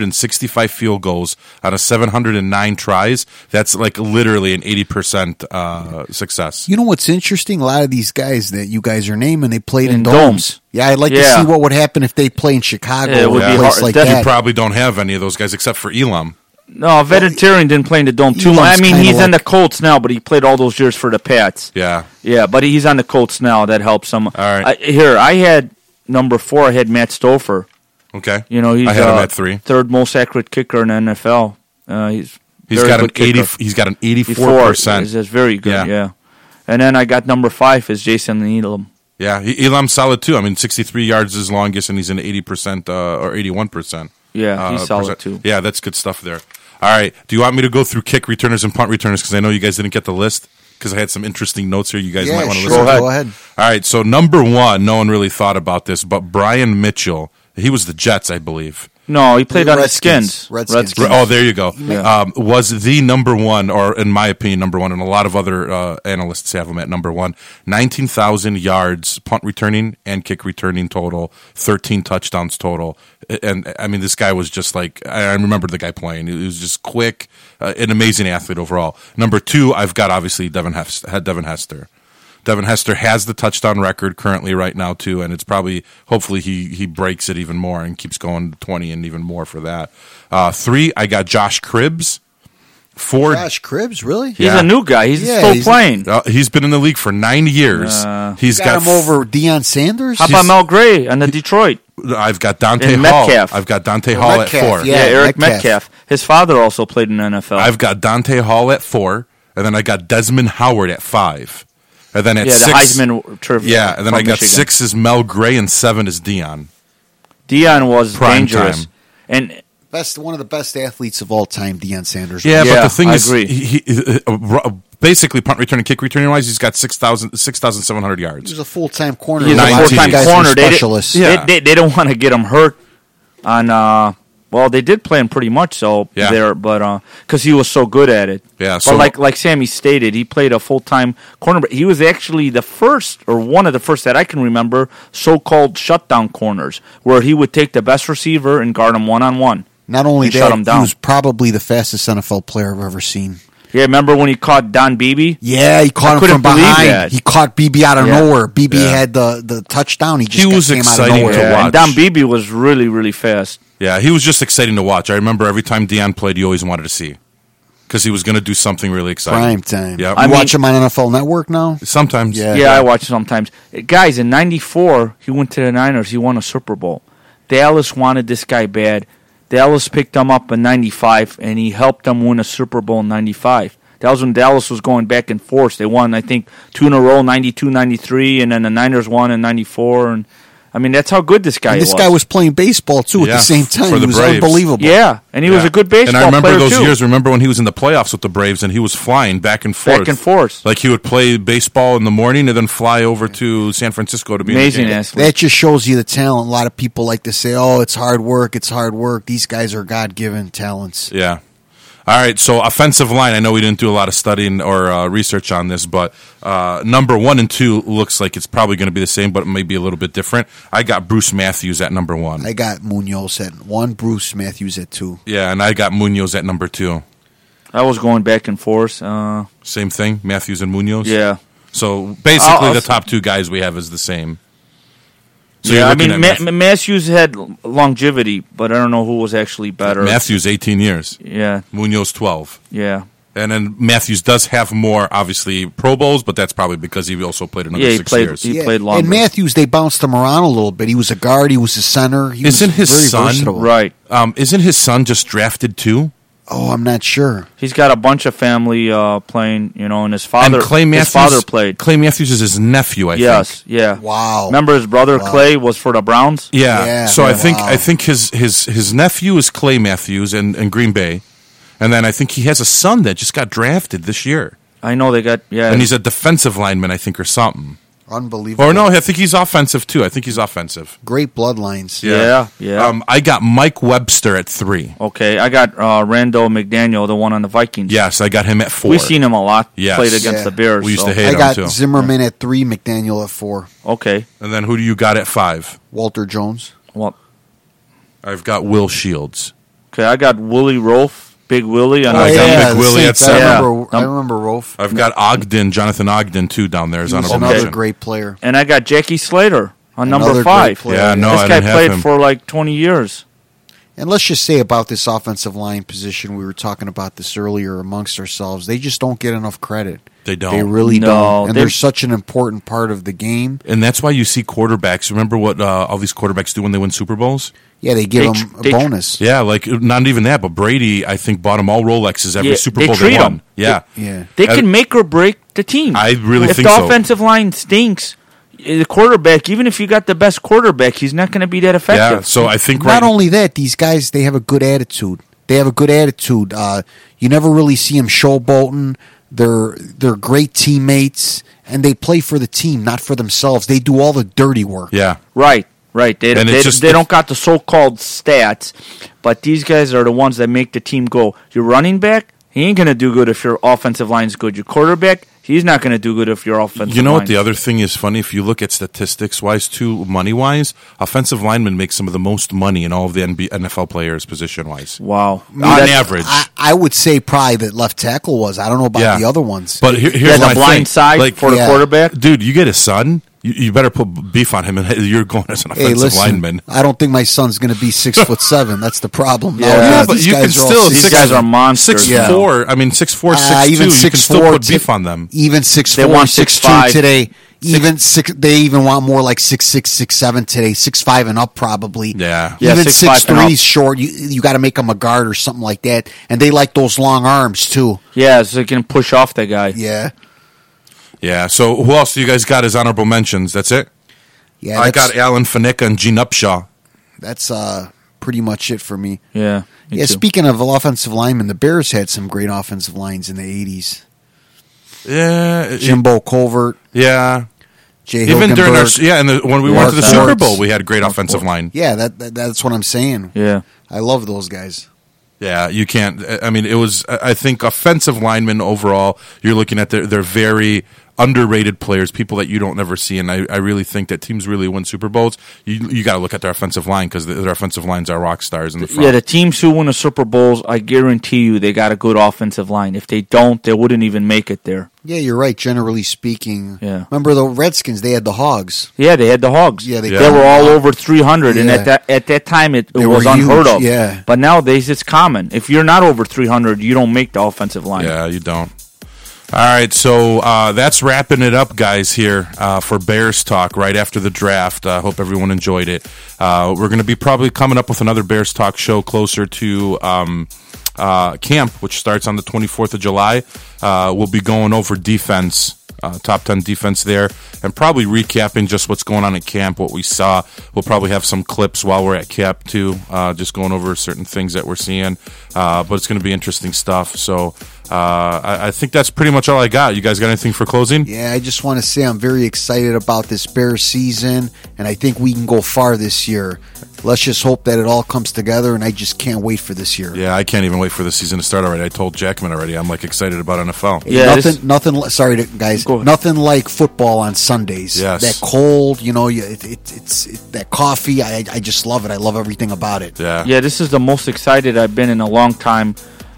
Speaker 1: 565 field goals out of 709 tries. That's like literally an 80 percent uh, success.
Speaker 3: You know what's interesting? A lot of these guys that you guys are naming, they played in,
Speaker 2: In
Speaker 3: domes.
Speaker 2: domes.
Speaker 3: Yeah, I'd like
Speaker 2: Yeah.
Speaker 3: to see what would happen if they play in Chicago
Speaker 2: Yeah, it
Speaker 3: or
Speaker 2: would
Speaker 3: a
Speaker 1: be
Speaker 3: place
Speaker 2: hard-
Speaker 3: like
Speaker 2: definitely
Speaker 3: that.
Speaker 1: You probably don't have any of those guys except for Elam.
Speaker 2: no. Vegetarian didn't play in the dome too much.
Speaker 3: Elon's
Speaker 2: I mean,
Speaker 3: kinda
Speaker 2: he's in the
Speaker 3: like-
Speaker 2: Colts now, but he played all those years for the Pats.
Speaker 1: Yeah,
Speaker 2: Yeah, but he's on the Colts now. That helps him. All
Speaker 1: right.
Speaker 2: I, here, I had number four. I had Matt Stouffer.
Speaker 1: okay.
Speaker 2: You know, he's
Speaker 1: I had
Speaker 2: uh,
Speaker 1: him at three.
Speaker 2: third most accurate kicker in the NFL. Uh, he's
Speaker 1: He's
Speaker 2: very
Speaker 1: got an
Speaker 2: good
Speaker 1: 80.
Speaker 2: kicker.
Speaker 1: He's got an 84
Speaker 2: Before,
Speaker 1: percent.
Speaker 2: is- is very good.
Speaker 1: Yeah.
Speaker 2: Yeah. And then I got number five is Jason Needham.
Speaker 1: Yeah, he- Elam's solid too. I mean, 63 yards is longest, and he's an 80 percent uh, or 81 percent. uh,
Speaker 2: Yeah, he's solid
Speaker 1: percent.
Speaker 2: too.
Speaker 1: Yeah, that's good stuff there. All right. Do you want me to go through kick returners and punt returners? Because I know you guys didn't get the list. Because I had some interesting notes here. You guys
Speaker 3: Yeah,
Speaker 1: might want to
Speaker 3: sure.
Speaker 1: listen.
Speaker 3: Go Go ahead. ahead.
Speaker 1: All right. So number one, no one really thought about this, but Brian Mitchell. He was the Jets, I believe.
Speaker 2: No, he played on the
Speaker 3: Redskins.
Speaker 2: Skins.
Speaker 3: Redskins.
Speaker 1: Re- Oh, there you go. Um, was the number one, or in my opinion, number one, and a lot of other uh, analysts have him at number one. 19,000 yards punt returning and kick returning total, 13 touchdowns total. A- And I mean, this guy was just like, I I remember the guy playing. He was just quick, uh, an amazing athlete overall. Number two, I've got obviously Devin, Hest- had Devin Hester. Devin Hester has the touchdown record currently right now too, and it's probably hopefully he he breaks it even more and keeps going to twenty and even more for that. Uh, three, I got Josh Cribbs. Four,
Speaker 3: Gosh, Cribs, really?
Speaker 2: He's
Speaker 1: Yeah.
Speaker 2: a new guy. He's
Speaker 3: Yeah,
Speaker 2: still
Speaker 3: he's-
Speaker 2: playing.
Speaker 1: uh, he's been in the league for nine years. he's
Speaker 3: got,
Speaker 1: got,
Speaker 3: him over Deion Sanders.
Speaker 2: How about Mel Gray on the Detroit?
Speaker 1: I've got Dante
Speaker 2: And
Speaker 1: Hall.
Speaker 2: Metcalf.
Speaker 1: I've got Dante Hall
Speaker 3: Metcalf,
Speaker 1: at four.
Speaker 3: yeah.
Speaker 2: Yeah, Eric
Speaker 3: Metcalf.
Speaker 2: Metcalf. His father also played in the NFL.
Speaker 1: I've got Dante Hall at four, and then I got Desmond Howard at five, and then at
Speaker 2: yeah, the
Speaker 1: six,
Speaker 2: Heisman trivia.
Speaker 1: yeah, and then
Speaker 2: from
Speaker 1: I got
Speaker 2: Michigan.
Speaker 1: six is Mel Gray and seven is Dion.
Speaker 2: Dion was
Speaker 1: Prime
Speaker 2: dangerous,
Speaker 1: time.
Speaker 2: and
Speaker 3: Best one of the best athletes of all time, Deion Sanders.
Speaker 1: Yeah, but
Speaker 2: Yeah,
Speaker 1: the thing
Speaker 2: I
Speaker 1: is,
Speaker 2: agree.
Speaker 1: He, he, uh, uh, basically punt return and kick returning wise, he's got 6,000 6,700
Speaker 3: he was
Speaker 1: yards.
Speaker 3: a full time corner.
Speaker 2: he's
Speaker 3: A lot
Speaker 2: a
Speaker 3: of
Speaker 2: four-time
Speaker 3: guys were
Speaker 2: corner. They, did,
Speaker 3: specialists.
Speaker 1: Yeah.
Speaker 2: they, they, they don't want to get him hurt. On uh, well, they did play him pretty much so
Speaker 1: Yeah.
Speaker 2: there, but because he was so good at it.
Speaker 1: Yeah,
Speaker 2: But
Speaker 1: so-
Speaker 2: like like Sammy stated, he played a full time cornerback. He was actually the first or one of the first that I can remember so called shutdown corners, where he would take the best receiver and guard him one on one.
Speaker 3: Not only
Speaker 2: They
Speaker 3: that,
Speaker 2: shut him down.
Speaker 3: he was probably the fastest NFL player I've ever seen.
Speaker 2: Yeah, remember when he caught Don Beebe?
Speaker 3: Yeah,
Speaker 2: I
Speaker 3: he caught him
Speaker 2: couldn't
Speaker 3: from
Speaker 2: believe
Speaker 3: behind.
Speaker 2: that.
Speaker 3: He caught BB out of
Speaker 2: Yeah.
Speaker 3: nowhere. BB
Speaker 1: Yeah.
Speaker 3: had the, the touchdown. He just
Speaker 1: He
Speaker 3: got-
Speaker 1: was
Speaker 3: came out
Speaker 1: exciting
Speaker 3: of nowhere.
Speaker 1: to watch.
Speaker 2: and Don Beebe was really really fast.
Speaker 1: Yeah, he was just exciting to watch. I remember every time Dion played, you always wanted to see because he was going to do something really exciting.
Speaker 3: Prime time.
Speaker 1: Yeah.
Speaker 3: You
Speaker 1: I
Speaker 2: mean-
Speaker 3: watch him on NFL Network now?
Speaker 1: Sometimes.
Speaker 3: Yeah.
Speaker 2: Yeah, I watch it sometimes. Uh, Guys, in '94, he went to the Niners. He won a Super Bowl. Dallas wanted this guy bad. Dallas picked him up in '95, and he helped them win a Super Bowl in '95. That was when Dallas was going back and forth. They won, I think, two in a row, 92, 93, and then the Niners won in 94. And I mean, that's how good this guy
Speaker 3: And this
Speaker 2: was.
Speaker 3: guy was playing baseball, too, at
Speaker 1: Yeah,
Speaker 3: the same time.
Speaker 1: for
Speaker 3: He
Speaker 1: the
Speaker 3: was
Speaker 1: Braves.
Speaker 3: unbelievable.
Speaker 2: Yeah, and he was
Speaker 1: Yeah.
Speaker 2: a good baseball
Speaker 1: And I remember
Speaker 2: player,
Speaker 1: those
Speaker 2: too.
Speaker 1: years. Remember when he was in the playoffs with the Braves and he was flying back and forth,
Speaker 2: Back and forth.
Speaker 1: Like he would play baseball in the morning and then fly over to San Francisco to be in the
Speaker 2: Amazing
Speaker 1: game.
Speaker 2: athlete.
Speaker 3: That just shows you the talent. A lot of people like to say, oh, it's hard work. It's hard work. These guys are God given talents.
Speaker 1: Yeah. All right. So offensive line. I know we didn't do a lot of studying or uh, research on this, but uh, number one and two looks like it's probably going to be the same, but maybe a little bit different. I got Bruce Matthews at number one.
Speaker 3: I got Munoz at one, Bruce Matthews at two.
Speaker 1: yeah, and I got Munoz at number two.
Speaker 2: I was going back and forth. Uh,
Speaker 1: Same thing, Matthews and Munoz.
Speaker 2: yeah.
Speaker 1: So basically,
Speaker 2: I'll-
Speaker 1: the top two guys we have is the same. So
Speaker 2: yeah,
Speaker 1: you're
Speaker 2: I
Speaker 1: looking
Speaker 2: mean,
Speaker 1: at
Speaker 2: Ma- Matthews had l- longevity, but I don't know who was actually better.
Speaker 1: Matthews eighteen years,
Speaker 2: Yeah,
Speaker 1: Munoz twelve.
Speaker 2: yeah.
Speaker 1: And then Matthews does have more, obviously, Pro Bowls, but that's probably because he also played another
Speaker 2: Yeah, he
Speaker 1: six
Speaker 2: played-
Speaker 1: years.
Speaker 2: he- played longer.
Speaker 3: And Matthews, they bounced him around a little bit. He was a guard. He was a center. He
Speaker 1: Isn't
Speaker 3: was
Speaker 1: his
Speaker 3: very
Speaker 1: son-
Speaker 3: versatile.
Speaker 2: Right.
Speaker 1: Um, isn't his son just drafted too?
Speaker 3: Oh, I'm not sure.
Speaker 2: He's got a bunch of family uh, playing, you know, and his father.
Speaker 1: and Clay Matthews.
Speaker 2: his father played.
Speaker 1: Clay Matthews is his nephew. I think.
Speaker 2: yes, yeah.
Speaker 3: Wow.
Speaker 2: Remember his brother
Speaker 3: Wow.
Speaker 2: Clay was for the Browns.
Speaker 1: Yeah.
Speaker 3: Yeah.
Speaker 1: so I
Speaker 3: Yeah.
Speaker 1: think
Speaker 3: Wow.
Speaker 1: I think his his his nephew is Clay Matthews in, in Green Bay, and then I think he has a son that just got drafted this year,
Speaker 2: I know they got yeah.
Speaker 1: and he's a defensive lineman, I think, or something.
Speaker 3: Unbelievable.
Speaker 1: Or Oh, no, I think he's offensive too. I think he's offensive.
Speaker 3: Great bloodlines.
Speaker 2: Yeah, yeah.
Speaker 1: Um, I got Mike Webster at three.
Speaker 2: okay, I got uh, Randall McDaniel, the one on the Vikings.
Speaker 1: Yes, I got him at four.
Speaker 2: we seen him a lot.
Speaker 1: Yes.
Speaker 2: played against
Speaker 3: Yeah.
Speaker 2: the Bears.
Speaker 1: We used
Speaker 2: so-
Speaker 1: to hate
Speaker 3: I
Speaker 1: him
Speaker 3: got
Speaker 1: too.
Speaker 3: Zimmerman at three, McDaniel at four,
Speaker 2: Okay,
Speaker 1: and then who do you got at five?
Speaker 3: Walter Jones.
Speaker 2: well,
Speaker 1: I've got Will Shields.
Speaker 2: okay, I got Willie Rolfe, Big Willie, and
Speaker 1: I
Speaker 2: I
Speaker 1: got
Speaker 2: got
Speaker 1: Mick Willie
Speaker 3: Oh, Saints.
Speaker 1: at
Speaker 3: I
Speaker 1: seven.
Speaker 3: remember,
Speaker 2: Yeah.
Speaker 3: I remember Rolf.
Speaker 1: I've got Ogden, Jonathan Ogden too down there as
Speaker 3: He was
Speaker 1: honorable
Speaker 3: another
Speaker 1: mention.
Speaker 3: great player.
Speaker 2: and I got Jackie Slater on number
Speaker 3: Another great
Speaker 2: five.
Speaker 3: player.
Speaker 1: Yeah, no, I
Speaker 2: this guy
Speaker 1: didn't have
Speaker 2: played
Speaker 1: him.
Speaker 2: for like twenty years.
Speaker 3: And let's just say about this offensive line position, we were talking about this earlier amongst ourselves. They just don't get enough credit.
Speaker 1: They don't.
Speaker 3: They really
Speaker 2: No,
Speaker 3: don't. And
Speaker 2: they're-
Speaker 3: they're such an important part of the game.
Speaker 1: and that's why you see quarterbacks. Remember what uh, all these quarterbacks do when they win Super Bowls?
Speaker 3: Yeah, they give
Speaker 2: They tr-
Speaker 3: them a
Speaker 2: they tr-
Speaker 3: bonus.
Speaker 1: Yeah, like not even that, but Brady, I think, bought them all Rolexes every
Speaker 2: Yeah,
Speaker 1: Super
Speaker 2: they
Speaker 1: Bowl
Speaker 2: treat
Speaker 1: they won.
Speaker 2: 'em.
Speaker 1: Yeah.
Speaker 3: Yeah.
Speaker 2: They
Speaker 1: I-
Speaker 2: can make or break the team.
Speaker 1: I really
Speaker 2: if
Speaker 1: think
Speaker 2: the
Speaker 1: so.
Speaker 2: offensive line stinks, eh, the quarterback, even if you got the best quarterback, he's not going to be that
Speaker 1: yeah.
Speaker 2: effective.
Speaker 1: So I think right,
Speaker 3: Not only that, these guys they have a good attitude. They have a good attitude. Uh, you never really see them showboating. They're they're great teammates, and they play for the team, not for themselves. They do all the dirty work.
Speaker 1: yeah,
Speaker 2: Right, right. They
Speaker 1: And it's
Speaker 2: they,
Speaker 1: just-
Speaker 2: they don't got the so-called stats, but these guys are the ones that make the team go. Your running back, he ain't going to do good if your offensive line's good. Your quarterback, he's not going to do good if your offensive.
Speaker 1: you know what?
Speaker 2: line-
Speaker 1: The other thing is funny if you look at statistics wise, too, money wise, offensive linemen make some of the most money in all of the NB- NFL players position wise
Speaker 2: wow
Speaker 1: on
Speaker 2: That's-
Speaker 1: average.
Speaker 3: I, I would say probably that left tackle was. I don't know about
Speaker 1: yeah,
Speaker 3: the other ones.
Speaker 1: But here,
Speaker 2: Yeah,
Speaker 1: here's
Speaker 2: the
Speaker 1: my
Speaker 2: blind
Speaker 1: thing.
Speaker 2: side
Speaker 1: like,
Speaker 2: for the
Speaker 3: Yeah.
Speaker 2: quarterback.
Speaker 1: dude, you get a son, you, you better put beef on him, and you're going as an offensive lineman.
Speaker 3: I don't think my son's going to be six foot seven. That's the problem.
Speaker 2: Yeah,
Speaker 3: Nowadays,
Speaker 1: Oh, but
Speaker 3: Uh, these
Speaker 1: you can
Speaker 3: guys are all
Speaker 1: still
Speaker 3: six-
Speaker 2: These guys are monsters.
Speaker 1: Six
Speaker 3: Yeah.
Speaker 1: four, I mean six four, six
Speaker 3: Ah,
Speaker 1: two.
Speaker 3: even
Speaker 1: you
Speaker 3: six
Speaker 1: can still
Speaker 3: four
Speaker 1: put
Speaker 3: to-
Speaker 1: beef on them.
Speaker 3: Even six
Speaker 2: They
Speaker 3: four,
Speaker 2: want
Speaker 3: six
Speaker 2: six
Speaker 3: two
Speaker 2: five.
Speaker 3: today. Even six, they even want more like six six, six seven today. Six five and up probably.
Speaker 1: Yeah.
Speaker 2: Yeah,
Speaker 3: even
Speaker 2: six,
Speaker 3: six
Speaker 2: five and up.
Speaker 3: three's short. You you got to make them a guard or something like that. And they like those long arms too.
Speaker 2: Yeah, so they can push off that guy.
Speaker 3: Yeah,
Speaker 1: Yeah. So who else do you guys got as honorable mentions? That's it.
Speaker 3: yeah.
Speaker 1: I
Speaker 3: that's-
Speaker 1: got Alan Faneca and Gene Upshaw.
Speaker 3: That's uh pretty much it for me.
Speaker 2: Yeah, me
Speaker 3: yeah.
Speaker 2: too.
Speaker 3: Speaking of offensive linemen, the Bears had some great offensive lines in the eighties.
Speaker 1: Yeah. it-
Speaker 3: Jimbo Colvert,
Speaker 1: Yeah.
Speaker 3: Jay
Speaker 1: Even during our
Speaker 3: Hilgenberg.
Speaker 1: yeah, and the, when we
Speaker 2: Yeah,
Speaker 1: went to the
Speaker 2: Mark
Speaker 1: Super
Speaker 3: Schwartz.
Speaker 1: Bowl, we had a great offensive line.
Speaker 3: Yeah, that, that that's what I'm saying.
Speaker 2: yeah.
Speaker 3: I love those guys.
Speaker 1: Yeah, you can't. I mean, it was. I I think offensive linemen overall, you're looking at they're, they're very underrated players, people that you don't never see. And I, I really think that teams really win Super Bowls. You you got to look at their offensive line because their offensive lines are rock stars in the front.
Speaker 2: Yeah, the teams who win the Super Bowls, I guarantee you, they got a good offensive line. If they don't, they wouldn't even make it there.
Speaker 3: Yeah, you're right. Generally speaking,
Speaker 2: Yeah.
Speaker 3: Remember the Redskins? They had the Hogs.
Speaker 2: Yeah, they had the Hogs.
Speaker 3: Yeah, they-
Speaker 1: Yeah.
Speaker 2: were all over 300, and
Speaker 3: Yeah.
Speaker 2: at that at that time it, it
Speaker 3: were
Speaker 2: was unheard
Speaker 3: huge,
Speaker 2: of.
Speaker 3: yeah.
Speaker 2: but nowadays it's common. If you're not over 300, you don't make the offensive line.
Speaker 1: Yeah, you don't. All right, so uh, that's wrapping it up, guys. Here uh, for Bears talk right after the draft. I hope everyone enjoyed it. Uh, we're going to be probably coming up with another Bears talk show closer to um, uh, camp, which starts on the 24th of July. Uh, we'll be going over defense. Uh, top 10 defense there, and probably recapping just what's going on at camp, what we saw. We'll probably have some clips while we're at camp, too, uh, just going over certain things that we're seeing. Uh, but it's going to be interesting stuff. So uh, I, I think that's pretty much all I got. You guys got anything for closing?
Speaker 3: Yeah, I just want to say I'm very excited about this Bears season, and I think we can go far this year. Let's just hope that it all comes together, and I just can't wait for this year.
Speaker 1: Yeah, I can't even wait for the season to start already. I told Jackman already. I'm like excited about NFL.
Speaker 2: Yeah,
Speaker 3: nothing,
Speaker 2: this-
Speaker 3: nothing. li- Sorry, to, guys.
Speaker 2: Go ahead.
Speaker 3: Nothing like football on Sundays.
Speaker 1: Yes.
Speaker 3: that cold, you know, you, it, it, it's it, that coffee. I, I- I just love it. I love everything about it.
Speaker 1: Yeah.
Speaker 2: yeah. This is the most excited I've been in a long time.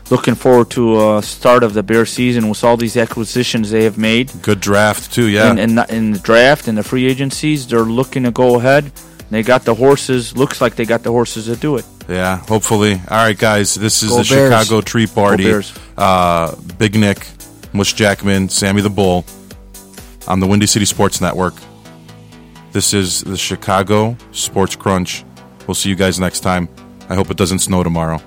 Speaker 2: Looking forward to uh, start of the Bear season with all these acquisitions they have made.
Speaker 1: Good draft too. Yeah.
Speaker 2: and, and not- in the draft and the free agencies, they're looking to go ahead. They got the horses. Looks like they got the horses to do it.
Speaker 1: Yeah, hopefully. All right, guys, this is
Speaker 3: Go
Speaker 1: the
Speaker 3: Bears.
Speaker 1: Chicago Tree Party.
Speaker 2: Go Bears.
Speaker 1: Uh, Big Nick, Mush Jackman, Sammy the Bull on the Windy City Sports Network. This is the Chicago Sports Crunch. We'll see you guys next time. I hope it doesn't snow tomorrow.